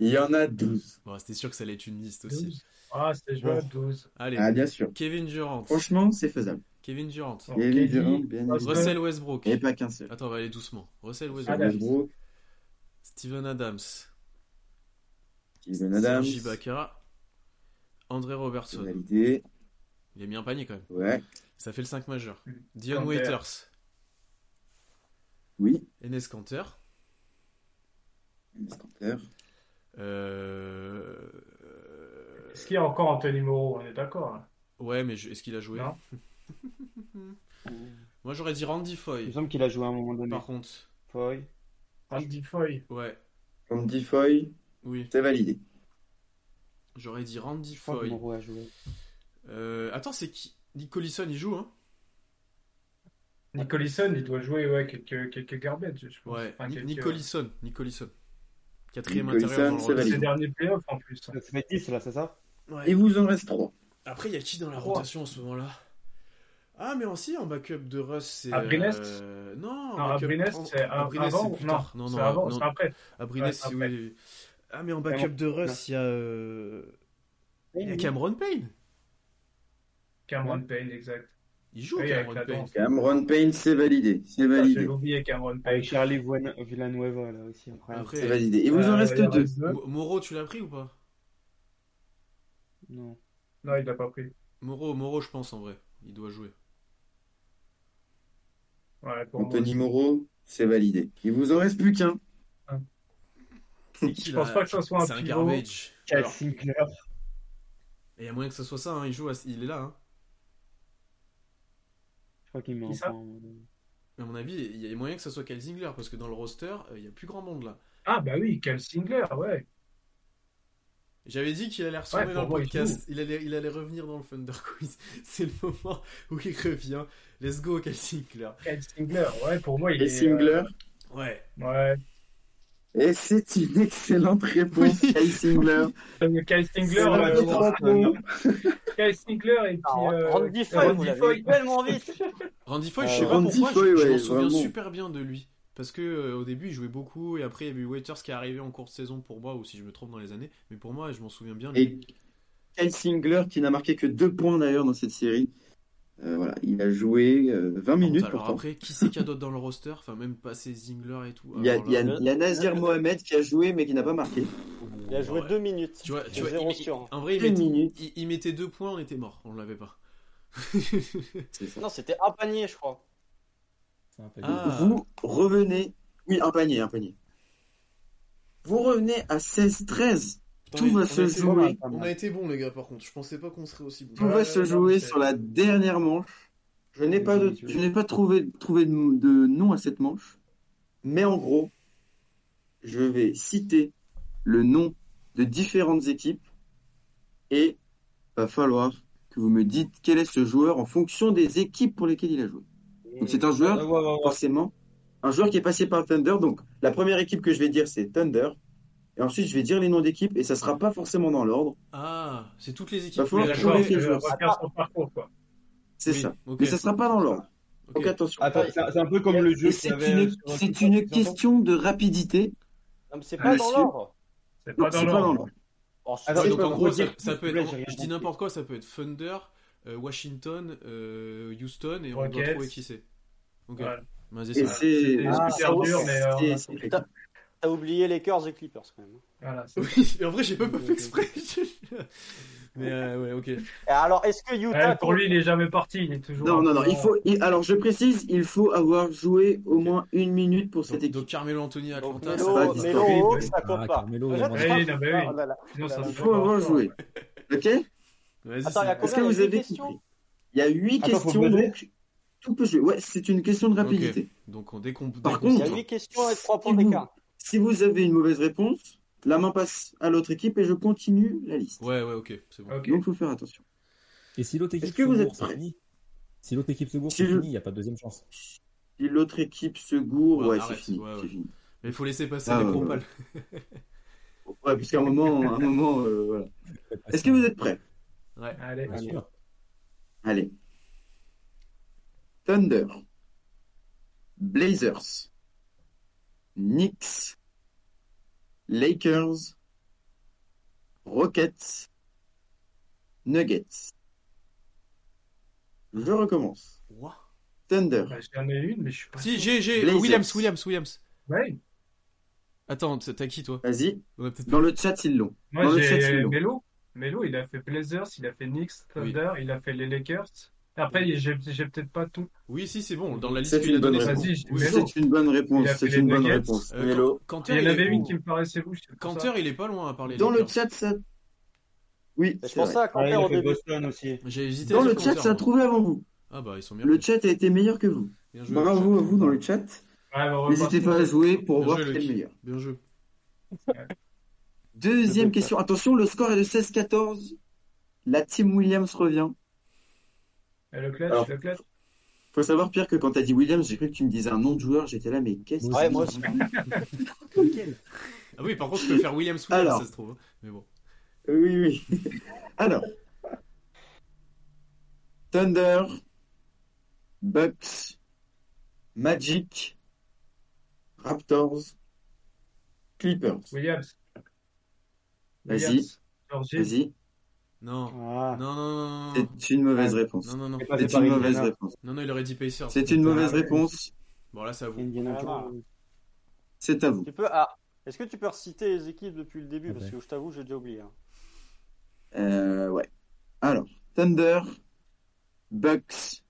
Speaker 1: Il y en a 12.
Speaker 2: Bon, c'était sûr que ça allait être une liste aussi.
Speaker 6: Ah, c'est jouable, 12.
Speaker 2: Allez,
Speaker 1: Ah, bien sûr.
Speaker 2: Kevin Durant.
Speaker 1: Franchement, c'est faisable.
Speaker 2: Kevin Durant.
Speaker 6: Bon,
Speaker 1: Et
Speaker 6: Kelly,
Speaker 1: Durant, bien
Speaker 6: Russell,
Speaker 1: évidemment.
Speaker 2: Russell Westbrook.
Speaker 1: Et pas qu'un seul.
Speaker 2: Attends, on va aller doucement. Russell Westbrook.
Speaker 6: Adams.
Speaker 1: Westbrook,
Speaker 2: Steven Adams.
Speaker 1: Steven Adams,
Speaker 2: Serge Ibaka. André Robertson.
Speaker 1: validé.
Speaker 2: Il a mis un panier quand même.
Speaker 1: Ouais,
Speaker 2: Ça fait le 5 majeur.
Speaker 6: Mm.
Speaker 2: Dion
Speaker 6: Canter.
Speaker 2: Waiters.
Speaker 1: oui.
Speaker 2: Enes Kanter.
Speaker 1: Scanter.
Speaker 2: Euh...
Speaker 6: Est-ce qu'il y a encore Anthony Moreau On est d'accord. hein
Speaker 2: Ouais, mais je- est-ce qu'il a joué
Speaker 6: Non.
Speaker 2: Moi j'aurais dit Randy
Speaker 5: Il me
Speaker 2: Foy.
Speaker 5: semble qu'il a joué à un moment donné.
Speaker 2: Par contre,
Speaker 5: Foy.
Speaker 1: Ah,
Speaker 6: Andy Foy.
Speaker 2: ouais,
Speaker 1: Andy Foy,
Speaker 2: oui.
Speaker 1: c'est validé.
Speaker 2: J'aurais dit Randy
Speaker 5: Je crois que
Speaker 2: Foy.
Speaker 5: Moreau a joué.
Speaker 2: Euh, Attends, c'est qui Nick Collison, il joue, hein
Speaker 6: Nicolison, il doit jouer ouais, quelques, quelques garbage, je pense.
Speaker 2: Ouais,
Speaker 6: Enfin,
Speaker 2: Ni-
Speaker 6: quelques-
Speaker 2: Nick Collison. Nick Collison. Quatrième
Speaker 1: Nick
Speaker 2: intérieur
Speaker 1: Collison,
Speaker 2: dans
Speaker 1: c'est
Speaker 2: le
Speaker 6: Ces
Speaker 1: validé.
Speaker 6: derniers playoffs en plus.
Speaker 5: Ça fait 10 là, c'est ça
Speaker 2: Ouais.
Speaker 1: Et vous en reste 3.
Speaker 2: Après, il y a qui dans la
Speaker 6: Trois.
Speaker 2: rotation en ce moment-là Ah, mais aussi, en backup de Russ, c'est.
Speaker 6: Abrines
Speaker 2: euh, Non, en
Speaker 6: Ah, Non,
Speaker 2: backup-
Speaker 6: Abrines,
Speaker 2: en-
Speaker 6: c'est a-
Speaker 2: Abrines,
Speaker 6: avant
Speaker 2: c'est plus
Speaker 6: ou- non,
Speaker 2: tard. Non,
Speaker 6: c'est
Speaker 2: non,
Speaker 6: avant,
Speaker 2: non,
Speaker 6: c'est après.
Speaker 2: Abrines,
Speaker 6: Ouais,
Speaker 2: c'est
Speaker 6: après.
Speaker 2: où il est- Ah, mais en backup de Russ, il y a. euh, Il y a Cameron Payne.
Speaker 6: Cameron Payne, exact.
Speaker 2: Il joue,
Speaker 6: Oui, avec
Speaker 2: Cameron
Speaker 6: la
Speaker 2: Payne.
Speaker 6: danse.
Speaker 1: Cameron Payne, c'est validé. C'est
Speaker 6: Ah, J'ai
Speaker 1: validé.
Speaker 6: oublié Cameron Payne.
Speaker 5: Avec Charlie Vuen- Villanueva là aussi. Après.
Speaker 2: Après,
Speaker 1: C'est validé. Et vous en
Speaker 6: Euh,
Speaker 1: reste
Speaker 6: il y a
Speaker 1: 2.
Speaker 6: deux.
Speaker 2: Mo- Moreau, tu l'as pris ou pas
Speaker 5: Non.
Speaker 6: Non, il l'a pas pris.
Speaker 2: Moreau, Moreau, je pense, en vrai. Il doit jouer.
Speaker 6: Ouais, pour
Speaker 1: Anthony
Speaker 6: moi,
Speaker 1: Moreau, c'est validé. Il vous en reste plus qu'un.
Speaker 2: C'est qui,
Speaker 6: Je
Speaker 2: là
Speaker 6: pense pas que ce soit un
Speaker 2: C'est un
Speaker 6: pivot.
Speaker 2: garbage.
Speaker 5: Chad
Speaker 2: Alors,
Speaker 5: Sinclair.
Speaker 2: Et il y a moyen que ce soit ça, hein, il joue, à- il est là. hein.
Speaker 5: Je crois qu'il met un
Speaker 6: Qui ça
Speaker 5: point. à un moment donné.
Speaker 2: À mon avis, il y a moyen que ce soit Kyle Zingler, parce que dans le roster, euh, il y a plus grand monde là.
Speaker 6: Ah, bah oui, Cal Singler, ouais.
Speaker 2: J'avais dit qu'il allait ressembler
Speaker 6: Ouais,
Speaker 2: dans
Speaker 6: pour
Speaker 2: le
Speaker 6: moi, il
Speaker 2: podcast, il allait, il allait revenir dans le Thunder Quiz. C'est le moment où il revient. Let's go, Kyle Zingler.
Speaker 6: Cal Singler, ouais, pour moi, il
Speaker 1: Et
Speaker 6: est.
Speaker 1: Singler.
Speaker 2: Ouais.
Speaker 6: euh, ouais.
Speaker 1: Et c'est une excellente réponse,
Speaker 2: Oui.
Speaker 1: Kyle Singler.
Speaker 6: Parce que Kyle Singler,
Speaker 1: C'est
Speaker 6: euh,
Speaker 1: validé, trois points.
Speaker 6: Kyle Singler et puis.
Speaker 3: Ah,
Speaker 6: euh,
Speaker 3: Randy Foy, vous
Speaker 6: Randy
Speaker 3: l'avez
Speaker 6: Foy.
Speaker 3: dit tellement vite
Speaker 2: Randy Foy,
Speaker 5: Euh,
Speaker 2: je sais pas
Speaker 1: Randy
Speaker 2: pourquoi,
Speaker 1: Foy,
Speaker 2: je, je
Speaker 1: ouais,
Speaker 2: m'en souviens
Speaker 1: vraiment.
Speaker 2: super bien de lui. Parce que euh, au début, il jouait beaucoup, et après, il y a eu Waiters qui est arrivé en cours de saison pour moi, ou si je me trompe dans les années. Mais pour moi, je m'en souviens bien. lui.
Speaker 1: Et Kyle Singler, qui n'a marqué que 2 points d'ailleurs dans cette série. Euh, voilà, il a joué euh, 20 minutes
Speaker 2: Alors
Speaker 1: pourtant.
Speaker 2: après, qui c'est qu'il y a d'autre dans le roster Enfin, même passé Zingler et tout.
Speaker 1: Il y a,
Speaker 2: Alors
Speaker 1: il y a-
Speaker 2: là,
Speaker 1: il y a Nazir Mohamed qui a joué mais qui n'a pas marqué.
Speaker 3: Il a joué
Speaker 2: Ouais.
Speaker 3: 2 minutes.
Speaker 2: Tu vois, tu
Speaker 3: C'est
Speaker 2: vois,
Speaker 3: zéro
Speaker 2: il-
Speaker 3: sur un.
Speaker 2: en vrai, il
Speaker 1: 2
Speaker 2: mettait,
Speaker 1: minutes.
Speaker 2: il- il mettait deux points, on était mort, on l'avait pas.
Speaker 1: C'est ça.
Speaker 3: Non, c'était un panier, je crois.
Speaker 4: C'est un peu
Speaker 2: Ah.
Speaker 1: Vous revenez. Oui, un panier, un panier. Vous revenez à 16-13. Tout va se jouer.
Speaker 5: Pas mal.
Speaker 2: été bon les gars, par contre. Je pensais pas qu'on serait aussi bon.
Speaker 1: Tout
Speaker 6: Ouais,
Speaker 1: va se
Speaker 6: non,
Speaker 1: jouer
Speaker 6: mais-
Speaker 1: sur la dernière manche. Je n'ai pas, de, je n'ai pas trouvé, trouvé de, de nom à cette manche. Mais en gros, je vais citer le nom de différentes équipes. Et va falloir que vous me dites quel est ce joueur en fonction des équipes pour lesquelles il a joué. Donc c'est un joueur
Speaker 5: Ouais, ouais, ouais, ouais.
Speaker 1: forcément. Un joueur qui est passé par le Thunder. Donc, la première équipe que je vais dire, c'est Thunder. Et ensuite, je vais dire les noms d'équipes et ça sera pas forcément dans l'ordre.
Speaker 2: Ah, c'est toutes les équipes.
Speaker 1: Va falloir
Speaker 2: Oui,
Speaker 1: trouver
Speaker 6: D'accord,
Speaker 2: d'accord.
Speaker 1: quel
Speaker 6: je
Speaker 1: joueur.
Speaker 6: refaire euh, son parcours, quoi.
Speaker 1: C'est
Speaker 2: Oui,
Speaker 1: ça.
Speaker 2: ok,
Speaker 1: Mais ça sera pas dans l'ordre.
Speaker 2: ok.
Speaker 1: Donc, attention.
Speaker 5: Attends, c'est un- c'est un peu comme le jeu
Speaker 1: Et
Speaker 5: qu'il
Speaker 1: c'est
Speaker 5: avait
Speaker 1: une,
Speaker 5: sur-
Speaker 1: c'est
Speaker 5: sur-
Speaker 1: une
Speaker 5: sur-
Speaker 1: question de rapidité.
Speaker 3: Non, mais c'est
Speaker 1: Ah,
Speaker 3: pas dans
Speaker 1: si.
Speaker 3: l'ordre.
Speaker 6: C'est
Speaker 1: Non,
Speaker 6: pas dans
Speaker 1: c'est pas dans
Speaker 6: l'ordre.
Speaker 1: l'ordre.
Speaker 3: Oh, c'est-
Speaker 5: Attends,
Speaker 2: Ouais,
Speaker 5: je
Speaker 2: Ah, donc
Speaker 5: peux
Speaker 2: en
Speaker 5: vous
Speaker 2: gros,
Speaker 5: dire
Speaker 2: ça, ça
Speaker 5: s'il
Speaker 2: peut
Speaker 5: vous plaît,
Speaker 2: être.
Speaker 5: j'ai rien
Speaker 2: Je dis
Speaker 5: compris.
Speaker 2: n'importe quoi, ça peut être Thunder, euh, Washington, euh, Houston, et on doit
Speaker 6: Rockets.
Speaker 2: trouver qui c'est. Ok.
Speaker 6: Voilà.
Speaker 2: Vas-y,
Speaker 1: Et
Speaker 2: c'est bon.
Speaker 1: c'est.
Speaker 6: c'était
Speaker 1: ah,
Speaker 6: super dur, mais, euh,
Speaker 1: c'est-
Speaker 6: on a
Speaker 1: c'est-
Speaker 6: trouvé.
Speaker 1: c'est-
Speaker 3: T'as oublié Lakers et Clippers, quand même.
Speaker 6: Voilà, c'est-
Speaker 2: Oui, mais en vrai, j'ai même pas fait exprès. Mais euh, ouais, ok.
Speaker 3: Et alors, est-ce que Utah...
Speaker 6: Ouais, Eh, pour lui, il est jamais parti, il est toujours.
Speaker 1: Non, non, non. Il
Speaker 6: en-
Speaker 1: faut, il- alors, je précise, il faut avoir joué au moins une minute pour cette
Speaker 2: Donc, donc
Speaker 1: équipe.
Speaker 2: Carmelo Anthony à
Speaker 3: Donc,
Speaker 2: Atlanta, ça
Speaker 1: va
Speaker 3: Melo,
Speaker 1: être
Speaker 2: passe.
Speaker 3: Melo
Speaker 6: horrible.
Speaker 3: en haut, ça compte
Speaker 4: Ah,
Speaker 3: pas.
Speaker 4: Carmelo,
Speaker 3: Déjà,
Speaker 4: oui,
Speaker 3: tu
Speaker 6: bah oui.
Speaker 3: vois, oh là là.
Speaker 6: Sinon, ça
Speaker 3: Il
Speaker 6: se
Speaker 1: Il
Speaker 6: fait
Speaker 1: faut
Speaker 6: pas
Speaker 1: avoir
Speaker 6: encore.
Speaker 1: joué. Ok
Speaker 2: Vas-y,
Speaker 3: Attends, il y
Speaker 2: c'est-
Speaker 3: a
Speaker 1: Est-ce que
Speaker 3: combien
Speaker 1: vous
Speaker 3: il y a
Speaker 1: avez
Speaker 3: des
Speaker 1: compris
Speaker 3: questions
Speaker 1: Il y a huit
Speaker 5: Attends, faut
Speaker 1: questions,
Speaker 5: poser
Speaker 1: donc tout peut jouer. Ouais, c'est une question de rapidité.
Speaker 2: Donc on, dès qu'on.
Speaker 1: Par
Speaker 2: dès qu'on-
Speaker 3: Il y a
Speaker 1: contre-
Speaker 3: 8 questions et 3 points
Speaker 1: Si vous-
Speaker 3: d'écart.
Speaker 1: Si vous avez une mauvaise réponse, La main passe à l'autre équipe et je continue la liste.
Speaker 2: Ouais, ouais, ok, c'est bon.
Speaker 6: Ok.
Speaker 1: Donc il faut faire attention.
Speaker 4: Et si l'autre équipe
Speaker 1: Est-ce que
Speaker 4: se
Speaker 1: vous
Speaker 4: gourre,
Speaker 1: êtes
Speaker 4: c'est
Speaker 1: prêts
Speaker 4: fini. Si l'autre équipe se gourre,
Speaker 1: Si
Speaker 4: c'est
Speaker 1: je-
Speaker 4: fini, il n'y a pas de deuxième chance.
Speaker 1: Si l'autre équipe se gourre,
Speaker 2: Ouais,
Speaker 1: ouais, c'est
Speaker 2: arrête,
Speaker 1: fini.
Speaker 2: ouais,
Speaker 1: c'est
Speaker 2: ouais.
Speaker 1: fini.
Speaker 2: Mais il faut laisser passer
Speaker 1: Ah,
Speaker 2: les
Speaker 1: ouais,
Speaker 2: gros
Speaker 1: ouais.
Speaker 2: pales.
Speaker 1: Ouais, puisqu'à un moment, à un moment euh, voilà. Est-ce que vous êtes prêts
Speaker 2: Ouais.
Speaker 6: Allez,
Speaker 4: Bien sûr.
Speaker 1: Allez. Thunder. Blazers. Knicks. Lakers. Rockets. Nuggets. Je recommence.
Speaker 2: Ouah.
Speaker 1: Thunder.
Speaker 6: bah, j'en ai une, mais je suis pas.
Speaker 2: Si, j'ai, j'ai.
Speaker 1: Blazers.
Speaker 2: Williams, Williams, Williams.
Speaker 6: Ouais,
Speaker 2: Attends, t'as t'as qui toi
Speaker 1: Vas-y.
Speaker 2: On a peut-être-
Speaker 1: Dans le chat, ils l'ont.
Speaker 6: moi
Speaker 1: Dans le chat, ils
Speaker 6: j'ai
Speaker 1: l'ont.
Speaker 6: Melo. Melo, il a fait Blazers, il a fait Knicks,
Speaker 2: Oui.
Speaker 6: Thunder, il a fait les Lakers. Après, il- j'ai j'ai peut-être pas tout.
Speaker 2: Oui, si, c'est bon. Dans la liste
Speaker 1: C'est
Speaker 2: qu'il
Speaker 1: une
Speaker 2: a donnée,
Speaker 1: bonne
Speaker 2: c'est bon.
Speaker 6: réponse.
Speaker 2: Oui,
Speaker 6: Mais
Speaker 2: c'est bon.
Speaker 6: non.
Speaker 1: C'est une bonne réponse.
Speaker 6: Il a fait
Speaker 1: C'est
Speaker 6: les
Speaker 1: une bonne
Speaker 6: Nuggets.
Speaker 1: réponse.
Speaker 2: Euh,
Speaker 1: Hello.
Speaker 2: Can- Cantor,
Speaker 6: Il y en
Speaker 2: il est-
Speaker 6: avait une qui me paraissait louche. c'est pour ça.
Speaker 2: Cantor, il est pas loin à parler.
Speaker 1: Dans le chat, ça. Oui,
Speaker 3: C'est
Speaker 1: c'est
Speaker 3: pour
Speaker 1: vrai.
Speaker 3: ça, quand
Speaker 5: Ouais, il
Speaker 3: on
Speaker 5: a
Speaker 3: au
Speaker 5: fait
Speaker 3: début.
Speaker 5: Boston aussi.
Speaker 2: J'ai hésité. à
Speaker 1: Dans
Speaker 2: dire
Speaker 1: le chat,
Speaker 2: Cantor,
Speaker 1: ça a
Speaker 2: moi.
Speaker 1: trouvé avant vous.
Speaker 2: Ah bah, ils sont hein. bien.
Speaker 1: Le
Speaker 2: faits.
Speaker 1: chat a été meilleur que vous.
Speaker 2: Bien joué,
Speaker 1: Bravo
Speaker 2: le
Speaker 1: à
Speaker 2: chat.
Speaker 1: vous dans le chat.
Speaker 6: Ouais, bah, on va
Speaker 1: N'hésitez
Speaker 6: voir.
Speaker 1: pas à jouer pour
Speaker 2: Bien
Speaker 1: voir
Speaker 2: joué,
Speaker 1: qui est le
Speaker 2: Luc.
Speaker 1: meilleur.
Speaker 2: Bien joué.
Speaker 1: Deuxième question. Attention, le score est de 16-14. La team Williams revient.
Speaker 6: Et Le clutch,
Speaker 1: Alors.
Speaker 6: le clutch.
Speaker 1: Faut savoir, Pierre, que quand t'as dit Williams, j'ai cru que tu me disais un nom de joueur. J'étais là, mais qu'est-ce
Speaker 3: Ouais, moi aussi.
Speaker 4: Lequel
Speaker 2: Ah oui, par contre, je peux faire Williams, Williams,
Speaker 1: Alors.
Speaker 2: ça se trouve. hein. Mais bon.
Speaker 1: Oui, oui. Alors. Thunder. Bucks. Magic. Raptors. Clippers.
Speaker 6: Williams.
Speaker 1: Vas-y.
Speaker 6: Williams. Georgie.
Speaker 1: Vas-y.
Speaker 2: Non.
Speaker 5: Ah.
Speaker 2: Non, non, non, non.
Speaker 1: C'est une mauvaise réponse.
Speaker 2: Non, non, non.
Speaker 5: C'est pas
Speaker 1: C'est
Speaker 5: Paris,
Speaker 1: une mauvaise
Speaker 5: Indiana.
Speaker 1: réponse.
Speaker 2: Non, non, il aurait dit Pacers.
Speaker 1: C'est une mauvaise
Speaker 5: ouais.
Speaker 1: réponse.
Speaker 2: Bon, là, ça vous.
Speaker 5: Indiana
Speaker 3: Ah,
Speaker 5: Jones.
Speaker 1: C'est à vous.
Speaker 3: Tu peux. Ah, est-ce que tu peux reciter les équipes depuis le début
Speaker 4: Ah
Speaker 3: Parce
Speaker 4: ben.
Speaker 3: que je t'avoue, j'ai déjà oublié. hein.
Speaker 1: Euh, ouais. Alors, Thunder, Bucks,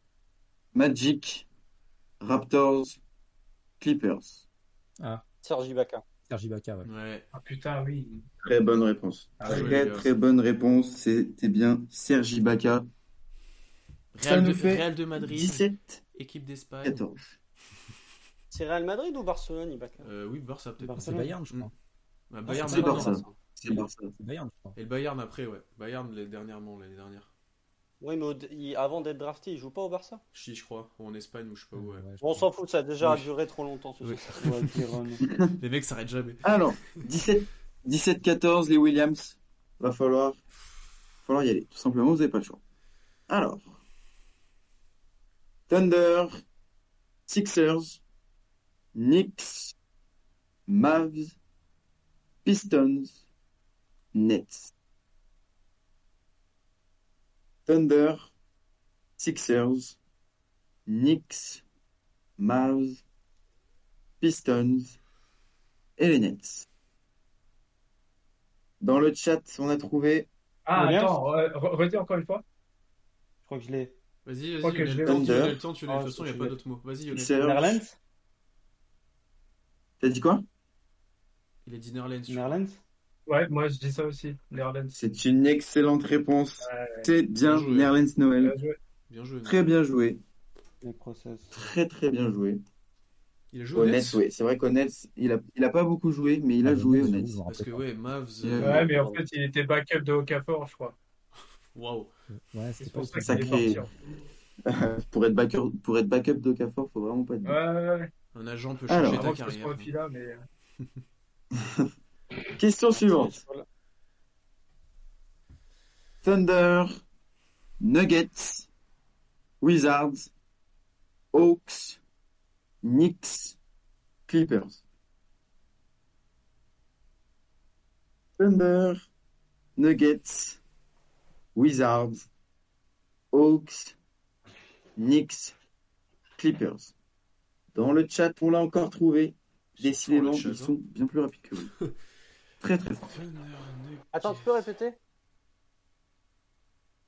Speaker 1: Magic, Raptors, Clippers.
Speaker 3: Serge Ibaka.
Speaker 4: Sergi Baca, ouais.
Speaker 2: Ouais.
Speaker 6: Ah putain, oui.
Speaker 1: Très bonne réponse.
Speaker 2: Ah ouais, les
Speaker 1: très
Speaker 2: gars.
Speaker 1: très bonne réponse. C'était bien Sergi Baca. Ça
Speaker 2: Real
Speaker 1: nous
Speaker 2: de,
Speaker 1: fait
Speaker 2: Real de Madrid,
Speaker 1: 17-14.
Speaker 2: équipe d'Espagne.
Speaker 3: C'est Real Madrid ou Barcelone, Ibaka
Speaker 2: Euh, oui, Barça peut-être.
Speaker 4: C'est
Speaker 3: Barcelone.
Speaker 4: Bayern, je crois.
Speaker 2: Bah, Bayern,
Speaker 1: Ah, c'est
Speaker 2: non, non,
Speaker 1: Barça.
Speaker 2: non.
Speaker 1: C'est Barça.
Speaker 4: C'est Bayern, je crois.
Speaker 2: Et le Bayern après, ouais. Bayern les- dernièrement, l'année dernière.
Speaker 3: Oui, mais au- il- avant d'être drafté, il joue pas au Barça
Speaker 2: Chi, je crois. Ou en Espagne, ou je sais pas où. ouais.
Speaker 4: Ouais, je
Speaker 3: Bon, On
Speaker 4: crois.
Speaker 3: s'en fout, ça a déjà
Speaker 2: Oui.
Speaker 3: duré trop longtemps ce
Speaker 2: Oui.
Speaker 3: soir.
Speaker 2: Les mecs s'arrêtent jamais.
Speaker 1: Alors, 17 17-14, les Williams. Va falloir, falloir y aller. Tout simplement, vous n'avez pas le choix. Alors, Thunder, Sixers, Knicks, Mavs, Pistons, Nets. Thunder, Sixers, Knicks, Mavs, Pistons et les Nets. Dans le chat, on a trouvé
Speaker 6: Ah,
Speaker 5: Williams
Speaker 6: attends, re- re- redis encore une fois.
Speaker 5: Je crois que je l'ai.
Speaker 2: Vas-y,
Speaker 6: Ok,
Speaker 2: vas-y, Lionel,
Speaker 6: je vais
Speaker 2: tu l'as,
Speaker 1: Thunder.
Speaker 2: Lionel, tiens, tu l'as,
Speaker 5: Ah,
Speaker 2: de toute façon, il n'y a
Speaker 5: je
Speaker 2: pas
Speaker 5: vais.
Speaker 2: d'autre mot. Vas-y, Lionel.
Speaker 1: Sixers.
Speaker 5: Nerlens
Speaker 1: T'as dit quoi
Speaker 2: Il a dit Nerlens. je crois.
Speaker 5: Nerlens
Speaker 6: Ouais, moi je dis ça aussi. Nerlens.
Speaker 1: C'est une excellente réponse. C'est bien,
Speaker 2: Bien joué.
Speaker 1: Nerlens
Speaker 6: Bien Euh,
Speaker 1: Noël.
Speaker 6: joué.
Speaker 2: Bien joué.
Speaker 1: Très bien joué.
Speaker 5: Les process.
Speaker 1: Très très bien joué.
Speaker 2: Il a joué
Speaker 1: Au
Speaker 2: au
Speaker 1: Nets,
Speaker 2: Nets
Speaker 1: oui. C'est vrai qu'au Nets, il a, il a pas beaucoup joué, mais il a
Speaker 4: Ah,
Speaker 1: joué au
Speaker 4: je
Speaker 1: Nets.
Speaker 4: vous en
Speaker 2: Parce que,
Speaker 4: rappelle
Speaker 2: ouais, Mavs.
Speaker 1: Il a-
Speaker 2: euh,
Speaker 6: Ouais, mais en fait, il était backup de Okafor, je crois.
Speaker 2: Waouh.
Speaker 4: pas. Ouais,
Speaker 6: C'est
Speaker 4: c'était pas
Speaker 6: pour
Speaker 4: au
Speaker 6: ça qu'il
Speaker 1: Sacré.
Speaker 6: est parti. en
Speaker 1: pour, être backup, pour être backup d'Okafor, faut vraiment pas être.
Speaker 6: fait. Ouais, ouais, ouais.
Speaker 2: Un agent peut
Speaker 1: Alors,
Speaker 2: changer
Speaker 6: Avant
Speaker 2: ta
Speaker 6: que ce
Speaker 2: carrière. hein.
Speaker 6: soit Fila, mais. euh,
Speaker 1: Question suivante.
Speaker 3: Voilà.
Speaker 1: Thunder, Nuggets, Wizards, Hawks, Knicks, Clippers. Thunder, Nuggets, Wizards, Hawks, Knicks, Clippers. Dans le chat, on l'a encore trouvé. Décidément,
Speaker 2: Sur le
Speaker 1: ils
Speaker 2: chat,
Speaker 1: sont bien plus rapides que vous. très très fort.
Speaker 3: Attends, tu peux répéter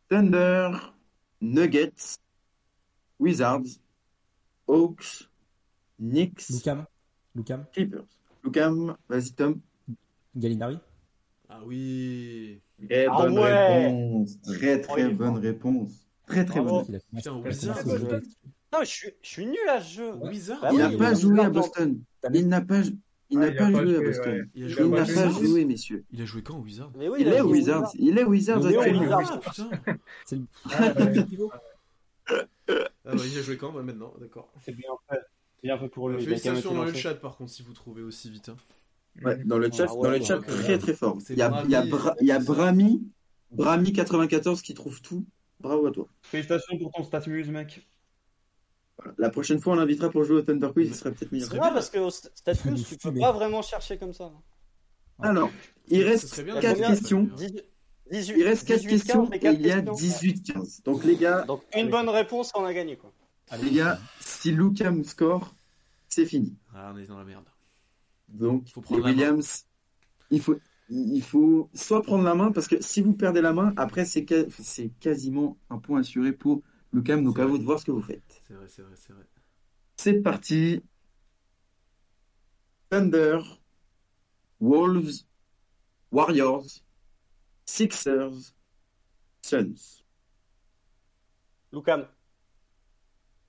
Speaker 1: Thunder, Nuggets, Wizards, Hawks, Knicks,
Speaker 4: Lucam, Lucam,
Speaker 1: Clippers. Lucam, vas-y Tom.
Speaker 4: Gallinari.
Speaker 2: Ah oui.
Speaker 1: Très
Speaker 3: Ah ouais
Speaker 1: réponse. Très
Speaker 3: Oh, il
Speaker 1: réponse. Très
Speaker 3: est fort. Bravo.
Speaker 1: bonne.
Speaker 4: Il a commencé-
Speaker 2: Putain,
Speaker 4: il a
Speaker 2: Wizards.
Speaker 4: commencé à jouer là-dessus.
Speaker 3: Non, je suis, je suis nul à ce jeu.
Speaker 4: Ouais.
Speaker 2: Wizards.
Speaker 3: Bah
Speaker 1: Il
Speaker 3: oui,
Speaker 1: n'a
Speaker 3: il
Speaker 1: pas
Speaker 3: est
Speaker 1: joué à
Speaker 3: Wizards en-
Speaker 1: Boston.
Speaker 4: T'as mis-
Speaker 1: Il n'a pas, il Ah, Il
Speaker 6: Ouais,
Speaker 1: n'a
Speaker 6: il a
Speaker 1: pas
Speaker 6: pas
Speaker 1: joué à
Speaker 6: joué,
Speaker 1: Boston.
Speaker 6: ouais.
Speaker 2: Il a
Speaker 1: Il
Speaker 6: Il
Speaker 2: joué
Speaker 6: a
Speaker 2: au
Speaker 1: n'a
Speaker 6: pas
Speaker 1: pas
Speaker 6: joué.
Speaker 1: joué, messieurs.
Speaker 2: il a joué quand au Wizard Ah,
Speaker 3: Mais oui,
Speaker 1: Il
Speaker 3: il a
Speaker 1: est
Speaker 3: joué
Speaker 1: aux
Speaker 3: au
Speaker 1: Wizards. Il est aux Wizards
Speaker 3: Il est aux
Speaker 1: actuellement.
Speaker 3: Wizards.
Speaker 2: putain
Speaker 4: C'est le
Speaker 6: Ah, ouais.
Speaker 4: niveau.
Speaker 2: Ah ouais, il a joué quand ouais, maintenant, d'accord.
Speaker 5: C'est bien fait. C'est bien fait pour lui. il a quand même été
Speaker 2: Félicitations dans le
Speaker 5: lancé.
Speaker 2: chat par contre si vous trouvez aussi vite. hein.
Speaker 1: Ouais, dans le chat,
Speaker 3: Ah ouais,
Speaker 1: dans le chat
Speaker 2: donc,
Speaker 1: très
Speaker 2: euh,
Speaker 1: très fort.
Speaker 2: c'est
Speaker 1: Il y a, il y a,
Speaker 2: Brami,
Speaker 1: Bra- il y a
Speaker 2: c'est ça.
Speaker 1: Brami, Brami 94 qui trouve tout. Bravo à toi.
Speaker 5: Félicitations pour ton status, mec.
Speaker 1: Voilà. La prochaine fois, on l'invitera pour jouer au Thunder Quiz. Il serait peut-être
Speaker 2: Ce
Speaker 1: meilleur.
Speaker 2: serait
Speaker 3: Ouais,
Speaker 2: bien.
Speaker 3: parce que au st- Statues,
Speaker 4: Nous
Speaker 3: tu peux
Speaker 4: fumer.
Speaker 3: pas vraiment chercher comme ça.
Speaker 1: Alors, il
Speaker 2: Ce
Speaker 1: reste
Speaker 2: serait bien,
Speaker 1: 4
Speaker 3: combien
Speaker 1: questions.
Speaker 3: 18, 18,
Speaker 1: Il reste 4 questions
Speaker 3: mais
Speaker 1: et
Speaker 3: quatre
Speaker 1: il y a
Speaker 3: questions.
Speaker 1: 18-15. Donc les gars,
Speaker 3: Donc une bonne réponse, on a gagné quoi.
Speaker 1: les gars, si Luca me score, c'est fini.
Speaker 2: Ah, on est dans la merde.
Speaker 1: Donc,
Speaker 2: Faut prendre
Speaker 1: les
Speaker 2: la main.
Speaker 1: Williams, il faut, il faut soit prendre la main, parce que si vous perdez la main, après, c'est ca- c'est quasiment un point assuré pour le CAM. Donc,
Speaker 2: C'est
Speaker 1: à
Speaker 2: vrai.
Speaker 1: vous de voir ce que vous faites.
Speaker 2: C'est vrai, c'est vrai, c'est vrai.
Speaker 1: C'est parti. Thunder, Wolves, Warriors, Sixers, Suns.
Speaker 3: Lucam,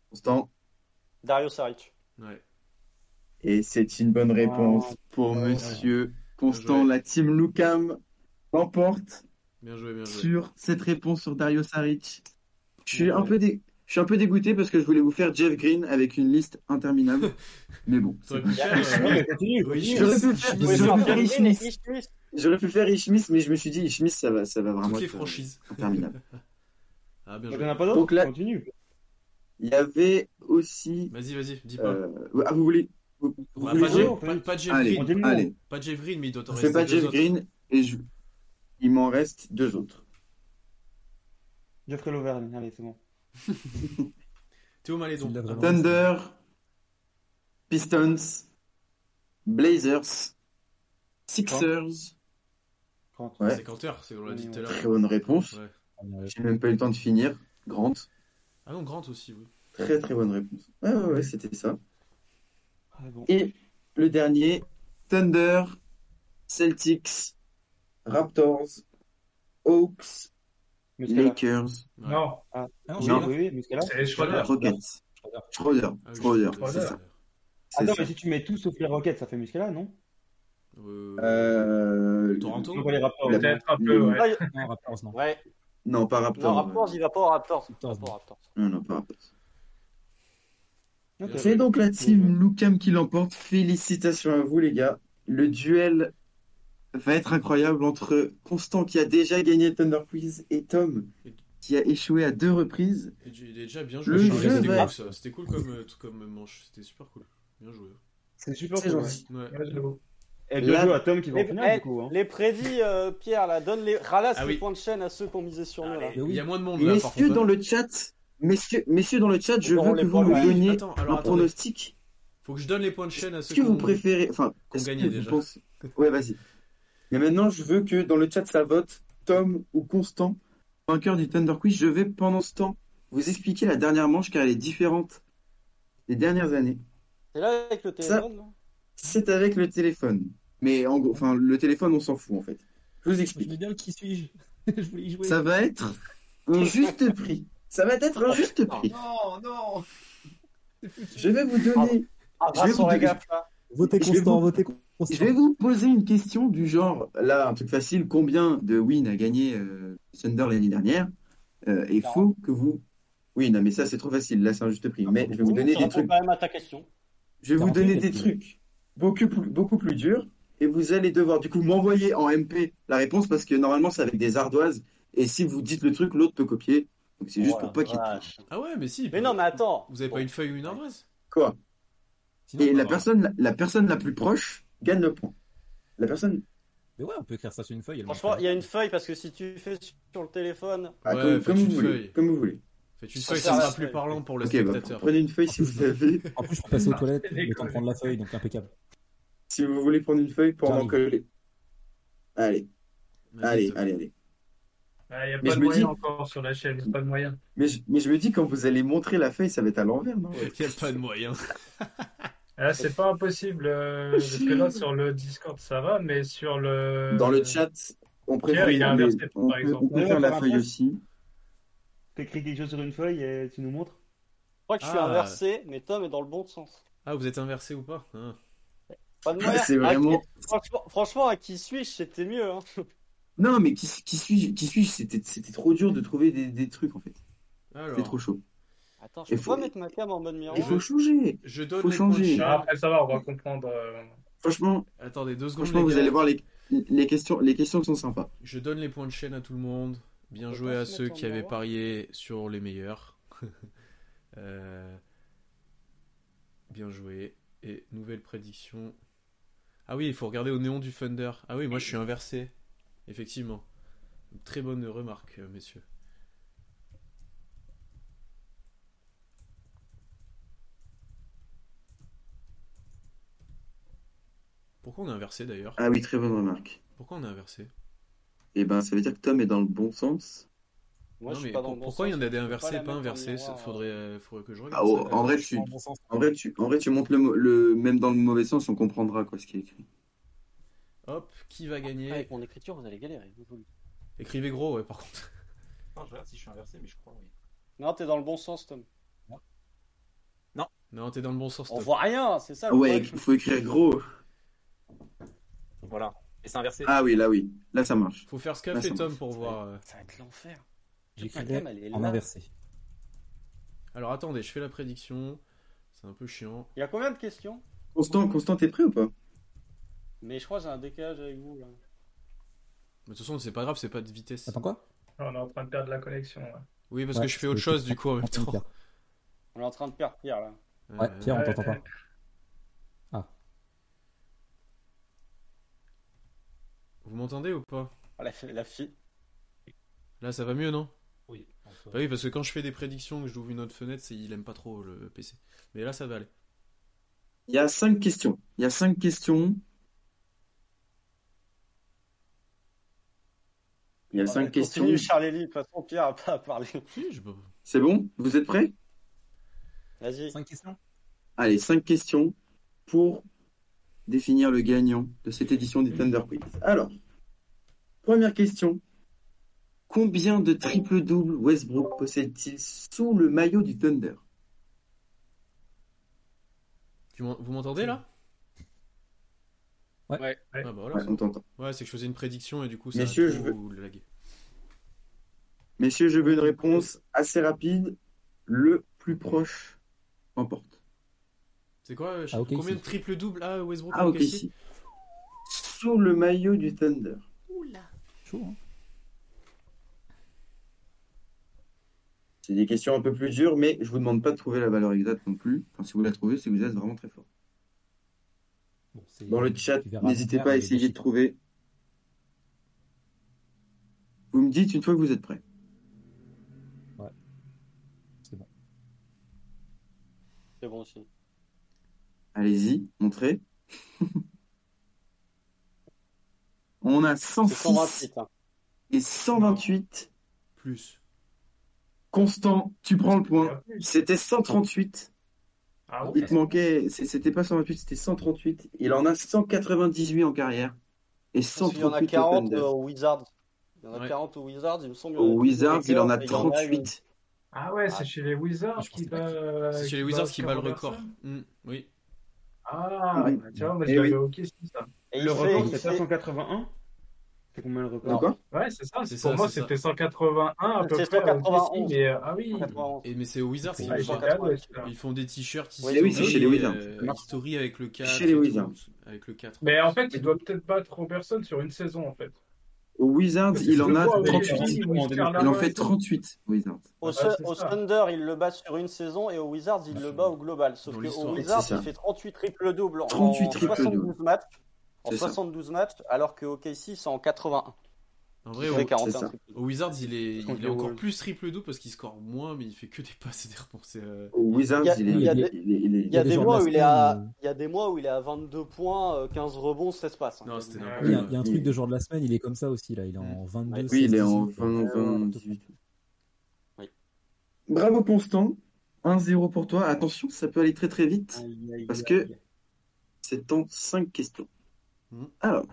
Speaker 1: Constant.
Speaker 3: Dario Saric.
Speaker 2: Ouais.
Speaker 1: Et c'est une bonne réponse pour
Speaker 5: ouais.
Speaker 1: monsieur Constant.
Speaker 2: joué.
Speaker 1: La team Lucam l'emporte.
Speaker 2: Bien joué, bien joué.
Speaker 1: sur cette réponse sur Dario Saric. Je suis
Speaker 2: Ouais.
Speaker 1: un peu dé- je suis un peu dégoûté parce que je voulais vous faire Jeff Green avec une liste interminable. mais bon.
Speaker 2: T'aurais pu faire,
Speaker 5: Non,
Speaker 2: euh,
Speaker 5: mais
Speaker 2: oui,
Speaker 5: continue. continue.
Speaker 1: J'aurais pu
Speaker 2: Smith,
Speaker 1: faire,
Speaker 3: Oui,
Speaker 2: Smith,
Speaker 1: j'aurais pu
Speaker 2: Smith,
Speaker 1: faire
Speaker 3: Martin Green
Speaker 1: Ishmis,
Speaker 3: et Ish Smith.
Speaker 1: j'aurais pu faire Ishmis, mais je me suis dit Ishmis, ça va, ça va vraiment
Speaker 2: toutes les
Speaker 1: être, euh,
Speaker 2: franchises.
Speaker 1: interminable.
Speaker 2: Ah, bien
Speaker 5: Il
Speaker 2: joué.
Speaker 5: y en a pas d'autres
Speaker 1: Donc là-
Speaker 5: Continue.
Speaker 1: Il y avait aussi.
Speaker 2: Vas-y, vas-y, dis pas.
Speaker 1: euh, Ah, vous voulez vous, vous voulez
Speaker 2: Bah, pas,
Speaker 5: voulez
Speaker 1: jouer
Speaker 5: jouer,
Speaker 2: Jeff,
Speaker 5: on
Speaker 2: pas,
Speaker 5: peut-
Speaker 2: pas Jeff
Speaker 1: Allez,
Speaker 2: Green.
Speaker 5: dit le nom.
Speaker 1: allez.
Speaker 2: Pas Jeff Green, mais il doit t'en
Speaker 1: Je
Speaker 2: rester
Speaker 1: fais pas
Speaker 2: deux
Speaker 1: Jeff
Speaker 2: autres.
Speaker 1: Green et je... il m'en reste deux autres.
Speaker 5: Geoffrey Lauvergne. Allez, c'est bon.
Speaker 2: Théo
Speaker 4: Tu
Speaker 2: Malédon.
Speaker 4: l'as vraiment.
Speaker 1: Thunder, Pistons, Blazers, Sixers.
Speaker 5: Quand-
Speaker 1: Ouais.
Speaker 2: C'est Canter, c'est on l'a dit tout à
Speaker 1: Très
Speaker 2: l'heure.
Speaker 1: bonne réponse.
Speaker 2: Ouais.
Speaker 1: J'ai même pas eu le temps de finir. Grant.
Speaker 2: Ah non, Grant aussi, oui.
Speaker 1: Très très bonne réponse. Ouais, ouais, ouais, c'était ça.
Speaker 5: Ah, bon.
Speaker 1: Et le dernier, Thunder, Celtics, Raptors, Hawks,
Speaker 5: Muscala.
Speaker 1: Lakers,
Speaker 2: Ouais.
Speaker 6: Non,
Speaker 4: Ah non,
Speaker 1: Non.
Speaker 4: je l'ai
Speaker 5: Oui,
Speaker 4: là.
Speaker 5: oui, Muscala.
Speaker 6: c'est Schroeder.
Speaker 1: Rockets,
Speaker 4: Schroeder.
Speaker 1: Schroeder,
Speaker 2: Ah oui, Ah,
Speaker 1: Schroeder.
Speaker 2: Schroeder,
Speaker 1: c'est
Speaker 6: Schroeder.
Speaker 1: ça. C'est
Speaker 5: Attends,
Speaker 1: ça.
Speaker 5: mais si tu mets tout sauf les Rockets, ça fait Muscala, non
Speaker 2: Euh,
Speaker 1: Euh,
Speaker 2: Toronto
Speaker 5: Non, pas les Raptors. non.
Speaker 6: Peut-être un peu, ouais.
Speaker 3: Ouais,
Speaker 4: Non, Raptors, non.
Speaker 3: ouais.
Speaker 1: Non, pas
Speaker 3: Non,
Speaker 1: Raptors.
Speaker 3: Raptors, il va pas au Raptors. Il va
Speaker 4: Raptors,
Speaker 3: pas au Raptors.
Speaker 1: Non, non, pas Raptors.
Speaker 2: Euh,
Speaker 5: Ok.
Speaker 1: C'est donc la team Lucam qui l'emporte. Félicitations à vous, les gars. Le duel va être incroyable entre Constant qui a déjà gagné le Thunder Quiz et Tom qui a échoué à deux reprises.
Speaker 2: et j- Il est déjà bien joué.
Speaker 1: Le
Speaker 2: je
Speaker 1: jeu
Speaker 2: trouve. C'était
Speaker 1: va-
Speaker 2: cool, ça. C'était cool comme, euh, tout comme manche. C'était super cool. Bien joué.
Speaker 5: C'est super
Speaker 1: C'est
Speaker 5: cool.
Speaker 1: gentil.
Speaker 2: Ouais.
Speaker 6: Ouais, j'avoue.
Speaker 5: Et bien
Speaker 1: Là-
Speaker 5: joué à Tom qui va en
Speaker 3: Eh,
Speaker 5: finale,
Speaker 3: eh,
Speaker 5: du coup. hein.
Speaker 3: Les prédits, euh, Pierre, là, donne les, ralasse
Speaker 2: Ah
Speaker 3: les
Speaker 2: oui. Ah
Speaker 3: points de chaîne à ceux qui ont misé sur nous. Là.
Speaker 4: Mais
Speaker 2: Il
Speaker 4: oui.
Speaker 2: y a moins de monde là, par
Speaker 1: Messieurs
Speaker 2: contre.
Speaker 1: dans le chat, messieurs, messieurs dans le chat, je
Speaker 3: Bon, on
Speaker 1: veux que
Speaker 3: les
Speaker 1: vous
Speaker 3: prend,
Speaker 1: me
Speaker 3: ouais.
Speaker 1: donniez
Speaker 2: Attends, alors
Speaker 1: un
Speaker 2: attendez.
Speaker 1: pronostic.
Speaker 2: Faut que je donne les points de chaîne à
Speaker 1: Est-ce
Speaker 2: ceux
Speaker 1: que
Speaker 2: qui
Speaker 1: vous
Speaker 2: ont-
Speaker 1: préférez, enfin,
Speaker 2: qu'on
Speaker 1: est-ce que
Speaker 2: gagnait
Speaker 1: vous
Speaker 2: déjà.
Speaker 1: pensez- Ouais, vas-y. Mais maintenant, je veux que dans le chat, ça vote Tom ou Constant, vainqueur du Thunder Quiz. Je vais pendant ce temps vous expliquer la dernière manche car elle est différente des dernières années.
Speaker 3: C'est là avec le téléphone. là
Speaker 1: C'est avec le téléphone. Mais en gros, enfin, le téléphone, on s'en fout en fait. Je vous
Speaker 4: Je
Speaker 1: explique.
Speaker 4: me bien qui suis-je Je voulais y jouer.
Speaker 1: Ça va être un juste prix. Ça va être un juste prix.
Speaker 2: Non, non
Speaker 1: Je vais vous donner Je
Speaker 3: Ah,
Speaker 1: vais
Speaker 3: grâce
Speaker 1: vous
Speaker 3: sur la
Speaker 1: donner-
Speaker 3: gaffe là.
Speaker 4: Votez
Speaker 1: Je vais
Speaker 4: constant,
Speaker 1: vous-
Speaker 4: votez constant.
Speaker 1: Je vais vous poser une question du genre, là, un truc facile, combien de Win a gagné euh, Thunder l'année dernière Euh, Et il
Speaker 3: Non.
Speaker 1: faut que vous... Oui, non, mais ça, c'est trop facile, là, c'est un juste prix. Mais je vais vous
Speaker 3: Oui,
Speaker 1: donner
Speaker 3: tu
Speaker 1: des
Speaker 3: réponds
Speaker 1: trucs,
Speaker 3: quand même à ta question.
Speaker 1: je vais vous donner des
Speaker 4: 48,
Speaker 1: trucs beaucoup, plus- beaucoup plus durs, et vous allez devoir, du coup, m'envoyer en MP la réponse, parce que normalement, c'est avec des ardoises, et si vous dites le truc, l'autre peut copier. Donc c'est juste pour
Speaker 3: Oh la
Speaker 1: pas qu'il...
Speaker 3: vache.
Speaker 2: Ah ouais, mais si.
Speaker 3: Mais non, mais attends.
Speaker 2: Vous avez
Speaker 3: Bon.
Speaker 2: pas une feuille ou une ardoise
Speaker 1: Quoi
Speaker 4: Sinon, bah,
Speaker 1: Et
Speaker 4: on
Speaker 1: la
Speaker 4: va-
Speaker 1: personne, la personne la plus proche gagne le point. La personne...
Speaker 4: Mais ouais, on peut écrire ça sur une feuille. elle
Speaker 3: Franchement,
Speaker 4: marche
Speaker 3: il y a une feuille parce que si tu fais sur le téléphone,
Speaker 1: Ah,
Speaker 2: Ouais,
Speaker 1: comme,
Speaker 2: faites
Speaker 1: comme
Speaker 2: une
Speaker 1: vous voulez,
Speaker 2: feuille.
Speaker 1: comme vous voulez.
Speaker 2: Faites une
Speaker 3: Ça
Speaker 2: feuille,
Speaker 3: sert
Speaker 2: ça
Speaker 3: à
Speaker 2: sera
Speaker 3: la
Speaker 2: plus
Speaker 3: feuille.
Speaker 2: parlant pour le
Speaker 1: Ok, bah,
Speaker 2: spectateur.
Speaker 1: prenez une feuille si vous avez...
Speaker 4: pas. En plus, je peux
Speaker 8: Ah,
Speaker 4: passer aux toilettes,
Speaker 6: c'est
Speaker 4: le temps de
Speaker 6: dégueu.
Speaker 4: prendre la feuille, donc impeccable.
Speaker 1: Si vous voulez prendre une feuille pour en
Speaker 4: J'arrive.
Speaker 1: coller. Allez,
Speaker 2: Vas-y,
Speaker 1: allez,
Speaker 2: Tom.
Speaker 1: allez, allez.
Speaker 6: Ah, Il n'y a
Speaker 1: Mais
Speaker 6: pas
Speaker 1: je
Speaker 6: de
Speaker 1: me
Speaker 6: moyen
Speaker 1: dis-
Speaker 6: encore sur la chaîne, pas de moyen.
Speaker 1: Mais je, mais je me dis, quand vous allez montrer la feuille, ça va être à l'envers, non
Speaker 2: Il n'y a pas de moyen.
Speaker 6: Ah, c'est pas impossible, euh, parce que là, sur le Discord, ça va, mais sur le...
Speaker 1: Dans le chat, on préfère,
Speaker 6: Pierre, il a
Speaker 1: les-
Speaker 6: inversé,
Speaker 1: on
Speaker 6: par
Speaker 1: peut-
Speaker 6: exemple.
Speaker 1: on peut
Speaker 5: Ouais,
Speaker 1: faire
Speaker 5: par
Speaker 1: la
Speaker 5: rapport-
Speaker 1: feuille aussi.
Speaker 5: T'écris quelque chose sur une feuille et tu nous montres
Speaker 3: je crois que je suis
Speaker 2: Ah.
Speaker 3: inversé, mais Tom est dans le bon sens.
Speaker 2: Ah, vous êtes inversé ou pas Hein.
Speaker 3: Pas de moyen.
Speaker 1: C'est
Speaker 3: Ah, qui-
Speaker 1: vraiment.
Speaker 3: franchement, franchement, à qui suis-je, c'était mieux. Hein.
Speaker 1: Non, mais qui, qui suis-je Qui suis-je C'était c'était trop dur de trouver des, des trucs en fait.
Speaker 2: Alors,
Speaker 1: C'était trop chaud.
Speaker 3: Attends, je
Speaker 1: Et
Speaker 3: peux
Speaker 1: faut-
Speaker 3: pas mettre ma cam en mode
Speaker 1: Il
Speaker 3: miroir.
Speaker 1: faut changer.
Speaker 2: je donne
Speaker 1: Faut
Speaker 2: les
Speaker 1: changer.
Speaker 2: points de
Speaker 6: Ah,
Speaker 2: chacun.
Speaker 6: après, ça va, on va comprendre. euh,
Speaker 1: Franchement,
Speaker 2: Attendez deux secondes.
Speaker 1: franchement,
Speaker 2: les
Speaker 1: vous
Speaker 2: gars.
Speaker 1: allez voir les, les questions. Les questions sont sympas.
Speaker 2: Je donne les points de chaîne à tout le monde. Bien
Speaker 3: On peut
Speaker 2: joué
Speaker 3: pas
Speaker 2: à
Speaker 3: se
Speaker 2: ceux
Speaker 3: mettre en
Speaker 2: qui avaient
Speaker 3: miroir
Speaker 2: parié sur les meilleurs. Euh, Bien joué. Et nouvelle prédiction. Ah oui, il faut regarder au néon du Thunder. Ah oui, moi je suis inversé. Effectivement. Très bonne remarque, euh, messieurs. Pourquoi on est inversé d'ailleurs
Speaker 1: Ah oui, très bonne remarque.
Speaker 2: Pourquoi on est inversé
Speaker 1: Et ben, ça veut dire que Tom est dans le bon sens.
Speaker 3: Moi,
Speaker 2: Non,
Speaker 3: je suis
Speaker 2: mais
Speaker 3: pas dans
Speaker 2: pour-
Speaker 3: le bon
Speaker 2: pourquoi il y en
Speaker 3: sens,
Speaker 2: a des
Speaker 3: je peux
Speaker 2: inversés
Speaker 3: la
Speaker 2: pas,
Speaker 3: mettre en
Speaker 2: inversés ça-
Speaker 3: miroir,
Speaker 2: faudrait, euh, faudrait que je regarde.
Speaker 1: Ah, oh,
Speaker 2: ça,
Speaker 1: en vrai,
Speaker 2: d'ailleurs.
Speaker 1: tu, en vrai, tu, en vrai, tu montes le, mo- le même dans le mauvais sens, on comprendra quoi ce qui est écrit.
Speaker 2: Hop, qui va
Speaker 3: euh,
Speaker 2: gagner
Speaker 3: Avec mon écriture, vous allez galérer. euh, je vous le dis.
Speaker 2: Écrivez gros, ouais, par contre.
Speaker 8: Attends, je regarde si je suis inversé, mais je crois, oui.
Speaker 3: Non, t'es dans le bon sens, Tom.
Speaker 2: Non, t'es dans le bon sens.
Speaker 3: On
Speaker 2: Tom.
Speaker 3: voit rien, c'est ça.
Speaker 1: Ah
Speaker 3: le
Speaker 1: ouais,
Speaker 3: problème.
Speaker 1: il faut écrire gros.
Speaker 8: Voilà. Et c'est inversé.
Speaker 1: Ah oui, là oui, là ça marche.
Speaker 2: Faut faire ce
Speaker 1: Là, ça
Speaker 2: qu'a fait
Speaker 1: marche.
Speaker 2: Tom pour voir. euh.
Speaker 3: Ça va être l'enfer.
Speaker 4: J'écrirai
Speaker 3: cam, elle est
Speaker 4: en
Speaker 3: Ah, là.
Speaker 4: inversé.
Speaker 2: Alors attendez, je fais la prédiction. C'est un peu chiant.
Speaker 3: Il y a combien de questions
Speaker 1: Constant, Constant, t'es prêt ou pas
Speaker 3: Mais je crois que j'ai un décalage avec vous là.
Speaker 2: Mais de toute façon, c'est pas grave, c'est pas de vitesse.
Speaker 4: Attends quoi
Speaker 6: On est en train de perdre la connexion. ouais.
Speaker 2: Oui, parce
Speaker 4: Ouais,
Speaker 2: que je fais autre chose du coup en même temps.
Speaker 4: Pierre.
Speaker 3: On est en train de perdre Pierre là.
Speaker 4: Ouais,
Speaker 2: Euh,
Speaker 4: Pierre, on
Speaker 6: Ouais.
Speaker 4: t'entend pas.
Speaker 2: Vous m'entendez ou pas
Speaker 3: Ah, la, fi- la fille.
Speaker 2: Là, ça va mieux, non
Speaker 8: Oui. on peut-
Speaker 2: Bah oui, parce que quand je fais des prédictions, que j'ouvre une autre fenêtre, c'est il aime pas trop le PC. Mais là, ça va aller.
Speaker 1: Il y a cinq questions. Il y a cinq questions. Il y a
Speaker 3: Ah,
Speaker 1: cinq
Speaker 3: mais
Speaker 1: questions.
Speaker 3: Continue Charlie, de toute façon Pierre a pas à parler.
Speaker 2: Si, je peux.
Speaker 1: C'est bon Vous êtes prêts
Speaker 3: Vas-y.
Speaker 4: 5 questions
Speaker 1: Allez, cinq questions pour définir le gagnant de cette édition du Thunder Quiz. Alors, première question. Combien de triple-double Westbrook possède-t-il sous le maillot du Thunder
Speaker 2: Tu m'en- Vous m'entendez là
Speaker 6: Ouais, ouais.
Speaker 2: Ah bah voilà.
Speaker 1: Ouais, on t'entend.
Speaker 2: Ouais, c'est que je faisais une prédiction et du coup, ça
Speaker 1: Messieurs,
Speaker 2: a
Speaker 1: je
Speaker 2: tout lagué.
Speaker 1: Messieurs, je veux une réponse assez rapide. Le plus proche emporte.
Speaker 2: C'est quoi euh,
Speaker 4: Ah, ok,
Speaker 2: Combien
Speaker 4: si.
Speaker 2: de triple double Ah, Westbrook
Speaker 1: Ah, ok,
Speaker 2: OKC?
Speaker 1: si. Sous le maillot du Thunder.
Speaker 7: Oula.
Speaker 4: Chaud, hein
Speaker 1: C'est des questions un peu plus dures, mais je vous demande pas de trouver la valeur exacte non plus. Enfin, si vous la trouvez, c'est que vous êtes vraiment très fort.
Speaker 4: Bon, c'est-
Speaker 1: Dans le chat,
Speaker 4: tu verras
Speaker 1: n'hésitez
Speaker 4: mon
Speaker 1: pas à
Speaker 4: frère, mais
Speaker 1: essayer de trouver. Vous me dites une fois que vous êtes prêts.
Speaker 3: C'est bon aussi.
Speaker 1: Allez-y, montrez. On a
Speaker 3: C'est
Speaker 1: 106
Speaker 3: 128. Hein.
Speaker 1: et 128.
Speaker 2: Plus.
Speaker 1: Constant, tu prends le point. C'était 138.
Speaker 6: Ah
Speaker 1: Il
Speaker 6: ouais.
Speaker 1: te manquait, c'est- c'était pas 128, c'était 138. Il en a 198 en carrière. Et
Speaker 3: Parce qu'il y en a
Speaker 1: 138 au
Speaker 3: 40
Speaker 1: Thunder.
Speaker 3: euh, au Wizards. Il y en a
Speaker 2: Ouais.
Speaker 3: 40 au Wizards, il me semble.
Speaker 1: Au Wizards, il en a
Speaker 3: Il y en a une.
Speaker 1: 38.
Speaker 6: Ah ouais,
Speaker 3: Ah.
Speaker 6: c'est chez les Wizards
Speaker 4: Je
Speaker 6: qui
Speaker 4: pensais pas
Speaker 6: bat. euh,
Speaker 2: C'est chez les
Speaker 6: qui
Speaker 2: Wizards qui bat le
Speaker 6: Oscar
Speaker 2: record.
Speaker 6: Robertson
Speaker 2: Mm, oui.
Speaker 6: Ah,
Speaker 1: Oui.
Speaker 6: bah, tiens, moi
Speaker 1: Eh
Speaker 6: je l'avais
Speaker 1: oui.
Speaker 6: au KC, ça.
Speaker 3: Et il
Speaker 5: Le
Speaker 3: fait,
Speaker 5: record,
Speaker 3: il
Speaker 5: c'est
Speaker 3: fait-
Speaker 5: 581. C'est combien le record
Speaker 1: De quoi
Speaker 6: Ouais, c'est ça.
Speaker 2: C'est
Speaker 6: Pour
Speaker 2: ça,
Speaker 6: moi,
Speaker 2: c'est ça.
Speaker 6: c'était 181 à peu
Speaker 3: C'est
Speaker 6: près. au
Speaker 3: 191.
Speaker 6: KC, mais, euh, Ah oui.
Speaker 3: 91.
Speaker 2: Et, mais c'est aux Wizards
Speaker 4: C'est
Speaker 2: qu'ils
Speaker 6: Ah,
Speaker 2: le
Speaker 6: j'ai
Speaker 2: font.
Speaker 3: pas-
Speaker 6: regardé, ça.
Speaker 2: Ils font des t-shirts qui
Speaker 3: Oui,
Speaker 2: sont euh,
Speaker 3: oui, c'est
Speaker 1: chez les Wizards.
Speaker 2: Story avec le 4.
Speaker 1: Chez les Wizards.
Speaker 2: Avec le 4.
Speaker 6: Mais en fait, il doit peut-être battre Robertson sur une saison, en fait.
Speaker 1: Au Wizards,
Speaker 6: Parce que
Speaker 1: il
Speaker 6: je
Speaker 1: en
Speaker 6: le
Speaker 1: a
Speaker 6: vois, oui,
Speaker 1: 38.
Speaker 6: oui, oui,
Speaker 8: Il
Speaker 6: Oscar
Speaker 1: Il en
Speaker 6: Laroche.
Speaker 1: fait 38, Wizards.
Speaker 3: Au,
Speaker 6: Ouais,
Speaker 3: Sun-
Speaker 6: c'est
Speaker 3: au
Speaker 6: ça.
Speaker 3: Thunder, il le bat sur une saison et au Wizards, il le bat au global. Sauf
Speaker 2: Dans
Speaker 3: que
Speaker 2: l'histoire.
Speaker 3: au Wizards,
Speaker 1: C'est ça.
Speaker 3: il fait 38 triple double en
Speaker 1: 38 triple
Speaker 3: 72 matchs. En
Speaker 1: C'est ça.
Speaker 3: 72 matchs, alors que OKC, c'est en 81.
Speaker 2: En
Speaker 3: Il
Speaker 2: vrai,
Speaker 3: fait
Speaker 2: au,
Speaker 3: 41
Speaker 1: c'est ça.
Speaker 3: triple double.
Speaker 2: au Wizards, il est, il
Speaker 3: Contre
Speaker 2: est
Speaker 3: les
Speaker 2: encore
Speaker 3: Wolves.
Speaker 2: plus triple double parce qu'il score moins, mais il fait que des passes et des relances. C'est, euh,
Speaker 1: Au Wizards,
Speaker 3: Il y a-
Speaker 1: il est.
Speaker 4: il y a
Speaker 1: il est- il est-
Speaker 3: Il y, a
Speaker 4: des
Speaker 3: des euh.
Speaker 4: gens
Speaker 3: mois
Speaker 4: de la
Speaker 3: où il est à,
Speaker 4: semaine,
Speaker 3: il y a des mois où il est à 22 points, euh, 15 rebonds, 16 passes. hein.
Speaker 2: Non, c'était
Speaker 6: Ouais.
Speaker 2: n'importe
Speaker 4: Il y, a, il y a
Speaker 2: quoi.
Speaker 4: un
Speaker 1: Oui.
Speaker 4: truc de genre de la semaine, il est comme ça aussi, là. Il est en 22.
Speaker 1: Oui, il est
Speaker 4: 16,
Speaker 1: en
Speaker 4: 18.
Speaker 1: 20, 20, 18.
Speaker 3: Oui.
Speaker 1: Bravo, Constant. 1-0 pour toi. Attention, ça peut aller très très vite. Parce que c'est en 5 questions. Hmm.
Speaker 2: Mhm.
Speaker 1: Alors,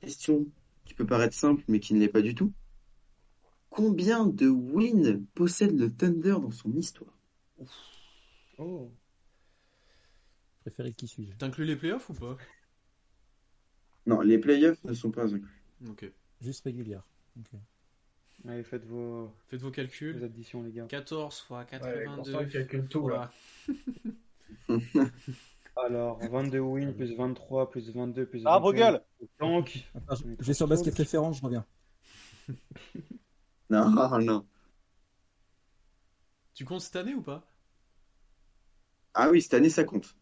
Speaker 1: question qui peut paraître simple, mais qui ne l'est pas du tout. Combien de wins possède le Thunder dans son histoire
Speaker 5: Oh.
Speaker 4: préféré de qui suis-je
Speaker 2: T'inclus les playoffs ou pas
Speaker 1: Non, les playoffs ne sont pas inclus.
Speaker 2: Ok.
Speaker 4: Juste régulière. Ok.
Speaker 5: Allez, faites vos,
Speaker 2: Faites vos
Speaker 5: vos
Speaker 2: calculs.
Speaker 5: additions, les gars.
Speaker 2: 14 fois
Speaker 6: Ouais, comme
Speaker 2: 82.
Speaker 6: ça, il calcule tout, là.
Speaker 2: fois-
Speaker 5: Alors, 22 wins, plus 23, plus 22, plus
Speaker 3: Ah,
Speaker 5: 21.
Speaker 3: Bruegel
Speaker 5: Donc,
Speaker 4: Attends, je-
Speaker 5: On est
Speaker 4: je vais sur
Speaker 5: trop
Speaker 4: basket
Speaker 5: chaud,
Speaker 4: référence, je reviens.
Speaker 1: Non, Ah, non.
Speaker 2: Tu comptes cette année ou pas
Speaker 1: Ah oui, cette année, ça compte.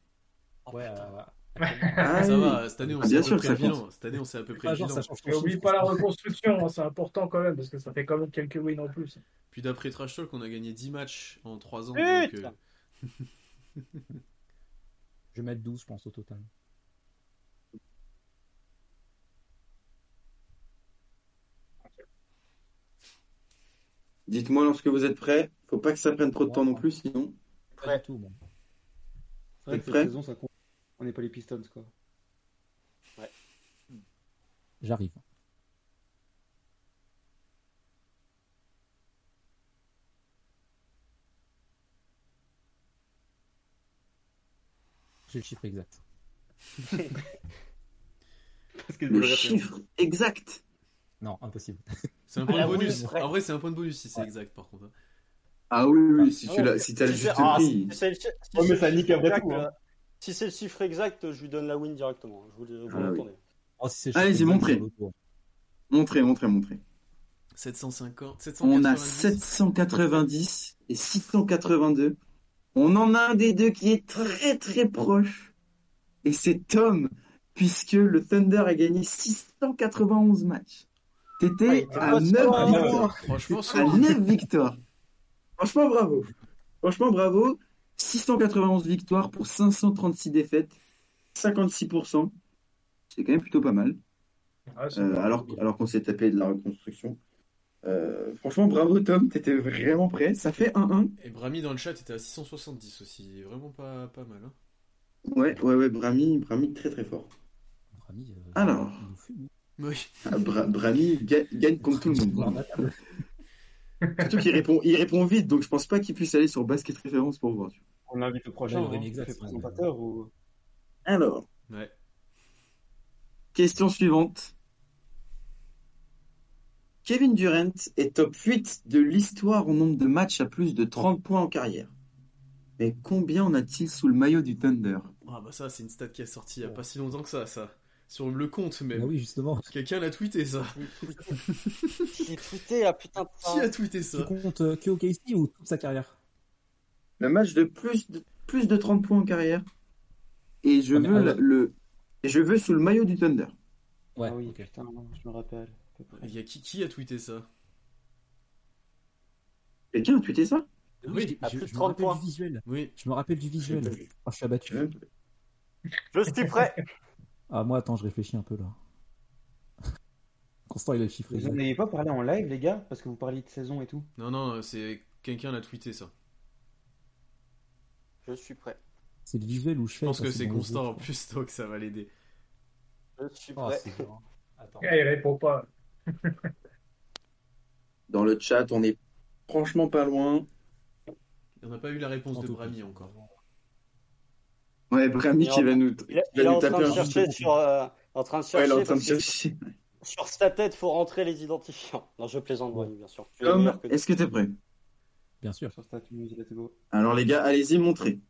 Speaker 4: ouais,
Speaker 1: Ah
Speaker 2: Ça
Speaker 1: oui.
Speaker 2: va, cette année on
Speaker 1: Ah,
Speaker 2: s'est
Speaker 1: bien
Speaker 2: à peu
Speaker 1: sûr que
Speaker 2: près le
Speaker 1: ça compte.
Speaker 2: bilan. Cette année on s'est à peu près
Speaker 4: pas
Speaker 2: le
Speaker 4: genre,
Speaker 2: bilan.
Speaker 4: ça change ton
Speaker 6: Et oublie
Speaker 4: chiffre.
Speaker 6: pas la reconstruction, hein, c'est important quand même, parce que ça fait quand même quelques wins en plus.
Speaker 2: Puis d'après Trash Talk, on a gagné 10 matchs en 3 ans.
Speaker 3: Putain
Speaker 2: donc, euh,
Speaker 4: Je vais mettre 12, je pense, au total.
Speaker 1: Dites-moi lorsque vous êtes prêts. Faut pas que ça prenne trop de temps non plus, sinon.
Speaker 4: Pas
Speaker 3: Ouais.
Speaker 4: du tout, bon.
Speaker 5: C'est vrai que cette
Speaker 1: Prêt
Speaker 5: saison, ça compte. On n'est pas les Pistons, quoi.
Speaker 4: J'arrive. J'ai le chiffre exact.
Speaker 5: Parce que
Speaker 1: Le chiffre exact.
Speaker 4: Non, impossible.
Speaker 2: C'est un point
Speaker 3: Ah,
Speaker 2: de
Speaker 3: oui,
Speaker 2: bonus.
Speaker 3: c'est vrai.
Speaker 2: En vrai, c'est un point de bonus si c'est
Speaker 4: Ouais.
Speaker 2: exact par contre. hein.
Speaker 1: Ah oui, oui, si
Speaker 3: Ah
Speaker 1: tu
Speaker 3: ouais.
Speaker 1: l'as, si t'as le
Speaker 3: Si
Speaker 1: juste
Speaker 3: c'est- ah,
Speaker 1: prix.
Speaker 3: si c'est le chi- si
Speaker 5: Ouais, mais
Speaker 3: c'est le
Speaker 5: ça nique
Speaker 3: chiffre
Speaker 5: après
Speaker 3: exact,
Speaker 5: tout, hein.
Speaker 3: euh, Si c'est le chiffre exact, je lui donne la win directement. hein. Je vous, le- vous
Speaker 1: Ah
Speaker 3: le
Speaker 1: oui.
Speaker 3: tournez.
Speaker 4: Oh, si c'est le
Speaker 1: Allez,
Speaker 4: chiffre
Speaker 1: c'est
Speaker 4: exact,
Speaker 1: montré.
Speaker 4: c'est l'autre tour.
Speaker 1: Montrez, montrez, montrez.
Speaker 2: 750, 790.
Speaker 1: On a 790 et 682. On en a un des deux qui est très très proche. Et c'est Tom, puisque le Thunder a gagné 691 matchs.
Speaker 3: Ah, il
Speaker 1: T'étais
Speaker 3: était
Speaker 1: à
Speaker 3: pas
Speaker 1: 9
Speaker 3: score, hein.
Speaker 1: victoires.
Speaker 2: Franchement, ça
Speaker 1: à 9 victoires. Franchement, bravo. Franchement, bravo. 691 victoires pour 536 défaites. 56%. C'est quand même plutôt pas mal.
Speaker 6: Ah, c'est
Speaker 1: Euh,
Speaker 6: bon.
Speaker 1: alors alors qu'on s'est tapé de la reconstruction. Euh, franchement, bravo Tom, t'étais vraiment prêt. Ça fait 1-1.
Speaker 2: Et Brami dans le chat était à 670 aussi, vraiment pas, pas mal. Hein.
Speaker 1: Ouais, ouais, ouais, Brami, Brami très très fort.
Speaker 4: Notre ami, euh,
Speaker 1: Alors.
Speaker 4: il nous fume.
Speaker 2: Oui.
Speaker 1: Ah, Bra- Brami ga- gagne contre tout le monde. Surtout qu'il répond, il répond vite, donc je pense pas qu'il puisse aller sur basket référence pour voir. tu vois.
Speaker 5: On l'invite au prochain.
Speaker 4: Ouais, il aurait
Speaker 5: hein.
Speaker 4: mis exact,
Speaker 5: C'est
Speaker 4: ouais.
Speaker 5: présentateur ou.
Speaker 1: Alors,
Speaker 2: Ouais.
Speaker 1: Question suivante. Kevin Durant est top 8 de l'histoire au nombre de matchs à plus de 30 points en carrière. Mais combien en a-t-il sous le maillot du Thunder
Speaker 2: Ah bah ça, c'est une stat qui est sortie il y a pas si longtemps que ça, ça. Sur le compte
Speaker 4: Bah
Speaker 2: même.
Speaker 4: oui, justement.
Speaker 2: Quelqu'un l'a tweeté ça.
Speaker 3: Je l'ai tweeté là, putain.
Speaker 2: Qui a tweeté ça
Speaker 4: Tu comptes euh, que OKC ou toute sa carrière
Speaker 1: Le match de plus de, plus de 30 points en carrière. Et je
Speaker 4: Ah, mais
Speaker 1: veux
Speaker 4: ah
Speaker 1: la-
Speaker 4: ouais.
Speaker 1: le et je veux sous le maillot du Thunder.
Speaker 4: Ouais,
Speaker 5: ah oui,
Speaker 4: ok.
Speaker 5: putain, je me rappelle.
Speaker 2: Il y a qui, qui a tweeté ça
Speaker 1: Quelqu'un a tweeté ça
Speaker 2: Oui,
Speaker 3: à
Speaker 4: je,
Speaker 3: plus de
Speaker 4: je me
Speaker 3: 30
Speaker 4: rappelle
Speaker 3: points.
Speaker 4: du visuel.
Speaker 2: oui.
Speaker 4: Je me rappelle du
Speaker 1: J'ai pas
Speaker 4: visuel.
Speaker 1: vu.
Speaker 4: Ah, je suis abattu.
Speaker 3: Je suis prêt.
Speaker 4: Ah, moi, attends, je réfléchis un peu là. Constant, il a le chiffre.
Speaker 5: Vous
Speaker 4: exact.
Speaker 5: n'en avez pas parlé en live, les gars, parce que vous parliez de saison et tout.
Speaker 2: Non, non, c'est quelqu'un l'a tweeté ça.
Speaker 3: Je suis prêt.
Speaker 4: C'est le visuel où je
Speaker 2: Je
Speaker 4: fais.
Speaker 2: pense
Speaker 4: ça,
Speaker 2: que c'est
Speaker 4: dans les
Speaker 2: constant
Speaker 4: yeux.
Speaker 2: en plus, donc ça va l'aider.
Speaker 3: Je suis
Speaker 1: Oh,
Speaker 4: Ah,
Speaker 3: prêt.
Speaker 4: c'est dur, hein. Attends.
Speaker 6: Ah, il répond pas.
Speaker 1: Dans le chat, on est franchement pas loin.
Speaker 2: On n'a pas eu la réponse
Speaker 4: En
Speaker 2: de
Speaker 4: tout
Speaker 2: Brami
Speaker 4: cas.
Speaker 2: encore.
Speaker 1: Ouais, Brami qui va nous,
Speaker 3: Il, est-
Speaker 1: qui
Speaker 3: il est
Speaker 1: va
Speaker 3: en
Speaker 1: nous
Speaker 3: train
Speaker 1: taper
Speaker 3: de
Speaker 1: un
Speaker 3: chercher sur. euh, en train de
Speaker 1: Ouais,
Speaker 3: chercher.
Speaker 1: il est en train de
Speaker 3: parce que
Speaker 1: chercher.
Speaker 3: Sur sa tête, faut rentrer les identifiants. Non, je plaisante, Brahim, bien sûr. Tu es
Speaker 1: Tom,
Speaker 3: meilleur que-
Speaker 1: est-ce que t'es prêt
Speaker 4: Bien sûr.
Speaker 5: Sur Status, let's go.
Speaker 1: Alors les gars, allez-y, montrez.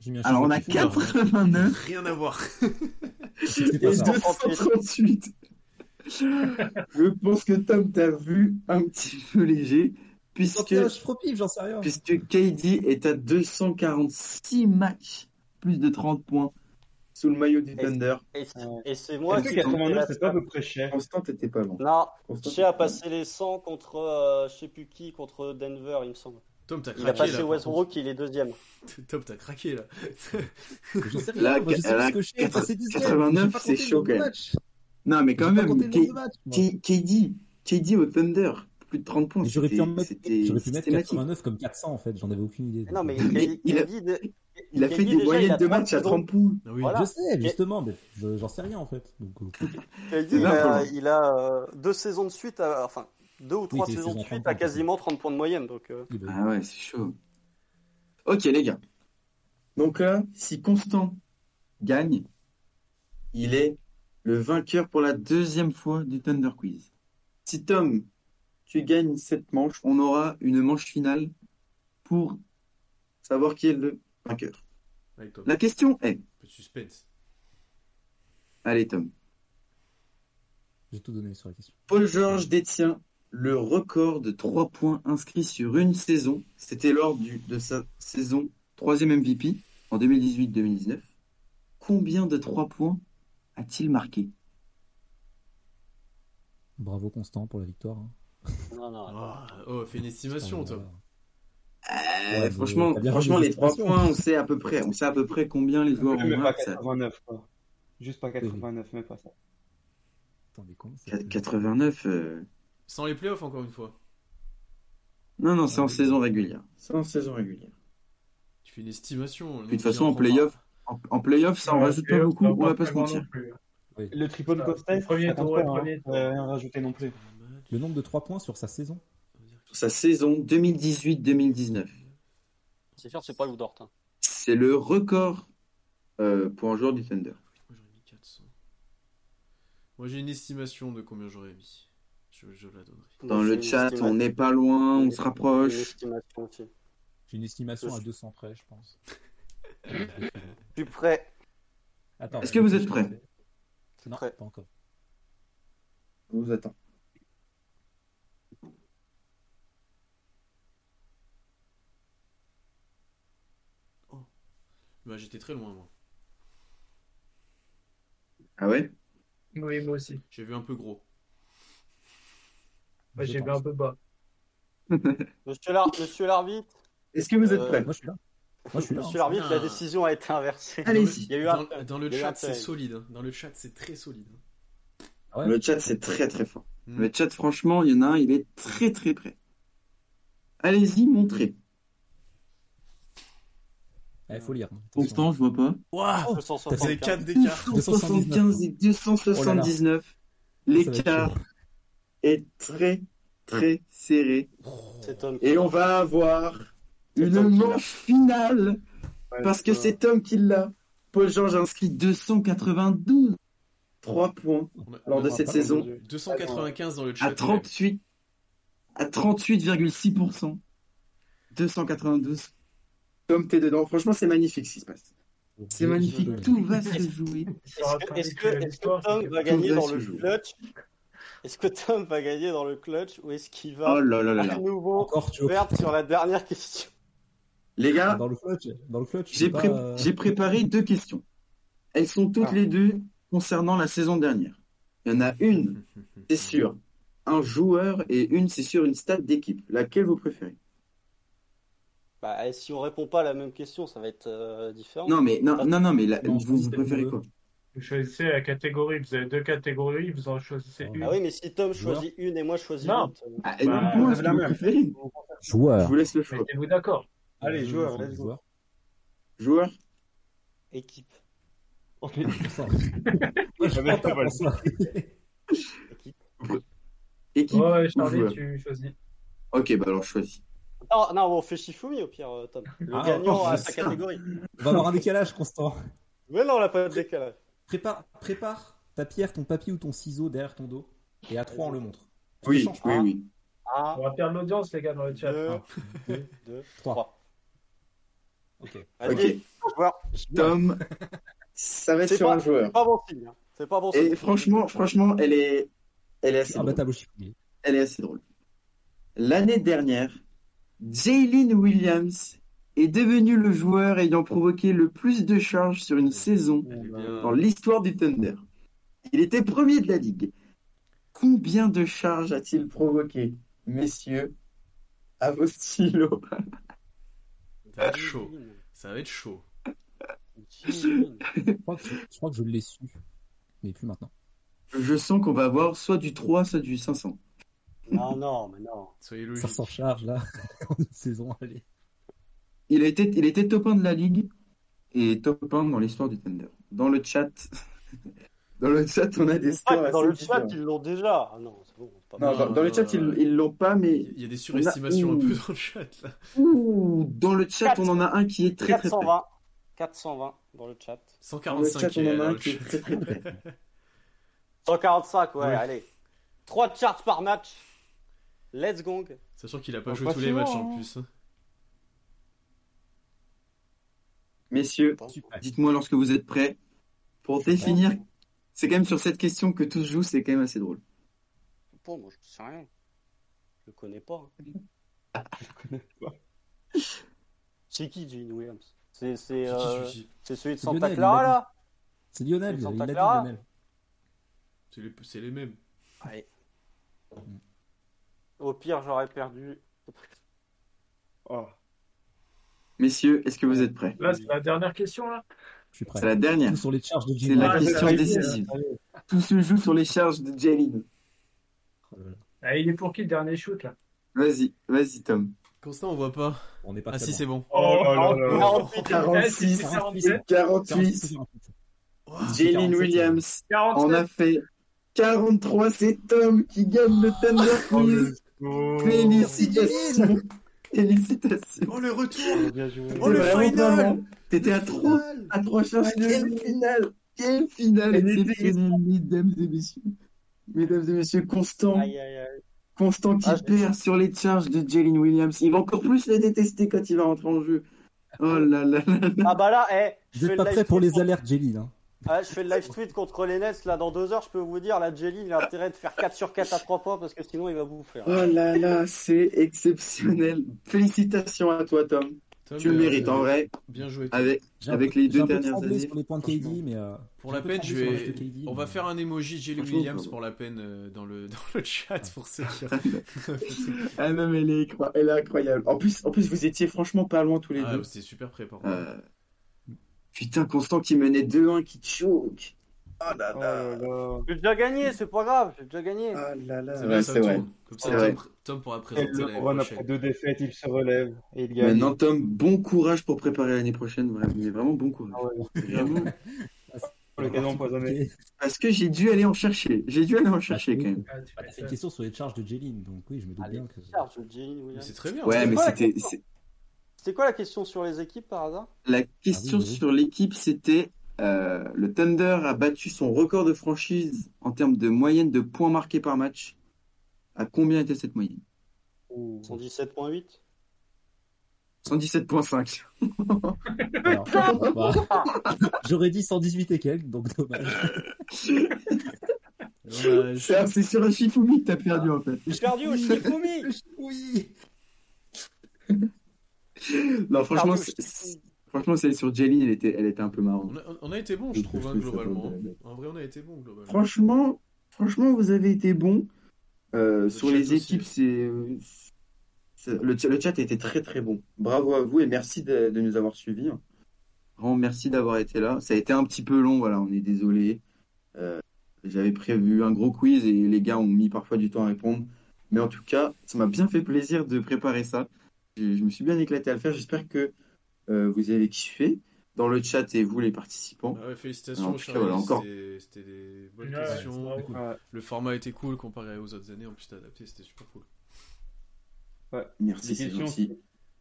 Speaker 4: J'ai mis un
Speaker 1: Alors on
Speaker 4: chiffre
Speaker 1: a
Speaker 4: qui fait-
Speaker 1: 89
Speaker 2: Rien à voir.
Speaker 4: C'est
Speaker 1: et
Speaker 4: pas ça.
Speaker 1: 238. Je pense que Tom t'a vu un petit peu léger, puisque,
Speaker 4: Sortir un chiffre au pif, j'en sais rien.
Speaker 1: puisque KD est à 246 matchs, plus de 30 points, sous le maillot du Thunder.
Speaker 3: Et c'est-
Speaker 5: Ouais.
Speaker 3: et c'est
Speaker 5: Est-ce
Speaker 3: moi
Speaker 5: que
Speaker 3: qui.
Speaker 5: 89, c'est pas à peu près cher.
Speaker 1: Constant, t'étais pas loin.
Speaker 3: Non,
Speaker 1: Constant,
Speaker 3: Shea
Speaker 1: t'étais pas
Speaker 3: a passé les 100 contre. euh, je sais plus qui, contre Denver, il me semble.
Speaker 2: Tom, t'as
Speaker 3: Il a
Speaker 2: craqué là.
Speaker 3: passé
Speaker 4: hein,
Speaker 2: par
Speaker 3: Westbrook, il est deuxième.
Speaker 2: contre. Tom, t'as craqué là.
Speaker 4: J'en sais
Speaker 1: La-
Speaker 4: rien. Moi, je sais
Speaker 1: la-
Speaker 4: juste que je fais.
Speaker 1: quatre-
Speaker 4: C'est
Speaker 1: 89, c'est chaud, quand même. loin. Non, mais quand même, K- K- KD, KD au Thunder, plus de 30 points.
Speaker 4: Mais J'aurais pu en
Speaker 1: c'était-
Speaker 4: mettre,
Speaker 1: c'était-
Speaker 4: j'aurais pu mettre
Speaker 1: c'était magique.
Speaker 4: 89 comme 400 en fait, j'en avais aucune idée.
Speaker 3: Non, mais
Speaker 1: Mais
Speaker 3: Kelly-
Speaker 1: il a-
Speaker 3: Kelly de-
Speaker 1: Il a
Speaker 3: Kelly,
Speaker 1: fait des
Speaker 3: déjà, il a
Speaker 1: moyennes de
Speaker 3: 30
Speaker 1: matchs à
Speaker 3: secondes.
Speaker 1: 30 points.
Speaker 2: Ah oui.
Speaker 3: Voilà.
Speaker 4: Je sais, justement, mais je- j'en sais rien en fait. Donc, euh,
Speaker 3: Kelly,
Speaker 1: C'est
Speaker 3: il
Speaker 1: dingue, hein.
Speaker 3: a,
Speaker 1: Colin.
Speaker 3: il a, euh, deux saisons de suite, à- enfin deux ou trois
Speaker 4: c'est
Speaker 3: saisons de
Speaker 4: saison
Speaker 3: suite
Speaker 4: 30,
Speaker 3: à quasiment 30 points de moyenne. Donc, euh,
Speaker 4: oui, bah oui.
Speaker 1: Ah ouais, c'est chaud. Ok, les gars. Donc là, si Constant gagne, il est le vainqueur pour la deuxième fois du Thunder Quiz. Si Tom, tu gagnes cette manche, on aura une manche finale pour savoir qui est le vainqueur.
Speaker 2: Avec toi.
Speaker 1: La question est,
Speaker 2: Un peu de suspense.
Speaker 1: allez Tom,
Speaker 4: J'ai tout donné sur la question.
Speaker 1: Paul George détient le record de 3 points inscrits sur une saison. C'était lors du- de sa saison troisième MVP en 2018-2019. Combien de 3 points a-t-il marqué
Speaker 4: Bravo Constant pour la victoire. hein.
Speaker 3: Non, non, attends.
Speaker 2: Ah, oh, fais une estimation,
Speaker 4: Putain,
Speaker 2: toi.
Speaker 1: Euh,
Speaker 4: Ouais,
Speaker 1: franchement,
Speaker 4: t'as bien
Speaker 1: franchement,
Speaker 4: fait
Speaker 1: les
Speaker 4: des
Speaker 1: trois
Speaker 4: expressions.
Speaker 1: points, on sait à peu près, on sait à peu près combien les joueurs ont
Speaker 5: Même pas
Speaker 1: marqué. ça-
Speaker 5: 89, quoi. Juste pas 89, même pas ça.
Speaker 4: Attendez, comment ça
Speaker 1: Qu- 89. euh,
Speaker 2: Sans les playoffs, encore une fois.
Speaker 1: Non, non, c'est en saison régulière. C'est en saison régulière.
Speaker 2: Tu fais une estimation.
Speaker 1: Puis de toute façon, en playoff, en, en playoff, ça en
Speaker 6: Ouais,
Speaker 1: rajoute
Speaker 6: et
Speaker 1: pas beaucoup.
Speaker 6: ça
Speaker 1: On va pas se
Speaker 6: très loin
Speaker 1: mentir.
Speaker 6: non plus.
Speaker 5: Le triple
Speaker 6: Ça,
Speaker 5: Costas,
Speaker 6: le premier
Speaker 5: ça compte
Speaker 6: tour,
Speaker 5: pas,
Speaker 6: le
Speaker 5: hein.
Speaker 6: premier tour.
Speaker 5: Euh, rien rajouté non plus.
Speaker 4: Le nombre de 3 points sur sa saison
Speaker 1: Sur Sa saison 2018-2019,
Speaker 3: C'est sûr, c'est pas Lou Dort. hein.
Speaker 1: c'est le record euh, pour un joueur du Thunder.
Speaker 2: Moi, j'aurais mis 400. Moi, j'ai une estimation de combien j'aurais mis. Je, je la donnerai.
Speaker 1: Dans
Speaker 3: Non, c'est
Speaker 1: le
Speaker 3: une
Speaker 1: chat,
Speaker 3: estimation.
Speaker 1: on n'est pas loin, on se
Speaker 3: Une
Speaker 1: rapproche.
Speaker 3: estimation aussi.
Speaker 4: J'ai une estimation à
Speaker 3: Je-
Speaker 4: 200 près, je pense.
Speaker 3: Je suis prêt.
Speaker 4: Attends,
Speaker 1: Est-ce que vous êtes prêts
Speaker 4: Non,
Speaker 3: Prêt.
Speaker 4: pas encore.
Speaker 1: On vous attend.
Speaker 2: Bah, j'étais très loin, moi.
Speaker 1: Ah ouais?
Speaker 6: Oui, moi aussi.
Speaker 2: J'ai vu un peu gros.
Speaker 6: Moi,
Speaker 4: Je
Speaker 6: j'ai vu
Speaker 4: pense.
Speaker 6: un peu bas.
Speaker 3: Monsieur l'ar- Monsieur l'arbitre,
Speaker 1: Est-ce que vous êtes
Speaker 3: Euh,
Speaker 1: prêts?
Speaker 4: Moi, je suis là. Moi, je suis là. Ah.
Speaker 3: Monsieur l'arbitre, la
Speaker 2: putain.
Speaker 3: décision a été inversée.
Speaker 1: Allez-y.
Speaker 3: Il y a eu un.
Speaker 2: Dans, dans le
Speaker 3: il y a eu un
Speaker 2: chat, c'est
Speaker 3: challenge.
Speaker 2: solide. hein. Dans le chat, c'est très solide. hein.
Speaker 4: Ouais.
Speaker 1: Le chat, c'est très très fort.
Speaker 2: Mm.
Speaker 1: Le chat, franchement, il y en a un, il est très très près. Allez-y, montrez.
Speaker 4: Il faut lire. hein.
Speaker 1: Constant, je vois pas.
Speaker 4: Ah.
Speaker 2: Waouh
Speaker 3: 275.
Speaker 2: T'avais 4 d'écart.
Speaker 1: 275 et 279.
Speaker 4: Oh Ça va être
Speaker 1: L'écart est très très serré.
Speaker 3: C'est Tom.
Speaker 1: Et on va avoir une
Speaker 3: Tom qui l'a.
Speaker 1: manche finale
Speaker 5: Ouais,
Speaker 1: parce que c'est Tom qui l'a. Paul Georges a inscrit 292. 3 points
Speaker 2: On a-
Speaker 1: lors de
Speaker 2: on a
Speaker 1: cette
Speaker 2: pas-
Speaker 1: saison
Speaker 2: 295 dans le chat.
Speaker 1: à 38 à 38,6%. 292. Tom, t'es dedans. Franchement, c'est magnifique ce qui se passe. C'est magnifique. Tout va se jouer.
Speaker 3: Est-ce que, est-ce que Tom va
Speaker 1: Tout
Speaker 3: gagner
Speaker 1: va
Speaker 3: dans
Speaker 1: se
Speaker 3: le
Speaker 1: jouer.
Speaker 3: clutch Est-ce que Tom va gagner dans le clutch ou est-ce qu'il
Speaker 1: Oh
Speaker 3: va
Speaker 1: là là là
Speaker 3: à
Speaker 1: là.
Speaker 3: nouveau
Speaker 4: Encore, tu vois.
Speaker 3: perdre sur la dernière question
Speaker 1: Les gars,
Speaker 4: Dans le clutch. Dans le clutch.
Speaker 1: Ah. J'ai
Speaker 4: c'est pas,
Speaker 1: pré-
Speaker 4: euh,
Speaker 1: j'ai préparé deux questions. Elles sont toutes
Speaker 5: Ah.
Speaker 1: les deux concernant la saison dernière. Il y en a une, c'est sur un joueur et une, c'est sur une stat d'équipe. Laquelle vous préférez
Speaker 3: Bah, et si on répond pas à la même question, ça va être euh, différent.
Speaker 1: Non, mais non, non, non, mais la-
Speaker 4: Non,
Speaker 1: vous,
Speaker 4: je
Speaker 1: vous
Speaker 4: sais
Speaker 1: préférez
Speaker 4: pas.
Speaker 1: quoi
Speaker 6: Vous choisissez la catégorie. Vous avez deux catégories. Vous en choisissez
Speaker 4: Ah
Speaker 6: une.
Speaker 3: Ah oui, mais si Tom
Speaker 4: Joueur.
Speaker 3: choisit une et moi je choisis
Speaker 6: Non.
Speaker 3: l'autre. euh,
Speaker 1: Ah,
Speaker 5: Bah,
Speaker 1: dites-moi ce
Speaker 5: la
Speaker 1: que vous
Speaker 5: même.
Speaker 1: préférez. Je
Speaker 4: Joueur.
Speaker 1: vous laisse le choix.
Speaker 6: Mettez-vous d'accord.
Speaker 5: Allez,
Speaker 4: Je
Speaker 5: joueur,
Speaker 4: joue
Speaker 5: let's go.
Speaker 4: joueur.
Speaker 1: Joueur
Speaker 3: Équipe.
Speaker 5: Ok.
Speaker 4: Pour ça. Moi, je
Speaker 5: Ah, merde,
Speaker 4: parle
Speaker 5: voilà.
Speaker 4: pour ça.
Speaker 3: Équipe.
Speaker 1: Équipe
Speaker 6: Ouais,
Speaker 1: ou
Speaker 6: Charlie,
Speaker 1: joueur
Speaker 6: tu choisis.
Speaker 1: Ok, bah alors je choisis.
Speaker 3: Non, non, on fait Shifumi au pire, euh, Tom. Le
Speaker 4: Ah,
Speaker 3: gagnant
Speaker 1: oh,
Speaker 3: à
Speaker 1: c'est
Speaker 3: sa
Speaker 1: ça.
Speaker 3: catégorie.
Speaker 4: On va avoir un décalage, Constant.
Speaker 3: Mais non, on n'a pas de décalage.
Speaker 4: Prépare, prépare ta pierre, ton papier ou ton ciseau derrière ton dos. Et à 3, on le montre.
Speaker 1: Oui,
Speaker 4: change
Speaker 1: oui,
Speaker 3: hein.
Speaker 4: pas.
Speaker 1: oui.
Speaker 3: Un,
Speaker 6: On va perdre l'audience, les gars, dans le chat.
Speaker 3: deux, deux,
Speaker 4: 3.
Speaker 3: trois.
Speaker 4: Ok.
Speaker 1: Ok,
Speaker 3: Vas-y, joueur.
Speaker 1: Tom, ça va être
Speaker 3: C'est
Speaker 1: sur
Speaker 3: pas-
Speaker 1: un joueur.
Speaker 3: C'est pas bon signe. hein. C'est pas bon signe.
Speaker 1: Et franchement, franchement, elle est, elle est assez drôle.
Speaker 4: Imbattable au Shifumi.
Speaker 1: elle est assez drôle. L'année dernière, Jalen Williams est devenu le joueur ayant provoqué le plus de charges sur une saison
Speaker 2: Elle est
Speaker 1: dans
Speaker 2: bien.
Speaker 1: l'histoire du Thunder. Il était premier de la ligue. Combien de charges a-t-il provoqué, messieurs, à vos stylos
Speaker 2: Ça va être chaud. Ça va être chaud.
Speaker 3: Jimmy.
Speaker 4: Je crois que je, je crois que je l'ai su. Mais plus maintenant.
Speaker 1: Je sens qu'on va avoir soit du 3, soit du 500.
Speaker 3: Non, Ah non, mais non.
Speaker 2: Soyez logique.
Speaker 4: Ça s'en charge, là. en une saison, allez.
Speaker 1: Il était, il était top 1 de la ligue et top 1 dans l'histoire du Thunder. Dans le chat, Dans le chat, on a des scores
Speaker 3: Ah, dans
Speaker 1: assez
Speaker 3: le chat,
Speaker 1: différents.
Speaker 3: ils l'ont déjà. Ah non, c'est bon, c'est pas
Speaker 1: Non,
Speaker 3: mal.
Speaker 1: dans, dans le chat, ils ils l'ont pas, mais
Speaker 2: Il y a des surestimations un
Speaker 1: On a-
Speaker 2: peu dans le chat là.
Speaker 1: ouh, dans le chat, on en a un qui est très très près.
Speaker 3: 420. 420 dans le chat.
Speaker 1: Dans le chat,
Speaker 2: 145
Speaker 1: on en
Speaker 2: euh, dans
Speaker 1: a un
Speaker 2: le
Speaker 1: qui est
Speaker 2: chat.
Speaker 1: très très près.
Speaker 3: 145, ouais,
Speaker 2: Oui.
Speaker 3: allez. 3 charts par match. Let's gong.
Speaker 2: Sachant qu'il a pas
Speaker 5: Ah,
Speaker 2: joué
Speaker 5: pas
Speaker 2: tous les
Speaker 5: souvent,
Speaker 2: matchs en
Speaker 5: hein.
Speaker 2: plus. hein.
Speaker 1: Messieurs,
Speaker 4: Super.
Speaker 1: dites-moi lorsque vous êtes prêts. Pour définir, c'est quand même sur cette question que tous jouent, c'est quand même assez drôle.
Speaker 3: Bon, moi, je sais rien. Je le connais pas. hein. C'est qui, Gene Williams C'est
Speaker 2: Qui-
Speaker 3: c'est,
Speaker 2: qui
Speaker 3: euh,
Speaker 2: suffit
Speaker 3: c'est celui de
Speaker 4: C'est
Speaker 3: Santa
Speaker 4: Lionel,
Speaker 3: Clara,
Speaker 4: il l'a
Speaker 3: là
Speaker 4: C'est Lionel,
Speaker 3: Et
Speaker 4: il l'a
Speaker 3: Santa
Speaker 4: dit
Speaker 3: Clara
Speaker 4: Lionel.
Speaker 2: C'est les, c'est les mêmes.
Speaker 3: Allez. Au pire, j'aurais perdu.
Speaker 5: Oh.
Speaker 1: Messieurs, est-ce que vous êtes prêts
Speaker 6: Là, c'est la dernière question, là.
Speaker 4: Je suis prêt.
Speaker 1: C'est la dernière.
Speaker 4: Tout sur les charges de
Speaker 1: C'est
Speaker 4: Jimmy.
Speaker 1: la
Speaker 6: Ah,
Speaker 1: question
Speaker 6: c'est-
Speaker 1: décisive. Tout se joue sur les charges de Jalen.
Speaker 6: Ah, il est pour qui le dernier shoot, là
Speaker 1: Vas-y, vas-y, Tom.
Speaker 2: Constant, on voit pas.
Speaker 4: On n'est pas
Speaker 2: Ah
Speaker 4: très
Speaker 2: si,
Speaker 4: loin.
Speaker 2: c'est bon.
Speaker 5: Oh là là là.
Speaker 3: 48,
Speaker 6: Eh, c'est-
Speaker 1: 46,
Speaker 6: c'est 47.
Speaker 1: 48. Jalen
Speaker 4: 48.
Speaker 3: Ah,
Speaker 4: 47,
Speaker 1: Williams en
Speaker 6: 47.
Speaker 1: a fait 43. C'est Tom qui gagne le Thunder
Speaker 5: Oh,
Speaker 1: Quiz.
Speaker 5: le-
Speaker 1: Félicitations. Félicitations.
Speaker 2: Oh le retour
Speaker 5: Bien joué.
Speaker 2: Oh, le
Speaker 1: T'étais vraiment
Speaker 2: final.
Speaker 1: bien loin. T'étais à 3 à trois charges. Quelle finale Quelle finale
Speaker 5: Elle était
Speaker 1: exceptionnelle, mesdames et messieurs. Mesdames et messieurs, Constant,
Speaker 3: Aïe, aïe, aïe.
Speaker 1: Constant qui
Speaker 3: Ah, je-
Speaker 1: perd sur les charges de Jalen Williams. Il va encore plus le détester quand il va rentrer en jeu. Oh là là là là.
Speaker 3: Ah bah là, eh, je
Speaker 4: Vous
Speaker 3: fais
Speaker 4: n'êtes
Speaker 3: le
Speaker 4: pas
Speaker 3: live
Speaker 4: prêt pour
Speaker 3: tweet
Speaker 4: les alertes, hein. Jelly, là.
Speaker 3: Ah, je fais le live tweet contre les Nets là dans deux heures. Je peux vous dire, la Jelly, il a intérêt de faire 4 sur 4 à 3 points parce que sinon il va bouffer. hein.
Speaker 1: Oh là là, c'est exceptionnel. Félicitations à toi, Tom.
Speaker 2: Tom,
Speaker 1: Tu le
Speaker 2: euh,
Speaker 1: mérites en vrai.
Speaker 2: Bien joué. Tom.
Speaker 1: Avec...
Speaker 4: J'ai un
Speaker 1: Avec
Speaker 4: peu-
Speaker 1: les
Speaker 4: j'ai
Speaker 1: deux
Speaker 4: un peu
Speaker 1: dernières
Speaker 4: tremblé
Speaker 1: années,
Speaker 4: sur les points de KD,
Speaker 1: franchement.
Speaker 4: mais. euh,
Speaker 2: Pour
Speaker 4: j'ai
Speaker 2: la
Speaker 4: un peu
Speaker 2: peine, je
Speaker 4: tremblé sur les
Speaker 2: vais.
Speaker 4: matchs de KD,
Speaker 2: On
Speaker 4: mais,
Speaker 2: va
Speaker 4: euh,
Speaker 2: faire un emoji Jelly
Speaker 1: franchement,
Speaker 2: Williams
Speaker 1: bravo.
Speaker 2: pour la peine euh, dans le, dans le chat pour ceux qui.
Speaker 1: Ah non, mais elle est, incro- elle est incroyable. En plus, en plus, vous étiez franchement pas loin tous les
Speaker 2: Ah,
Speaker 1: deux.
Speaker 2: c'est super préparé.
Speaker 1: Euh, Putain, Constant qui menait 2-1, qui choque. Oh là
Speaker 5: Oh
Speaker 1: là.
Speaker 5: là là.
Speaker 3: J'ai déjà gagné, c'est pas grave, j'ai déjà gagné.
Speaker 2: Euh,
Speaker 1: Ah là là.
Speaker 2: C'est bien, Bah, ça tourne. Comme ça,
Speaker 1: C'est vrai.
Speaker 2: Tom, Tom pourra
Speaker 5: Quel
Speaker 2: présenter l'année
Speaker 5: run après
Speaker 2: prochaine.
Speaker 5: deux défaites, il se relève et il gagne.
Speaker 1: Maintenant, Tom, bon courage pour préparer l'année prochaine. Vraiment, mais vraiment bon courage.
Speaker 5: Ah ouais.
Speaker 1: Vraiment.
Speaker 5: Pour le canon empoisonné.
Speaker 4: Ok.
Speaker 1: Parce que j'ai dû aller en chercher. J'ai dû aller en chercher quand même.
Speaker 6: Ah, tu
Speaker 4: Ah,
Speaker 6: fais
Speaker 4: t'as fait
Speaker 6: ça.
Speaker 4: une question sur les charges de Jelly, donc oui, je me doute
Speaker 3: Allez,
Speaker 4: bien que.
Speaker 3: charge, Jelly
Speaker 2: Mais
Speaker 3: Williams.
Speaker 2: C'est très bien.
Speaker 1: Ouais, mais
Speaker 3: pas la
Speaker 1: c'était.
Speaker 3: question.
Speaker 1: c'est-
Speaker 3: C'est quoi la question sur les équipes par hasard
Speaker 1: La question
Speaker 4: Ah oui, oui.
Speaker 1: sur l'équipe, c'était euh, le Thunder a battu son record de franchise en termes de moyenne de points marqués par match. À combien était cette moyenne
Speaker 3: 117.8
Speaker 1: 117,5.
Speaker 4: Alors, bah, J'aurais dit 118 et quelques, donc dommage.
Speaker 2: Dommage.
Speaker 1: C'est c'est sur un Shifumi que t'as perdu en fait.
Speaker 3: J'ai perdu au Shifumi
Speaker 4: Oui
Speaker 1: Non,
Speaker 3: J'ai perdu
Speaker 1: franchement,
Speaker 3: au
Speaker 1: c'est- c'est-
Speaker 3: Shifumi.
Speaker 1: franchement, celle sur Jelly, elle était, elle était un peu marrante.
Speaker 2: On a, on a été bon, je trouve, hein,
Speaker 1: Je trouve ça pas
Speaker 2: globalement.
Speaker 1: mal.
Speaker 2: En vrai, on a été bon, globalement.
Speaker 1: Franchement, franchement, vous avez été bon. Euh,
Speaker 2: Le
Speaker 1: sur
Speaker 2: chat
Speaker 1: les
Speaker 2: aussi.
Speaker 1: équipes, c'est euh, c'est- le, ch- le chat était très très bon. Bravo à vous et merci de, de nous avoir suivis. hein. Vraiment, merci d'avoir été là. Ça a été un petit peu long, voilà, on est désolé. Euh, J'avais prévu un gros quiz et les gars ont mis parfois du temps à répondre. Mais en tout cas, ça m'a bien fait plaisir de préparer ça. Je, je me suis bien éclaté à le faire. J'espère que euh, vous avez kiffé dans le chat et vous les participants.
Speaker 5: Bah,
Speaker 2: Ah ouais,
Speaker 1: En
Speaker 2: félicitations,
Speaker 1: tout cas,
Speaker 2: Charlie.
Speaker 1: voilà, encore.
Speaker 2: c'était- C'était des bonnes
Speaker 6: Ouais,
Speaker 2: questions.
Speaker 6: c'est
Speaker 5: Ouais.
Speaker 2: Le format était cool comparé aux autres années. En plus, t'as adapté, c'était super cool.
Speaker 1: Merci,
Speaker 5: Des
Speaker 1: c'est
Speaker 5: questions
Speaker 1: gentil.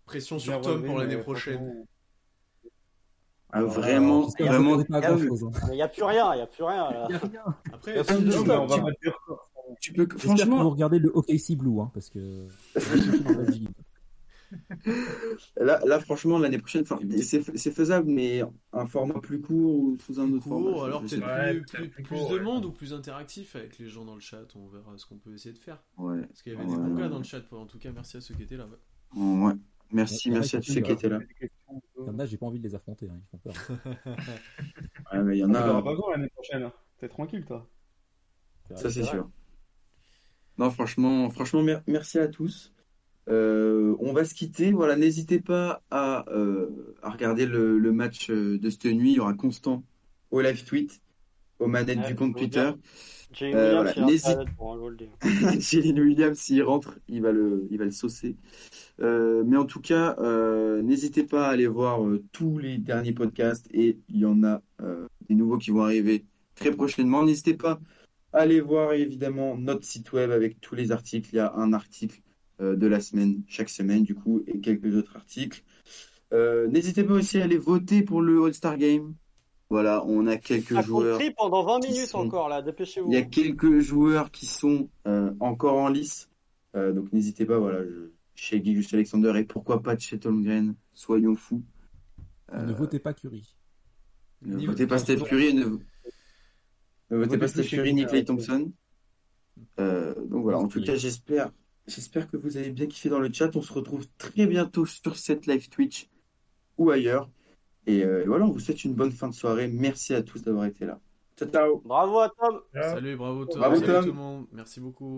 Speaker 2: Pression
Speaker 5: bien
Speaker 2: sur Tom
Speaker 5: relevées,
Speaker 2: pour l'année
Speaker 5: mais
Speaker 2: prochaine.
Speaker 5: franchement,
Speaker 1: Ah, vraiment,
Speaker 4: J'espère que ça
Speaker 1: vraiment,
Speaker 4: n'est pas hein.
Speaker 1: Tom,
Speaker 4: grand chose.
Speaker 3: Il n'y a plus rien, il n'y a plus rien. là.
Speaker 2: Après,
Speaker 5: Tom,
Speaker 2: si-
Speaker 5: Tom, mais on va pas te dire.
Speaker 1: tu peux.
Speaker 4: J'espère que
Speaker 1: Franchement,
Speaker 4: vous regardez le OKC Blue, hein, parce que.
Speaker 1: Là, là, franchement, l'année prochaine, enfin, c'est c'est faisable, mais un format plus court ou sous un autre
Speaker 2: court,
Speaker 1: format.
Speaker 2: alors
Speaker 1: je sais
Speaker 2: peut-être
Speaker 1: pas.
Speaker 6: Ouais,
Speaker 2: plus,
Speaker 6: peut-être
Speaker 2: plus-
Speaker 6: plus
Speaker 2: plus
Speaker 6: court,
Speaker 2: de
Speaker 6: ouais.
Speaker 2: monde ou plus interactif avec les gens dans le chat. On verra ce qu'on peut essayer de faire.
Speaker 1: Ouais,
Speaker 2: Parce qu'il y avait des
Speaker 1: Ouais,
Speaker 2: bons
Speaker 1: ouais,
Speaker 2: gars dans
Speaker 1: ouais.
Speaker 2: le chat. En tout cas, merci à ceux qui étaient là. ouais.
Speaker 1: ouais. Merci,
Speaker 4: Ouais,
Speaker 1: merci à
Speaker 4: ouais,
Speaker 1: tous ceux qui étaient là.
Speaker 5: Des questions.
Speaker 4: Comme là, j'ai pas envie de les affronter, hein, ils font peur.
Speaker 1: Ouais, mais il y
Speaker 5: On
Speaker 1: en
Speaker 5: verra
Speaker 1: a,
Speaker 5: pas grand Ah, l'année prochaine. hein. T'es tranquille, toi.
Speaker 1: hein. ça c'est
Speaker 3: Ouais.
Speaker 1: sûr. Non, franchement, franchement, mer- merci à tous. Euh, on va se quitter. Voilà, n'hésitez pas à, euh, à regarder le, le match euh, de cette nuit. Il y aura Constant au live tweet, aux manettes
Speaker 3: Ouais,
Speaker 1: du compte
Speaker 3: je vous
Speaker 1: Twitter.
Speaker 3: J'ai
Speaker 1: Euh,
Speaker 3: Williams
Speaker 1: voilà,
Speaker 3: qui a
Speaker 1: n'hésite-
Speaker 3: intérêt pour un goal dire.
Speaker 1: Jalen Williams, s'il rentre, il va le, il va le saucer. Euh, mais en tout cas, euh, n'hésitez pas à aller voir euh, tous les derniers podcasts et il y en a euh, des nouveaux qui vont arriver très prochainement. N'hésitez pas à aller voir évidemment notre site web avec tous les articles. Il y a un article euh, de la semaine, chaque semaine du coup, et quelques autres articles. Euh, N'hésitez pas aussi à aller voter pour le All-Star Game. Voilà, on a quelques
Speaker 3: Ça
Speaker 1: joueurs.
Speaker 3: compris pendant 20
Speaker 1: qui
Speaker 3: minutes
Speaker 1: sont-
Speaker 3: encore là, dépêchez-vous.
Speaker 1: Il y a quelques joueurs qui sont euh, encore en lice. Euh, donc n'hésitez pas, voilà, je... chez Guy Just Alexander et pourquoi pas chez Tom Green, soyons fous. Euh,
Speaker 4: Ne votez pas Curie.
Speaker 1: ne
Speaker 2: Ni-
Speaker 1: votez pas Steph Curry, ne, ne votez
Speaker 5: Votez
Speaker 1: pas
Speaker 5: plus
Speaker 1: Steph
Speaker 5: chez
Speaker 1: Curry,
Speaker 5: Curry,
Speaker 1: ni Clay
Speaker 5: ouais.
Speaker 1: Thompson. Euh, donc voilà, en tout
Speaker 4: Oui.
Speaker 1: cas, j'espère, j'espère que vous avez bien kiffé dans le chat. On se retrouve très bientôt sur cette live Twitch ou ailleurs. Et euh, voilà, on vous souhaite une bonne fin de soirée. Merci à tous d'avoir été là. Ciao, ciao.
Speaker 3: Bravo à Tom.
Speaker 6: Là,
Speaker 2: Salut, bravo Tom.
Speaker 1: Bravo,
Speaker 2: Salut
Speaker 1: Tom.
Speaker 2: tout le monde. Merci beaucoup.